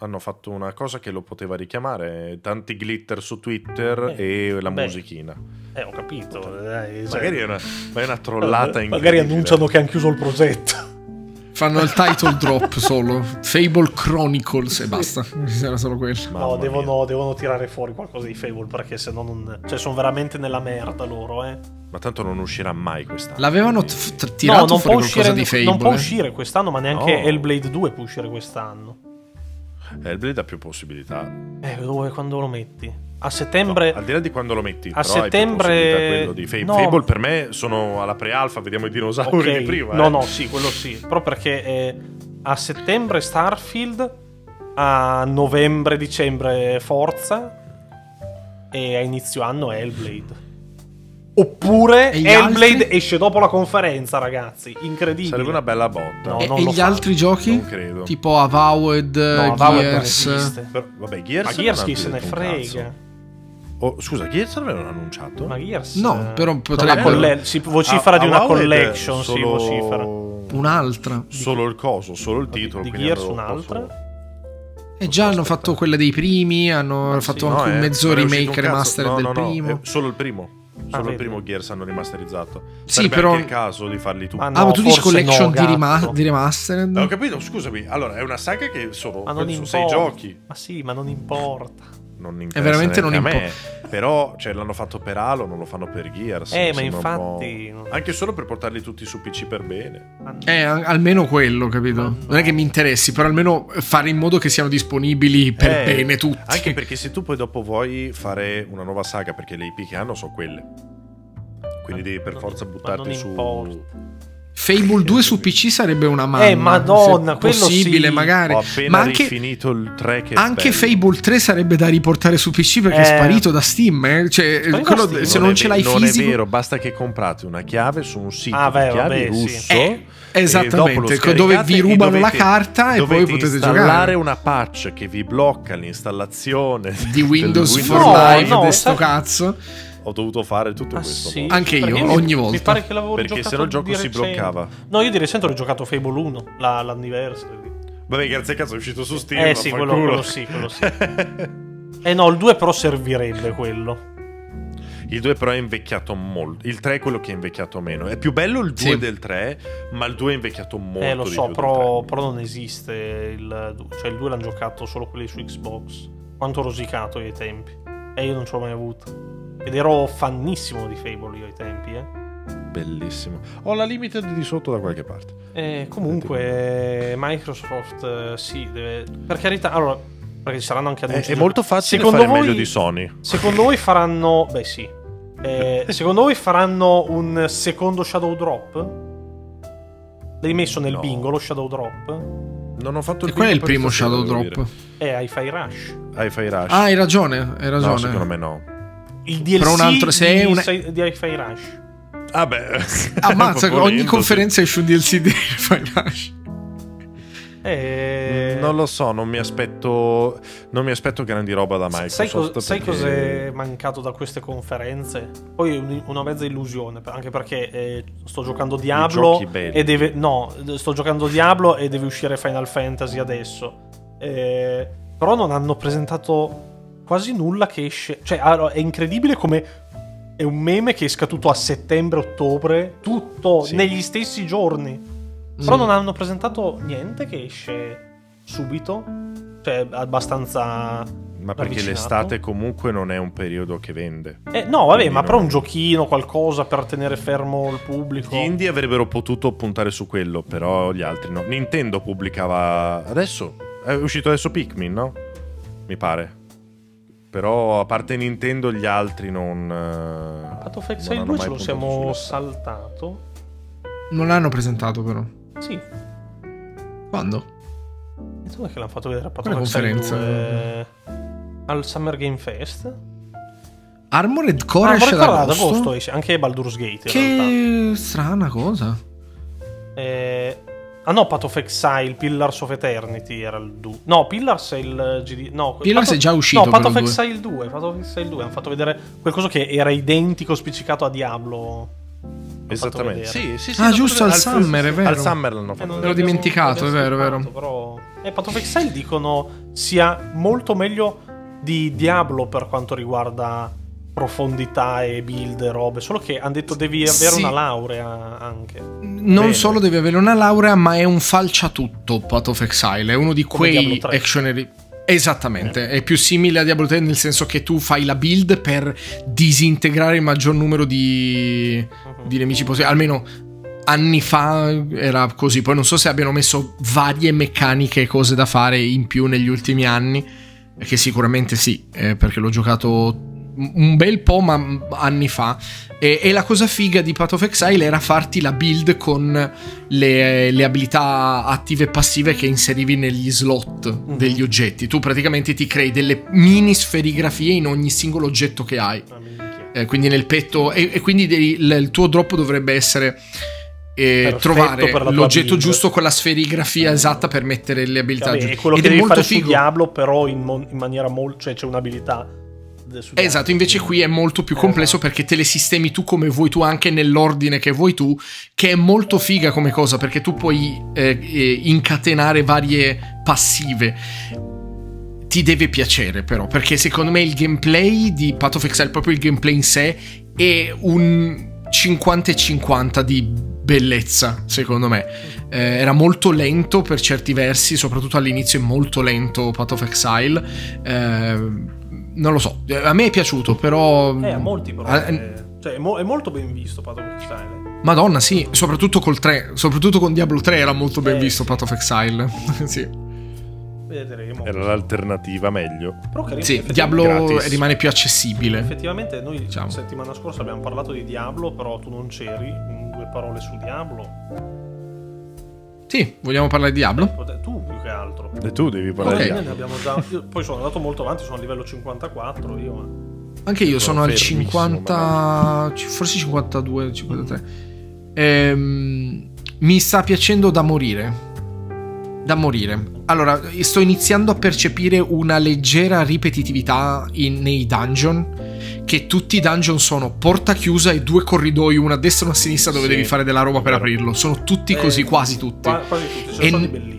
B: hanno fatto una cosa che lo poteva richiamare. Tanti glitter su Twitter e la
A: beh.
B: musichina.
A: Eh, ho capito. dai, cioè- Eh,
B: Magari è una, ma è una trollata in
A: Magari annunciano che hanno chiuso il progetto.
C: Fanno il title drop solo. Fable Chronicles e basta. Era solo quello.
A: no, devono, devono tirare fuori qualcosa di Fable perché sennò non. Cioè, sono veramente nella merda loro, eh.
B: Ma tanto non uscirà mai quest'anno.
C: L'avevano
B: quindi-
C: t- t- tirato
A: no, non può,
C: fuori
A: uscire,
C: qualcosa di Fable.
A: non può
C: eh.
A: uscire quest'anno, ma neanche
B: No.
A: Hellblade 2 può uscire quest'anno.
B: Hellblade ha eh, più possibilità.
A: Eh, dove, quando lo metti? A
B: No,
A: settembre.
B: al di là di quando lo metti,
A: a
B: però hai più
A: settembre-
B: possibilità quello di Fable.
A: no.
B: Fable per me sono alla pre-alfa, vediamo i dinosauri
A: Ok.
B: di prima.
A: No,
B: eh.
A: no, sì, quello sì. Però perché eh, a settembre Starfield, a novembre, dicembre Forza e a inizio anno Hellblade. Oppure
C: E gli
A: Hellblade
C: altri?
A: esce dopo la conferenza, ragazzi. Incredibile.
B: Sarebbe una bella botta.
A: No,
C: E,
A: non
C: e
A: lo
C: gli
A: fa.
C: altri giochi?
B: Non credo.
C: Tipo Avowed, eh,
A: No, Avowed non
C: Gears.
A: esiste.
B: Però, vabbè, Gears
A: Ma
B: non
A: Gears
B: hanno
A: chi se ne
B: detto un
A: frega.
B: cazzo. Oh, scusa, Gears l'avevano annunciato?
A: Ma Gears.
C: No,
A: eh,
C: però
A: una
C: potrebbe-
A: colle- si vocifera
B: A-
A: di una
B: Avowed
A: collection. Si
B: solo-
A: vocifera.
C: Un'altra.
B: Solo il coso, solo il titolo.
A: di
B: quindi
A: Gears
B: hanno-
A: un'altra.
C: E già hanno
B: Aspetta.
C: fatto quella dei primi, hanno fatto
B: No,
C: anche un
B: eh,
C: mezzo
B: non è uscito
C: remake
B: un cazzo.
C: remaster
B: No,
C: del
B: no, no,
C: primo.
B: eh, solo il primo. Solo il
A: Ah, vedi.
B: primo Gears hanno remasterizzato.
C: Sì,
B: Sarebbe
C: però-
B: anche il caso di farli tutti.
A: Ma no,
C: ah, ma tu dici
A: forse
C: collection
A: no,
C: di, rima-
A: gatto.
C: di remastered?
B: No, Ho capito, scusami. Allora, è una saga che sono,
A: Ma non
B: penso,
A: importa.
B: sei giochi.
A: Ma sì, ma non importa.
B: non interessa
C: veramente
B: neanche
C: non
B: a me. Però cioè, l'hanno fatto per Halo, non lo fanno per Gears.
A: Eh, ma
B: mi sembra un po'-
A: infatti, no.
B: Anche solo per portarli tutti su PC per bene.
C: Eh, al- almeno quello, capito?
A: Ma no.
C: Non è che mi interessi, però almeno fare in modo che siano disponibili per
B: Eh,
C: bene tutti.
B: Anche perché se tu poi dopo vuoi fare una nuova saga, perché le IP che hanno sono quelle. Quindi devi per
A: Ma-
B: forza
A: ma
B: buttarti
A: non
B: su...
A: importa.
C: Fable 2 su PC sarebbe una mano.
B: Eh,
A: madonna, quello
C: possibile,
A: sì.
C: magari.
B: Ho appena
C: Ma anche,
B: rifinito il 3 che è
C: anche
B: bello.
C: Fable 3 sarebbe da riportare su PC perché è
A: Eh.
C: sparito da Steam. eh. Cioè,
A: Sparito
C: quello-
A: da Steam.
C: se
A: Non
C: non,
B: è
C: ce
B: ve-
C: l'hai
B: non
C: fisico.
B: è vero, basta che comprate una chiave su un sito
A: Ah,
B: di
A: beh,
B: chiavi
A: vabbè,
B: russo.
A: sì.
C: Eh,
B: e
C: esattamente,
B: dopo lo
C: co- dove vi
B: scaricate e
C: rubano la
B: dovete-
C: carta e
B: dovete
C: poi potete giocare.
B: installare una patch che vi blocca l'installazione
C: Di
B: del
C: Windows, for
A: No,
C: Life,
A: no,
C: de sto
A: sai-
C: cazzo.
B: Ho dovuto fare tutto
A: Ah,
B: questo.
A: sì?
B: mo.
C: Anche io,
A: Perché
C: ogni
A: mi-
C: volta.
A: Mi pare che l'avevo
B: Perché se
A: rigiocato
B: no il gioco
A: di
B: si
A: recente.
B: bloccava.
A: No, io di recente ho rigiocato Fable 1, la, l'anniversary.
B: Vabbè, grazie a cazzo è uscito su Steam.
A: Eh, sì, quello-
B: vaffanculo.
A: quello sì, quello sì. Eh no, il 2 però servirebbe quello.
B: il 2 però è invecchiato molto. Il 3 è quello che è invecchiato meno. È più bello il 2
C: Sì.
B: del 3, ma il 2 è invecchiato molto.
A: eh, lo
B: di
A: so,
B: più del
A: però,
B: 3.
A: però non esiste il 2. Cioè il 2 l'hanno giocato solo quelli su Xbox. Quanto ho rosicato io ai tempi. E io non ce l'ho mai avuto. Ed ero fannissimo di Fable io ai tempi, eh.
B: Bellissimo. Ho la limited di sotto da qualche parte.
A: Eh, comunque, Microsoft eh, sì, deve- per carità, allora, perché ci saranno anche
B: È,
A: annunci.
B: Eh, è molto facile
A: Secondo
B: fare
A: voi-
B: meglio di Sony.
A: Secondo voi faranno... Beh sì. Eh, secondo voi faranno un secondo Shadow Drop? L'hai messo nel
B: No.
A: bingo lo Shadow Drop?
B: Non ho fatto
C: E
B: il
C: qual è il
B: video per
C: primo
B: stasera,
C: Shadow
B: devo
C: Drop?
B: dire.
A: Eh, Hi-Fi Rush.
B: Hi-Fi Rush.
C: Ah, hai ragione, hai ragione.
B: no, secondo me no.
A: Il DLC
C: Però un altro- se è
A: di,
C: una-
A: sai- di Hi-Fi Rush.
B: Ah beh.
C: Ammazza,
B: Proprio
C: ogni
B: lento,
C: conferenza esce un DLC di Final Rush.
A: Eh,
B: sì. Non lo so, non mi aspetto non mi aspetto grandi roba da Microsoft.
A: Sai, cos- sai
B: perché-
A: cos'è mancato da queste conferenze? Poi un- una mezza illusione, per- anche perché eh, sto giocando Diablo
B: giochi belli.
A: e deve no, d- sto giocando Diablo e deve uscire Final Fantasy adesso. Eh, però non hanno presentato quasi nulla che esce, cioè allora, è incredibile come è un meme che è scaduto a settembre-ottobre, tutto
B: Sì.
A: negli stessi giorni. Però
C: Mm.
A: non hanno presentato niente che esce subito, cioè abbastanza
B: Ma perché
A: avvicinato.
B: l'estate comunque non è un periodo che vende.
A: Eh, no, vabbè,
B: Quindi
A: ma
B: no.
A: però un giochino, qualcosa per tenere fermo il pubblico.
B: Gli indie avrebbero potuto puntare su quello, però gli altri no. Nintendo pubblicava adesso è uscito adesso Pikmin, no? Mi pare. Però a parte Nintendo gli altri non eh,
A: Path
B: Path
A: of Exile 2 ce lo siamo saltato.
C: Non l'hanno presentato però.
A: Sì,
C: Quando?
A: e dove è che l'hanno fatto vedere a Path
C: Quella
A: of Exile
C: conferenza?
A: 2? Al Summer Game Fest?
C: Armored
A: Ah,
C: Core esce ad
A: guarda, ad
C: agosto.
A: agosto esce anche Baldur's Gate in realtà.
C: Che strana cosa.
A: Eh, Ah no, Path of Exile, Pillars of Eternity era il 2. No, Pillars è il GD. No,
C: Pillars
A: Path of-
C: è già uscito
A: No, Path
C: quello
A: of
C: due.
A: Exile 2. Path of Exile 2 hanno fatto vedere qualcosa che era identico, spiccicato a Diablo. L'ho fatto
B: Esattamente.
A: vedere.
B: Sì, sì, sì,
C: Ah,
B: l'hanno
C: giusto,
B: fatto
C: al
B: vedere-
C: Summer, è vero.
B: Al Summer l'hanno
A: Eh,
B: fatto.
A: non
B: vedere.
C: l'ho dimenticato,
A: abbiamo-
C: è vero, è vero.
A: abbiamo parlato, Però... Eh, Path of Exile dicono sia molto meglio di Diablo per quanto riguarda profondità e build e robe, solo che hanno detto devi avere
C: Sì.
A: una laurea anche.
C: Non
B: Bene.
C: solo devi avere una laurea, ma è un falciatutto Path of Exile. È uno di
A: Come
C: quei
A: Diablo 3.
C: actionery. Esattamente, è più simile a Diablo 3 nel senso che tu fai la build per disintegrare il maggior numero di, di nemici possibili. Almeno anni fa era così. Poi non so se abbiano messo varie meccaniche e cose da fare in più negli ultimi anni. Che sicuramente sì, eh, perché l'ho giocato un bel po', ma m- anni fa. E, e la cosa figa di Path of Exile era farti la build con le, le abilità attive e passive che inserivi negli slot degli oggetti. Tu praticamente ti crei delle mini sferigrafie in ogni singolo oggetto che hai.
A: Ah, minchia.
C: Eh, quindi nel petto e, e quindi devi- il, il tuo drop dovrebbe essere eh,
A: Perfetto
C: trovare
A: per la tua
C: l'oggetto
A: build. Eh,
C: giusto con la sferigrafia esatta per mettere le abilità
A: Vabbè, è
C: giuste
A: quello
C: ed
A: che
C: è
A: devi
C: molto
A: fare su
C: figo
A: Diablo, però in, mon- in maniera molto... cioè c'è un'abilità de- su Diablo.
C: Esatto, invece qui è molto più
A: Eh,
C: complesso
A: esatto.
C: perché te le sistemi tu come vuoi tu, anche nell'ordine che vuoi tu, che è molto figa come cosa perché tu puoi eh, eh, incatenare varie passive. Ti deve piacere però, perché secondo me il gameplay di Path of Exile, proprio il gameplay in sé, è un 50 e 50 di bellezza, secondo me. Eh, era molto lento per certi versi, soprattutto all'inizio è molto lento Path of Exile. Eh, non lo so, a me è piaciuto, però...
A: Eh, a molti però.
C: Ah,
A: eh, cioè, è, mo- è molto ben visto Path of Exile.
C: Madonna, sì, soprattutto col 3, soprattutto con Diablo 3 era molto ben
A: Eh,
C: visto
A: sì.
C: Path of Exile. sì.
A: Vedremo.
B: Era l'alternativa meglio.
A: Però carino,
C: Sì,
A: effettivamente-
C: Diablo
B: Gratis.
C: rimane più accessibile.
A: Effettivamente noi
C: Diciamo.
A: la settimana scorsa abbiamo parlato di Diablo, però tu non c'eri. Mm, Due parole su Diablo.
C: Sì, vogliamo parlare di Diablo?
A: Pote- Tu più che altro.
B: E tu devi parlare
C: Ok.
B: di
A: Noi ne
B: altro.
A: abbiamo già- io poi sono andato molto avanti, sono a livello 54. Io, eh. ma-
C: Anche io sono al
B: fermissimo,
C: 50, forse 52, 53. Ehm, mi sta piacendo da morire. Da morire. Allora, sto iniziando a percepire una leggera ripetitività in- nei dungeon. Che tutti i dungeon sono porta chiusa e due corridoi, una a destra e una a sinistra, dove
B: Sì,
C: devi fare della roba per
B: vero.
C: aprirlo. Sono tutti così,
A: eh,
C: quasi tutti.
A: qua- quasi tutti, ce
C: E
A: ne sono
C: n-
A: di bellini.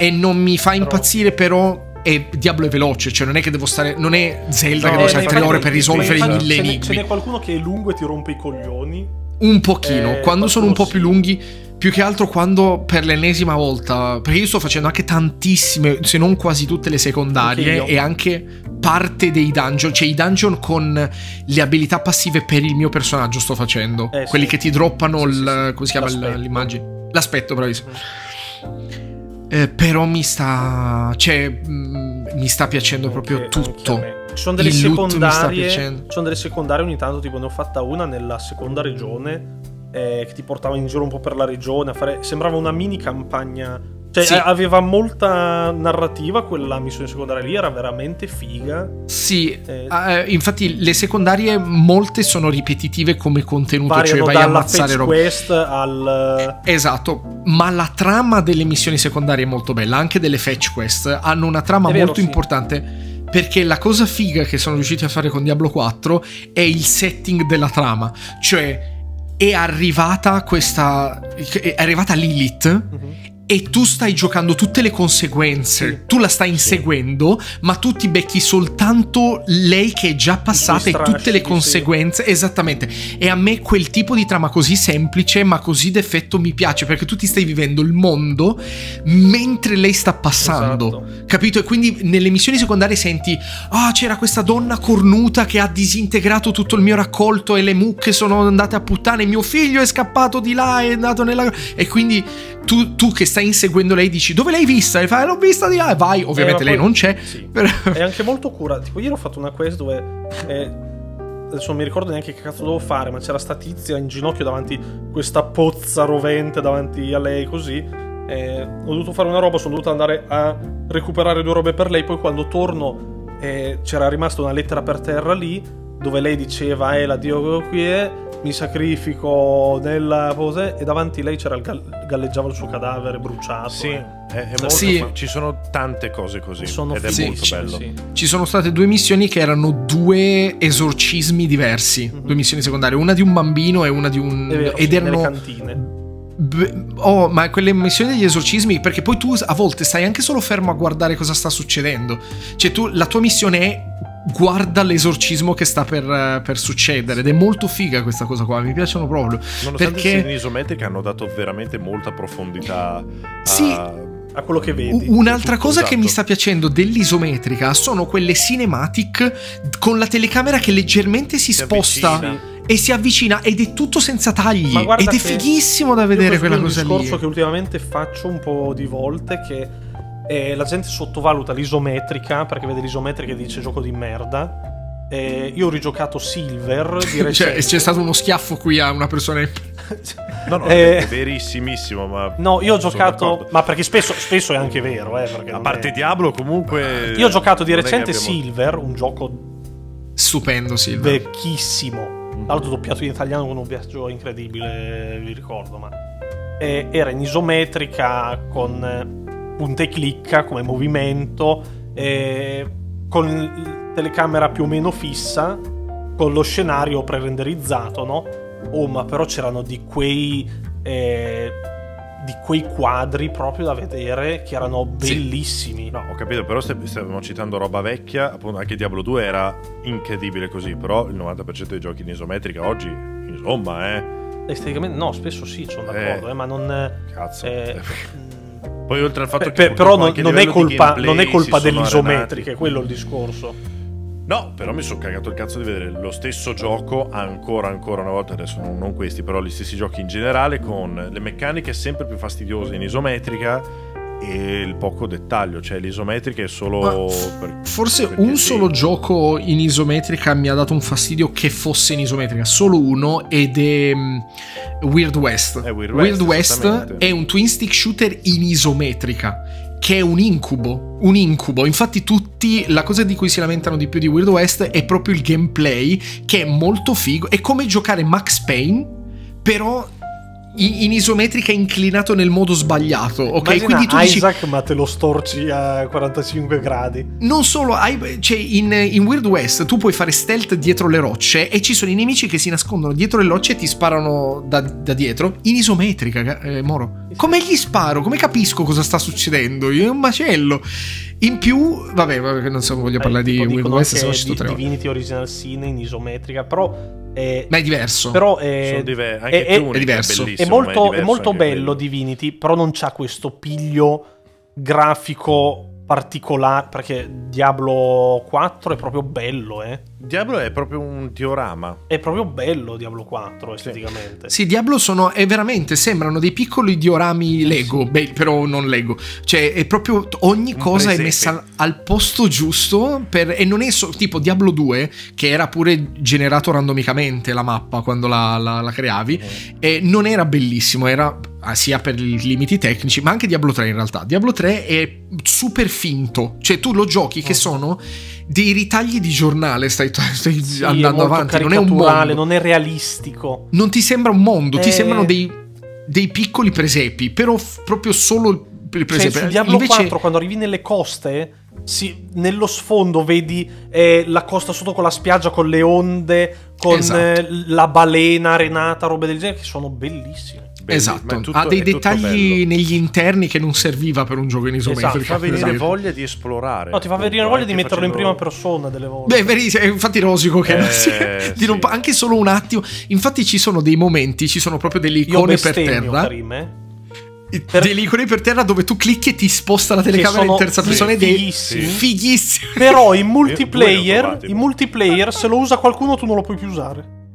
C: E non mi fa
A: Però-
C: impazzire, però. È Diablo è veloce, cioè non è che devo stare. Non è Zelda
B: No,
C: che
B: eh,
C: devo stare
B: ma
C: tre
B: infatti-
C: ore per risolvere
B: ma infatti
C: mille
A: ce n'è-
C: enigmi.
A: Ce n'è qualcuno che è lungo e ti rompe i coglioni.
C: Un pochino,
A: Eh,
C: quando sono un po'
A: qualcuno
C: più
A: sì.
C: lunghi, più che altro quando per l'ennesima volta, perché io sto facendo anche tantissime, se non quasi tutte le
A: Anche
C: secondarie
A: io.
C: e anche parte dei dungeon, cioè i dungeon con le abilità passive per il mio personaggio sto facendo,
A: Eh, sì.
C: quelli che ti droppano
A: Sì,
C: il,
A: sì, sì.
C: come si chiama il-
A: L'aspetto. Mm.
C: l'immagine, l'aspetto, bravissimo. Eh, però mi sta, cioè, mm, mi sta piacendo proprio
A: Anche-
C: tutto.
A: anche a me. Ci sono delle
C: Il loot mi sta
A: secondarie.
C: piacendo.
A: Ci sono delle secondarie ogni tanto, tipo ne ho fatta una nella seconda regione eh, che ti portava in giro un po' per la regione a fare sembrava una mini campagna. Cioè
C: Sì.
A: a- aveva molta narrativa quella missione secondaria lì, era veramente figa.
C: Sì,
A: Eh.
C: eh, infatti le secondarie molte sono ripetitive come contenuto,
A: Variano
C: cioè vai a
A: dalla
C: ammazzare
A: fetch
C: roba.
A: quest al
C: Esatto, ma la trama delle missioni secondarie è molto bella, anche delle fetch quest hanno una trama
A: È vero,
C: molto
A: sì.
C: importante perché la cosa figa che sono riusciti a fare con Diablo 4 è il setting della trama, cioè è arrivata questa è arrivata Lilith
A: Mhm.
C: e tu stai giocando tutte le conseguenze,
A: Sì.
C: tu la stai inseguendo, ma tu ti becchi soltanto lei che è già passata e tutte
A: strascichi,
C: le
A: sì.
C: conseguenze, esattamente. E a me quel tipo di trama così semplice, ma così d'effetto mi piace, perché tu ti stai vivendo il mondo mentre lei sta passando.
A: Esatto.
C: Capito? E quindi nelle missioni secondarie senti: Ah, c'era questa donna cornuta che ha disintegrato tutto il mio raccolto e le mucche sono andate a puttane. Mio figlio è scappato di là, è andato nella. E quindi tu, tu che stai inseguendo lei dici: Dove l'hai vista? E fai: L'ho vista di là. E vai, ovviamente
A: Eh, ma poi-
C: lei
A: Eh.
C: non c'è.
A: Sì.
C: però-
A: è anche molto curato. Tipo, ieri ho fatto una quest dove. eh, adesso non mi ricordo neanche che cazzo dovevo fare, ma c'era sta tizia in ginocchio davanti a questa pozza rovente davanti a lei, così. eh, ho dovuto fare una roba, sono dovuto andare a recuperare due robe per lei. Poi quando torno, eh, c'era rimasta una lettera per terra lì, dove lei diceva: Eh, la Dio qui è. Mi sacrifico nella pose e davanti a lei c'era il gal- galleggiava il suo cadavere bruciato.
B: Sì,
A: eh.
B: è, è molto
C: Sì.
B: fa- ci sono tante cose così
A: Sono
B: ed è
C: sì,
B: molto
C: sì,
B: bello.
A: sì.
C: Ci sono state due missioni che erano due esorcismi diversi.
A: Mhm.
C: Due missioni secondarie, una di un bambino e una di un.
A: È vero,
C: Mm, ed
A: sì, nelle
C: erano.
A: cantine.
C: B- oh, ma quelle missioni degli esorcismi, perché poi tu a volte stai anche solo fermo a guardare cosa sta succedendo. Cioè, tu, la tua missione è guarda l'esorcismo che sta per, eh, per succedere. Ed è molto figa questa cosa qua, mi piacciono proprio.
B: Nonostante
C: Perché-
B: sia in isometrica hanno dato veramente molta profondità a...
C: Sì.
A: a quello
C: Mm.
A: che vedi.
C: U- Un'altra
B: tutto,
C: cosa che
B: esatto.
C: mi sta piacendo dell'isometrica sono quelle cinematic con la telecamera che leggermente si,
B: Si
C: sposta
B: avvicina.
C: e si avvicina ed è tutto senza tagli.
A: Ma guarda
C: Ed è
A: che-
C: fighissimo da
A: Io
C: vedere
A: questo qui
C: quella
A: è un
C: cosa lì.
A: discorso che ultimamente faccio un po' di volte che eh, la gente sottovaluta l'isometrica perché vede l'isometrica e dice gioco di merda. Eh, io ho rigiocato Silver di
C: Cioè,
A: recente.
C: c'è stato uno schiaffo qui a una persona in
B: No, no,
A: Eh,
B: è verissimissimo, ma...
A: No, io ho
B: sono
A: giocato.
B: d'accordo.
A: Ma perché spesso, spesso è anche vero, eh, perché
B: A
A: non
B: parte
A: è-
B: Diablo comunque...
A: Io ho giocato di
B: non è che
A: recente
B: abbiamo-
A: Silver, un gioco
C: Stupendo, Silva.
A: vecchissimo. Tra l'altro doppiato in italiano con un viaggio incredibile, vi ricordo, ma e- era in isometrica con eh, punta e clicca come movimento e con l- telecamera più o meno fissa con lo scenario prerenderizzato, no? Oh, ma però c'erano di quei eh, di quei quadri proprio da vedere che erano
C: Sì.
A: bellissimi.
B: No, ho capito, però st- stavamo citando roba vecchia, appunto anche Diablo 2 era incredibile così, però il 90% dei giochi in isometrica oggi, insomma, eh,
A: Esteticamente no, spesso sì, sono
B: Eh.
A: d'accordo, eh, ma non
B: cazzo.
A: eh,
B: Poi oltre al fatto
A: Pe-
B: che
A: pe- però
B: purtroppo
A: non,
B: anche a
A: non è
B: livello di
A: colpa,
B: gameplay
A: non è
B: si
A: colpa
B: sono
A: dell'isometrica,
B: arenati.
A: è quello il discorso.
B: No, però mi sono cagato il cazzo di vedere lo stesso gioco ancora, ancora una volta, adesso non, non questi, però gli stessi giochi in generale con le meccaniche sempre più fastidiose in isometrica e il poco dettaglio, cioè l'isometrica è solo...
C: Ma
B: Oh, per-
C: Forse
B: perché
C: un
B: sì.
C: solo gioco in isometrica mi ha dato un fastidio che fosse in isometrica, solo uno ed è mm, Weird West.
B: È Eh, Weird West,
C: West,
B: esattamente.
C: è un twin stick shooter in isometrica. Che è un incubo, un incubo. Infatti, tutti la cosa di cui si lamentano di più di Weird West è proprio il gameplay, che è molto figo. È come giocare Max Payne, però in, in isometrica inclinato nel modo sbagliato. Ok,
A: Immagina
C: quindi tu dici
A: Isaac, ma te lo storci a 45 gradi.
C: non solo, hai- cioè, in, in Weird West tu puoi fare stealth dietro le rocce e ci sono i nemici che si nascondono dietro le rocce e ti sparano da, da dietro in isometrica, ga- eh, Moro. Come gli sparo? Come capisco cosa sta succedendo? Io- È un macello. In più, vabbè, vabbè non so, voglio parlare di
A: Eh, Tipo,
C: Weird
A: dicono
C: West, se no
A: anche
C: ci sto
A: di-
C: tre ore.
A: Divinity Original Sin in isometrica, però è,
C: Ma è diverso.
A: però
B: sono
A: Eh, è,
B: diver- anche
A: è- è-
B: Tunic
C: è diverso.
A: è
B: bellissimo, ma
A: molto, è
B: diverso
A: molto
B: anche
A: bello
B: quello.
A: Divinity, però non c'ha questo piglio grafico particolare, perché Diablo 4 è proprio bello, eh.
B: Diablo è proprio un diorama.
A: È proprio bello Diablo 4 esteticamente.
C: Sì, Diablo sono. È veramente. Sembrano dei piccoli diorami Lego. Beh, però non Lego. Cioè, è proprio. t- Ogni
B: Un
C: cosa è
B: presepe.
C: messa al, al posto giusto. per- e non è solo. Tipo Diablo 2, che era pure generato randomicamente la mappa quando la, la- la creavi.
A: Eh.
C: E non era bellissimo. Era ah, sia per i limiti tecnici, ma anche Diablo 3 in realtà. Diablo 3 è super finto. Cioè, tu lo giochi
A: Eh.
C: che sono. Dei ritagli di giornale stai, stai
A: Sì, è
C: andando
A: molto
C: avanti, non è un
A: caricaturale,
C: mondo
A: non è realistico.
C: non ti sembra un mondo, ti
A: Eh.
C: sembrano dei, dei piccoli presepi, però f- proprio solo il- il
A: Cioè,
C: presepe.
A: su Diablo
C: eh, Invece-
A: 4, quando arrivi nelle coste, si- nello sfondo vedi eh, la costa sotto con la spiaggia, con le onde, con
C: Esatto.
A: eh, la balena arenata, robe del genere, che sono bellissime.
B: Bellissimo, ma
C: Esatto,
B: è tutto-
C: ha dei
B: è tutto
C: dettagli
B: bello.
C: negli interni che non serviva per un gioco in isometrica.
A: Esatto,
B: Ti fa
C: per
B: venire
C: esempio.
B: voglia di esplorare.
A: No, ti fa
B: appunto,
A: venire voglia
B: anche
A: di metterlo in prima
B: facendo-
A: persona delle volte.
C: Beh, veri- eh, infatti rosico che
B: Eh,
C: sì, di non
B: sì.
C: pa- anche solo un attimo. Infatti ci sono dei momenti, ci sono proprio delle
A: Io
C: icone per
A: bestemmio,
C: terra,
A: Karim, eh.
C: i-
A: per-
C: delle icone per terra dove tu clicchi e ti sposta la telecamera in
A: sono
C: terza persona Eh, ed è
A: fighissimi.
C: fighissimo.
A: Però in
B: Io due li ho
A: multiplayer,
B: provati.
A: in multiplayer, se lo usa qualcuno tu non lo puoi più usare.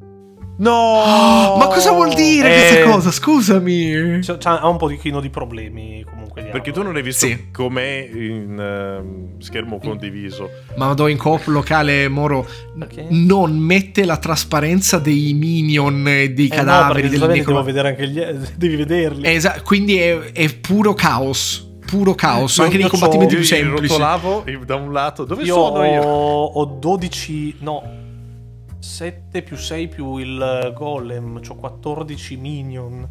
B: No!
C: Ma cosa vuol dire
A: Eh.
C: questa cosa? Scusami.
A: C'ha- Cioè, c'ha- ha un pochino di problemi comunque. Diablo.
B: Perché tu non hai visto
C: Sì.
B: com'è in ehm, schermo condiviso.
C: Ma vado in coop locale, Moro. n-
A: Perché?
C: Non mette la trasparenza dei minion, eh, dei
A: Eh, no, perché
C: cadaveri, del
A: giustamente
C: necro-
A: devo vedere anche gli- devi vederli.
B: Eh,
C: Esa- quindi è, è puro caos. Puro caos.
A: Ma
C: anche nei
A: io c'ho-
C: combattimenti
B: io
C: più
B: gli
C: semplici.
B: rotolavo io da un lato. Dove
A: io
B: sono io?
A: ho, ho 12, no, 7 più 6 più il golem, ho 14 minion.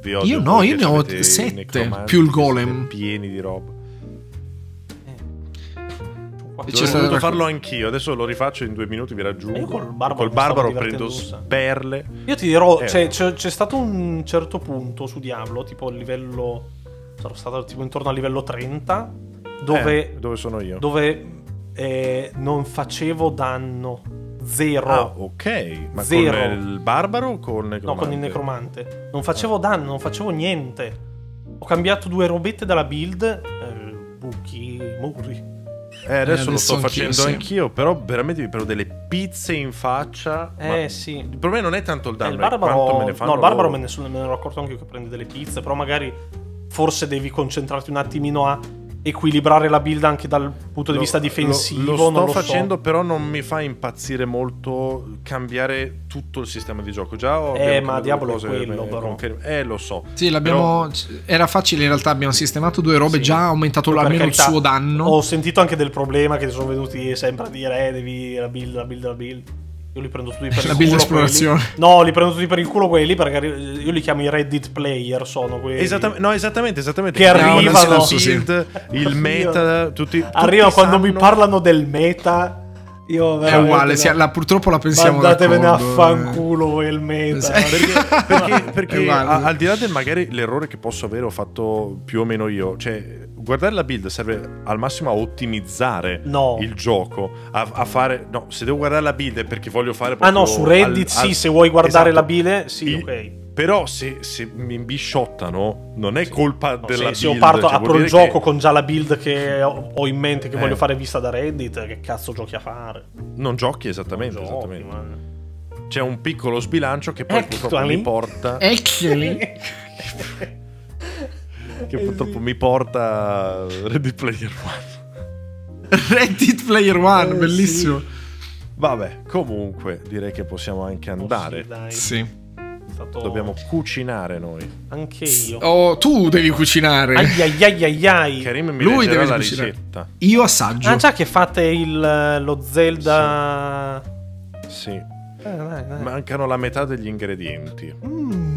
B: Vi odio
C: Io no, io
B: perché
C: ne ho
B: avete i
C: sette,
B: necromanti
C: più il
B: che siete
C: golem.
B: Pieni di roba.
A: C'ho
C: E c'è
B: Ci
A: 14.
B: ho
C: stato-
B: dovuto farlo anch'io. Adesso lo rifaccio in due minuti, vi raggiungo.
A: Io col barbaro mi
B: barbaro
A: stavo divertendo
B: prendo
A: un
B: sperle.
A: Io ti dirò,
B: Eh.
A: cioè, c'è, c'è stato un certo punto su Diablo, tipo a livello, sarò stato tipo intorno al livello 30, dove,
B: Eh, dove sono io?
A: dove eh, non facevo danno, zero.
B: Ah, ok. Ma
A: Zero.
B: con il barbaro o con il necromante?
A: No, con il necromante. Non facevo danno, non facevo niente. Ho cambiato due robette dalla build. eh, buchi, muri.
B: Eh, adesso
C: Eh,
B: lo
C: adesso
B: sto
C: anch'io,
B: facendo
C: sì.
B: anch'io, però veramente mi prendo delle pizze in faccia. ma
A: Eh sì.
B: Il problema non è tanto il
A: Eh,
B: danno,
A: il
B: è quanto
A: barbaro.
B: me ne fanno
A: no, il barbaro
B: loro.
A: me ne, sono- me ne ero accorto anche io che prendi delle pizze. Però magari forse devi concentrarti un attimino a equilibrare la build anche dal punto di
B: Lo-
A: vista
B: lo-
A: difensivo.
B: Lo, sto
A: non lo so.
B: facendo, però non mi fa impazzire molto cambiare tutto il sistema di gioco. Già ho
A: Eh,
B: abbiamo
A: ma
B: cambiato
A: Diablo è
B: due cose,
A: quello,
B: eh,
A: però.
B: confermo. Eh, lo so.
C: Sì, l'abbiamo. Era facile in realtà. Abbiamo sistemato due robe.
A: Sì.
C: Già aumentato
A: Per
C: almeno
A: carità, Oh,
C: il suo danno.
A: Ho sentito anche del problema che sono venuti sempre a dire: Eh, devi la build, la build, la build. Io li prendo tutti per
C: La
A: il
C: build
A: culo.
C: esplorazione.
A: quelli. No, li prendo tutti per il culo quelli perché arri- io li chiamo i Reddit player. Sono quelli.
B: Esattamente, no, esattamente, esattamente.
A: Che
B: Quindi
A: arrivano.
B: la
A: No, sì,
C: sì.
B: build, il meta, tutti,
A: Arriva
B: tutti
A: quando mi
B: sanno-
A: parlano del meta. Io
C: È
A: veramente
C: uguale.
A: no.
C: sì, la- purtroppo la pensiamo.
A: Mandatevene a
C: d'accordo, eh. Esatto.
A: fanculo voi il meta.
C: Sì.
A: Perché-
B: perché,
C: Eh,
B: perché
C: guarda.
B: a- al di là del magari l'errore che posso avere ho fatto più o meno io cioè guardare la build serve al massimo a ottimizzare
A: No.
B: il gioco a, a fare no se devo guardare la build è perché voglio fare
A: Ah no, su
B: proprio
A: Reddit
B: al- al-
A: sì, se vuoi guardare la
B: Esatto.
A: bile, sì,
B: Il-
A: ok.
B: Però se, se mi bisciottano, non è colpa
A: No,
B: della
A: se, se io
B: build,
A: parto,
B: cioè, vuol
A: apro il
B: dire che-
A: gioco con già la build che ho ho in mente che
B: Eh.
A: voglio fare vista da Reddit, che cazzo giochi a fare?
B: Non giochi esattamente,
A: Non giochi,
B: esattamente.
A: ma- Ecco
B: C'è un piccolo sbilancio che poi purtroppo
A: Actually.
B: mi porta...
C: Actually,
B: Che purtroppo mi porta Ready Player One.
C: Reddit Player
A: Eh,
C: One, bellissimo.
B: Vabbè, comunque direi che possiamo anche andare.
A: Oh, Sì, dai,
C: Sì.
A: è stato-
B: Dobbiamo cucinare noi.
A: Anche io.
C: Oh, tu devi cucinare.
A: Ai ai ai ai ai.
B: Karim mi
C: Lui
B: leggerà
C: deve
B: la
C: cucinare.
B: ricetta.
C: Io assaggio.
A: Ah, già che fate il, lo Zelda.
B: Sì.
A: Eh, dai, dai.
B: Mancano la metà degli ingredienti.
A: Mm.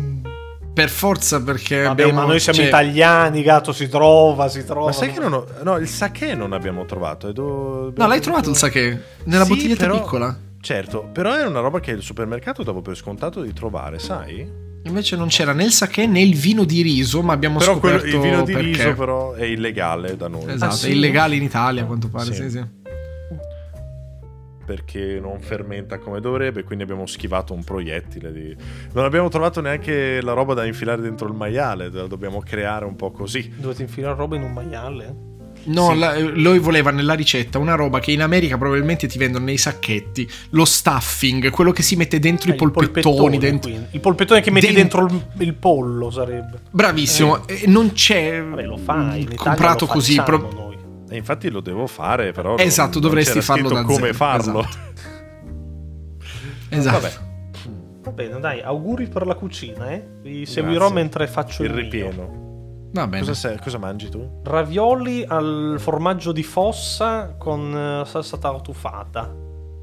C: Per forza perché
A: Vabbè,
C: abbiamo...
A: ma noi siamo
C: cioè,
A: italiani, gatto, si trova, si trova.
B: Ma sai che non ho... No, il sake non abbiamo trovato. e do-
C: No, l'hai trovato il sake? Nella
B: Sì,
C: bottiglietta
B: però-
C: piccola?
B: Certo, però era una roba che il supermercato davo per scontato di trovare, sai?
C: Invece non c'era né il sake né il vino di riso, ma abbiamo
B: però quello-
C: scoperto
B: il vino di
C: perché.
B: riso però è illegale da noi.
C: Esatto,
A: Ah, sì?
C: è illegale in Italia a quanto
B: Sì.
C: pare. Sì, sì.
B: perché non fermenta come dovrebbe, quindi abbiamo schivato un proiettile. Di... Non abbiamo trovato neanche la roba da infilare dentro il maiale, la dobbiamo creare un po' così.
A: Dovete infilare roba in un maiale?
C: No,
B: Sì.
C: la- lui voleva nella ricetta una roba che in America probabilmente ti vendono nei sacchetti, lo stuffing, quello che si mette dentro
A: Eh,
C: i
A: il
C: polpettoni. dentro-
A: quindi. Il polpettone che metti
C: Dentro-
A: dentro il, il pollo sarebbe.
C: Bravissimo, eh, non c'è
A: Vabbè, lo diciamo. fai. in Italia
C: Mm, comprato
A: lo
C: così.
A: facciamo
C: pro-
A: noi.
B: E infatti lo devo fare, però...
C: Esatto,
B: non- non
C: dovresti
B: c'era
C: farlo
B: scritto
C: da
B: come
C: zero,
B: farlo.
C: Esatto.
B: Vabbè,
A: Va bene, dai, auguri per la cucina, eh. Vi seguirò
B: Grazie.
A: mentre faccio il,
B: il
A: mio.
B: ripieno.
C: Va bene.
B: Cosa, sei- cosa mangi tu?
A: Ravioli al formaggio di fossa con eh, salsa tartufata.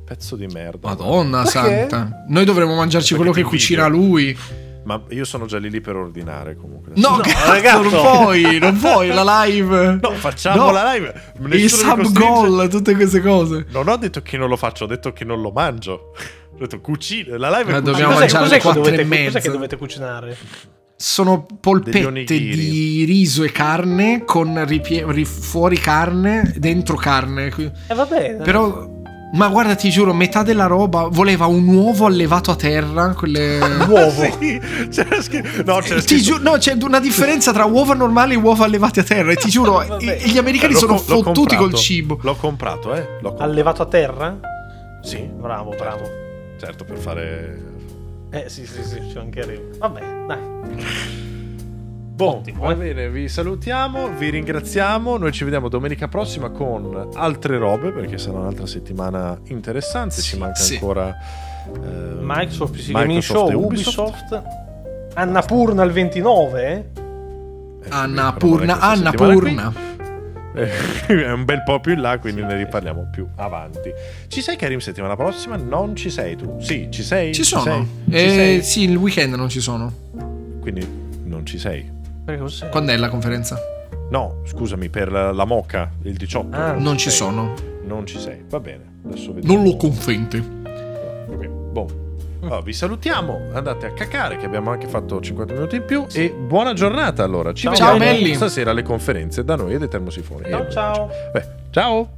B: Pezzo di merda.
C: Madonna
A: Perché?
C: santa. Noi dovremmo mangiarci
B: Perché
C: quello
B: ti
C: che cucina
B: invidio.
C: lui.
B: Ma io sono già lì lì per ordinare comunque.
C: No,
A: No,
C: cazzo,
A: ragazzo.
C: non puoi, non puoi la live.
B: No, facciamo
C: No.
B: la live.
C: Il
B: Nessuno mi
C: sub
B: costringe.
C: goal, tutte queste cose.
B: Non ho detto che non lo faccio, ho detto che non lo mangio. Ho detto cucina, la live è
C: Ma
B: cucina.
C: dobbiamo
A: Cos'è-
C: mangiare alle
A: cos'è, che
C: quattro e
A: dovete, cos'è che
C: mezza.
A: dovete cucinare?
C: Sono
B: Degli
C: polpette
B: onigiri.
C: di riso e carne con ripie- ri- fuori carne, dentro carne. Qui-
A: Eh, va bene.
C: Però ma guarda, ti giuro, metà della roba voleva un uovo allevato a terra, quelle
A: Uovo.
B: Sì, c'era scritto. No, c'era
C: Ti
B: scritto.
C: giu- no, c'è una differenza tra uova normali e uova allevate a terra. E ti giuro,
A: Vabbè.
C: i- gli americani
B: L'ho
C: sono
B: co- l'ho
C: fottuti
B: comprato.
C: col cibo.
B: L'ho comprato, eh. L'ho comprato.
A: Allevato a terra?
B: Sì,
A: Bravo, bravo.
B: certo, per fare.
A: Eh sì, sì, sì, ci mancherebbe. Vabbè, dai.
B: Boh,
A: Ottimo,
B: va
A: eh.
B: bene, vi salutiamo, vi ringraziamo. Noi ci vediamo domenica prossima con altre robe, perché sarà un'altra settimana interessante. Ci
C: Sì,
B: manca
C: sì.
B: ancora. eh,
A: Microsoft PC Gaming
B: Microsoft
A: Show,
B: e
A: Ubisoft. Annapurna il 29, eh?
B: Eh,
C: Anna
B: però non è
C: Purna,
B: questa
C: Anna
B: settimana qui.
C: Purna.
B: Eh, è un bel po' più in là, quindi ne riparliamo più avanti. Ci sei, Karim, settimana prossima? Non ci sei tu? Sì, ci sei?
C: Ci sono.
B: sei? Ci
C: Eh,
B: sei?
C: sì, il weekend non ci sono.
B: Quindi non ci sei.
A: Perché cos'è?
C: Quando è la conferenza?
B: No, scusami, per la, la moca, il 18.
A: Ah,
C: Non ci
B: sei.
C: sono.
B: Non ci sei, va bene. Adesso vediamo.
C: Non lo confente.
B: Ok, boh. Allora, vi salutiamo, andate a cacare che abbiamo anche fatto 50 minuti in più e buona giornata allora. Ci
A: Ciao,
B: vediamo
C: belli.
B: stasera alle conferenze da noi e dei termosifoni.
A: Ciao,
B: Eh,
A: ciao.
B: Beh, ciao.